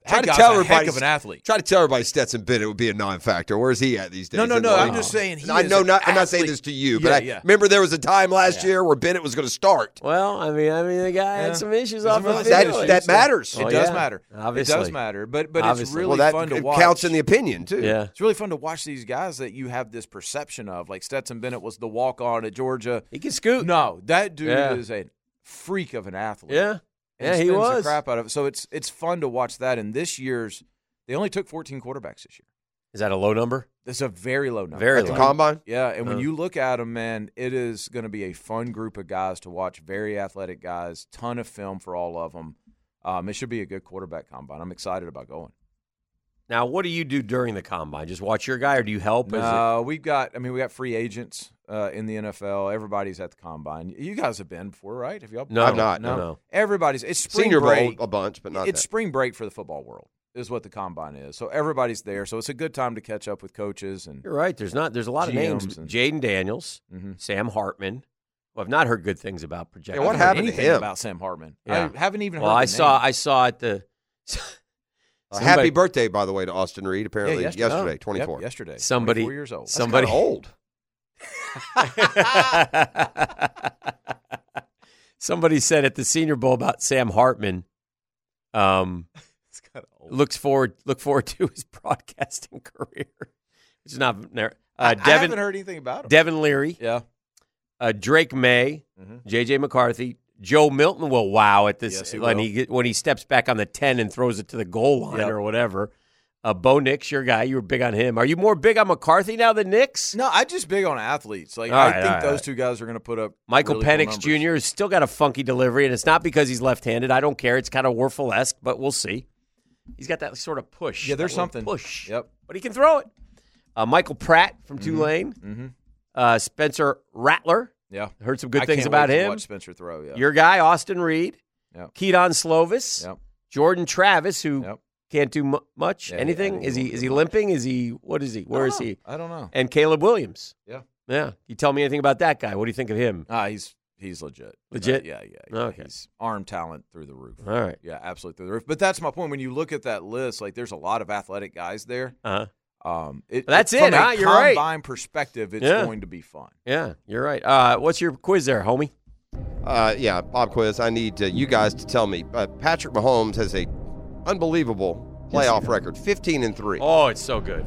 [SPEAKER 8] that
[SPEAKER 5] Try to
[SPEAKER 8] guy's
[SPEAKER 5] tell
[SPEAKER 8] a
[SPEAKER 5] everybody-
[SPEAKER 8] heck of an athlete.
[SPEAKER 5] Try to tell everybody Stetson Bennett would be a non-factor. Where's he at these days?
[SPEAKER 8] No, no,
[SPEAKER 5] And
[SPEAKER 8] no.
[SPEAKER 5] like-
[SPEAKER 8] I'm just saying. He
[SPEAKER 5] I
[SPEAKER 8] is
[SPEAKER 5] know.
[SPEAKER 8] an
[SPEAKER 5] Not, I'm not saying
[SPEAKER 8] athlete.
[SPEAKER 5] this to you,
[SPEAKER 8] Yeah,
[SPEAKER 5] but I
[SPEAKER 8] yeah.
[SPEAKER 5] remember there was a time last
[SPEAKER 8] Yeah.
[SPEAKER 5] year where Bennett was going to start.
[SPEAKER 7] Well, I mean, I mean, the guy
[SPEAKER 8] Yeah.
[SPEAKER 7] had some issues
[SPEAKER 8] He's
[SPEAKER 7] off
[SPEAKER 8] really
[SPEAKER 7] the
[SPEAKER 8] good.
[SPEAKER 7] field.
[SPEAKER 5] That that matters.
[SPEAKER 8] It
[SPEAKER 7] Oh,
[SPEAKER 8] does
[SPEAKER 7] yeah.
[SPEAKER 8] matter. It does
[SPEAKER 7] Obviously.
[SPEAKER 8] matter. But but it's
[SPEAKER 7] Obviously.
[SPEAKER 8] really
[SPEAKER 5] well, that
[SPEAKER 8] fun to
[SPEAKER 5] it
[SPEAKER 8] watch.
[SPEAKER 5] counts in the opinion too.
[SPEAKER 7] Yeah.
[SPEAKER 8] It's really fun to watch these guys that you have this perception of. Like Stetson Bennett was the walk on at Georgia.
[SPEAKER 7] He can scoot.
[SPEAKER 8] No, that dude
[SPEAKER 7] Yeah.
[SPEAKER 8] is a freak of an athlete.
[SPEAKER 7] Yeah.
[SPEAKER 8] and
[SPEAKER 7] Yeah, he
[SPEAKER 8] spins
[SPEAKER 7] was.
[SPEAKER 8] the crap out of it. So it's it's fun to watch that. And this year's, they only took 14 quarterbacks this year.
[SPEAKER 7] Is that a low number?
[SPEAKER 8] That's a very low number.
[SPEAKER 7] Very
[SPEAKER 5] At the combine,
[SPEAKER 8] Yeah, and when
[SPEAKER 7] Uh.
[SPEAKER 8] you look at them, man, it is going to be a fun group of guys to watch. Very athletic guys, ton of film for all of them. Um, it should be a good quarterback combine. I'm excited about going.
[SPEAKER 7] Now, what do you do during the combine? Just watch your guy, or do you help? Is it-
[SPEAKER 8] No, we've got. I mean, we got free agents uh, in the NFL. Everybody's at the combine. You guys have been before, right? Have y'all?
[SPEAKER 7] No,
[SPEAKER 5] I've not,
[SPEAKER 7] no, no.
[SPEAKER 8] Everybody's. It's spring
[SPEAKER 5] Senior Bowl
[SPEAKER 8] break.
[SPEAKER 5] a bunch, but not
[SPEAKER 8] it's
[SPEAKER 5] that.
[SPEAKER 8] spring break for the football world. Is what the combine is. So everybody's there. So it's a good time to catch up with coaches and
[SPEAKER 7] You're right. There's not. There's a lot of names.
[SPEAKER 8] GMs and-
[SPEAKER 7] Jaden Daniels,
[SPEAKER 8] Mhm.
[SPEAKER 7] Sam Hartman. Who I've not heard good things about. Project.
[SPEAKER 5] Yeah, what
[SPEAKER 8] I haven't heard
[SPEAKER 5] happened to
[SPEAKER 8] anything
[SPEAKER 5] him?
[SPEAKER 8] about Sam Hartman?
[SPEAKER 7] Yeah.
[SPEAKER 8] I haven't even.
[SPEAKER 7] Well,
[SPEAKER 8] heard
[SPEAKER 7] I
[SPEAKER 8] the
[SPEAKER 7] saw.
[SPEAKER 8] name.
[SPEAKER 7] I saw at the.
[SPEAKER 5] Uh,
[SPEAKER 7] somebody-
[SPEAKER 5] Happy birthday, by the way, to Austin Reed.
[SPEAKER 8] Yeah,
[SPEAKER 5] Apparently
[SPEAKER 8] yesterday,
[SPEAKER 5] yesterday,
[SPEAKER 8] Yep,
[SPEAKER 5] twenty four.
[SPEAKER 8] yesterday,
[SPEAKER 7] Somebody-
[SPEAKER 8] 24 years old.
[SPEAKER 7] somebody-
[SPEAKER 5] old.
[SPEAKER 7] Somebody said at the Senior Bowl about Sam Hartman. Um, looks forward. Look forward to his broadcasting career. It's not there. Uh,
[SPEAKER 8] I haven't
[SPEAKER 7] Devin
[SPEAKER 8] heard anything about him.
[SPEAKER 7] Devin Leary,
[SPEAKER 8] yeah,
[SPEAKER 7] uh, Drake May,
[SPEAKER 8] Mhm.
[SPEAKER 7] J.J. McCarthy, Joe Milton will wow at this
[SPEAKER 8] Yes, he
[SPEAKER 7] when
[SPEAKER 8] will.
[SPEAKER 7] he get, when he steps back on the ten and throws it to the goal line
[SPEAKER 8] Yep.
[SPEAKER 7] or whatever. Uh, Bo Nix, your guy, you were big on him. Are you more big on McCarthy now than Nix?
[SPEAKER 8] no, I'm just big on athletes. Like
[SPEAKER 7] All
[SPEAKER 8] I
[SPEAKER 7] right,
[SPEAKER 8] think
[SPEAKER 7] all right, all
[SPEAKER 8] those
[SPEAKER 7] right.
[SPEAKER 8] two guys are going to put up
[SPEAKER 7] Michael
[SPEAKER 8] really cool
[SPEAKER 7] Penix
[SPEAKER 8] numbers.
[SPEAKER 7] Jr. has still got a funky delivery, and it's not because he's left-handed. I don't care. It's kind of Werfel esque, but we'll see. He's got that sort of push.
[SPEAKER 8] Yeah, there's
[SPEAKER 7] that little
[SPEAKER 8] something.
[SPEAKER 7] push.
[SPEAKER 8] Yep.
[SPEAKER 7] but he can throw it. Uh, Michael Pratt from Tulane,
[SPEAKER 8] Mhm.
[SPEAKER 7] uh, Spencer Rattler.
[SPEAKER 8] Yeah,
[SPEAKER 7] Heard some good
[SPEAKER 8] I
[SPEAKER 7] things
[SPEAKER 8] can't
[SPEAKER 7] about
[SPEAKER 8] wait to
[SPEAKER 7] him.
[SPEAKER 8] watch Spencer throw. Yeah,
[SPEAKER 7] Your guy Austin Reed,
[SPEAKER 8] Yep.
[SPEAKER 7] Keaton Slovis,
[SPEAKER 8] Yep.
[SPEAKER 7] Jordan Travis, who
[SPEAKER 8] Yep.
[SPEAKER 7] can't do mu- much.
[SPEAKER 8] Yeah, yeah, I
[SPEAKER 7] anything?
[SPEAKER 8] think
[SPEAKER 7] is
[SPEAKER 8] he
[SPEAKER 7] he
[SPEAKER 8] won't
[SPEAKER 7] is
[SPEAKER 8] do
[SPEAKER 7] he limping? Is he what is he?
[SPEAKER 8] I don't
[SPEAKER 7] Where is
[SPEAKER 8] know.
[SPEAKER 7] he?
[SPEAKER 8] I don't know.
[SPEAKER 7] And Caleb Williams.
[SPEAKER 8] Yeah.
[SPEAKER 7] yeah. You tell me anything about that guy? What do you think of him?
[SPEAKER 8] Ah, he's he's legit.
[SPEAKER 7] Legit?
[SPEAKER 8] Uh, yeah, yeah. yeah.
[SPEAKER 7] Okay.
[SPEAKER 8] He's arm talent through the roof.
[SPEAKER 7] All right.
[SPEAKER 8] Yeah, absolutely through the roof. But that's my point. When you look at that list, like there's a lot of athletic guys there.
[SPEAKER 7] Uh-huh.
[SPEAKER 8] Um, it,
[SPEAKER 7] That's
[SPEAKER 8] from
[SPEAKER 7] it,
[SPEAKER 8] a
[SPEAKER 7] huh? You're right.
[SPEAKER 8] Combine perspective, it's
[SPEAKER 7] Yeah.
[SPEAKER 8] going to be fun.
[SPEAKER 7] Yeah, you're right. Uh, what's your quiz there, homie?
[SPEAKER 5] Uh, yeah, Bob Quiz. I need uh, you guys to tell me. Uh, Patrick Mahomes has a unbelievable playoff record, fifteen and three.
[SPEAKER 7] Oh, it's so good.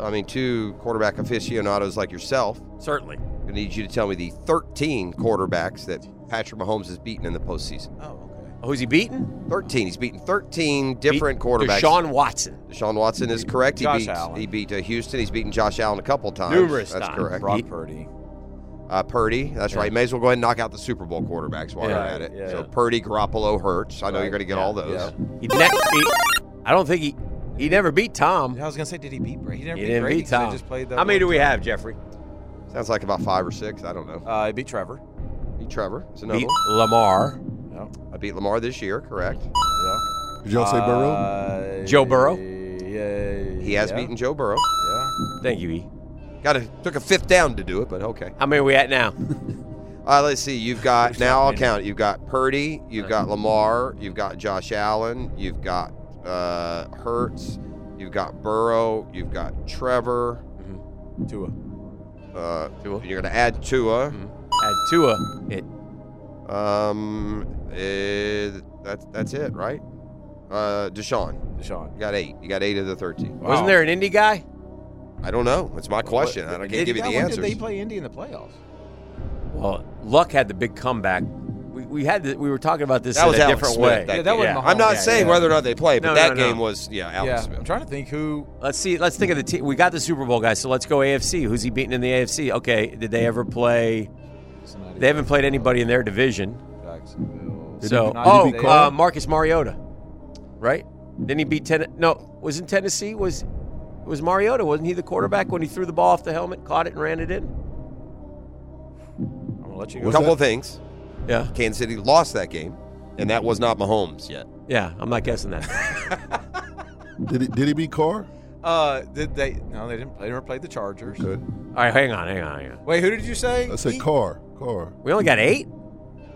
[SPEAKER 5] I mean, two quarterback aficionados like yourself.
[SPEAKER 7] Certainly.
[SPEAKER 5] I need you to tell me the thirteen quarterbacks that Patrick Mahomes has beaten in the postseason.
[SPEAKER 8] Oh, okay.
[SPEAKER 7] Who's he beaten?
[SPEAKER 5] Thirteen. He's beaten thirteen different
[SPEAKER 7] Beat
[SPEAKER 5] quarterbacks.
[SPEAKER 7] Deshaun Watson.
[SPEAKER 5] Deshaun Watson is correct. He
[SPEAKER 8] Josh
[SPEAKER 5] beat
[SPEAKER 8] Allen.
[SPEAKER 5] he beat uh, Houston. He's beaten Josh Allen a couple times.
[SPEAKER 7] Numerous
[SPEAKER 5] That's
[SPEAKER 7] times.
[SPEAKER 5] correct.
[SPEAKER 8] Brock Purdy.
[SPEAKER 5] Uh, Purdy, that's right. May as well go ahead and knock out the Super Bowl quarterbacks while
[SPEAKER 8] Yeah,
[SPEAKER 5] you're at it.
[SPEAKER 8] yeah.
[SPEAKER 5] so Purdy, Garoppolo, Hurts. I know you're going to get all those.
[SPEAKER 7] He ne- he- I don't think he he never beat Tom.
[SPEAKER 8] Yeah, I was gonna say, did he beat Brady? He, never
[SPEAKER 7] He
[SPEAKER 8] beat
[SPEAKER 7] didn't
[SPEAKER 8] Brady
[SPEAKER 7] beat
[SPEAKER 8] 'cause they
[SPEAKER 7] Tom.
[SPEAKER 8] Just played that
[SPEAKER 7] How many
[SPEAKER 8] one
[SPEAKER 7] do we
[SPEAKER 8] time.
[SPEAKER 7] have, Jeffrey?
[SPEAKER 5] Sounds like about five or six. I don't know.
[SPEAKER 8] Uh, he beat Trevor.
[SPEAKER 5] Beat Trevor. It's another
[SPEAKER 7] Beat
[SPEAKER 5] one.
[SPEAKER 7] Lamar.
[SPEAKER 8] Yeah.
[SPEAKER 5] I beat Lamar this year. Correct.
[SPEAKER 8] Yeah.
[SPEAKER 4] Did y'all say Burrow?
[SPEAKER 8] Uh,
[SPEAKER 7] Joe Burrow?
[SPEAKER 8] Yeah.
[SPEAKER 5] He has
[SPEAKER 8] yeah,
[SPEAKER 5] beaten Joe Burrow.
[SPEAKER 8] Yeah.
[SPEAKER 7] Thank you, E.
[SPEAKER 5] Got a, took a fifth down to do it, but okay.
[SPEAKER 7] How many are we at now?
[SPEAKER 5] Uh, let's see. You've got now. I'll count. You've got Purdy. You've got Lamar. You've got Josh Allen. You've got uh, Hurts. You've got Burrow. You've got Trevor.
[SPEAKER 8] Tua.
[SPEAKER 5] Uh,
[SPEAKER 7] Tua.
[SPEAKER 5] You're going to add Tua.
[SPEAKER 7] Add Tua. It,
[SPEAKER 5] Hmm. Um, eh, that's that's it, right? Uh, Deshaun,
[SPEAKER 8] Deshaun.
[SPEAKER 5] you got eight. You got eight of the thirteen.
[SPEAKER 7] Wasn't there an indie guy?
[SPEAKER 5] I don't know. It's my question. I don't- can't give you the answers.
[SPEAKER 8] Did they play Indy in the playoffs?
[SPEAKER 7] Well, Luck had the big comeback. We, we had the, we were talking about this
[SPEAKER 5] That
[SPEAKER 7] in
[SPEAKER 5] was
[SPEAKER 7] a
[SPEAKER 5] Alex
[SPEAKER 7] different
[SPEAKER 5] Smith,
[SPEAKER 7] way.
[SPEAKER 5] that
[SPEAKER 8] Yeah, that
[SPEAKER 5] game.
[SPEAKER 8] was
[SPEAKER 7] Yeah.
[SPEAKER 8] Mahomes.
[SPEAKER 5] I'm not
[SPEAKER 8] Yeah,
[SPEAKER 5] saying
[SPEAKER 8] yeah.
[SPEAKER 5] whether or not they played, but
[SPEAKER 7] No,
[SPEAKER 5] that
[SPEAKER 7] no, no.
[SPEAKER 5] game was yeah. Alex
[SPEAKER 8] yeah, I'm
[SPEAKER 5] Smith.
[SPEAKER 8] trying to think who.
[SPEAKER 7] Let's see. Let's think of the team. We got the Super Bowl guy, so let's go AFC. Who's he beating in the AFC? Okay, did they ever play?
[SPEAKER 8] Cincinnati
[SPEAKER 7] They haven't played anybody in their division.
[SPEAKER 8] Jacksonville.
[SPEAKER 7] So,
[SPEAKER 8] Cincinnati,
[SPEAKER 7] oh,
[SPEAKER 8] they-
[SPEAKER 7] uh, Marcus Mariota, right? Didn't he beat ten? No, was in Tennessee. Was was Mariota? Wasn't he the quarterback when he threw the ball off the helmet, caught it, and ran it in?
[SPEAKER 8] I'm gonna let you
[SPEAKER 5] A
[SPEAKER 8] go.
[SPEAKER 4] What's
[SPEAKER 5] couple
[SPEAKER 4] that?
[SPEAKER 5] of things.
[SPEAKER 7] Yeah,
[SPEAKER 5] Kansas City lost that game, and that was not Mahomes yet.
[SPEAKER 7] yeah. I'm not guessing that.
[SPEAKER 4] Did he, did he beat Carr?
[SPEAKER 8] Uh, did they? No, they didn't. Play, they never played the Chargers.
[SPEAKER 4] Okay.
[SPEAKER 7] All right, hang on, hang on, hang on.
[SPEAKER 8] Wait, who did you say?
[SPEAKER 4] I said
[SPEAKER 8] He-
[SPEAKER 4] Carr. Carr.
[SPEAKER 7] We only got eight.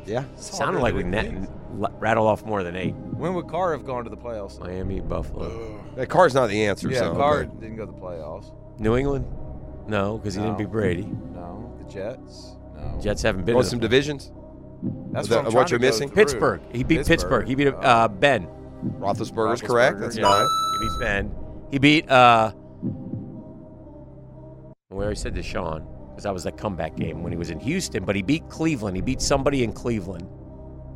[SPEAKER 5] Yeah.
[SPEAKER 7] Sounded like we net, l- rattled off more than eight.
[SPEAKER 8] When would Carr have gone to the playoffs?
[SPEAKER 7] Miami, Buffalo,
[SPEAKER 5] That car's not the answer.
[SPEAKER 8] yeah,
[SPEAKER 5] so.
[SPEAKER 8] Carr didn't go to the playoffs.
[SPEAKER 7] New England. No, because he
[SPEAKER 8] No.
[SPEAKER 7] didn't beat Brady.
[SPEAKER 8] No, the Jets. No,
[SPEAKER 7] Jets haven't been.
[SPEAKER 5] Want
[SPEAKER 7] in
[SPEAKER 5] some
[SPEAKER 7] the-
[SPEAKER 5] divisions?
[SPEAKER 8] That's
[SPEAKER 5] that- what
[SPEAKER 8] what, I'm trying to
[SPEAKER 5] you're
[SPEAKER 8] go
[SPEAKER 5] missing?
[SPEAKER 8] through.
[SPEAKER 7] Pittsburgh. He beat Pittsburgh. He beat
[SPEAKER 8] Oh.
[SPEAKER 7] uh, Ben.
[SPEAKER 5] Roethlisberger's correct. That's
[SPEAKER 8] Roethlisberger,
[SPEAKER 5] nine.
[SPEAKER 7] He beat Ben. He beat uh we already said Deshaun, because that was that comeback game when he was in Houston, but he beat Cleveland. He beat somebody in Cleveland.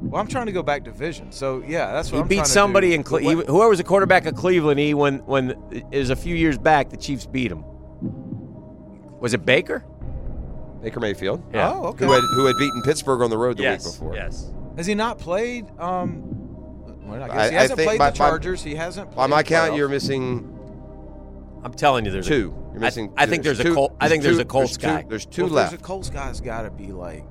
[SPEAKER 8] Well, I'm trying to go back division. So yeah, that's what
[SPEAKER 7] He
[SPEAKER 8] I'm trying
[SPEAKER 7] beat
[SPEAKER 8] to
[SPEAKER 7] somebody
[SPEAKER 8] do.
[SPEAKER 7] in
[SPEAKER 8] But what-
[SPEAKER 7] Cleveland. Whoever was the quarterback of Cleveland, he when when it was a few years back, the Chiefs beat him. Was it Baker?
[SPEAKER 5] Baker Mayfield,
[SPEAKER 8] Oh, okay.
[SPEAKER 5] who had who had beaten Pittsburgh on the road the
[SPEAKER 7] yes.
[SPEAKER 5] week before.
[SPEAKER 7] Yes.
[SPEAKER 8] Has he not played? Um, well, I guess
[SPEAKER 5] I-
[SPEAKER 8] he
[SPEAKER 5] I
[SPEAKER 8] hasn't
[SPEAKER 5] think
[SPEAKER 8] played
[SPEAKER 5] by-
[SPEAKER 8] the
[SPEAKER 5] by-
[SPEAKER 8] Chargers. he hasn't. Played
[SPEAKER 5] By my
[SPEAKER 8] the
[SPEAKER 5] count,
[SPEAKER 8] playoffs.
[SPEAKER 5] you're missing
[SPEAKER 7] I'm telling you, there's a-
[SPEAKER 5] Two. You're
[SPEAKER 7] I-
[SPEAKER 5] missing.
[SPEAKER 7] I think there's a
[SPEAKER 5] two-
[SPEAKER 7] Col- I think there's a Colts
[SPEAKER 5] two-
[SPEAKER 7] guy.
[SPEAKER 5] There's two
[SPEAKER 8] Well, if
[SPEAKER 5] left.
[SPEAKER 8] There's a Colts guy's got to be like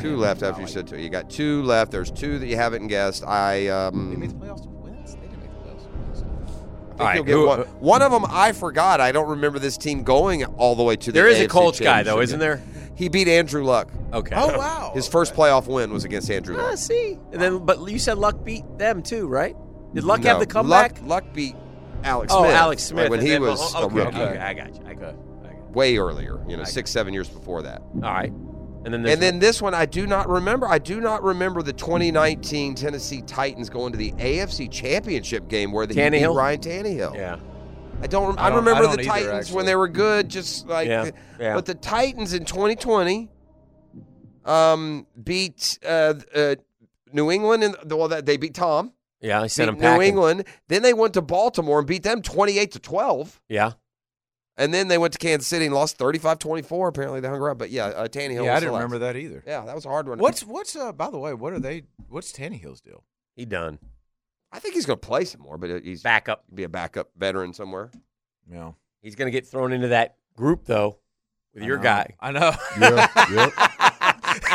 [SPEAKER 5] Two left after you said two. You got two left. There's two that you haven't guessed. I
[SPEAKER 8] they made
[SPEAKER 5] um.
[SPEAKER 8] the playoffs to wins. They didn't make the playoffs to
[SPEAKER 5] I
[SPEAKER 8] wins.
[SPEAKER 5] think
[SPEAKER 7] All right,
[SPEAKER 5] you'll get
[SPEAKER 7] who-
[SPEAKER 5] one. one of them I forgot. I don't remember this team going all the way to the.
[SPEAKER 7] there is a
[SPEAKER 5] AFC
[SPEAKER 7] Colts guy though,
[SPEAKER 5] championship.
[SPEAKER 7] isn't there?
[SPEAKER 5] He beat Andrew Luck.
[SPEAKER 7] Okay.
[SPEAKER 8] Oh wow!
[SPEAKER 5] His first playoff win was against Andrew
[SPEAKER 7] Ah,
[SPEAKER 5] Luck.
[SPEAKER 7] see, and then but you said Luck beat them too, right? Did Luck
[SPEAKER 5] No,
[SPEAKER 7] have the comeback?
[SPEAKER 5] Luck, Luck beat Alex.
[SPEAKER 7] oh,
[SPEAKER 5] Smith,
[SPEAKER 7] Alex
[SPEAKER 5] like,
[SPEAKER 7] Smith
[SPEAKER 5] when
[SPEAKER 7] and
[SPEAKER 5] he
[SPEAKER 7] then-
[SPEAKER 5] was
[SPEAKER 7] oh,
[SPEAKER 5] a
[SPEAKER 7] okay,
[SPEAKER 5] rookie.
[SPEAKER 7] okay, I got you. I got you. I got you.
[SPEAKER 5] Way earlier, you know, six, seven years before that.
[SPEAKER 7] All right, and then there's
[SPEAKER 5] and then this one I do not remember. I do not remember the 2019 Tennessee Titans going to the AFC Championship game where they beat
[SPEAKER 7] Tannehill?
[SPEAKER 5] Ryan Tannehill.
[SPEAKER 7] yeah,
[SPEAKER 5] I don't. Rem- I,
[SPEAKER 8] I don't-
[SPEAKER 5] remember
[SPEAKER 8] I don't
[SPEAKER 5] the
[SPEAKER 8] either,
[SPEAKER 5] Titans when
[SPEAKER 8] actually.
[SPEAKER 5] they were good, just like.
[SPEAKER 7] Yeah, yeah.
[SPEAKER 5] But the Titans in 2020, um, beat uh, uh, New England and well, that they beat Tom.
[SPEAKER 7] yeah. I
[SPEAKER 5] Beat
[SPEAKER 7] sent
[SPEAKER 5] New
[SPEAKER 7] him packing.
[SPEAKER 5] England. Then they went to Baltimore and beat them 28 to 12.
[SPEAKER 7] Yeah,
[SPEAKER 5] And then they went to Kansas City and lost 35-24. Apparently they hung around. But yeah, uh, Tannehill.
[SPEAKER 8] yeah,
[SPEAKER 5] was
[SPEAKER 8] I
[SPEAKER 5] the
[SPEAKER 8] didn't
[SPEAKER 5] last.
[SPEAKER 8] remember that either.
[SPEAKER 5] Yeah, that was a hard one.
[SPEAKER 8] What's what's uh? By the way, what are they? What's Tannehill's deal?
[SPEAKER 7] he done.
[SPEAKER 5] I think he's going to play some more, but uh, he's
[SPEAKER 7] Backup.
[SPEAKER 5] be a backup veteran somewhere.
[SPEAKER 8] Yeah,
[SPEAKER 7] He's gonna get thrown into that group though with
[SPEAKER 8] I
[SPEAKER 7] your
[SPEAKER 8] know.
[SPEAKER 7] guy.
[SPEAKER 8] I know.
[SPEAKER 4] Yeah,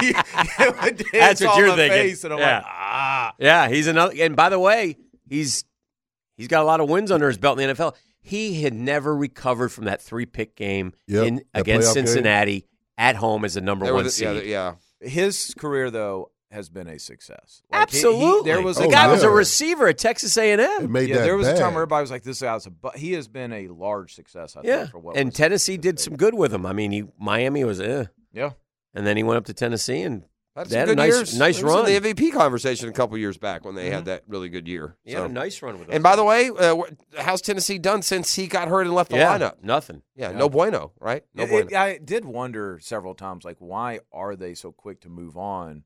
[SPEAKER 4] yeah.
[SPEAKER 8] That's
[SPEAKER 7] what you're thinking.
[SPEAKER 8] Face, and I'm
[SPEAKER 7] Yeah.
[SPEAKER 8] like, ah.
[SPEAKER 7] Yeah, he's another. And by the way, he's he's got a lot of wins under his belt in the NFL. He had never recovered from that three pick game
[SPEAKER 4] Yep,
[SPEAKER 7] in
[SPEAKER 4] that
[SPEAKER 7] against
[SPEAKER 4] playoff game.
[SPEAKER 7] Cincinnati at home as the number
[SPEAKER 5] They were
[SPEAKER 7] one
[SPEAKER 5] the-
[SPEAKER 7] seed.
[SPEAKER 5] yeah, yeah.
[SPEAKER 8] His career though has been a success. Like, he- he-
[SPEAKER 7] Absolutely,
[SPEAKER 8] there was
[SPEAKER 7] the
[SPEAKER 8] a
[SPEAKER 4] Oh,
[SPEAKER 7] guy
[SPEAKER 8] time-
[SPEAKER 7] was a
[SPEAKER 4] yeah.
[SPEAKER 7] receiver at Texas A and
[SPEAKER 4] It
[SPEAKER 7] M.
[SPEAKER 4] made
[SPEAKER 8] Yeah,
[SPEAKER 4] that
[SPEAKER 8] there was a
[SPEAKER 4] bad.
[SPEAKER 8] time where everybody was like, "This guy's a." bu- He has been a large success. I
[SPEAKER 7] Yeah,
[SPEAKER 8] think, for what
[SPEAKER 7] and
[SPEAKER 8] was-
[SPEAKER 7] Tennessee
[SPEAKER 8] his
[SPEAKER 7] did
[SPEAKER 8] base.
[SPEAKER 7] some good with him. I mean, he Miami was eh,
[SPEAKER 8] Yeah,
[SPEAKER 7] and then he went up to Tennessee and
[SPEAKER 5] That's
[SPEAKER 7] They had a nice- nice run.
[SPEAKER 5] In the MVP conversation a couple years back when they had that really good year.
[SPEAKER 7] he had
[SPEAKER 5] So-
[SPEAKER 7] a nice run with.
[SPEAKER 5] and by the way, uh, wh- how's Tennessee done since he got hurt and left the
[SPEAKER 7] yeah,
[SPEAKER 5] lineup?
[SPEAKER 7] nothing.
[SPEAKER 5] Yeah, no bueno, right? No
[SPEAKER 8] It-
[SPEAKER 5] bueno.
[SPEAKER 8] it- I did wonder several times, like, why are they so quick to move on?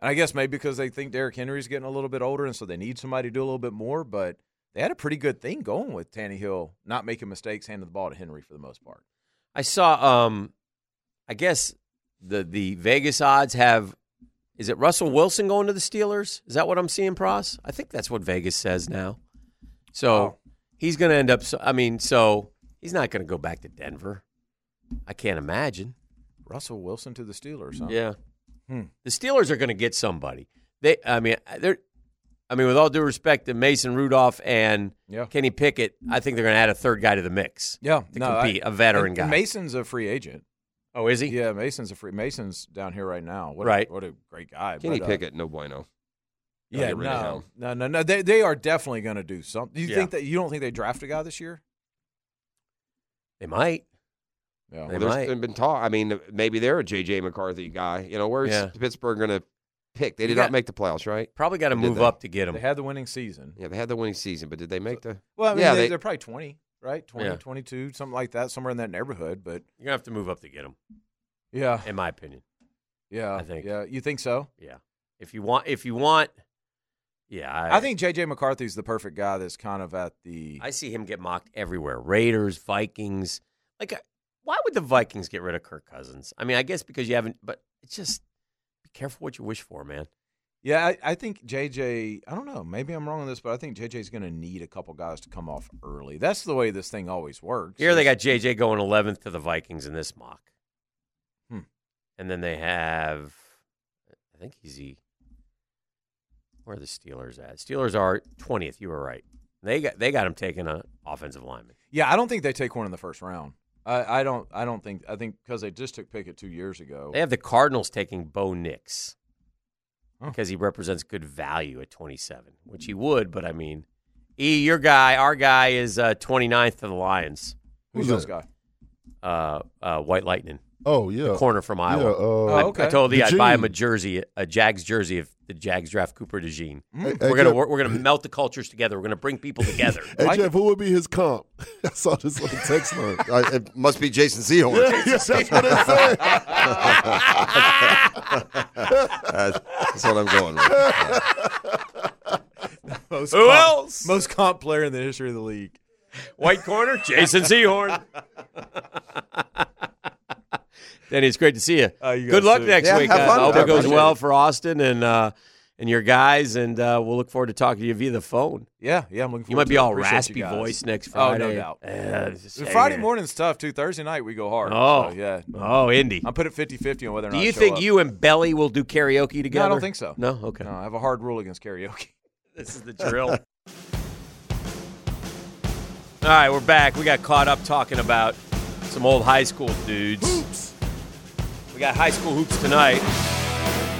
[SPEAKER 8] And I guess maybe because they think Derrick Henry's getting a little bit older, and so they need somebody to do a little bit more. But they had a pretty good thing going with Tannehill, not making mistakes, handing the ball to Henry for the most part.
[SPEAKER 7] I saw. Um, I guess the the Vegas odds have. Is it Russell Wilson going to the Steelers? Is that what I'm seeing, Pross? I think that's what Vegas says now. So
[SPEAKER 8] Oh.
[SPEAKER 7] he's going to end up. so- I mean, so he's not going to go back to Denver. I can't imagine.
[SPEAKER 8] Russell Wilson to the Steelers. Huh?
[SPEAKER 7] Yeah.
[SPEAKER 8] Hmm.
[SPEAKER 7] The Steelers are going to get somebody. They, I mean, they're, I mean, with all due respect to Mason Rudolph and
[SPEAKER 8] Yeah.
[SPEAKER 7] Kenny Pickett, I think they're going to add a third guy to the mix.
[SPEAKER 8] yeah,
[SPEAKER 7] to
[SPEAKER 8] no,
[SPEAKER 7] compete,
[SPEAKER 8] I-
[SPEAKER 7] a veteran
[SPEAKER 8] and-
[SPEAKER 7] guy.
[SPEAKER 8] and Mason's a free agent.
[SPEAKER 7] Oh, is he?
[SPEAKER 8] Yeah, Mason's a free. Mason's down here right now. What
[SPEAKER 7] Right.
[SPEAKER 8] A, what a great guy.
[SPEAKER 5] Kenny
[SPEAKER 8] but, uh,
[SPEAKER 5] Pickett, no bueno. Gotta
[SPEAKER 8] Yeah,
[SPEAKER 5] get rid of
[SPEAKER 8] no,
[SPEAKER 5] him.
[SPEAKER 8] no, no, no. They they are definitely going to do something. Do you
[SPEAKER 7] Yeah.
[SPEAKER 8] think that you don't think they draft a guy this year?
[SPEAKER 7] They might.
[SPEAKER 8] Yeah.
[SPEAKER 7] They
[SPEAKER 5] Well,
[SPEAKER 7] might.
[SPEAKER 5] there's been talk. I mean, maybe they're a J.J. McCarthy guy. You know, where's
[SPEAKER 7] Yeah.
[SPEAKER 5] Pittsburgh going to pick? They did
[SPEAKER 7] got-
[SPEAKER 5] not make the playoffs, right?
[SPEAKER 7] Probably got to
[SPEAKER 5] They did
[SPEAKER 7] move
[SPEAKER 5] that.
[SPEAKER 7] up to get him.
[SPEAKER 8] They had the winning season.
[SPEAKER 5] Yeah, they had the winning season, but did they make the?
[SPEAKER 8] Well, I mean,
[SPEAKER 5] Yeah,
[SPEAKER 8] they,
[SPEAKER 5] they-
[SPEAKER 8] they, are probably 20, right? 20,
[SPEAKER 7] Yeah.
[SPEAKER 8] 22, something like that, somewhere in that neighborhood. But
[SPEAKER 7] You're going to have to move up to get him,
[SPEAKER 8] yeah,
[SPEAKER 7] in my opinion.
[SPEAKER 8] yeah,
[SPEAKER 7] I think.
[SPEAKER 8] Yeah, you think so?
[SPEAKER 7] Yeah. If you want, if you want, yeah. I,
[SPEAKER 8] I think JJ McCarthy's the perfect guy that's kind of at the.
[SPEAKER 7] I see him get mocked everywhere. Raiders, Vikings. Like, I- why would the Vikings get rid of Kirk Cousins? I mean, I guess because you haven't, but it's just be careful what you wish for, man.
[SPEAKER 8] yeah, I, I think JJ. I don't know. Maybe I'm wrong on this, but I think JJ's going to need a couple guys to come off early. That's the way this thing always works.
[SPEAKER 7] Here they
[SPEAKER 8] is-
[SPEAKER 7] got JJ going 11th to the Vikings in this mock.
[SPEAKER 8] Hmm.
[SPEAKER 7] And then they have, I think he's the, where are the Steelers at? Steelers are 20th. You were right. They got they got him taking an offensive lineman.
[SPEAKER 8] Yeah, I don't think they take one in the first round. I, I don't. I don't think. I think because they just took Pickett two years ago.
[SPEAKER 7] They have the Cardinals taking Bo Nix
[SPEAKER 8] Huh.
[SPEAKER 7] because he represents good value at 27, which he would, but I mean, E, your guy, our guy is uh, 29th to the Lions,
[SPEAKER 8] Who's
[SPEAKER 4] Who's
[SPEAKER 8] this guy?
[SPEAKER 7] uh, uh, White Lightning,
[SPEAKER 4] Oh yeah,
[SPEAKER 7] corner from
[SPEAKER 4] yeah.
[SPEAKER 7] Iowa.
[SPEAKER 4] Uh,
[SPEAKER 8] Oh, okay.
[SPEAKER 7] I told you I'd buy him a
[SPEAKER 4] DeJean.
[SPEAKER 7] jersey, a Jags jersey if the Jags draft Cooper DeJean.
[SPEAKER 4] hey,
[SPEAKER 7] We're
[SPEAKER 4] hey,
[SPEAKER 7] gonna
[SPEAKER 4] Jeff-
[SPEAKER 7] we're, we're gonna melt the cultures together. We're gonna bring people together.
[SPEAKER 4] Hey
[SPEAKER 8] Like-
[SPEAKER 4] Jeff, who would be his comp? I saw this on the text line.
[SPEAKER 5] Uh, it must be Jason Seahorn.
[SPEAKER 4] yeah, that's what I said.
[SPEAKER 5] that's, Uh, that's what I'm going with.
[SPEAKER 8] Most
[SPEAKER 7] Who else?
[SPEAKER 8] Most comp player in the history of the league.
[SPEAKER 7] White corner, Jason Seahorn. Danny, it's great to see you.
[SPEAKER 8] Uh, you
[SPEAKER 7] Good
[SPEAKER 8] guys
[SPEAKER 7] luck
[SPEAKER 8] too.
[SPEAKER 7] next
[SPEAKER 5] Yeah,
[SPEAKER 7] week,
[SPEAKER 8] Oh,
[SPEAKER 5] have
[SPEAKER 7] guys.
[SPEAKER 5] fun.
[SPEAKER 7] I hope
[SPEAKER 5] I
[SPEAKER 7] it goes
[SPEAKER 5] appreciate
[SPEAKER 7] well
[SPEAKER 5] it.
[SPEAKER 7] for Austin and uh, and your guys, and uh, we'll look forward to talking to you via the phone.
[SPEAKER 8] Yeah, yeah, I'm looking forward
[SPEAKER 7] You might
[SPEAKER 8] to
[SPEAKER 7] be
[SPEAKER 8] it.
[SPEAKER 7] all
[SPEAKER 8] Appreciate you
[SPEAKER 7] raspy
[SPEAKER 8] guys.
[SPEAKER 7] voice next
[SPEAKER 8] Oh, no
[SPEAKER 7] Friday.
[SPEAKER 8] doubt.
[SPEAKER 7] Uh, this is-
[SPEAKER 8] Friday morning's tough, too. Thursday night, we go hard.
[SPEAKER 7] Oh.
[SPEAKER 8] So, yeah.
[SPEAKER 7] Oh, Indy.
[SPEAKER 8] I'm put at 50 50 on whether or
[SPEAKER 7] Do
[SPEAKER 8] not I
[SPEAKER 7] you
[SPEAKER 8] show
[SPEAKER 7] think
[SPEAKER 8] up.
[SPEAKER 7] you and Belly will do karaoke
[SPEAKER 8] No,
[SPEAKER 7] together?
[SPEAKER 8] I don't think so.
[SPEAKER 7] No. Okay.
[SPEAKER 8] No, I have a hard rule against karaoke.
[SPEAKER 7] This is the drill. All right, we're back. We got caught up talking about some old high school dudes. We got high school hoops tonight.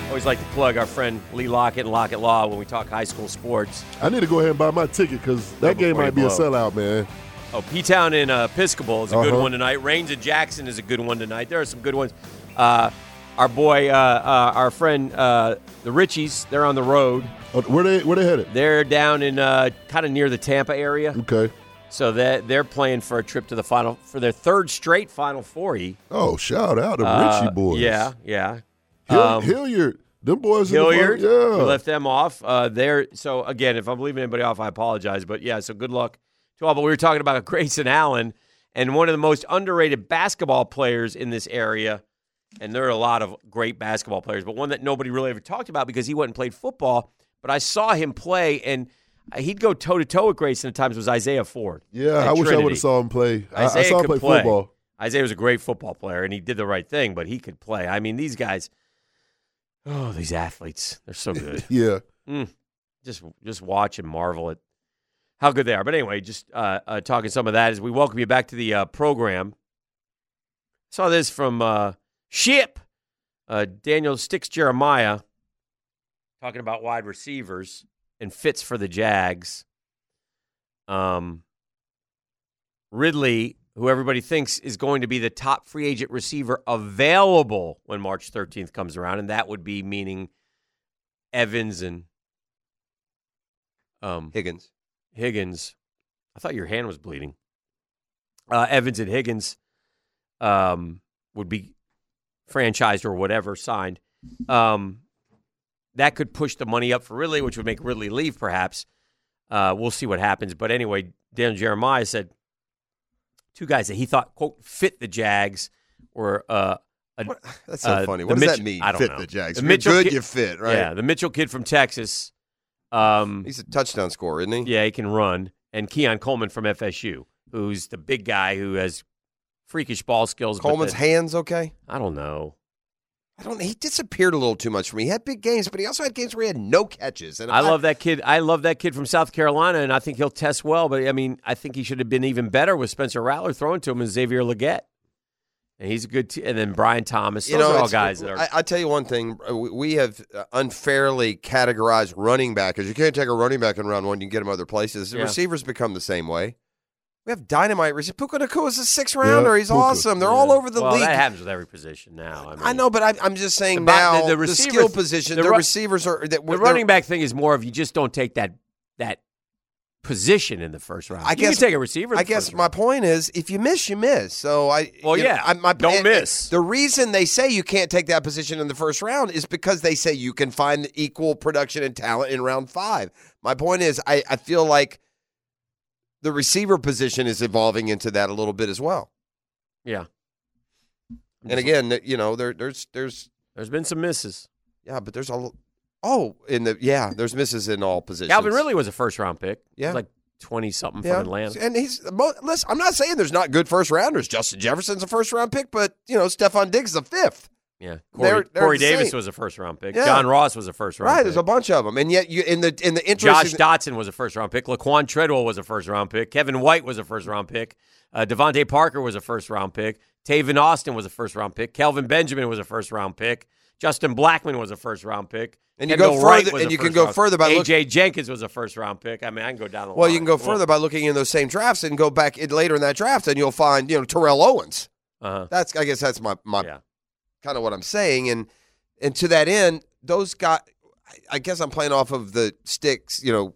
[SPEAKER 7] Always like to plug our friend Lee Lockett and Lockett Law when we talk high school sports.
[SPEAKER 4] I need to go ahead and buy my ticket because that game
[SPEAKER 7] before you
[SPEAKER 4] might be a
[SPEAKER 7] blow.
[SPEAKER 4] sellout, man.
[SPEAKER 7] Oh, P Town in uh, Episcopal is a good
[SPEAKER 4] Uh-huh.
[SPEAKER 7] one tonight. Reigns and Jackson is a good one tonight. There are some good ones. Uh, our boy, uh, uh, our friend, uh, the Richies, they're on the road.
[SPEAKER 4] Oh, Where they where they headed?
[SPEAKER 7] They're down in uh, kind of near the Tampa area.
[SPEAKER 4] Okay.
[SPEAKER 7] So that they're playing for a trip to the final for their third straight Final Four. E.
[SPEAKER 4] Oh, shout out to
[SPEAKER 7] Uh,
[SPEAKER 4] Richie boys.
[SPEAKER 7] Yeah, yeah.
[SPEAKER 4] Hill,
[SPEAKER 7] Um,
[SPEAKER 4] Hilliard, them boys.
[SPEAKER 7] Hilliard,
[SPEAKER 4] in the
[SPEAKER 7] we
[SPEAKER 4] front, yeah.
[SPEAKER 7] left them off. Uh, there. So again, if I'm leaving anybody off, I apologize. But yeah, so good luck to all. But we were talking about Grayson Allen and one of the most underrated basketball players in this area. And there are a lot of great basketball players, but one that nobody really ever talked about because he went and played football. But I saw him play, and he'd go toe to toe with Grayson at times. Was Isaiah Ford?
[SPEAKER 4] Yeah,
[SPEAKER 7] at
[SPEAKER 4] I wish I
[SPEAKER 7] Trinity.
[SPEAKER 4] would have saw him play. I, I
[SPEAKER 7] Isaiah
[SPEAKER 4] saw him play,
[SPEAKER 7] could play.
[SPEAKER 4] football.
[SPEAKER 7] Isaiah was a great football player, and he did the right thing, but he could play. I mean, these guys, oh, these athletes, they're so good.
[SPEAKER 4] Yeah.
[SPEAKER 7] just just watch and marvel at how good they are. But anyway, just uh, uh, talking some of that as we welcome you back to the uh, program. Saw this from uh, Ship uh, Daniel Sticks Jeremiah talking about wide receivers and fits for the Jags. Um, Ridley, who everybody thinks is going to be the top free agent receiver available when March 13th comes around, and that would be meaning Evans and um,
[SPEAKER 5] Higgins.
[SPEAKER 7] Higgins. I thought your hand was bleeding. Uh, Evans and Higgins um, would be franchised or whatever signed. Um, that could push the money up for Ridley, which would make Ridley leave, perhaps. Uh, we'll see what happens. But anyway, Dan Jeremiah said two guys that he thought, quote, fit the Jags were. Uh, a-
[SPEAKER 5] What- That's so
[SPEAKER 7] uh,
[SPEAKER 5] funny.
[SPEAKER 7] the
[SPEAKER 5] What does
[SPEAKER 7] Mitch-
[SPEAKER 5] that mean?
[SPEAKER 7] I don't
[SPEAKER 5] fit
[SPEAKER 7] know.
[SPEAKER 5] the Jags.
[SPEAKER 7] The
[SPEAKER 5] If you're
[SPEAKER 7] Mitchell
[SPEAKER 5] good,
[SPEAKER 7] kid-
[SPEAKER 5] you fit, right?
[SPEAKER 7] Yeah, the Mitchell kid from Texas. Um,
[SPEAKER 5] He's a touchdown scorer, isn't he?
[SPEAKER 7] yeah, he can run. And Keon Coleman from FSU, who's the big guy who has freakish ball skills. but
[SPEAKER 5] Coleman's
[SPEAKER 7] that-
[SPEAKER 5] hands okay?
[SPEAKER 7] I don't know.
[SPEAKER 5] I don't. He disappeared a little too much for me. He had big games, but he also had games where he had no catches. And
[SPEAKER 7] I love that kid. I love that kid from South Carolina, and I think he'll test well. But I mean, I think he should have been even better with Spencer Rattler throwing to him and Xavier Leggett. And he's a good. T- and then Brian Thomas. Those are all
[SPEAKER 5] it's-
[SPEAKER 7] guys that are.
[SPEAKER 5] I, I tell you one thing: uh, we- we have uh, unfairly categorized running back because you can't take a running back in round one; you can get him other places. The
[SPEAKER 7] Yeah.
[SPEAKER 5] Receivers become the same way. We have dynamite receivers. Puka Nakua is a six rounder. He's
[SPEAKER 4] Puka.
[SPEAKER 5] awesome. They're all over the
[SPEAKER 7] well,
[SPEAKER 5] league.
[SPEAKER 7] that happens with every position now. I, mean,
[SPEAKER 5] I know, but I, I'm just saying
[SPEAKER 7] The bo-
[SPEAKER 5] now
[SPEAKER 7] the-
[SPEAKER 5] the,
[SPEAKER 7] the
[SPEAKER 5] the
[SPEAKER 7] receivers-
[SPEAKER 5] skill position,
[SPEAKER 7] the
[SPEAKER 5] the,
[SPEAKER 7] ru-
[SPEAKER 5] receivers are that
[SPEAKER 7] The
[SPEAKER 5] they're-
[SPEAKER 7] running back thing is more of you just don't take that that position in the first round.
[SPEAKER 5] I
[SPEAKER 7] You can
[SPEAKER 5] guess-
[SPEAKER 7] take a receiver. in
[SPEAKER 5] I
[SPEAKER 7] the
[SPEAKER 5] guess
[SPEAKER 7] first
[SPEAKER 5] my
[SPEAKER 7] round.
[SPEAKER 5] point is, if you miss, you miss. So I,
[SPEAKER 7] Well,
[SPEAKER 5] you know,
[SPEAKER 7] yeah.
[SPEAKER 5] I, my,
[SPEAKER 7] Don't
[SPEAKER 5] and-
[SPEAKER 7] miss.
[SPEAKER 5] The reason they say you can't take that position in the first round is because they say you can find equal production and talent in round five. My point is, I, I feel like the receiver position is evolving into that a little bit as well.
[SPEAKER 7] yeah.
[SPEAKER 5] And again, th- you know, there, there's, there's,
[SPEAKER 7] There's been some misses.
[SPEAKER 5] yeah, but there's a, l- oh, in the, yeah, there's misses in all positions.
[SPEAKER 7] Calvin Ridley was a first round pick. He was
[SPEAKER 5] Yeah.
[SPEAKER 7] like twenty something
[SPEAKER 5] Yeah.
[SPEAKER 7] from Atlanta.
[SPEAKER 5] And he's mo- listen. I'm not saying there's not good first rounders. Justin Jefferson's a first round pick, but you know Stephon Diggs is a fifth.
[SPEAKER 7] Yeah, Corey,
[SPEAKER 5] They're- they're
[SPEAKER 7] Corey
[SPEAKER 5] the
[SPEAKER 7] Davis
[SPEAKER 5] same.
[SPEAKER 7] was a first round pick.
[SPEAKER 5] Yeah.
[SPEAKER 7] John Ross was a first round.
[SPEAKER 5] Right,
[SPEAKER 7] pick.
[SPEAKER 5] there's a bunch of them, and yet you in the in the
[SPEAKER 7] Josh
[SPEAKER 5] interest.
[SPEAKER 7] Dotson was a first round pick. Laquan Treadwell was a first round pick. Kevin White was a first round pick. Uh, Devontae Parker was a first round pick. Taven Austin was a first round pick. Kelvin Benjamin was a first round pick. Justin Blackman was a first round pick.
[SPEAKER 5] And you
[SPEAKER 7] Kendall
[SPEAKER 5] go further-
[SPEAKER 7] Wright was
[SPEAKER 5] and
[SPEAKER 7] a
[SPEAKER 5] you can
[SPEAKER 7] first
[SPEAKER 5] go
[SPEAKER 7] round-
[SPEAKER 5] further by look-
[SPEAKER 7] AJ Jenkins was a first round pick. I mean, I can go down the
[SPEAKER 5] well,
[SPEAKER 7] line.
[SPEAKER 5] you can go further by looking in those same drafts and go back in later in that draft, and you'll find you know Terrell Owens.
[SPEAKER 7] Uh-huh.
[SPEAKER 5] That's I guess that's my my
[SPEAKER 7] Yeah.
[SPEAKER 5] kind of what I'm saying, and and to that end, those guys. I- I guess I'm playing off of the sticks, you know,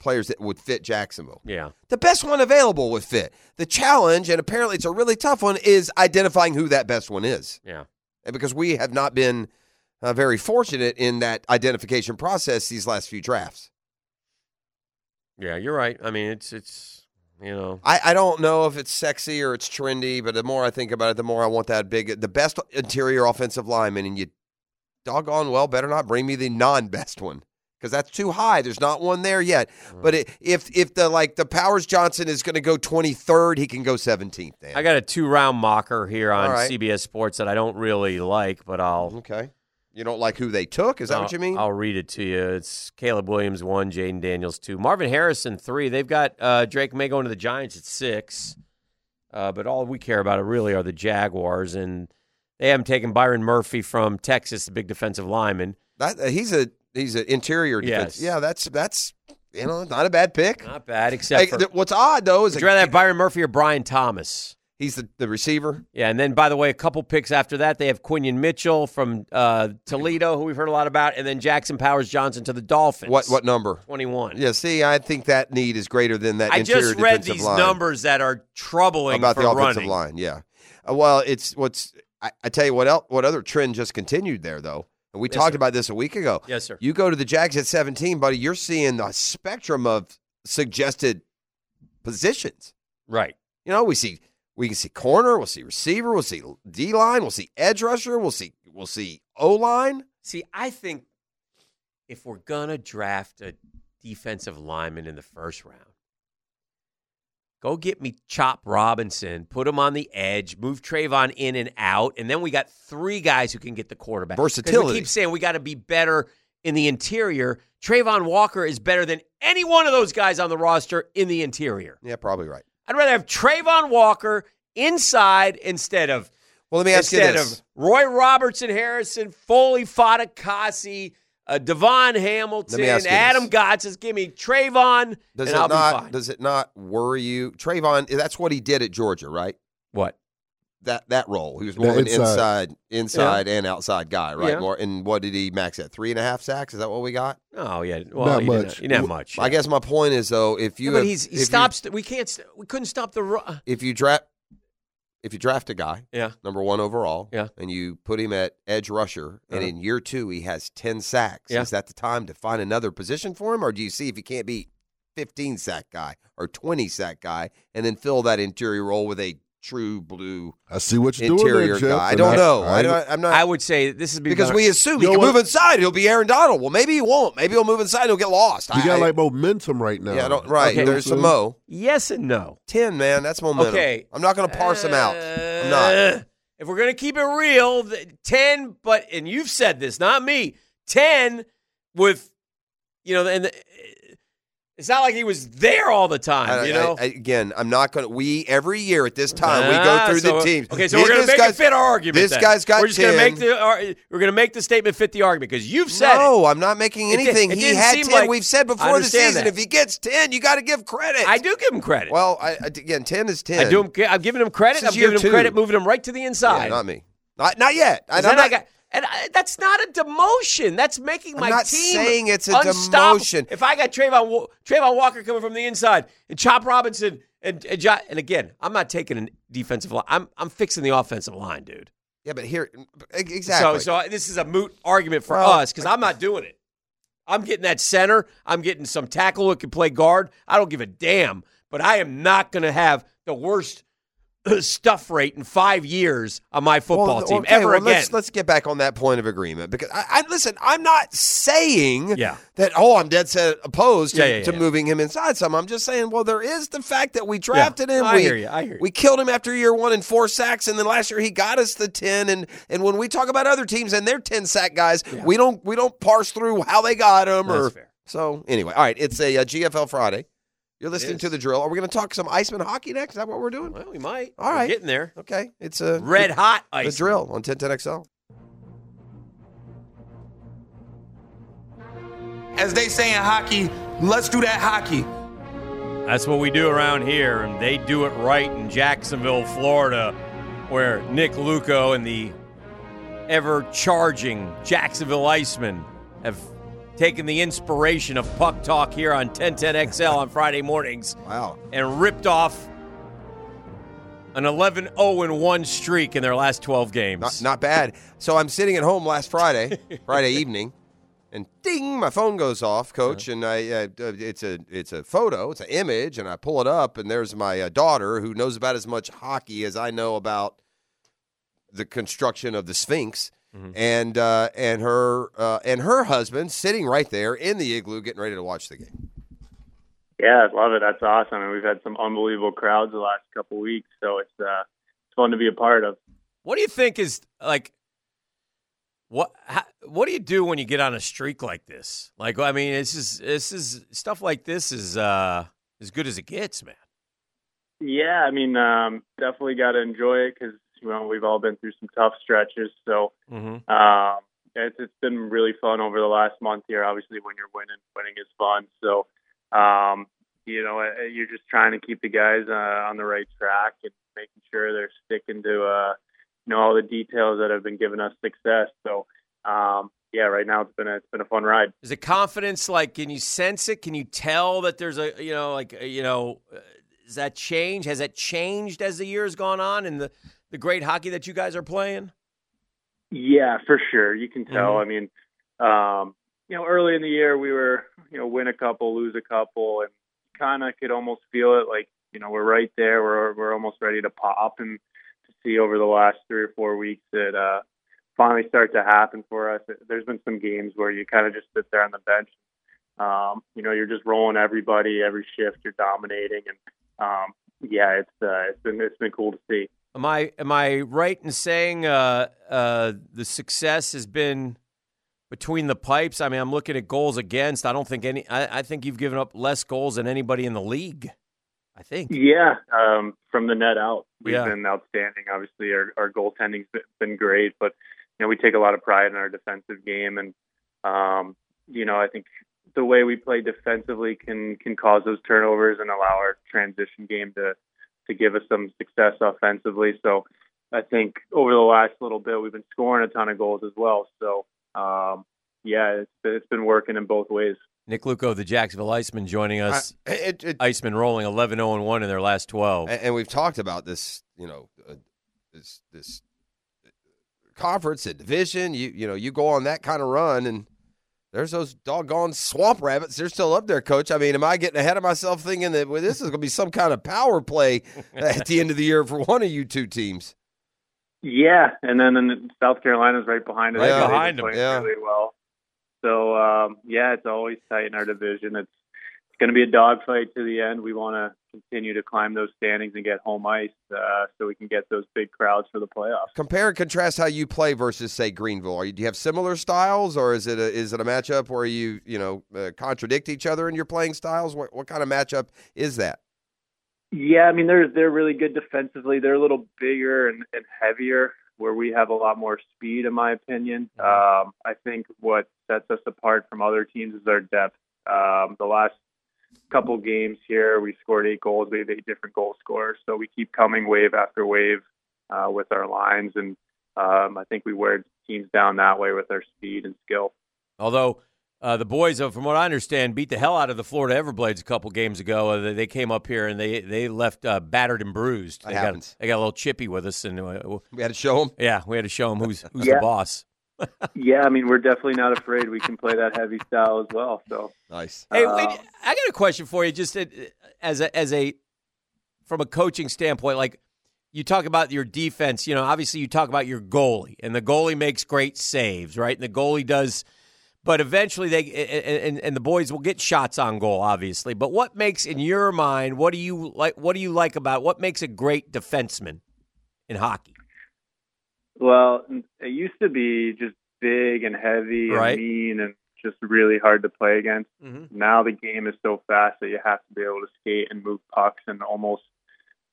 [SPEAKER 5] players that would fit Jacksonville.
[SPEAKER 7] Yeah.
[SPEAKER 5] The best one available would fit. The challenge, and apparently it's a really tough one, is identifying who that best one is.
[SPEAKER 7] Yeah.
[SPEAKER 5] And because we have not been uh, very fortunate in that identification process these last few drafts.
[SPEAKER 7] Yeah. You're right. I mean, it's it's you know.
[SPEAKER 5] I, I don't know if it's sexy or it's trendy, but the more I think about it, the more I want that big, the best interior offensive lineman, and you doggone well better not bring me the non-best one because that's too high. There's not one there yet. But it, if if the like the Powers Johnson is going to go 23rd, he can go 17th. Then
[SPEAKER 7] I got a two round mocker here on
[SPEAKER 5] All right.
[SPEAKER 7] CBS Sports that I don't really like, but I'll.
[SPEAKER 5] okay. You don't like who they took? Is that what you mean?
[SPEAKER 7] I'll read it to you. It's Caleb Williams one, Jaden Daniels two, Marvin Harrison three. They've got uh, Drake May going to the Giants at six, uh, but all we care about really are the Jaguars, and they haven't taken Byron Murphy from Texas, the big defensive lineman.
[SPEAKER 5] that uh, he's a he's an interior defense.
[SPEAKER 7] Yes.
[SPEAKER 5] Yeah, that's that's you know not a bad pick.
[SPEAKER 7] Not bad, except
[SPEAKER 5] Hey,
[SPEAKER 7] for
[SPEAKER 5] th- what's odd though is
[SPEAKER 7] would
[SPEAKER 5] that
[SPEAKER 7] you rather have Byron Murphy or Brian Thomas?
[SPEAKER 5] he's the, the receiver.
[SPEAKER 7] Yeah, and then by the way, a couple picks after that, they have Quinion Mitchell from uh, Toledo, who we've heard a lot about, and then Jackson Powers Johnson to the Dolphins.
[SPEAKER 5] What what number?
[SPEAKER 7] twenty one?
[SPEAKER 5] Yeah, see, I think that need is greater than that.
[SPEAKER 7] I
[SPEAKER 5] interior
[SPEAKER 7] just read
[SPEAKER 5] defensive
[SPEAKER 7] these
[SPEAKER 5] line.
[SPEAKER 7] numbers that are troubling
[SPEAKER 5] about
[SPEAKER 7] for
[SPEAKER 5] the offensive
[SPEAKER 7] running.
[SPEAKER 5] line. Yeah. Uh, well, it's what's I, I tell you what else, what other trend just continued there though, and we
[SPEAKER 7] Yes,
[SPEAKER 5] talked
[SPEAKER 7] sir.
[SPEAKER 5] about this a week ago.
[SPEAKER 7] Yes, sir.
[SPEAKER 5] You go to the Jags at seventeen, buddy. You're seeing the spectrum of suggested positions.
[SPEAKER 7] Right.
[SPEAKER 5] You know, we see we can see corner, we'll see receiver, we'll see D line, we'll see edge rusher, we'll see we'll see O line.
[SPEAKER 7] See, I think if we're gonna draft a defensive lineman in the first round, go get me Chop Robinson, put him on the edge, move Trayvon in and out, and then we got three guys who can get the quarterback. 'Cause
[SPEAKER 5] Versatility.
[SPEAKER 7] We keep saying we got to be better in the interior. Trayvon Walker is better than any one of those guys on the roster in the interior.
[SPEAKER 5] Yeah, probably right.
[SPEAKER 7] I'd rather have Trayvon Walker inside instead of
[SPEAKER 5] Well, let me ask
[SPEAKER 7] instead
[SPEAKER 5] you this.
[SPEAKER 7] of Roy Robertson, Harrison, Foley, Fadakasi, uh, Devon Hamilton,
[SPEAKER 5] Let me ask you
[SPEAKER 7] Adam
[SPEAKER 5] this.
[SPEAKER 7] Gotches. Give me Trayvon,
[SPEAKER 5] does
[SPEAKER 7] and
[SPEAKER 5] it
[SPEAKER 7] I'll
[SPEAKER 5] not
[SPEAKER 7] be fine.
[SPEAKER 5] does it not worry you? Trayvon, that's what he did at Georgia, right?
[SPEAKER 7] what?
[SPEAKER 5] that that role. He was
[SPEAKER 4] The
[SPEAKER 5] more of an
[SPEAKER 4] inside.
[SPEAKER 5] inside, inside and outside guy, right?
[SPEAKER 7] Yeah.
[SPEAKER 5] More. And what did he max at? Three and a half sacks? Is that what we got?
[SPEAKER 7] Oh yeah, well,
[SPEAKER 4] Not
[SPEAKER 7] you didn't-
[SPEAKER 4] much.
[SPEAKER 7] you didn't have much.
[SPEAKER 5] I guess my point is though, if
[SPEAKER 7] Yeah,
[SPEAKER 5] you
[SPEAKER 7] but
[SPEAKER 5] have-
[SPEAKER 7] he's, he
[SPEAKER 5] if you-
[SPEAKER 7] stops. we can't. st- We couldn't stop the. ru-
[SPEAKER 5] if you draft if you draft a guy,
[SPEAKER 7] Yeah.
[SPEAKER 5] number one overall,
[SPEAKER 7] Yeah.
[SPEAKER 5] and you put him at edge rusher, and
[SPEAKER 7] Uh-huh.
[SPEAKER 5] in year two he has ten sacks.
[SPEAKER 7] Yeah.
[SPEAKER 5] Is that the time to find another position for him, or do you see if he can't be fifteen sack guy or twenty sack guy, and then fill that interior role with a true blue
[SPEAKER 4] I see what you're doing
[SPEAKER 5] interior
[SPEAKER 4] there, Jeff.
[SPEAKER 5] guy? I
[SPEAKER 4] and
[SPEAKER 5] don't know. I,
[SPEAKER 4] I-
[SPEAKER 5] don't. I'm not.
[SPEAKER 7] I would say this is
[SPEAKER 5] because we assume he
[SPEAKER 4] You
[SPEAKER 5] can
[SPEAKER 4] know
[SPEAKER 5] move
[SPEAKER 4] what?
[SPEAKER 5] inside. He'll be Aaron Donald. Well, maybe he won't. Maybe he'll move inside. He'll get lost.
[SPEAKER 4] You
[SPEAKER 5] I-
[SPEAKER 4] got
[SPEAKER 5] I-
[SPEAKER 4] like momentum right now.
[SPEAKER 5] yeah, I don't, right.
[SPEAKER 7] Okay.
[SPEAKER 5] There's some
[SPEAKER 4] Mo.
[SPEAKER 5] mo
[SPEAKER 7] yes and no.
[SPEAKER 5] ten man. That's momentum.
[SPEAKER 7] Okay.
[SPEAKER 5] I'm not going to parse them out. I'm not.
[SPEAKER 7] Uh, If we're gonna keep it real, th- ten. But and you've said this, not me. Ten with, you know, and the, uh, it's not like he was there all the time.
[SPEAKER 5] I-
[SPEAKER 7] you
[SPEAKER 5] I-
[SPEAKER 7] know.
[SPEAKER 5] I- again, I'm not going to. We every year at this time we go
[SPEAKER 7] Ah,
[SPEAKER 5] through
[SPEAKER 7] so-
[SPEAKER 5] the teams.
[SPEAKER 7] Okay, so
[SPEAKER 5] This-
[SPEAKER 7] we're gonna
[SPEAKER 5] this
[SPEAKER 7] make it
[SPEAKER 5] guy's-
[SPEAKER 7] fit our argument.
[SPEAKER 5] This
[SPEAKER 7] then.
[SPEAKER 5] guy's got
[SPEAKER 7] We're just gonna make
[SPEAKER 5] 10.
[SPEAKER 7] the. ar- We're gonna make the statement fit the argument because you've said it.
[SPEAKER 5] no, I'm not making
[SPEAKER 7] It did-
[SPEAKER 5] anything.
[SPEAKER 7] it
[SPEAKER 5] he
[SPEAKER 7] didn't
[SPEAKER 5] had
[SPEAKER 7] seem
[SPEAKER 5] ten.
[SPEAKER 7] like-
[SPEAKER 5] We've said
[SPEAKER 7] I
[SPEAKER 5] before the
[SPEAKER 7] understand
[SPEAKER 5] season,
[SPEAKER 7] that.
[SPEAKER 5] if he gets ten, you got to give credit.
[SPEAKER 7] I do give him credit.
[SPEAKER 5] Well, I, I- again, ten is ten.
[SPEAKER 7] I do. Him, ca- I'm giving him credit.
[SPEAKER 5] This
[SPEAKER 7] I'm
[SPEAKER 5] is year
[SPEAKER 7] giving him
[SPEAKER 5] two.
[SPEAKER 7] credit, moving him right to the
[SPEAKER 5] Yeah,
[SPEAKER 7] inside.
[SPEAKER 5] not me. Not, not yet. I,
[SPEAKER 7] And
[SPEAKER 5] I'm
[SPEAKER 7] then I
[SPEAKER 5] not,
[SPEAKER 7] got- and I- that's not a demotion. That's making
[SPEAKER 5] I'm
[SPEAKER 7] my
[SPEAKER 5] not
[SPEAKER 7] team
[SPEAKER 5] saying it's a
[SPEAKER 7] unstoppable.
[SPEAKER 5] demotion.
[SPEAKER 7] If I got Trayvon Wa- Trayvon Walker coming from the inside and Chop Robinson and and, Jo- and again, I'm not taking a defensive line. I'm I'm fixing the offensive line, dude.
[SPEAKER 5] yeah, but here, e, exactly.
[SPEAKER 7] So so this is a moot argument for
[SPEAKER 5] Well,
[SPEAKER 7] us because I'm not doing it. I'm getting that center. I'm getting some tackle who can play guard. I don't give a damn. But I am not going to have the worst stuff rate in five years on my football
[SPEAKER 5] Well,
[SPEAKER 7] team
[SPEAKER 5] okay,
[SPEAKER 7] ever
[SPEAKER 5] well,
[SPEAKER 7] again.
[SPEAKER 5] Let's, let's get back on that point of agreement because I, I listen. I'm not saying
[SPEAKER 7] Yeah.
[SPEAKER 5] that oh I'm dead set opposed to,
[SPEAKER 7] Yeah, yeah, yeah,
[SPEAKER 5] to
[SPEAKER 7] yeah.
[SPEAKER 5] moving him inside some. I'm just saying well there is the fact that we drafted him.
[SPEAKER 7] I
[SPEAKER 5] we,
[SPEAKER 7] hear you, I hear you.
[SPEAKER 5] We killed him after year one and four sacks, and then last year he got us the ten. And and when we talk about other teams and their ten sack guys, we don't we don't parse through how they got him
[SPEAKER 7] That's
[SPEAKER 5] or
[SPEAKER 7] fair.
[SPEAKER 5] so anyway. All right, it's a, uh GFL Friday. You're listening
[SPEAKER 7] is.
[SPEAKER 5] to the drill. Are we going to talk some Iceman hockey next? Is that what we're doing?
[SPEAKER 7] well, we might.
[SPEAKER 5] All
[SPEAKER 7] We're
[SPEAKER 5] right.
[SPEAKER 7] getting there.
[SPEAKER 5] Okay, it's a
[SPEAKER 7] Red hot
[SPEAKER 5] the
[SPEAKER 7] ice.
[SPEAKER 5] drill on 1010XL.
[SPEAKER 2] As they say in hockey, let's do that hockey.
[SPEAKER 9] That's what we do around here, and they do it right in Jacksonville, Florida, where Nick Luco and the ever charging Jacksonville Icemen have taken the inspiration of Puck Talk here on 1010XL on Friday mornings
[SPEAKER 5] Wow.
[SPEAKER 9] and ripped off an 11 0 1 streak in their last 12 games.
[SPEAKER 5] Not, not bad. So I'm sitting at home last Friday, Friday evening, and ding, my phone goes off, coach. And I, uh, uh, it's a, it's a photo, it's an image, and I pull it up, and there's my uh, daughter who knows about as much hockey as I know about the construction of the Sphinx, and uh, and her uh, and her husband sitting right there in the igloo, getting ready to watch the game.
[SPEAKER 1] Yeah, I love it. That's awesome. And we've had some unbelievable crowds the last couple weeks, so it's uh, it's fun to be a part of.
[SPEAKER 7] What do you think is like? What how, what do you do when you get on a streak like this? Like, I mean, this is this is stuff like this is uh as good as it gets, man.
[SPEAKER 1] Yeah, I mean, um, definitely got to enjoy it because you know we've all been through some tough stretches. So
[SPEAKER 7] Mm-hmm.
[SPEAKER 1] um, it's it's been really fun over the last month here. Obviously, when you're winning, winning is fun. So um, you know uh, you're just trying to keep the guys uh, on the right track and making sure they're sticking to uh, you know all the details that have been giving us success. So um, yeah, right now it's been a, it's been a fun ride.
[SPEAKER 7] Is it confidence? Like, can you sense it? Can you tell that there's a, you know, like, uh, you know, uh, does that change? Has that changed as the year has gone on and the, the great hockey that you guys are playing?
[SPEAKER 1] Yeah, for sure. You can tell. I mean, um, you know, early in the year we were, you know, win a couple, lose a couple, and kind of could almost feel it. Like, you know, we're right there. We're we're almost ready to pop, and to see over the last three or four weeks that uh, finally start to happen for us. There's been some games where you kind of just sit there on the bench. Um, you know, you're just rolling everybody every shift. You're dominating, and um, yeah, it's uh, it's been it's been cool to see.
[SPEAKER 7] Am I am I right in saying uh, uh, the success has been between the pipes? I mean, I'm looking at goals against. I don't think any. I, I think you've given up less goals than anybody in the league. I think.
[SPEAKER 1] Yeah, um, from the net out, we've
[SPEAKER 7] Yeah.
[SPEAKER 1] been outstanding. Obviously, our, our goaltending's been- been great, but you know we take a lot of pride in our defensive game, and um, you know I think the way we play defensively can can cause those turnovers and allow our transition game to to give us some success offensively. So I think over the last little bit, we've been scoring a ton of goals as well. So um, yeah, it's it's been working in both ways.
[SPEAKER 7] Nick Luco, the Jacksonville Iceman, joining us.
[SPEAKER 5] I- it- it-
[SPEAKER 7] Iceman rolling 11 0 1 in their last 12.
[SPEAKER 5] and, and we've talked about this, you know, uh, this this conference and division. You you know, you go on that kind of run, and there's those doggone swamp rabbits. They're still up there, coach. I mean, am I getting ahead of myself thinking that well, this is going to be some kind of power play at the end of the year for one of you two teams?
[SPEAKER 1] Yeah, and then in South Carolina's right behind us.
[SPEAKER 5] Right
[SPEAKER 1] They've been
[SPEAKER 7] behind 'em,
[SPEAKER 1] playing
[SPEAKER 5] yeah.
[SPEAKER 1] really well. So um, yeah, it's always tight in our division. It's it's going to be a dogfight to the end. We want to continue to climb those standings and get home ice, uh, so we can get those big crowds for the playoffs.
[SPEAKER 5] Compare and contrast how you play versus, say, Greenville. Are you, do you have similar styles, or is it a, is it a matchup where you you know uh, contradict each other in your playing styles? What what kind of matchup is that?
[SPEAKER 1] Yeah, I mean they're they're really good defensively. They're a little bigger and, and heavier, where we have a lot more speed, in my opinion. Um, I think what sets us apart from other teams is our depth. Um, the last couple games here, we scored eight goals. We have eight different goal scorers, so we keep coming wave after wave uh, with our lines, and um, I think we wear teams down that way with our speed and skill.
[SPEAKER 7] Although uh, the boys, uh, from what I understand, beat the hell out of the Florida Everblades a couple games ago. Uh, they, they came up here and they they left uh, battered and bruised.
[SPEAKER 5] That
[SPEAKER 7] They
[SPEAKER 5] happens.
[SPEAKER 7] got they got a little chippy with us, and uh, well,
[SPEAKER 5] We had to show them.
[SPEAKER 7] yeah, we had to show them who's who's the
[SPEAKER 1] Yeah.
[SPEAKER 7] boss.
[SPEAKER 1] yeah, I mean we're definitely not afraid. We can play that heavy style as well. So.
[SPEAKER 5] Nice.
[SPEAKER 7] Hey,
[SPEAKER 1] Uh,
[SPEAKER 7] wait, I got a question for you. Just uh, as a, as a from a coaching standpoint, like you talk about your defense. You know, obviously you talk about your goalie, and the goalie makes great saves, right? And the goalie does, but eventually they a- a- and and the boys will get shots on goal, obviously. But what makes, in your mind, what do you like? What do you like about what makes a great defenseman in hockey?
[SPEAKER 1] Well, it used to be just big and heavy and
[SPEAKER 7] Right.
[SPEAKER 1] mean and just really hard to play against. Now the game is so fast that you have to be able to skate and move pucks and almost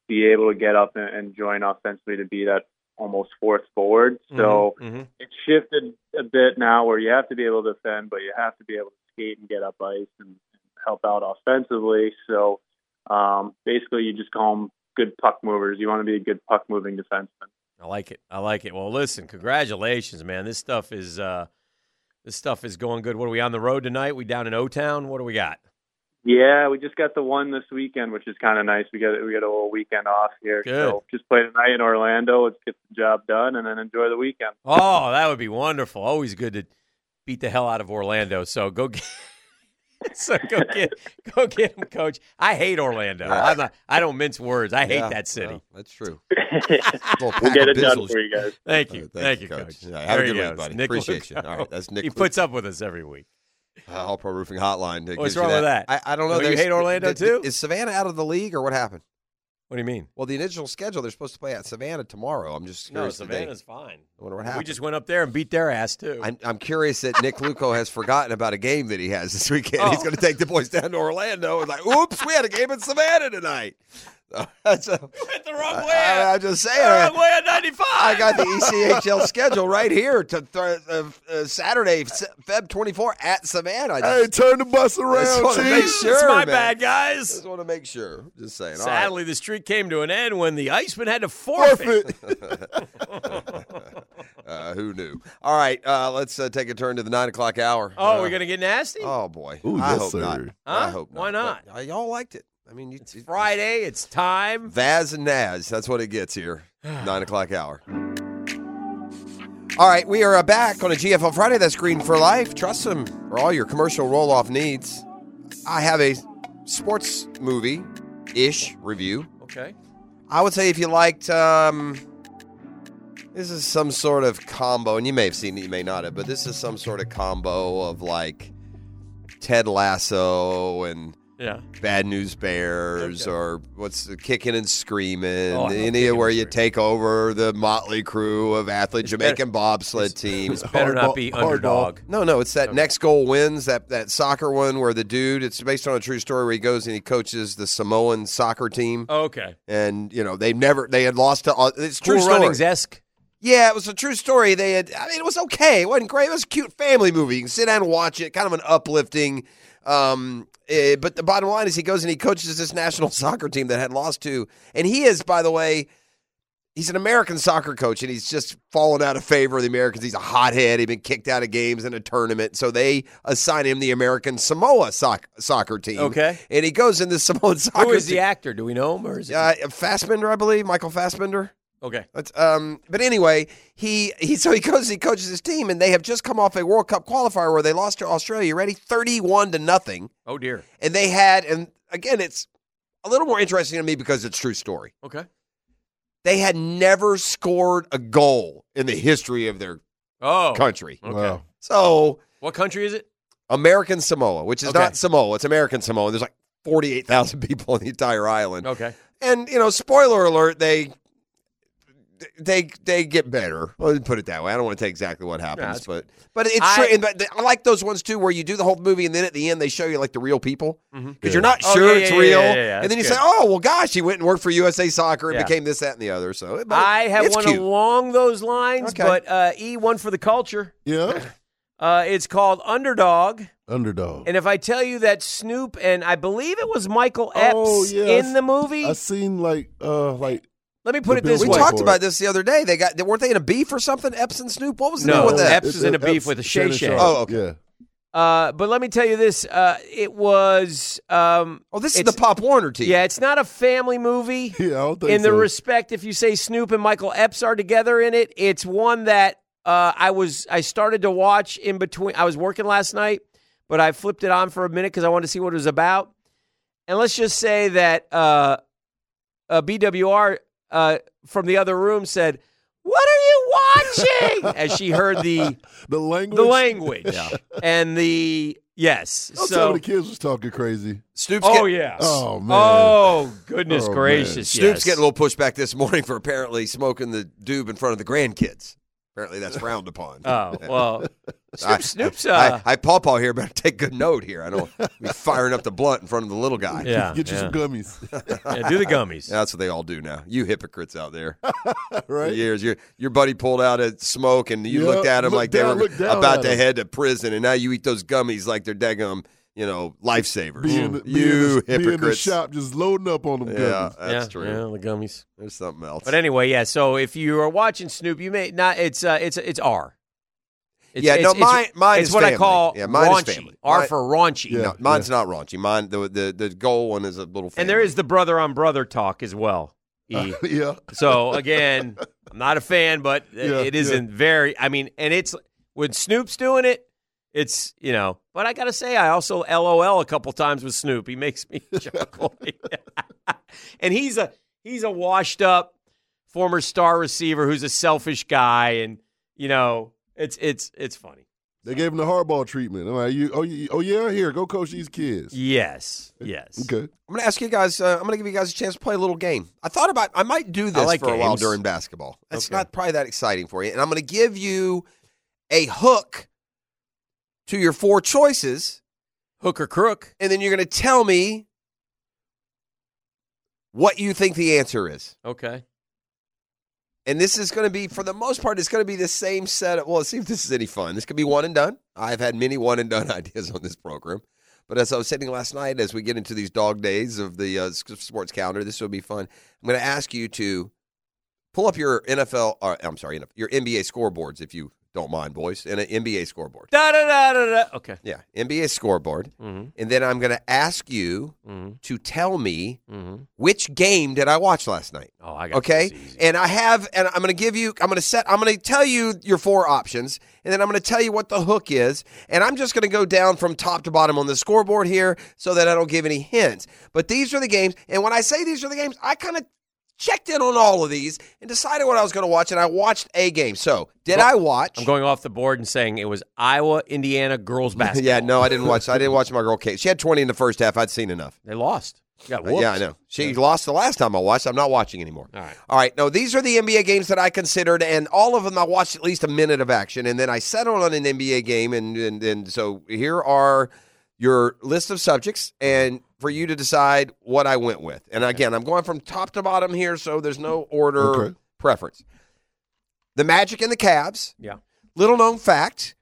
[SPEAKER 1] be able to get up and, and join offensively to be that almost fourth forward. So
[SPEAKER 7] Mhm.
[SPEAKER 1] it's shifted a bit now where you have to be able to defend, but you have to be able to skate and get up ice and help out offensively. So um, basically, you just call them good puck movers. You want to be a good puck moving defenseman.
[SPEAKER 7] I like it. I like it. Well, listen, congratulations, man. This stuff is uh this stuff is going good. What are we on the road tonight? We down in O Town? What do we got?
[SPEAKER 1] Yeah, we just got the one this weekend, which is kind of nice. We got we got a little weekend off here, so just play tonight in Orlando. Let's get the job done and then enjoy the weekend.
[SPEAKER 7] Oh, that would be wonderful. Always good to beat the hell out of Orlando. So go get so go get go get him, coach. I hate Orlando. I'm not, I don't mince words. I hate
[SPEAKER 5] Yeah,
[SPEAKER 7] that city.
[SPEAKER 5] no, that's true.
[SPEAKER 10] we'll
[SPEAKER 5] pack
[SPEAKER 10] get
[SPEAKER 5] of
[SPEAKER 10] it done
[SPEAKER 5] bizzles.
[SPEAKER 10] for you guys.
[SPEAKER 7] Thank
[SPEAKER 5] Uh,
[SPEAKER 7] you.
[SPEAKER 5] thank
[SPEAKER 7] thank
[SPEAKER 5] you,
[SPEAKER 7] you,
[SPEAKER 5] Coach.
[SPEAKER 7] coach.
[SPEAKER 5] Yeah, have a
[SPEAKER 7] there he
[SPEAKER 5] good week,
[SPEAKER 7] goes.
[SPEAKER 5] buddy.
[SPEAKER 7] Nick
[SPEAKER 5] Appreciate you.
[SPEAKER 7] Lucco.
[SPEAKER 5] All right, that's Nick
[SPEAKER 7] He puts up with us every week.
[SPEAKER 5] Uh, All Pro Roofing Hotline. that
[SPEAKER 7] What's
[SPEAKER 5] gives you
[SPEAKER 7] wrong with
[SPEAKER 5] I,
[SPEAKER 7] that?
[SPEAKER 5] I don't know.
[SPEAKER 7] Oh, you
[SPEAKER 5] There's-
[SPEAKER 7] hate Orlando,
[SPEAKER 5] th-
[SPEAKER 7] too?
[SPEAKER 5] th- Is Savannah out of the league or what happened?
[SPEAKER 7] What do you mean?
[SPEAKER 5] Well, the initial schedule they're supposed to play at Savannah tomorrow. I'm just
[SPEAKER 7] No,
[SPEAKER 5] curious. that they-
[SPEAKER 7] Savannah's fine.
[SPEAKER 5] I wonder what
[SPEAKER 7] We
[SPEAKER 5] happened.
[SPEAKER 7] just went up there and beat their ass too.
[SPEAKER 5] I'm, I'm curious that Nick Luco has forgotten about a game that he has this weekend. He's
[SPEAKER 7] Oh.
[SPEAKER 5] going to take the boys down to Orlando and like, oops, we had a game in Savannah tonight. That's a,
[SPEAKER 7] went the wrong way.
[SPEAKER 5] I, am just saying.
[SPEAKER 7] the
[SPEAKER 5] I,
[SPEAKER 7] wrong way at 95.
[SPEAKER 5] I got the E ECHL schedule right here to th- uh, uh, Saturday, Se- Feb 24 at Savannah. I
[SPEAKER 4] Hey,
[SPEAKER 5] just,
[SPEAKER 4] turn the bus
[SPEAKER 5] just
[SPEAKER 4] around,
[SPEAKER 5] wanna make
[SPEAKER 4] Chief.
[SPEAKER 5] sure,
[SPEAKER 7] it's my
[SPEAKER 5] man.
[SPEAKER 7] bad, guys.
[SPEAKER 5] just want to make sure. Just saying. All right.
[SPEAKER 7] Sadly, the streak came to an end when the Iceman had to forfeit.
[SPEAKER 4] Forfeit.
[SPEAKER 5] Uh, who knew? All right, uh, let's uh, take a turn to the nine o'clock hour.
[SPEAKER 7] Oh,
[SPEAKER 5] Uh,
[SPEAKER 7] we're gonna get nasty.
[SPEAKER 5] Oh boy.
[SPEAKER 4] Ooh,
[SPEAKER 5] I
[SPEAKER 4] yes,
[SPEAKER 5] hope not.
[SPEAKER 4] sir.
[SPEAKER 5] I
[SPEAKER 7] Huh?
[SPEAKER 5] hope not.
[SPEAKER 7] Why not?
[SPEAKER 5] But, uh, y'all liked it. I mean, you, you-
[SPEAKER 7] Friday, it's time.
[SPEAKER 5] Vaz and Naz. That's what it gets here. Nine o'clock hour. All right, we are uh, back on a GFL Friday. That's Green for Life. Trust them for all your commercial roll off needs. I have a sports movie ish review.
[SPEAKER 7] Okay.
[SPEAKER 5] I would say if you liked, um, this is some sort of combo, and you may have seen it, you may not have, but this is some sort of combo of like Ted Lasso and
[SPEAKER 7] Yeah.
[SPEAKER 5] Bad News Bears
[SPEAKER 7] Okay.
[SPEAKER 5] or what's the Kicking and Screaming,
[SPEAKER 7] Oh, I love
[SPEAKER 5] any
[SPEAKER 7] Kickin'
[SPEAKER 5] where
[SPEAKER 7] and
[SPEAKER 5] you
[SPEAKER 7] Screamin'.
[SPEAKER 5] take over the motley crew of athlete
[SPEAKER 7] It's better-
[SPEAKER 5] Jamaican bobsled team.
[SPEAKER 7] Better
[SPEAKER 4] Hardball-
[SPEAKER 7] not be
[SPEAKER 4] hardball.
[SPEAKER 7] underdog.
[SPEAKER 5] No, no, it's that next goal wins that that soccer one where the dude. It's based on a true story where he goes and he coaches the Samoan soccer team
[SPEAKER 7] Okay.
[SPEAKER 5] and you know they never they had lost to uh, it's a true
[SPEAKER 7] Cool
[SPEAKER 5] story.
[SPEAKER 7] runnings esque.
[SPEAKER 5] Yeah, it was a true story. They had I mean it was okay. It wasn't great. It was a cute family movie. You can sit down and watch it. Kind of an uplifting. Um, eh, but the bottom line is he goes and he coaches this national soccer team that had lost to, and he is by the way. He's an American soccer coach, and he's just fallen out of favor of the Americans. He's a hothead. He'd been kicked out of games in a tournament, so they assign him the American Samoa soc- soccer team.
[SPEAKER 7] Okay.
[SPEAKER 5] and he goes in the Samoan soccer.
[SPEAKER 7] Who is
[SPEAKER 5] team.
[SPEAKER 7] the actor? Do we know him or is it?
[SPEAKER 5] Uh, Fassbender, I believe, Michael Fassbender.
[SPEAKER 7] okay.
[SPEAKER 5] That's, um, but anyway, he, he so he goes, he coaches his team, and they have just come off a World Cup qualifier where they lost to Australia. You ready? Thirty-one to nothing,
[SPEAKER 7] Oh dear.
[SPEAKER 5] and they had, and again, it's a little more interesting to me because it's true story.
[SPEAKER 7] Okay.
[SPEAKER 5] They had never scored a goal in the history of their
[SPEAKER 7] Oh.
[SPEAKER 5] country.
[SPEAKER 7] Okay.
[SPEAKER 4] Wow.
[SPEAKER 5] So
[SPEAKER 7] What country is it?
[SPEAKER 5] American Samoa, which is
[SPEAKER 7] Okay.
[SPEAKER 5] not Samoa, it's American Samoa. There's like forty-eight thousand people on the entire island.
[SPEAKER 7] Okay.
[SPEAKER 5] and you know, spoiler alert, they they they get better. Let's put it that way. I don't want to tell exactly what happens,
[SPEAKER 7] that's
[SPEAKER 5] but but it's
[SPEAKER 7] I-
[SPEAKER 5] true. And but I like those ones too, where you do the whole movie and then at the end they show you like the real people because you're not
[SPEAKER 7] Oh,
[SPEAKER 5] sure
[SPEAKER 7] yeah,
[SPEAKER 5] it's
[SPEAKER 7] yeah, yeah,
[SPEAKER 5] real,
[SPEAKER 7] yeah, yeah,
[SPEAKER 5] and then you
[SPEAKER 7] that's
[SPEAKER 5] say,
[SPEAKER 7] good.
[SPEAKER 5] "Oh well, gosh, he went and worked for USA Soccer and
[SPEAKER 7] Yeah.
[SPEAKER 5] became this, that, and the other." So it- but
[SPEAKER 7] I have
[SPEAKER 5] it's
[SPEAKER 7] one
[SPEAKER 5] cute.
[SPEAKER 7] along those lines,
[SPEAKER 5] Okay.
[SPEAKER 7] but uh, E one for the culture.
[SPEAKER 4] Yeah.
[SPEAKER 7] Uh, it's called Underdog.
[SPEAKER 4] Underdog.
[SPEAKER 7] And if I tell you that Snoop and I believe it was Michael Epps
[SPEAKER 4] Oh, yeah, I
[SPEAKER 7] in
[SPEAKER 4] s-
[SPEAKER 7] the movie,
[SPEAKER 4] I seen like uh like
[SPEAKER 7] let me put it
[SPEAKER 4] the
[SPEAKER 7] this
[SPEAKER 5] we
[SPEAKER 4] Bill
[SPEAKER 7] way.
[SPEAKER 4] White.
[SPEAKER 5] talked about this the other day. They got weren't they in a beef or something? Epps and Snoop. What was the
[SPEAKER 7] No,
[SPEAKER 5] deal with that?
[SPEAKER 7] Epps is in a beef
[SPEAKER 4] uh, Epps-
[SPEAKER 7] with a Shay
[SPEAKER 4] Shannon
[SPEAKER 7] Shay.
[SPEAKER 4] Sharp.
[SPEAKER 5] Oh, okay.
[SPEAKER 4] Yeah.
[SPEAKER 7] Uh, but let me tell you this: uh, it was. Um,
[SPEAKER 5] oh, this is the
[SPEAKER 7] it's-
[SPEAKER 5] Pop Warner team.
[SPEAKER 7] Yeah, it's not a family movie.
[SPEAKER 4] Yeah, I don't think
[SPEAKER 7] in the
[SPEAKER 4] so.
[SPEAKER 7] respect, if you say Snoop and Michael Epps are together in it, it's one that uh, I was I started to watch in between. I was working last night, but I flipped it on for a minute because I wanted to see what it was about. And let's just say that uh, uh, BWR uh, from the other room said, "What are you watching?" as she heard the
[SPEAKER 4] the language.
[SPEAKER 7] the language and the yes.
[SPEAKER 4] Don't tell
[SPEAKER 7] so
[SPEAKER 4] me the kids was talking crazy.
[SPEAKER 5] Snoop's
[SPEAKER 7] oh
[SPEAKER 5] get-
[SPEAKER 7] yeah.
[SPEAKER 4] Oh man.
[SPEAKER 7] Oh goodness
[SPEAKER 4] Oh,
[SPEAKER 7] gracious!
[SPEAKER 5] Snoop's
[SPEAKER 7] yes.
[SPEAKER 5] getting a little pushback this morning for apparently smoking the doob in front of the grandkids. Apparently, that's frowned upon.
[SPEAKER 7] Oh well,
[SPEAKER 5] I-
[SPEAKER 7] Snoop, Snoop's.
[SPEAKER 5] I,
[SPEAKER 7] Uh,
[SPEAKER 5] I, pawpaw here better take good note here. I don't be firing up the blunt in front of the little guy.
[SPEAKER 7] yeah,
[SPEAKER 4] Get you
[SPEAKER 7] yeah.
[SPEAKER 4] some gummies.
[SPEAKER 7] Yeah, do the gummies.
[SPEAKER 5] That's what they all do now. You hypocrites out there. For
[SPEAKER 4] right?
[SPEAKER 5] years, your your buddy pulled out a smoke, and you
[SPEAKER 4] Yeah,
[SPEAKER 5] looked at him
[SPEAKER 4] look
[SPEAKER 5] like
[SPEAKER 4] down,
[SPEAKER 5] they were
[SPEAKER 4] look down
[SPEAKER 5] about
[SPEAKER 4] at
[SPEAKER 5] to
[SPEAKER 4] him.
[SPEAKER 5] head to prison, and now you eat those gummies like they're daggum, you know, lifesavers.
[SPEAKER 4] Be in the, be in
[SPEAKER 5] you
[SPEAKER 4] the- be in the
[SPEAKER 5] hypocrites.
[SPEAKER 4] shop just loading up on them
[SPEAKER 5] yeah,
[SPEAKER 4] gummies.
[SPEAKER 5] that's
[SPEAKER 7] yeah,
[SPEAKER 5] true.
[SPEAKER 7] Yeah, the gummies.
[SPEAKER 5] There's something else.
[SPEAKER 7] But anyway, yeah. So if you are watching Snoop, you may not. It's uh, it's it's R. It's,
[SPEAKER 5] Yeah, no, mine- mine
[SPEAKER 7] it's
[SPEAKER 5] is
[SPEAKER 7] what
[SPEAKER 5] family.
[SPEAKER 7] I call
[SPEAKER 5] Yeah, mine is
[SPEAKER 7] raunchy.
[SPEAKER 5] family.
[SPEAKER 7] R
[SPEAKER 5] Mine-
[SPEAKER 7] for raunchy.
[SPEAKER 4] Yeah.
[SPEAKER 5] No, mine's not raunchy. Mine the the the goal one is a little. Family.
[SPEAKER 7] And there is the brother on brother talk as well.
[SPEAKER 5] Uh,
[SPEAKER 7] E.
[SPEAKER 4] yeah.
[SPEAKER 7] So again, I'm not a fan, but
[SPEAKER 4] Yeah,
[SPEAKER 7] it isn't
[SPEAKER 4] yeah.
[SPEAKER 7] very. I mean, and it's when Snoop's doing it, it's you know. But I gotta say, I also LOL a couple times with Snoop. He makes me chuckle, and he's a he's a washed up former star receiver who's a selfish guy, and you know, it's it's it's funny.
[SPEAKER 4] They gave him the hardball treatment. I'm like, you, oh, you, oh yeah, here, go coach these kids.
[SPEAKER 7] Yes, yes.
[SPEAKER 4] Okay.
[SPEAKER 5] I'm going to ask you guys. Uh, I'm going to give you guys a chance to play a little game. I thought about. I might do this
[SPEAKER 7] like
[SPEAKER 5] for a while
[SPEAKER 7] games.
[SPEAKER 5] during basketball. It's
[SPEAKER 7] Okay.
[SPEAKER 5] not probably that exciting for you. And I'm going to give you a hook to your four choices,
[SPEAKER 7] Hook or crook.
[SPEAKER 5] and then you're going to tell me what you think the answer is.
[SPEAKER 7] Okay.
[SPEAKER 5] And this is going to be, for the most part, it's going to be the same setup. Well, let's see if this is any fun. This could be one and done. I've had many one and done ideas on this program. But as I was sitting last night, as we get into these dog days of the uh, s- sports calendar, this will be fun. I'm going to ask you to pull up your NFL, or uh, I'm sorry, your NBA scoreboards, if you don't mind, boys, and an NBA scoreboard.
[SPEAKER 7] Da da da da da. Okay.
[SPEAKER 5] Yeah, NBA scoreboard.
[SPEAKER 7] Mm-hmm.
[SPEAKER 5] And then I'm going to ask you
[SPEAKER 7] Mm-hmm.
[SPEAKER 5] to tell me
[SPEAKER 7] Mm-hmm.
[SPEAKER 5] which game did I watch last night?
[SPEAKER 7] Oh, I got
[SPEAKER 5] Okay.
[SPEAKER 7] this easy.
[SPEAKER 5] And I have, and I'm going to give you, I'm going to set, I'm going to tell you your four options, and then I'm going to tell you what the hook is. And I'm just going to go down from top to bottom on the scoreboard here so that I don't give any hints. But these are the games. And when I say these are the games, I kind of checked in on all of these and decided what I was going to watch. And I watched a game. So did I watch?
[SPEAKER 7] I'm going off the board and saying it was Iowa Indiana girls basketball.
[SPEAKER 5] yeah, no, I didn't watch. I didn't watch my girl Kate. She had 20 in the first half. I'd seen enough.
[SPEAKER 7] they lost. You got
[SPEAKER 5] Uh, Yeah, I
[SPEAKER 7] whooped.
[SPEAKER 5] know. She lost the last time I watched. I'm not watching anymore.
[SPEAKER 7] All right.
[SPEAKER 5] All right. No, these are the NBA games that I considered, and all of them I watched at least a minute of action, and then I settled on an NBA game, and and, and so here are your list of subjects, and for you to decide what I went with. And again, I'm going from top to bottom here, so there's no order
[SPEAKER 4] Okay.
[SPEAKER 5] preference. The Magic and the Cavs.
[SPEAKER 7] Yeah.
[SPEAKER 5] Little known fact.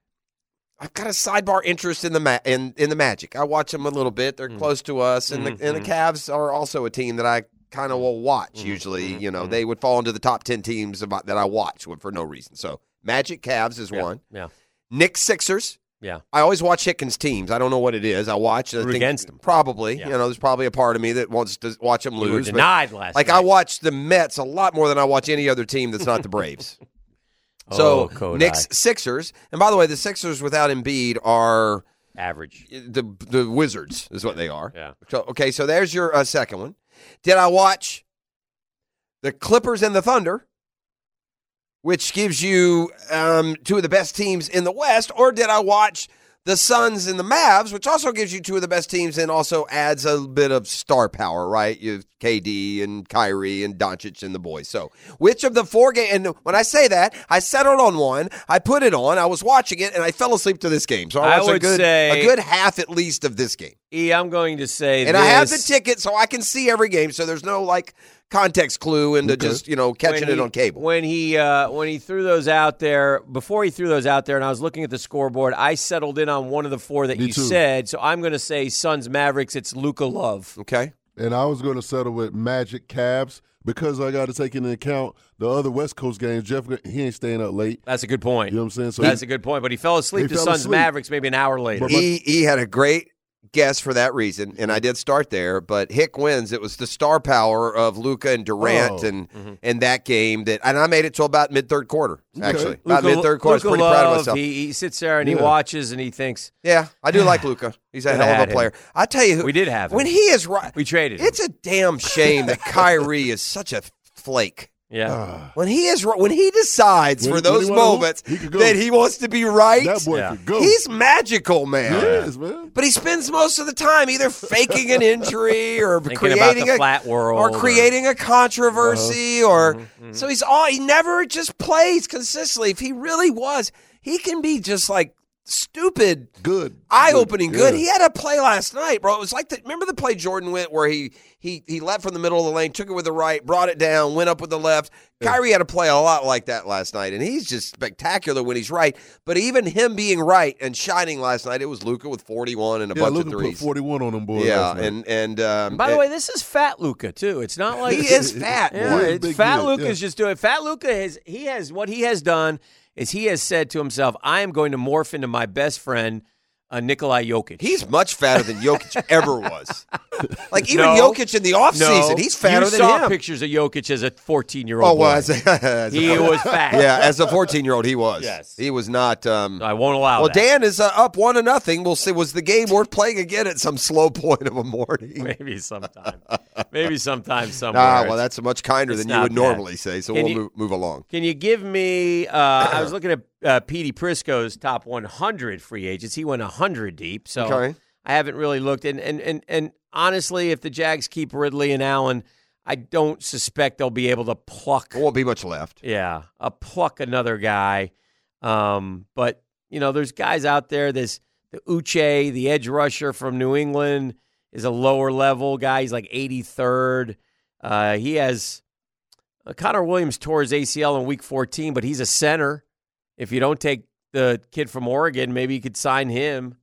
[SPEAKER 5] I've got a sidebar interest in the ma- in in the Magic. I watch them a little bit. They're
[SPEAKER 7] Mm.
[SPEAKER 5] close to us, and the and
[SPEAKER 7] Mm-hmm.
[SPEAKER 5] the Cavs are also a team that I kind of will watch. Usually,
[SPEAKER 7] Mm-hmm.
[SPEAKER 5] you know, they would fall into the top ten teams about, that I watch with- for no reason. So Magic Cavs is one.
[SPEAKER 7] Yeah.
[SPEAKER 5] Knicks Sixers.
[SPEAKER 7] Yeah.
[SPEAKER 5] I always watch Hickens teams. I don't know what it is. I watch I
[SPEAKER 7] Root
[SPEAKER 5] think
[SPEAKER 7] against 'em.
[SPEAKER 5] Probably,
[SPEAKER 7] Yeah.
[SPEAKER 5] you know, there's probably a part of me that wants to watch them
[SPEAKER 7] You were
[SPEAKER 5] lose. but-
[SPEAKER 7] denied last.
[SPEAKER 5] like
[SPEAKER 7] night.
[SPEAKER 5] I watch the Mets a lot more than I watch any other team that's not the Braves.
[SPEAKER 7] Oh,
[SPEAKER 5] so
[SPEAKER 7] Kodai.
[SPEAKER 5] Knicks Sixers, and by the way, the Sixers without Embiid are
[SPEAKER 7] average.
[SPEAKER 5] the the Wizards is what they are.
[SPEAKER 7] Yeah.
[SPEAKER 5] So okay, so there's your uh, second one. Did I watch the Clippers and the Thunder, which gives you um, two of the best teams in the West, or did I watch the Suns and the Mavs, which also gives you two of the best teams and also adds a bit of star power, right? You have KD and Kyrie and Doncic and the boys. So which of the four games? And when I say that, I settled on one. I put it on. I was watching it and I fell asleep to this game. So I,
[SPEAKER 7] I
[SPEAKER 5] watched a
[SPEAKER 7] would
[SPEAKER 5] good,
[SPEAKER 7] say-
[SPEAKER 5] a good half at least of this game.
[SPEAKER 7] E, I'm going to say,
[SPEAKER 5] And I have the
[SPEAKER 7] this.
[SPEAKER 5] ticket, so I can see every game. So there's no like context clue into
[SPEAKER 4] Okay.
[SPEAKER 5] just you know catching
[SPEAKER 7] when
[SPEAKER 5] it
[SPEAKER 7] he-
[SPEAKER 5] on cable.
[SPEAKER 7] When he uh, when he threw those out there, before he threw those out there, and I was looking at the scoreboard, I settled in on one of the four that
[SPEAKER 4] Me
[SPEAKER 7] you
[SPEAKER 4] too.
[SPEAKER 7] said. So I'm going to say Suns Mavericks. It's Luca Love.
[SPEAKER 5] Okay,
[SPEAKER 4] And I was going to settle with Magic Cavs because I got to take into account the other West Coast games. Jeff, he ain't staying up late.
[SPEAKER 7] That's a good
[SPEAKER 4] You
[SPEAKER 7] point.
[SPEAKER 4] know what I'm saying? So
[SPEAKER 7] That's a good point. But he fell asleep
[SPEAKER 4] He
[SPEAKER 7] to
[SPEAKER 4] fell
[SPEAKER 7] Suns
[SPEAKER 4] asleep.
[SPEAKER 7] Mavericks maybe an hour later. E,
[SPEAKER 4] But-
[SPEAKER 5] he he had a great guess for that reason, and I did start there. But Hick wins. It was the star power of Luca and Durant,
[SPEAKER 4] Oh.
[SPEAKER 5] and
[SPEAKER 7] Mm-hmm.
[SPEAKER 5] and that game that, and I made it till about mid third quarter. Actually, about
[SPEAKER 7] Luka-
[SPEAKER 5] mid third quarter. I was
[SPEAKER 7] Luka
[SPEAKER 5] pretty proud of
[SPEAKER 7] Love,
[SPEAKER 5] myself.
[SPEAKER 7] He, he sits there and he
[SPEAKER 4] Yeah.
[SPEAKER 7] watches and he thinks
[SPEAKER 5] Yeah, I do like Luca. He's a
[SPEAKER 7] Could've
[SPEAKER 5] hell
[SPEAKER 7] had
[SPEAKER 5] of a
[SPEAKER 7] him.
[SPEAKER 5] player. I tell you, who,
[SPEAKER 7] We did have him.
[SPEAKER 5] when he is right.
[SPEAKER 7] we traded. him.
[SPEAKER 5] It's a damn shame that Kyrie is such a flake.
[SPEAKER 7] yeah.
[SPEAKER 4] Ah,
[SPEAKER 5] When he is when he decides
[SPEAKER 4] When-
[SPEAKER 5] for
[SPEAKER 4] when he
[SPEAKER 5] those
[SPEAKER 4] wanna hoop,
[SPEAKER 5] moments
[SPEAKER 4] he can go.
[SPEAKER 5] that he wants to be right,
[SPEAKER 4] that boy
[SPEAKER 7] Yeah.
[SPEAKER 4] could go.
[SPEAKER 5] he's magical, man.
[SPEAKER 4] yes, man.
[SPEAKER 5] But he spends most of the time either faking an injury or
[SPEAKER 7] Thinking about
[SPEAKER 5] creating
[SPEAKER 7] the
[SPEAKER 5] a
[SPEAKER 7] flat world Mm-hmm,
[SPEAKER 5] or creating a controversy
[SPEAKER 4] Uh-huh.
[SPEAKER 5] or so he's all he never just plays consistently. If he really was, he can be just like stupid
[SPEAKER 4] Good.
[SPEAKER 5] eye opening good.
[SPEAKER 4] Yeah.
[SPEAKER 5] He had a play last night, bro. It was like the, remember the play Jordan went where he he he left from the middle of the lane, took it with the right, brought it down, went up with the left. Kyrie had a play a lot like that last night, and he's just spectacular when he's right. But even him being right and shining last night, it was Luca with forty one and a
[SPEAKER 4] yeah,
[SPEAKER 5] bunch
[SPEAKER 4] Luka
[SPEAKER 5] of
[SPEAKER 4] put
[SPEAKER 5] threes.
[SPEAKER 4] 41 on them boys.
[SPEAKER 5] yeah,
[SPEAKER 4] last night.
[SPEAKER 5] and and um,
[SPEAKER 7] By the
[SPEAKER 5] it-
[SPEAKER 7] way, this is Fat Luca too. It's not like
[SPEAKER 5] he is fat.
[SPEAKER 4] Yeah,
[SPEAKER 7] Yeah,
[SPEAKER 4] Well, he's a
[SPEAKER 7] it's
[SPEAKER 4] big
[SPEAKER 7] Fat
[SPEAKER 4] dude,
[SPEAKER 7] Luca
[SPEAKER 4] yeah.
[SPEAKER 7] is just doing. Fat Luca has he has what he has done is he has said to himself, "I am going to morph into my best friend, uh, Nikolai Jokic."
[SPEAKER 5] He's much fatter than Jokic ever was. Like even
[SPEAKER 7] No.
[SPEAKER 5] Jokic in the offseason, he's fatter
[SPEAKER 7] you
[SPEAKER 5] than
[SPEAKER 7] saw
[SPEAKER 5] him.
[SPEAKER 7] pictures of Jokic as a 14 year old.
[SPEAKER 5] Oh, well, as a, as a-
[SPEAKER 7] he was fat.
[SPEAKER 5] yeah, as a 14 year old, he was.
[SPEAKER 7] Yes.
[SPEAKER 5] He was not. Um,
[SPEAKER 7] I won't allow
[SPEAKER 5] well,
[SPEAKER 7] that.
[SPEAKER 5] Dan is uh, up one to nothing. We'll see. Was the game worth playing again at some slow point of a morning?
[SPEAKER 7] Maybe sometime. Maybe sometime somewhere.
[SPEAKER 5] Ah, well, that's much kinder
[SPEAKER 7] It's
[SPEAKER 5] than you would
[SPEAKER 7] not bad.
[SPEAKER 5] normally say. So
[SPEAKER 7] Can
[SPEAKER 5] we'll
[SPEAKER 7] you-
[SPEAKER 5] move, move along.
[SPEAKER 7] Can you give me? Uh, I was looking at uh, Petey Prisco's top 100 free agents. He went 100 deep, so
[SPEAKER 5] Okay.
[SPEAKER 7] I haven't really looked. And and and and honestly, if the Jags keep Ridley and Allen, I don't suspect they'll be able to pluck.
[SPEAKER 5] There won't be much left.
[SPEAKER 7] Yeah, a pluck another guy. Um, but you know, there's guys out there. This the Uche, the edge rusher from New England, is a lower level guy. He's like 83rd. Uh, he has uh, Connor Williams tore his ACL in Week 14, but he's a center. If you don't take the kid from Oregon, maybe you could sign him.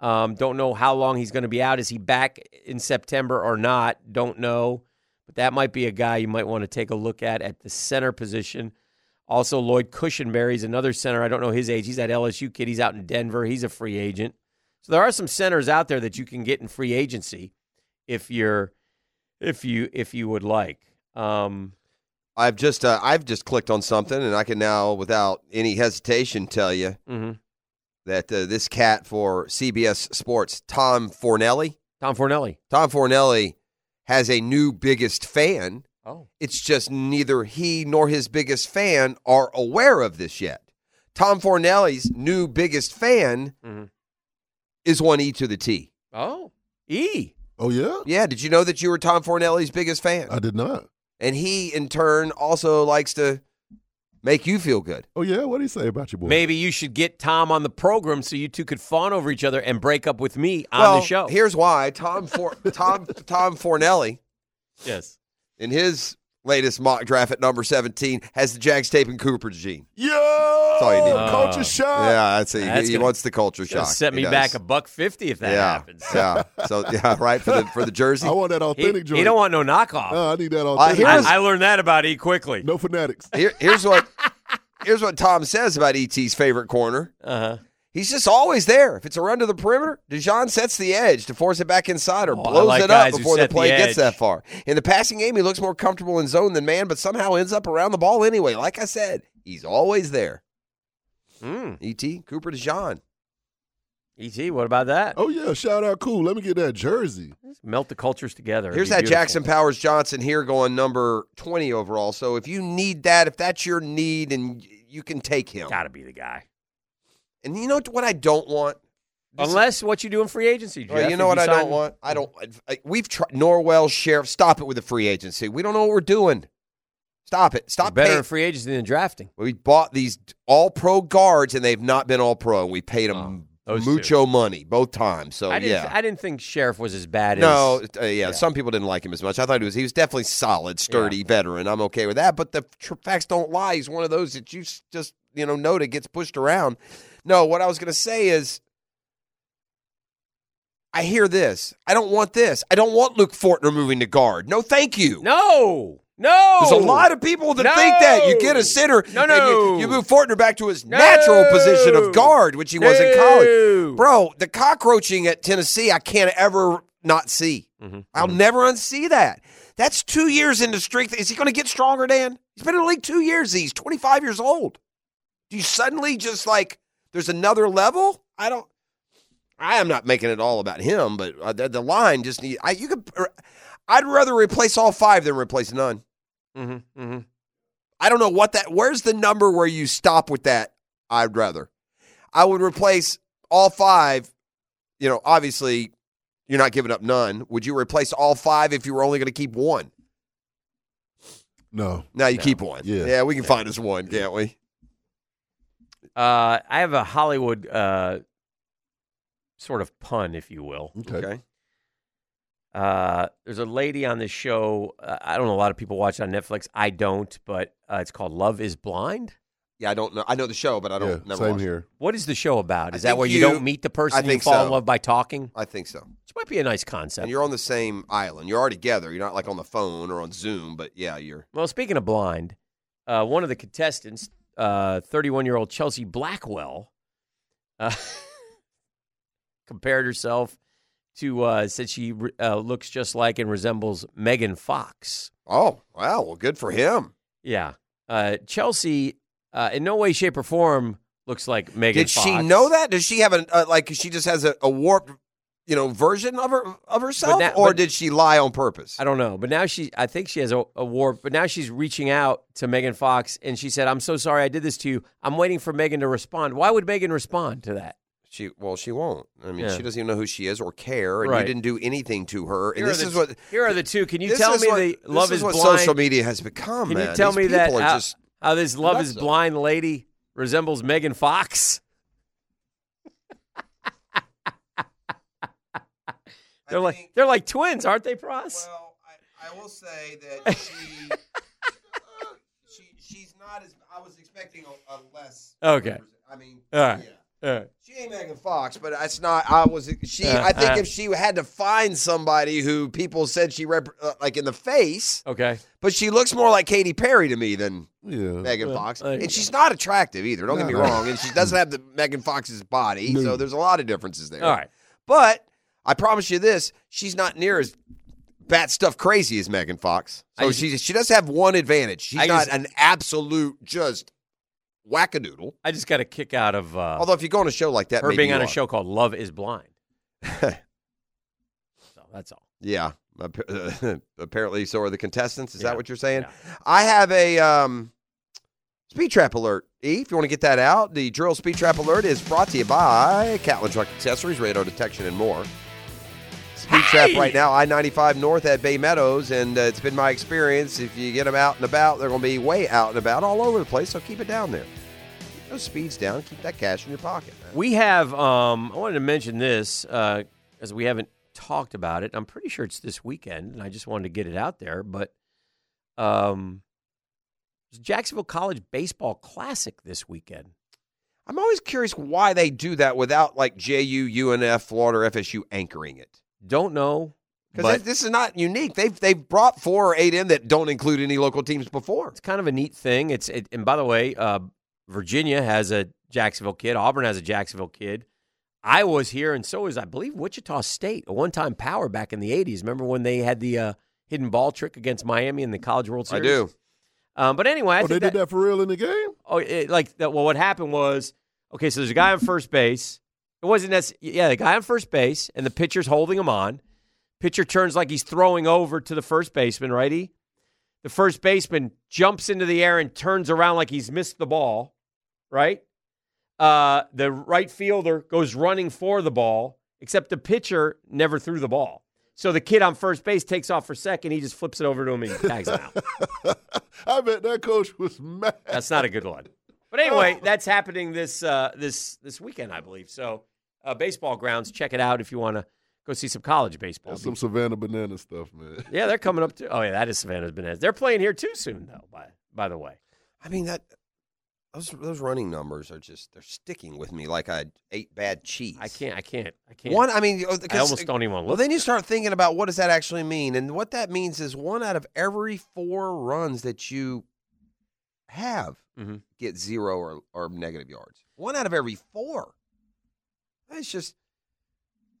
[SPEAKER 7] Um, don't know how long he's going to be out. Is he back in September or not? Don't know. But that might be a guy you might want to take a look at at the center position. Also, Lloyd Cushenberry's another center. I don't know his age. He's that LSU kid. He's out in Denver. He's a free agent. So there are some centers out there that you can get in free agency if you're if you if you would like. Um,
[SPEAKER 5] I've just uh, I've just clicked on something, and I can now, without any hesitation, tell you
[SPEAKER 7] mhm.
[SPEAKER 5] that uh, this cat for CBS Sports, Tom Fornelli,
[SPEAKER 7] Tom Fornelli.
[SPEAKER 5] Tom Fornelli has a new biggest fan.
[SPEAKER 7] Oh.
[SPEAKER 5] It's just neither he nor his biggest fan are aware of this yet. Tom Fornelli's new biggest fan
[SPEAKER 7] Mhm.
[SPEAKER 5] is one E to the T.
[SPEAKER 7] Oh. E.
[SPEAKER 4] Oh yeah,
[SPEAKER 5] Yeah, did you know that you were Tom Fornelli's biggest fan?
[SPEAKER 7] Uh,
[SPEAKER 4] I did not.
[SPEAKER 5] and he, in turn, also likes to make you feel good.
[SPEAKER 4] Oh yeah, what do you say about your boy?
[SPEAKER 7] Maybe you should get Tom on the program so you two could fawn over each other and break up with me on
[SPEAKER 5] well,
[SPEAKER 7] the show.
[SPEAKER 5] Here's why Tom For- Tom Tom Fornelli
[SPEAKER 7] yes.
[SPEAKER 5] in his latest mock draft at number 17 has the Jags taping Cooper's gene.
[SPEAKER 4] Yo,
[SPEAKER 5] all you need.
[SPEAKER 4] culture
[SPEAKER 7] Oh.
[SPEAKER 4] shock.
[SPEAKER 5] yeah, that's it.
[SPEAKER 7] that's
[SPEAKER 5] he, he
[SPEAKER 7] gonna-
[SPEAKER 5] wants the culture
[SPEAKER 7] Should've
[SPEAKER 5] shock.
[SPEAKER 7] Set
[SPEAKER 5] He
[SPEAKER 7] me
[SPEAKER 5] does.
[SPEAKER 7] back a buck fifty if that
[SPEAKER 5] yeah,
[SPEAKER 7] happens.
[SPEAKER 5] yeah. So yeah, right for the for the jersey.
[SPEAKER 4] I want that
[SPEAKER 7] He,
[SPEAKER 4] authentic
[SPEAKER 7] he
[SPEAKER 4] joint.
[SPEAKER 7] don't want no knockoff.
[SPEAKER 4] No, I need that
[SPEAKER 5] Uh,
[SPEAKER 4] authentic.
[SPEAKER 5] here
[SPEAKER 4] joint.
[SPEAKER 5] is-
[SPEAKER 7] I, I learned that about E quickly.
[SPEAKER 4] no fanatics.
[SPEAKER 5] Here, here's what here's what Tom says about ET's favorite corner.
[SPEAKER 7] Uh-huh.
[SPEAKER 5] He's just always there. If it's a run to the perimeter, Dijon sets the edge to force it back inside or
[SPEAKER 7] Oh, I
[SPEAKER 5] blows
[SPEAKER 7] like
[SPEAKER 5] it up
[SPEAKER 7] guys who
[SPEAKER 5] before the
[SPEAKER 7] set the
[SPEAKER 5] play gets
[SPEAKER 7] edge.
[SPEAKER 5] that far. In the passing game, he looks more comfortable in zone than man, but somehow ends up around the ball anyway. Like I said, he's always there.
[SPEAKER 7] Mm.
[SPEAKER 5] ET Cooper Dijon.
[SPEAKER 7] Et, E what about that?
[SPEAKER 4] Oh yeah, shout out, cool. Let me get that jersey.
[SPEAKER 7] Melt the cultures together. It'd
[SPEAKER 5] Here's
[SPEAKER 7] be
[SPEAKER 5] that
[SPEAKER 7] beautiful.
[SPEAKER 5] Jackson Powers Johnson here going number 20 overall. So if you need that, if that's your need, and you can take him.
[SPEAKER 7] Got to be the guy.
[SPEAKER 5] And you know what I don't want? This is-
[SPEAKER 7] Unless what you do in free agency,
[SPEAKER 5] Well,
[SPEAKER 7] Jeff,
[SPEAKER 5] you
[SPEAKER 7] if
[SPEAKER 5] know what I
[SPEAKER 7] sign-
[SPEAKER 5] don't want? I don't. I, we've tried Norwell, Sheriff. Stop it with the free agency. We don't know what we're doing. Stop it.
[SPEAKER 7] You're
[SPEAKER 5] Stop
[SPEAKER 7] better
[SPEAKER 5] paying.
[SPEAKER 7] in free agency than drafting.
[SPEAKER 5] we bought these all pro guards and they've not been all pro. We paid them
[SPEAKER 7] Oh, those
[SPEAKER 5] mucho money both times. So
[SPEAKER 7] I didn't.
[SPEAKER 5] Oh, yeah.
[SPEAKER 7] I didn't think Sheriff was as bad
[SPEAKER 5] no,
[SPEAKER 7] as.
[SPEAKER 5] uh, yeah, Some people didn't like him as much. I thought he was he was definitely solid, sturdy veteran. I'm okay with that. But the tr- facts don't lie. He's one of those that you s- just you know know that gets pushed around. No, what I was gonna say is, I hear this. I don't want this. I don't want Luke Fortner moving to guard. No, thank you.
[SPEAKER 7] No. No.
[SPEAKER 5] There's a lot of people that think that you get a
[SPEAKER 7] No.
[SPEAKER 5] center,
[SPEAKER 7] No,
[SPEAKER 5] and you-
[SPEAKER 7] no.
[SPEAKER 5] you, move Fortner back to his natural position of
[SPEAKER 7] No.
[SPEAKER 5] guard, which he was in college.
[SPEAKER 7] No.
[SPEAKER 5] Bro, the cockroaching at Tennessee, I can't ever not see.
[SPEAKER 8] Mm-hmm.
[SPEAKER 7] Mhm.
[SPEAKER 5] I'll never unsee that. That's two years into strength. Is he going to get stronger, Dan? He's been in the league two years. He's 25 years old. Do you suddenly just like there's another level? I don't. I am not making it all about him, but uh, the, the line just need. I you could. er, I'd rather replace all five than replace none.
[SPEAKER 8] Mm-hmm.
[SPEAKER 7] Mhm, mhm.
[SPEAKER 5] I don't know what that. Where's the number where you stop with that? I'd rather. I would replace all five. You know, obviously, you're not giving up none. Would you replace all five if you were only going to keep one?
[SPEAKER 4] No,
[SPEAKER 5] No, you keep one.
[SPEAKER 4] Yeah.
[SPEAKER 5] yeah, we can find us one, can't we?
[SPEAKER 7] Uh, I have a Hollywood uh, sort of pun, if you will.
[SPEAKER 4] okay.
[SPEAKER 7] Uh, there's a lady on this show. Uh, I don't know. A lot of people watch it on Netflix. I don't, but uh, it's called Love Is Blind.
[SPEAKER 5] Yeah, I don't know. I know the show, but I don't.
[SPEAKER 4] yeah,
[SPEAKER 5] never
[SPEAKER 4] same
[SPEAKER 5] watched it.
[SPEAKER 4] here.
[SPEAKER 7] What is the show about?
[SPEAKER 5] I
[SPEAKER 7] Is that
[SPEAKER 5] think
[SPEAKER 7] where you,
[SPEAKER 5] you-
[SPEAKER 7] don't meet the person you
[SPEAKER 5] think
[SPEAKER 7] fall in
[SPEAKER 5] so.
[SPEAKER 7] love by talking?
[SPEAKER 5] I think so.
[SPEAKER 7] Which might be a nice concept.
[SPEAKER 5] And you're on the same island. You're already together. You're not like on the phone or on Zoom, but yeah, you're.
[SPEAKER 7] Well, speaking of blind, uh, one of the contestants, uh, 31-year-old Chelsea Blackwell, uh, compared herself to uh, said she re- uh, looks just like and resembles Megan Fox.
[SPEAKER 5] Oh, wow. Well, good for him.
[SPEAKER 7] Yeah, uh, Chelsea uh, in no way, shape, or form looks like Megan.
[SPEAKER 5] Did she know that? Does she have a uh, like? She just has a, a warped, you know, version of her of herself,
[SPEAKER 7] that-
[SPEAKER 5] or
[SPEAKER 7] but-
[SPEAKER 5] did she lie on purpose?
[SPEAKER 7] I don't know, but now she, I think she has a, a warp. But now she's reaching out to Megan Fox, and she said, "I'm so sorry, I did this to you. I'm waiting for Megan to respond. Why would Megan respond to that?
[SPEAKER 5] She well, she won't. I mean,
[SPEAKER 7] Yeah.
[SPEAKER 5] she doesn't even know who she is or care, and
[SPEAKER 7] Right.
[SPEAKER 5] you didn't do anything to her. And
[SPEAKER 7] Here are
[SPEAKER 5] this
[SPEAKER 7] the
[SPEAKER 5] is
[SPEAKER 7] t-
[SPEAKER 5] what
[SPEAKER 7] Here are the two. Can you
[SPEAKER 5] this
[SPEAKER 7] tell
[SPEAKER 5] is
[SPEAKER 7] me
[SPEAKER 5] what-
[SPEAKER 7] the
[SPEAKER 5] this
[SPEAKER 7] love
[SPEAKER 5] is,
[SPEAKER 7] is
[SPEAKER 5] what
[SPEAKER 7] blind?
[SPEAKER 5] social media has become.
[SPEAKER 7] Can
[SPEAKER 5] man.
[SPEAKER 7] you tell
[SPEAKER 5] These
[SPEAKER 7] me that
[SPEAKER 5] people are
[SPEAKER 7] how,
[SPEAKER 5] just
[SPEAKER 7] how this love is
[SPEAKER 5] nuts.
[SPEAKER 7] blind lady resembles Megan Fox? They're like
[SPEAKER 5] think-
[SPEAKER 7] they're like twins, aren't they, Pross?
[SPEAKER 5] Well, I, I will say that she, she she's not as I was expecting a, a less.
[SPEAKER 7] Okay.
[SPEAKER 5] represent- I mean,
[SPEAKER 7] All right.
[SPEAKER 5] yeah.
[SPEAKER 7] All right.
[SPEAKER 5] She ain't Megan Fox, but that's not. I was. She.
[SPEAKER 7] Uh,
[SPEAKER 5] I think
[SPEAKER 7] uh.
[SPEAKER 5] if she had to find somebody who people said she rep, uh, like in the face,
[SPEAKER 7] Okay.
[SPEAKER 5] but she looks more like Katy Perry to me than
[SPEAKER 4] Yeah.
[SPEAKER 5] Megan
[SPEAKER 7] Well,
[SPEAKER 5] Fox,
[SPEAKER 7] there you
[SPEAKER 5] and
[SPEAKER 7] go.
[SPEAKER 5] she's not attractive either. Don't get
[SPEAKER 4] No,
[SPEAKER 5] me
[SPEAKER 4] no.
[SPEAKER 5] wrong, and she doesn't have the Megan Fox's body, so there's a lot of differences there.
[SPEAKER 7] All right.
[SPEAKER 5] but I promise you this: she's not near as bat stuff crazy as Megan Fox. So
[SPEAKER 7] I-
[SPEAKER 5] she she does have one advantage. She's
[SPEAKER 7] I
[SPEAKER 5] not
[SPEAKER 7] just-
[SPEAKER 5] an absolute just wackadoodle.
[SPEAKER 7] I just got a kick out of uh,
[SPEAKER 5] Although if you go on a show like that,
[SPEAKER 7] Oh. her
[SPEAKER 5] maybe
[SPEAKER 7] being
[SPEAKER 5] you
[SPEAKER 7] on a
[SPEAKER 5] are.
[SPEAKER 7] show called Love Is Blind. so that's all.
[SPEAKER 5] Yeah. Ap- Apparently, so are the contestants. Is
[SPEAKER 7] Yeah.
[SPEAKER 5] that what you're saying?
[SPEAKER 7] Yeah.
[SPEAKER 5] I have a um, speed trap alert. E, if you want to get that out, the drill speed trap alert is brought to you by Catlin Truck Accessories, radar detection, and more. Speed trap right now, I 95 north at Bay Meadows, and uh, it's been my experience. If you get them out and about, they're going to be way out and about all over the place, so keep it down there. Keep those speeds down, keep that cash in your pocket. man.
[SPEAKER 7] We have. Um, I wanted to mention this uh, as we haven't talked about it. I'm pretty sure it's this weekend, and I just wanted to get it out there. But um, it's Jacksonville College Baseball Classic this weekend.
[SPEAKER 5] I'm always curious why they do that without like JU, UNF, Florida, or FSU anchoring it.
[SPEAKER 7] Don't know,
[SPEAKER 5] Because
[SPEAKER 7] but
[SPEAKER 5] this is not unique. They've they've brought four or eight in that don't include any local teams before.
[SPEAKER 7] it's kind of a neat thing. It's it, and by the way, uh, Virginia has a Jacksonville kid. Auburn has a Jacksonville kid. Iowa's here, and so is I believe Wichita State, a one-time power back in the '80s. Remember when they had the uh, hidden ball trick against Miami in the College World Series? Um, but anyway, I
[SPEAKER 4] oh,
[SPEAKER 7] think
[SPEAKER 4] they
[SPEAKER 7] that-
[SPEAKER 4] did that for real in the game?
[SPEAKER 7] Oh, it, like that. Well, what happened was okay. So there's a guy on first base. It wasn't that. Yeah, the guy on first base, and the pitcher's holding him on. Pitcher turns like he's throwing over to the first baseman, right? E? The first baseman jumps into the air and turns around like he's missed the ball, right? Uh, the right fielder goes running for the ball, except the pitcher never threw the ball. So the kid on first base takes off for second. He just flips it over to him and he tags him out.
[SPEAKER 4] I bet that coach was mad.
[SPEAKER 7] That's not a good one. Oh. But anyway, that's happening this uh, this this weekend, I believe. So, uh, baseball grounds. Check it out if you want to go see some college baseball.
[SPEAKER 4] That's some Savannah banana stuff, man.
[SPEAKER 7] yeah, they're coming up too. Oh yeah, that is Savannah's Bananas. They're playing here too soon, though. By by the way,
[SPEAKER 5] I mean that those those running numbers are just they're sticking with me like I ate bad cheese.
[SPEAKER 7] I can't, I can't, I can't.
[SPEAKER 5] One, I mean, oh,
[SPEAKER 7] I
[SPEAKER 5] because-
[SPEAKER 7] almost don't even want to
[SPEAKER 5] Well,
[SPEAKER 7] look.
[SPEAKER 5] then you start thinking about what does that actually mean, and what that means is one out of every four runs that you have
[SPEAKER 7] Mhm.
[SPEAKER 5] get zero or, or negative yards. One out of every four. That's just.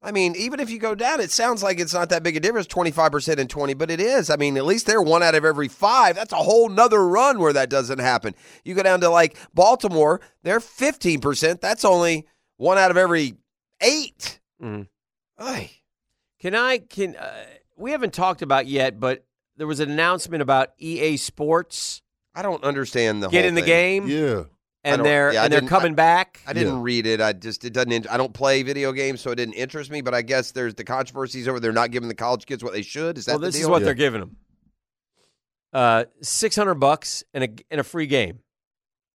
[SPEAKER 5] I mean, even if you go down, it sounds like it's not that big a difference, twenty five percent and twenty, but it is. I mean, at least they're one out of every five. That's a whole nother run where that doesn't happen. You go down to like Baltimore, they're fifteen percent. That's only one out of every eight.
[SPEAKER 7] Mhm.
[SPEAKER 5] Ay.
[SPEAKER 7] Can I? Can uh, we haven't talked about yet? But there was an announcement about EA Sports
[SPEAKER 5] I don't understand the
[SPEAKER 7] get
[SPEAKER 5] whole
[SPEAKER 7] in the
[SPEAKER 5] thing.
[SPEAKER 7] game,
[SPEAKER 4] Yeah.
[SPEAKER 5] I
[SPEAKER 7] and
[SPEAKER 5] don't-
[SPEAKER 7] they're
[SPEAKER 5] yeah, I
[SPEAKER 7] and they're
[SPEAKER 5] didn't-
[SPEAKER 7] coming back.
[SPEAKER 5] I didn't
[SPEAKER 4] Yeah.
[SPEAKER 5] read it. I just it doesn't. in- I don't play video games, so it didn't interest me. But I guess there's the controversies over they're not giving the college kids what they should. Is that
[SPEAKER 7] well,
[SPEAKER 5] the
[SPEAKER 7] this is
[SPEAKER 5] deal?
[SPEAKER 7] what they're giving them: uh, six hundred bucks and a and a free game.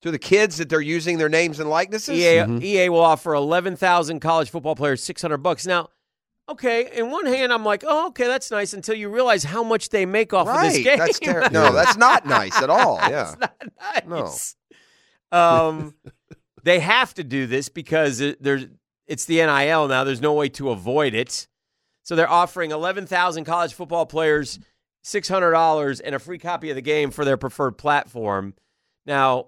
[SPEAKER 5] to the kids that they're using their names and likenesses?
[SPEAKER 7] EA EA E will offer eleven thousand college football players six hundred bucks. Now, okay, in one hand, I'm like, oh, okay, that's nice. Until you realize how much they make off of this
[SPEAKER 5] right.
[SPEAKER 7] game.
[SPEAKER 5] That's terrible. no, that's not nice at all. Yeah,
[SPEAKER 7] That's not nice. Um, they have to do this because it- there's it's the NIL now. There's no way to avoid it. So they're offering eleven thousand college football players six hundred dollars and a free copy of the game for their preferred platform. Now,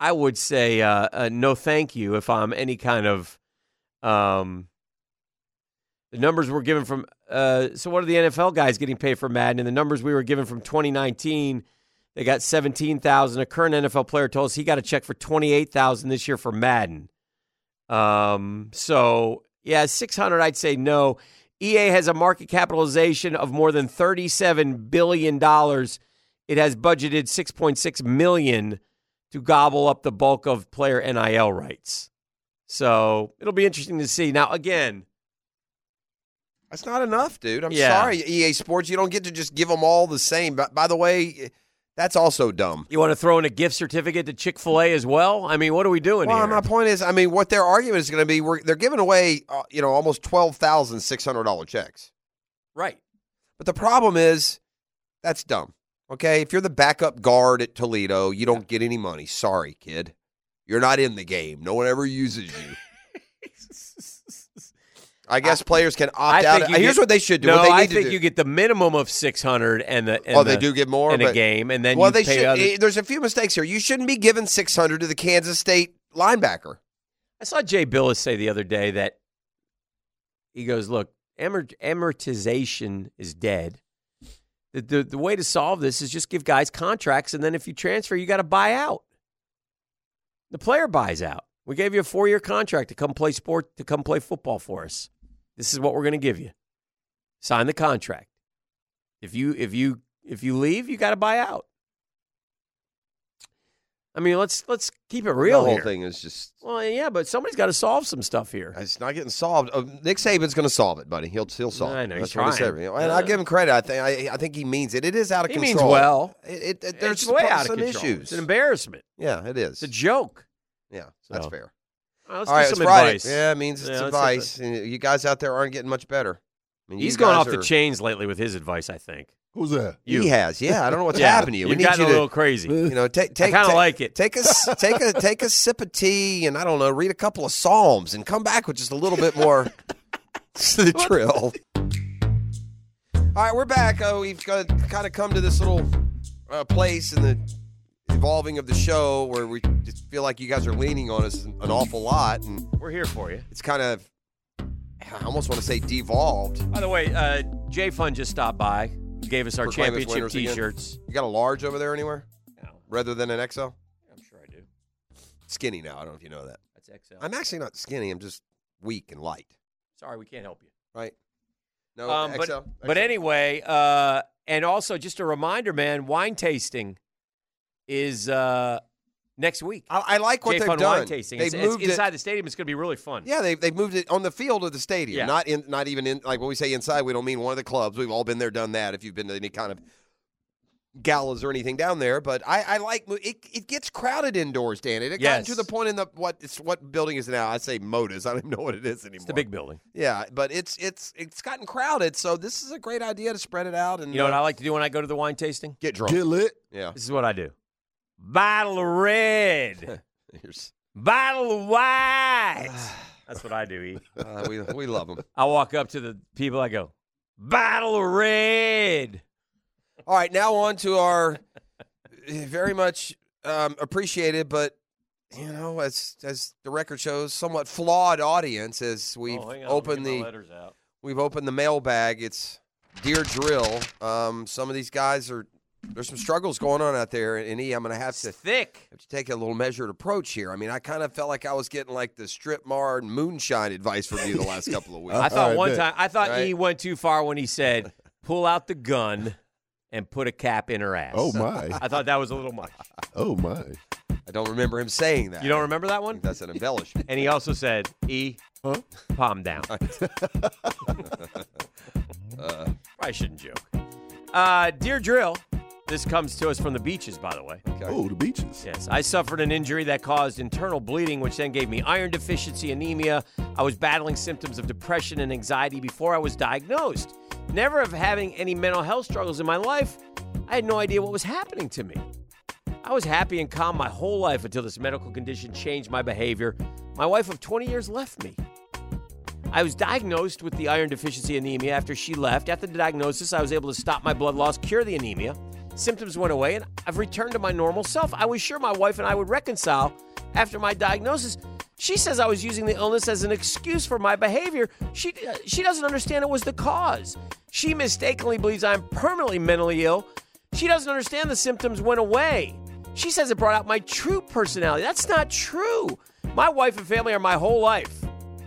[SPEAKER 7] I would say uh, uh, no, thank you. If I'm any kind of um, The numbers were given from uh, so what are the NFL guys getting paid for Madden? And the numbers we were given from 2019, they got 17,000. A current NFL player told us he got a check for 28,000 this year for Madden. Um, so yeah, 600, I'd say no. EA has a market capitalization of more than 37 billion dollars. It has budgeted 6.6 million to gobble up the bulk of player NIL rights. So it'll be interesting to see. Now, again,
[SPEAKER 5] That's not enough, dude. I'm
[SPEAKER 7] Yeah.
[SPEAKER 5] sorry, EA Sports. You don't get to just give them all the same. But by the way, that's also dumb.
[SPEAKER 7] you want to throw in a gift certificate to Chick Fil A as well? I mean, what are we doing
[SPEAKER 5] Well,
[SPEAKER 7] here?
[SPEAKER 5] my point is, I mean, what their argument is going to be, we're, they're giving away, uh, you know, almost twelve thousand six hundred dollar checks.
[SPEAKER 7] right.
[SPEAKER 5] But the problem is, that's dumb. Okay, if you're the backup guard at Toledo, you don't get any money. Sorry, kid, you're not in the game. No one ever uses you. I guess players can opt out.
[SPEAKER 7] you
[SPEAKER 5] Here's
[SPEAKER 7] get-
[SPEAKER 5] what they should do.
[SPEAKER 7] No,
[SPEAKER 5] what they need
[SPEAKER 7] I
[SPEAKER 5] to
[SPEAKER 7] think
[SPEAKER 5] do-
[SPEAKER 7] you get the minimum of six hundred and the and
[SPEAKER 5] oh, they
[SPEAKER 7] the-
[SPEAKER 5] do get more
[SPEAKER 7] in a
[SPEAKER 5] but-
[SPEAKER 7] game, and then
[SPEAKER 5] well,
[SPEAKER 7] you
[SPEAKER 5] they
[SPEAKER 7] pay
[SPEAKER 5] should.
[SPEAKER 7] other-
[SPEAKER 5] eh, There's a few mistakes here. You shouldn't be giving 600 to the Kansas State linebacker.
[SPEAKER 7] I saw Jay Billis say the other day that he goes, "Look, amort- amortization is dead. The, the the way to solve this is just give guys contracts, and then if you transfer, you got to buy out. The player buys out. We gave you a four year contract to come play sport, to come play football for us. This is what we're going to give you. Sign the contract. If you if you if you leave, you got to buy out. I mean, let's let's keep it real.
[SPEAKER 5] the whole
[SPEAKER 7] here.
[SPEAKER 5] thing is just
[SPEAKER 7] Well, yeah, but somebody's got to solve some stuff here.
[SPEAKER 5] It's not getting solved. Uh, Nick Saban's going to solve it, buddy. He'll he'll solve.
[SPEAKER 7] I
[SPEAKER 5] it.
[SPEAKER 7] know, he's
[SPEAKER 5] That's what he said.
[SPEAKER 7] trying.
[SPEAKER 5] You know, And I give him credit. I think I, I think he means it. It is out of
[SPEAKER 7] He means
[SPEAKER 5] control.
[SPEAKER 7] well.
[SPEAKER 5] It, it, it- there's
[SPEAKER 7] it's way out of
[SPEAKER 5] some
[SPEAKER 7] control.
[SPEAKER 5] issues.
[SPEAKER 7] It's an embarrassment.
[SPEAKER 5] yeah, it is.
[SPEAKER 7] It's a joke.
[SPEAKER 5] yeah, that's
[SPEAKER 7] So.
[SPEAKER 5] fair.
[SPEAKER 7] All right, let's
[SPEAKER 5] All
[SPEAKER 7] do
[SPEAKER 5] right, it's
[SPEAKER 7] some
[SPEAKER 5] Friday.
[SPEAKER 7] advice.
[SPEAKER 5] Yeah, it means it's
[SPEAKER 7] Yeah, let's get
[SPEAKER 5] advice. And You guys out there aren't getting much better. I mean,
[SPEAKER 7] He's
[SPEAKER 5] you
[SPEAKER 7] gone
[SPEAKER 5] guys
[SPEAKER 7] off
[SPEAKER 5] are-
[SPEAKER 7] the chains lately with his advice. I think.
[SPEAKER 4] Who's that?
[SPEAKER 7] You.
[SPEAKER 5] He has. Yeah, I don't know what's
[SPEAKER 7] yeah,
[SPEAKER 5] happened to you.
[SPEAKER 7] You've
[SPEAKER 5] we need
[SPEAKER 7] gotten
[SPEAKER 5] you
[SPEAKER 7] a
[SPEAKER 5] to
[SPEAKER 7] little crazy.
[SPEAKER 5] you know take
[SPEAKER 7] I
[SPEAKER 5] take
[SPEAKER 7] kind of
[SPEAKER 5] take-
[SPEAKER 7] like it.
[SPEAKER 5] Take a s- take a take a sip of tea and I don't know, read a couple of psalms and come back with just a little bit more to the drill. All right, we're back. Uh, we've got kind of come to this little uh, place in the evolving of the show where we just feel like you guys are leaning on us an awful lot, and
[SPEAKER 7] We're here for you.
[SPEAKER 5] it's kind of I almost want to say devolved.
[SPEAKER 7] By the way, uh, J Fun just stopped by, gave us our
[SPEAKER 5] Proclaim us
[SPEAKER 7] championship
[SPEAKER 5] winners again.
[SPEAKER 7] T-shirts.
[SPEAKER 5] You got a large over there anywhere
[SPEAKER 7] No,
[SPEAKER 5] rather than an XL?
[SPEAKER 7] I'm sure I do.
[SPEAKER 5] Skinny now. I don't know if you know that.
[SPEAKER 7] That's XL.
[SPEAKER 5] I'm actually not skinny. I'm just weak and light.
[SPEAKER 7] Sorry, we can't help you.
[SPEAKER 5] right? No,
[SPEAKER 7] Um, but,
[SPEAKER 5] XL,
[SPEAKER 7] but
[SPEAKER 5] XL.
[SPEAKER 7] anyway, uh, and also just a reminder, man, wine tasting is uh, next week.
[SPEAKER 5] I, I like what
[SPEAKER 7] J
[SPEAKER 5] they've
[SPEAKER 7] Fun
[SPEAKER 5] done.
[SPEAKER 7] wine tasting.
[SPEAKER 5] They've
[SPEAKER 7] it's, it's
[SPEAKER 5] moved it.
[SPEAKER 7] inside the stadium. It's going to be really fun.
[SPEAKER 5] yeah, they they moved it on the field of the stadium.
[SPEAKER 7] Yeah.
[SPEAKER 5] Not in, not even in. Like when we say inside, we don't mean one of the clubs. We've all been there, done that. If you've been to any kind of galas or anything down there, but I, I like mo- it. It gets crowded indoors, Dan. It, it got
[SPEAKER 7] Yes.
[SPEAKER 5] to the point in the what it's what building is it now. I say Modus. I don't even know what it is anymore.
[SPEAKER 7] It's the big building.
[SPEAKER 5] yeah, but it's it's it's gotten crowded. So this is a great idea to spread it out and
[SPEAKER 7] You know what
[SPEAKER 5] uh,
[SPEAKER 7] I like to do when I go to the wine tasting?
[SPEAKER 5] get drunk.
[SPEAKER 4] Get lit.
[SPEAKER 5] yeah,
[SPEAKER 7] This is what I do. Bottle of red,
[SPEAKER 5] Here's-
[SPEAKER 7] bottle of white. That's what I do. E.
[SPEAKER 5] uh, we we love them.
[SPEAKER 7] I walk up to the people. I go, bottle of red.
[SPEAKER 5] All right, now on to our eh, very much um, appreciated, but you know, as as the record shows, somewhat flawed audience. As
[SPEAKER 7] Oh,
[SPEAKER 5] we've opened the
[SPEAKER 7] letters out.
[SPEAKER 5] we've opened the mailbag. It's dear drill. Um, some of these guys are there's some struggles going on out there, and E, I'm going to have
[SPEAKER 7] It's
[SPEAKER 5] to
[SPEAKER 7] thick.
[SPEAKER 5] have to take a little measured approach here. I mean, I kind of felt like I was getting like the strip mar and moonshine advice from you the last couple of weeks.
[SPEAKER 7] I thought
[SPEAKER 4] right,
[SPEAKER 7] one
[SPEAKER 4] bet.
[SPEAKER 7] time. I thought
[SPEAKER 5] Right.
[SPEAKER 7] he went too far when he said, "Pull out the gun and put a cap in her ass."
[SPEAKER 4] Oh my.
[SPEAKER 7] I thought that was a little much.
[SPEAKER 4] Oh my.
[SPEAKER 5] I don't remember him saying that.
[SPEAKER 7] You don't remember that one?
[SPEAKER 5] That's an embellishment.
[SPEAKER 7] And he also said, "E,
[SPEAKER 4] Huh?
[SPEAKER 7] palm down."
[SPEAKER 5] Uh,
[SPEAKER 7] I shouldn't joke. Uh, dear Drill, this comes to us from the beaches, by the way.
[SPEAKER 5] okay.
[SPEAKER 4] Oh, the beaches.
[SPEAKER 7] Yes, I suffered an injury that caused internal bleeding, which then gave me iron deficiency, anemia. I was battling symptoms of depression and anxiety before I was diagnosed. Never of having any mental health struggles in my life, I had no idea what was happening to me. I was happy and calm my whole life until this medical condition changed my behavior. My wife of 20 years left me. I was diagnosed with the iron deficiency anemia after she left. After the diagnosis, I was able to stop my blood loss, cure the anemia. Symptoms went away, and I've returned to my normal self. I was sure my wife and I would reconcile after my diagnosis, She says I was using the illness as an excuse for my behavior. She uh, she doesn't understand it was the cause. She mistakenly believes I'm permanently mentally ill. She doesn't understand the symptoms went away. She says it brought out my true personality. That's not true. My wife and family are my whole life.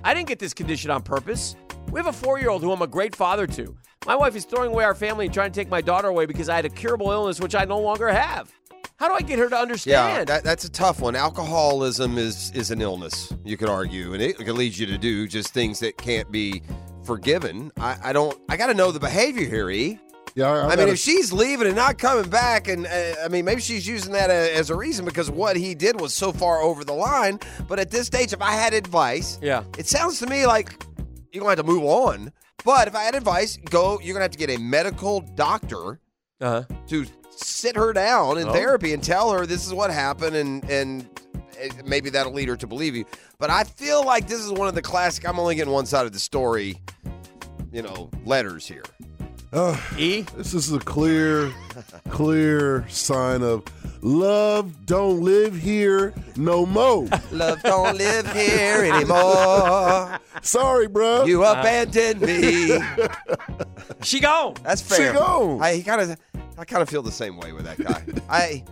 [SPEAKER 7] I didn't get this condition on purpose. We have a four year old who I'm a great father to. My wife is throwing away our family and trying to take my daughter away because I had a curable illness, which I no longer have. How do I get her to understand?
[SPEAKER 5] Yeah, that, that's a tough one. Alcoholism is is an illness, you could argue, and it could lead you to do just things that can't be forgiven. I, I don't. I got to know the behavior here, E.
[SPEAKER 4] Yeah, I, I
[SPEAKER 5] I mean,
[SPEAKER 4] gotta-
[SPEAKER 5] if she's leaving and not coming back, and uh, I mean, maybe she's using that uh, as a reason because what he did was so far over the line. But at this stage, if I had advice,
[SPEAKER 7] Yeah.
[SPEAKER 5] it sounds to me like you're gonna have to move on. But if I had advice, go. You're gonna have to get a medical doctor
[SPEAKER 7] Uh-huh.
[SPEAKER 5] to sit her down in
[SPEAKER 7] Oh.
[SPEAKER 5] therapy and tell her this is what happened and and it- maybe that'll lead her to believe you but i feel like this is one of the classic i'm only getting one side of the story you know letters here
[SPEAKER 4] Ugh.
[SPEAKER 7] E?
[SPEAKER 4] This is a clear, clear sign of love don't live here no mo.
[SPEAKER 5] love don't live here anymore
[SPEAKER 4] Sorry, bruh.
[SPEAKER 5] you abandoned me
[SPEAKER 7] She gone.
[SPEAKER 5] that's
[SPEAKER 4] She
[SPEAKER 5] fair
[SPEAKER 4] gone.
[SPEAKER 5] i kind of i kind of feel the same way with that guy i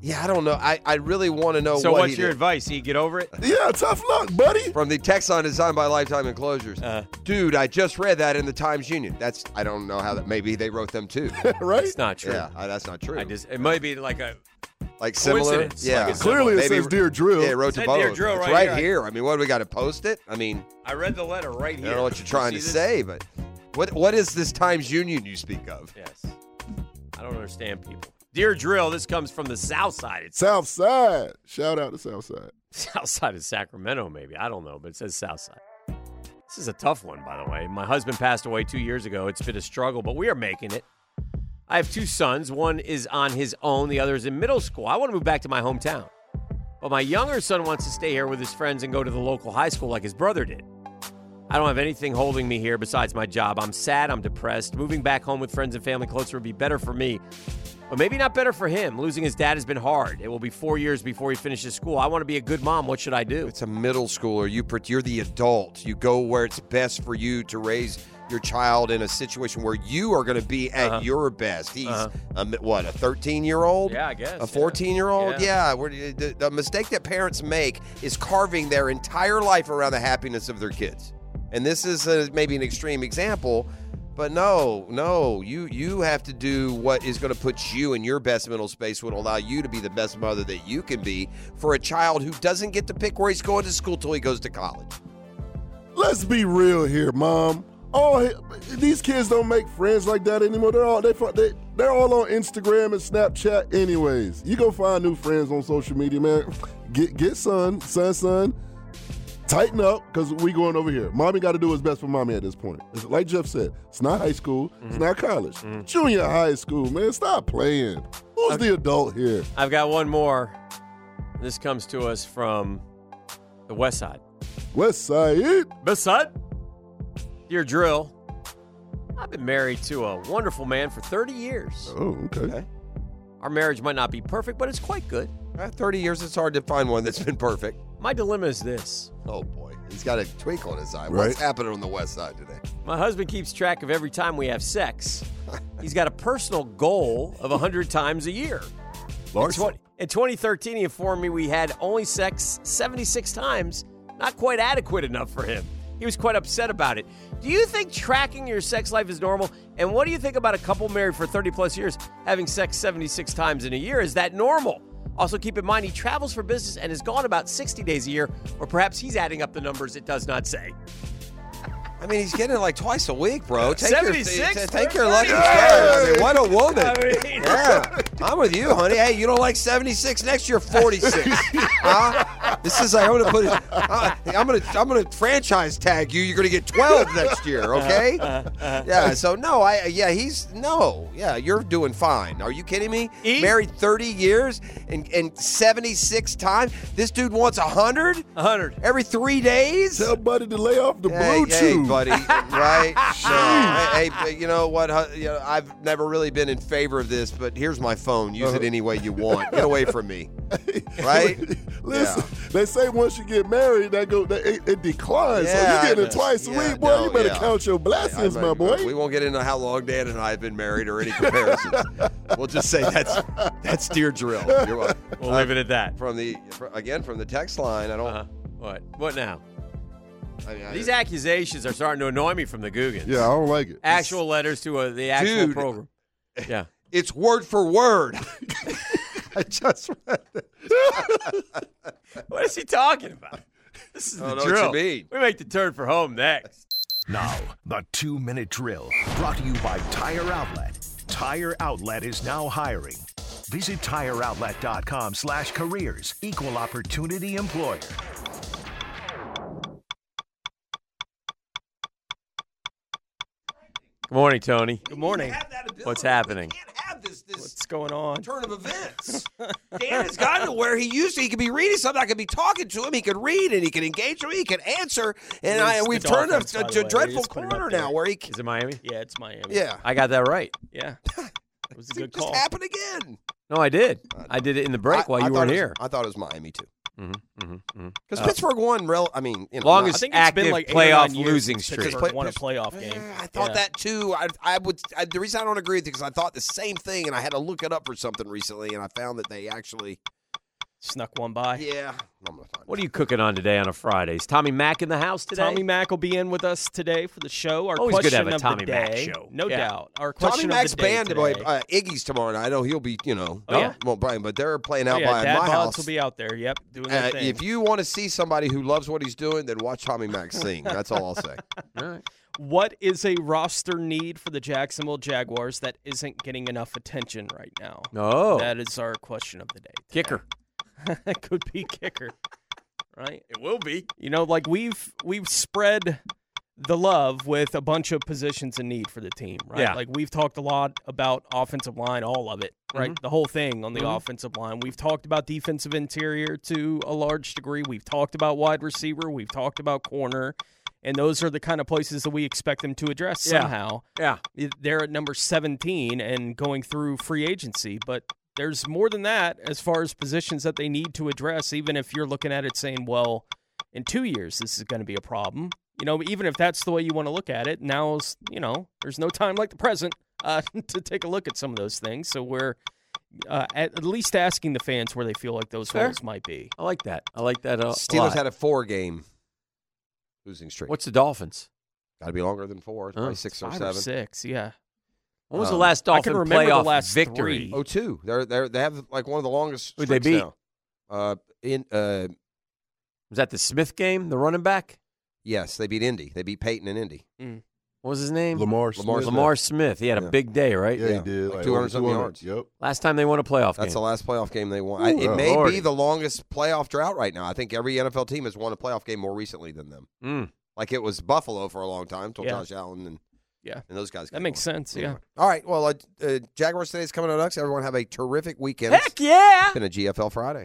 [SPEAKER 5] yeah i don't know i, I really want to know
[SPEAKER 8] So
[SPEAKER 5] what
[SPEAKER 8] what's
[SPEAKER 5] he
[SPEAKER 8] your
[SPEAKER 5] did.
[SPEAKER 8] advice? He get over it.
[SPEAKER 4] yeah, tough luck, buddy.
[SPEAKER 5] from the Texan designed by Lifetime Enclosures.
[SPEAKER 8] Uh.
[SPEAKER 5] Dude, I just read that in the Times Union. That's I don't know how that. Maybe they wrote them too.
[SPEAKER 4] right?
[SPEAKER 7] It's not true.
[SPEAKER 5] yeah, I, that's not true.
[SPEAKER 7] I just it might be like a
[SPEAKER 5] like similar.
[SPEAKER 7] coincidence.
[SPEAKER 5] Yeah,
[SPEAKER 7] Like it's
[SPEAKER 4] Clearly, it
[SPEAKER 5] Maybe-
[SPEAKER 4] says dear drill.
[SPEAKER 5] Yeah, it wrote
[SPEAKER 8] It
[SPEAKER 5] to
[SPEAKER 8] said
[SPEAKER 5] both.
[SPEAKER 8] Dear Drew
[SPEAKER 5] it's
[SPEAKER 8] right
[SPEAKER 5] right
[SPEAKER 8] here.
[SPEAKER 5] here. I mean, what do we got to post it? I mean,
[SPEAKER 8] I read the letter right
[SPEAKER 5] I
[SPEAKER 8] here.
[SPEAKER 5] don't know what you're trying
[SPEAKER 8] See
[SPEAKER 5] to
[SPEAKER 8] this?
[SPEAKER 5] say, but what what is this Times Union you speak of?
[SPEAKER 7] Yes. I don't understand people. Dear Drill, this comes from the south side. It's
[SPEAKER 4] South Side. Shout out to South Side.
[SPEAKER 7] south side of Sacramento, maybe. I don't know, but it says south side. This is a tough one, by the way. My husband passed away two years ago. It's been a struggle, but we are making it. I have two sons. One is on his own, the other is in middle school. I want to move back to my hometown. But my younger son wants to stay here with his friends and go to the local high school like his brother did. I don't have anything holding me here besides my job. I'm sad. I'm depressed. Moving back home with friends and family closer would be better for me, but maybe not better for him. Losing his dad has been hard. It will be four years before he finishes school. I want to be a good mom. What should I do?
[SPEAKER 5] It's a middle schooler. You pret- you're the adult. You go where it's best for you to raise your child in a situation where you are going to be at your best. He's
[SPEAKER 7] Uh-huh.
[SPEAKER 5] a mi- what a 13 year old.
[SPEAKER 7] Yeah, I guess, yeah.
[SPEAKER 5] a 14 year old.
[SPEAKER 7] Yeah.
[SPEAKER 5] Yeah, where you- the, the mistake that parents make is carving their entire life around the happiness of their kids. And this is a, maybe an extreme example, but no, no, you you have to do what is going to put you in your best mental space, would allow you to be the best mother that you can be for a child who doesn't get to pick where he's going to school till he goes to college.
[SPEAKER 4] Let's be real here, mom. All he- these kids don't make friends like that anymore. They're all they, fu- they they're all on Instagram and Snapchat, anyways. You go find new friends on social media, man. Get get son, son, son. Tighten up, cause we going over here. Mommy got to do what's best for mommy at this point. It's like Jeff said, it's not high school, it's not college, junior high school, man. Stop playing. Who's the adult here?
[SPEAKER 7] I've got one more. This comes to us from the west side.
[SPEAKER 4] West Side.
[SPEAKER 7] West side? Dear Drill, I've been married to a wonderful man for 30 years.
[SPEAKER 4] Oh, okay.
[SPEAKER 7] Our marriage might not be perfect, but it's quite good.
[SPEAKER 5] At 30 years, it's hard to find one that's been perfect.
[SPEAKER 7] My dilemma is this.
[SPEAKER 5] Oh boy, he's got a twinkle on his eye.
[SPEAKER 4] Right.
[SPEAKER 5] What's happening on the west side today?
[SPEAKER 7] My husband keeps track of every time we have sex. He's got a personal goal of 100 times a year.
[SPEAKER 4] Larson.
[SPEAKER 7] Twen- In 2013, he informed me we had only sex 76 times, not quite adequate enough for him. He was quite upset about it. Do you think tracking your sex life is normal? And what do you think about a couple married for 30 plus years having sex 76 times in a year? Is that normal? Also, keep in mind he travels for business and is gone about 60 days a year, or perhaps he's adding up the numbers it does not say.
[SPEAKER 5] I mean, he's getting it like twice a week, bro. Take your,
[SPEAKER 7] 76?
[SPEAKER 5] t- t- take your lucky
[SPEAKER 7] Yeah.
[SPEAKER 5] stars. I mean, what a woman.
[SPEAKER 7] I mean-
[SPEAKER 5] yeah, I'm with you, honey. Hey, you don't like 76? Next year, 46. huh? This is like I'm gonna put. it- Uh, I'm gonna I'm gonna franchise tag you. You're gonna get 12 next year. Okay. Yeah. So no, I yeah he's no yeah you're doing fine. Are you kidding me?
[SPEAKER 7] E?
[SPEAKER 5] Married 30 years and and 76 times. This dude wants 100
[SPEAKER 7] 100.
[SPEAKER 5] every three days.
[SPEAKER 4] Tell Buddy to lay off the
[SPEAKER 5] Hey,
[SPEAKER 4] Bluetooth.
[SPEAKER 5] hey, buddy, right? No. Hey, hey, but you know what? huh, You know, I've never really been in favor of this, Uh-huh. but here's my phone. Use it any way you want. Get away from me, right?
[SPEAKER 4] Listen, They say once you get married, that go that, it, it declines.
[SPEAKER 5] Yeah,
[SPEAKER 4] so you get
[SPEAKER 5] I
[SPEAKER 4] it
[SPEAKER 5] know.
[SPEAKER 4] twice
[SPEAKER 5] Yeah,
[SPEAKER 4] a week, boy.
[SPEAKER 5] no,
[SPEAKER 4] you better
[SPEAKER 5] yeah.
[SPEAKER 4] count your blessings,
[SPEAKER 5] I- I-
[SPEAKER 4] my boy.
[SPEAKER 5] We won't get into how long Dan and I have been married or any comparisons. we'll just say that's that's dear drill. You're welcome.
[SPEAKER 7] We'll leave it at that.
[SPEAKER 5] From the fr- again from the text line, I don't.
[SPEAKER 7] Uh-huh. What? What now?
[SPEAKER 5] I mean, I-
[SPEAKER 7] These accusations are starting to annoy me from the Googans.
[SPEAKER 4] yeah, I don't like it.
[SPEAKER 7] Actual letters to uh the actual
[SPEAKER 5] Dude.
[SPEAKER 7] program. Yeah.
[SPEAKER 5] it's word for word. I just read it.
[SPEAKER 7] What is he talking about? This is
[SPEAKER 5] I
[SPEAKER 7] the
[SPEAKER 8] Oh,
[SPEAKER 5] don't know what
[SPEAKER 7] drill.
[SPEAKER 5] you mean.
[SPEAKER 7] We make the turn for home next.
[SPEAKER 2] Now, the two minute drill brought to you by Tire Outlet. Tire Outlet is now hiring. Visit tireoutlet.com slash careers, equal opportunity employer.
[SPEAKER 7] Good morning, Tony.
[SPEAKER 5] Good morning.
[SPEAKER 7] What's happening?
[SPEAKER 5] can't have this this
[SPEAKER 8] What's going on?
[SPEAKER 5] turn of events. Dan has gotten to where he used to. He could be reading something. I could be talking to him. He could read and he could engage me. He could answer. And I,
[SPEAKER 8] It's the
[SPEAKER 5] we've turned
[SPEAKER 8] Dolphins,
[SPEAKER 5] a,
[SPEAKER 8] by the
[SPEAKER 5] to
[SPEAKER 8] way.
[SPEAKER 5] dreadful
[SPEAKER 8] Just put it up
[SPEAKER 5] corner
[SPEAKER 8] there.
[SPEAKER 5] now where he. c-
[SPEAKER 7] Is it Miami?
[SPEAKER 8] Yeah, it's Miami.
[SPEAKER 5] Yeah.
[SPEAKER 7] I got that right.
[SPEAKER 8] Yeah. It was a
[SPEAKER 5] It
[SPEAKER 8] good
[SPEAKER 5] just
[SPEAKER 8] call.
[SPEAKER 5] happened again.
[SPEAKER 7] No, I did. I did it in the break
[SPEAKER 5] I-
[SPEAKER 7] while
[SPEAKER 5] I
[SPEAKER 7] you
[SPEAKER 5] thought
[SPEAKER 7] weren't
[SPEAKER 5] it was-
[SPEAKER 7] here.
[SPEAKER 5] I thought it was Miami too.
[SPEAKER 7] mm-hmm, mm-hmm.
[SPEAKER 5] Because
[SPEAKER 8] Uh,
[SPEAKER 5] Pittsburgh won. Rel- I mean, you know,
[SPEAKER 7] Long
[SPEAKER 5] not-
[SPEAKER 7] as
[SPEAKER 8] I think it's
[SPEAKER 7] active
[SPEAKER 8] been like eight or nine
[SPEAKER 7] playoff
[SPEAKER 8] years
[SPEAKER 7] losing
[SPEAKER 8] since
[SPEAKER 7] streak.
[SPEAKER 8] Pittsburgh won a playoff game.
[SPEAKER 5] Yeah, I thought
[SPEAKER 8] Yeah.
[SPEAKER 5] that too. I, I would. I, the reason I don't agree with you because I thought the same thing, and I had to look it up for something recently, and I found that they actually.
[SPEAKER 8] snuck one by.
[SPEAKER 5] Yeah, I'm gonna find
[SPEAKER 7] What are you cooking on today on a Friday? Is Tommy Mack in the house today?
[SPEAKER 8] Tommy Mack will be in with us today for the show. Our
[SPEAKER 7] Always good
[SPEAKER 8] question
[SPEAKER 7] to have a
[SPEAKER 8] of the
[SPEAKER 7] Tommy Mack
[SPEAKER 8] day,
[SPEAKER 7] show.
[SPEAKER 8] no
[SPEAKER 7] Yeah.
[SPEAKER 8] doubt. Our
[SPEAKER 5] Tommy
[SPEAKER 8] question of
[SPEAKER 5] Mack's
[SPEAKER 8] the day
[SPEAKER 5] band
[SPEAKER 8] today.
[SPEAKER 5] by uh, Iggy's tomorrow night. I know he'll be, you know,
[SPEAKER 8] Oh, yeah.
[SPEAKER 5] well, Brian, but they're playing
[SPEAKER 8] Oh,
[SPEAKER 5] out
[SPEAKER 8] yeah,
[SPEAKER 5] by
[SPEAKER 8] Dad
[SPEAKER 5] my
[SPEAKER 8] Bods
[SPEAKER 5] house.
[SPEAKER 8] will be out there. Yep, doing
[SPEAKER 5] Uh,
[SPEAKER 8] their thing.
[SPEAKER 5] if you want to see somebody who loves what he's doing, then watch Tommy Mack sing. That's all I'll say.
[SPEAKER 8] What is a roster need for the Jacksonville Jaguars that isn't getting enough attention right now?
[SPEAKER 5] Oh.
[SPEAKER 7] No. Oh.
[SPEAKER 8] That is our question of the day.
[SPEAKER 7] Kicker.
[SPEAKER 8] That could be kicker, right?
[SPEAKER 7] It will be.
[SPEAKER 8] You know, like we've we've spread the love with a bunch of positions in need for the team, right?
[SPEAKER 7] Yeah.
[SPEAKER 8] Like we've talked a lot about offensive line, all of it, right?
[SPEAKER 7] Mm-hmm.
[SPEAKER 8] The whole thing on the offensive line. We've talked about defensive interior to a large degree. We've talked about wide receiver. We've talked about corner. And those are the kind of places that we expect them to address
[SPEAKER 7] Yeah.
[SPEAKER 8] somehow.
[SPEAKER 7] Yeah.
[SPEAKER 8] It- They're at number 17 and going through free agency, but there's more than that as far as positions that they need to address, even if you're looking at it saying, well, in two years, this is going to be a problem. You know, even if that's the way you want to look at it, now's, you know, there's no time like the present uh, to take a look at some of those things. So we're uh, at at least asking the fans where they feel like those
[SPEAKER 7] Fair.
[SPEAKER 8] holes might be.
[SPEAKER 7] I like that. I like that a
[SPEAKER 5] Steelers
[SPEAKER 7] lot.
[SPEAKER 5] had a four game losing streak.
[SPEAKER 7] What's the Dolphins?
[SPEAKER 5] Got to be longer than four. It's
[SPEAKER 7] Huh?
[SPEAKER 5] probably six or
[SPEAKER 8] Five
[SPEAKER 5] seven.
[SPEAKER 8] or six, yeah.
[SPEAKER 7] When was the
[SPEAKER 5] Um,
[SPEAKER 7] last
[SPEAKER 8] I
[SPEAKER 7] Dolphin
[SPEAKER 8] can remember the
[SPEAKER 7] playoff
[SPEAKER 8] last
[SPEAKER 7] victory?
[SPEAKER 8] three.
[SPEAKER 5] Oh, two. They're they are they have like one of the longest.
[SPEAKER 7] Who'd they
[SPEAKER 5] streaks
[SPEAKER 7] beat?
[SPEAKER 5] now. Uh, in uh,
[SPEAKER 7] Was that the Smith game? The running back?
[SPEAKER 5] yes, they beat Indy. They beat Peyton and Indy.
[SPEAKER 7] What was his name?
[SPEAKER 4] Lamar.
[SPEAKER 5] Lamar
[SPEAKER 4] Smith.
[SPEAKER 7] Lamar Smith. He had
[SPEAKER 5] Yeah.
[SPEAKER 7] a big day, right?
[SPEAKER 4] Yeah, he did.
[SPEAKER 5] Like
[SPEAKER 4] over
[SPEAKER 5] 200 something
[SPEAKER 4] 200.
[SPEAKER 5] yards.
[SPEAKER 4] Yep.
[SPEAKER 7] Last time they won a playoff
[SPEAKER 5] That's the
[SPEAKER 7] game.
[SPEAKER 5] last playoff game they won. I,
[SPEAKER 7] Ooh,
[SPEAKER 5] it may
[SPEAKER 7] Lordy.
[SPEAKER 5] be the longest playoff drought right now. I think every NFL team has won a playoff game more recently than them.
[SPEAKER 7] Mm.
[SPEAKER 5] Like it was Buffalo for a long time until
[SPEAKER 8] Yeah.
[SPEAKER 5] Josh Allen and
[SPEAKER 8] Yeah.
[SPEAKER 5] and those guys.
[SPEAKER 8] That
[SPEAKER 5] got
[SPEAKER 8] makes
[SPEAKER 5] going.
[SPEAKER 8] sense, yeah.
[SPEAKER 5] Anyway. All right. Well, uh, uh, Jaguars today is coming on us. Everyone have a terrific weekend.
[SPEAKER 7] Heck yeah!
[SPEAKER 5] It's been a GFL Friday.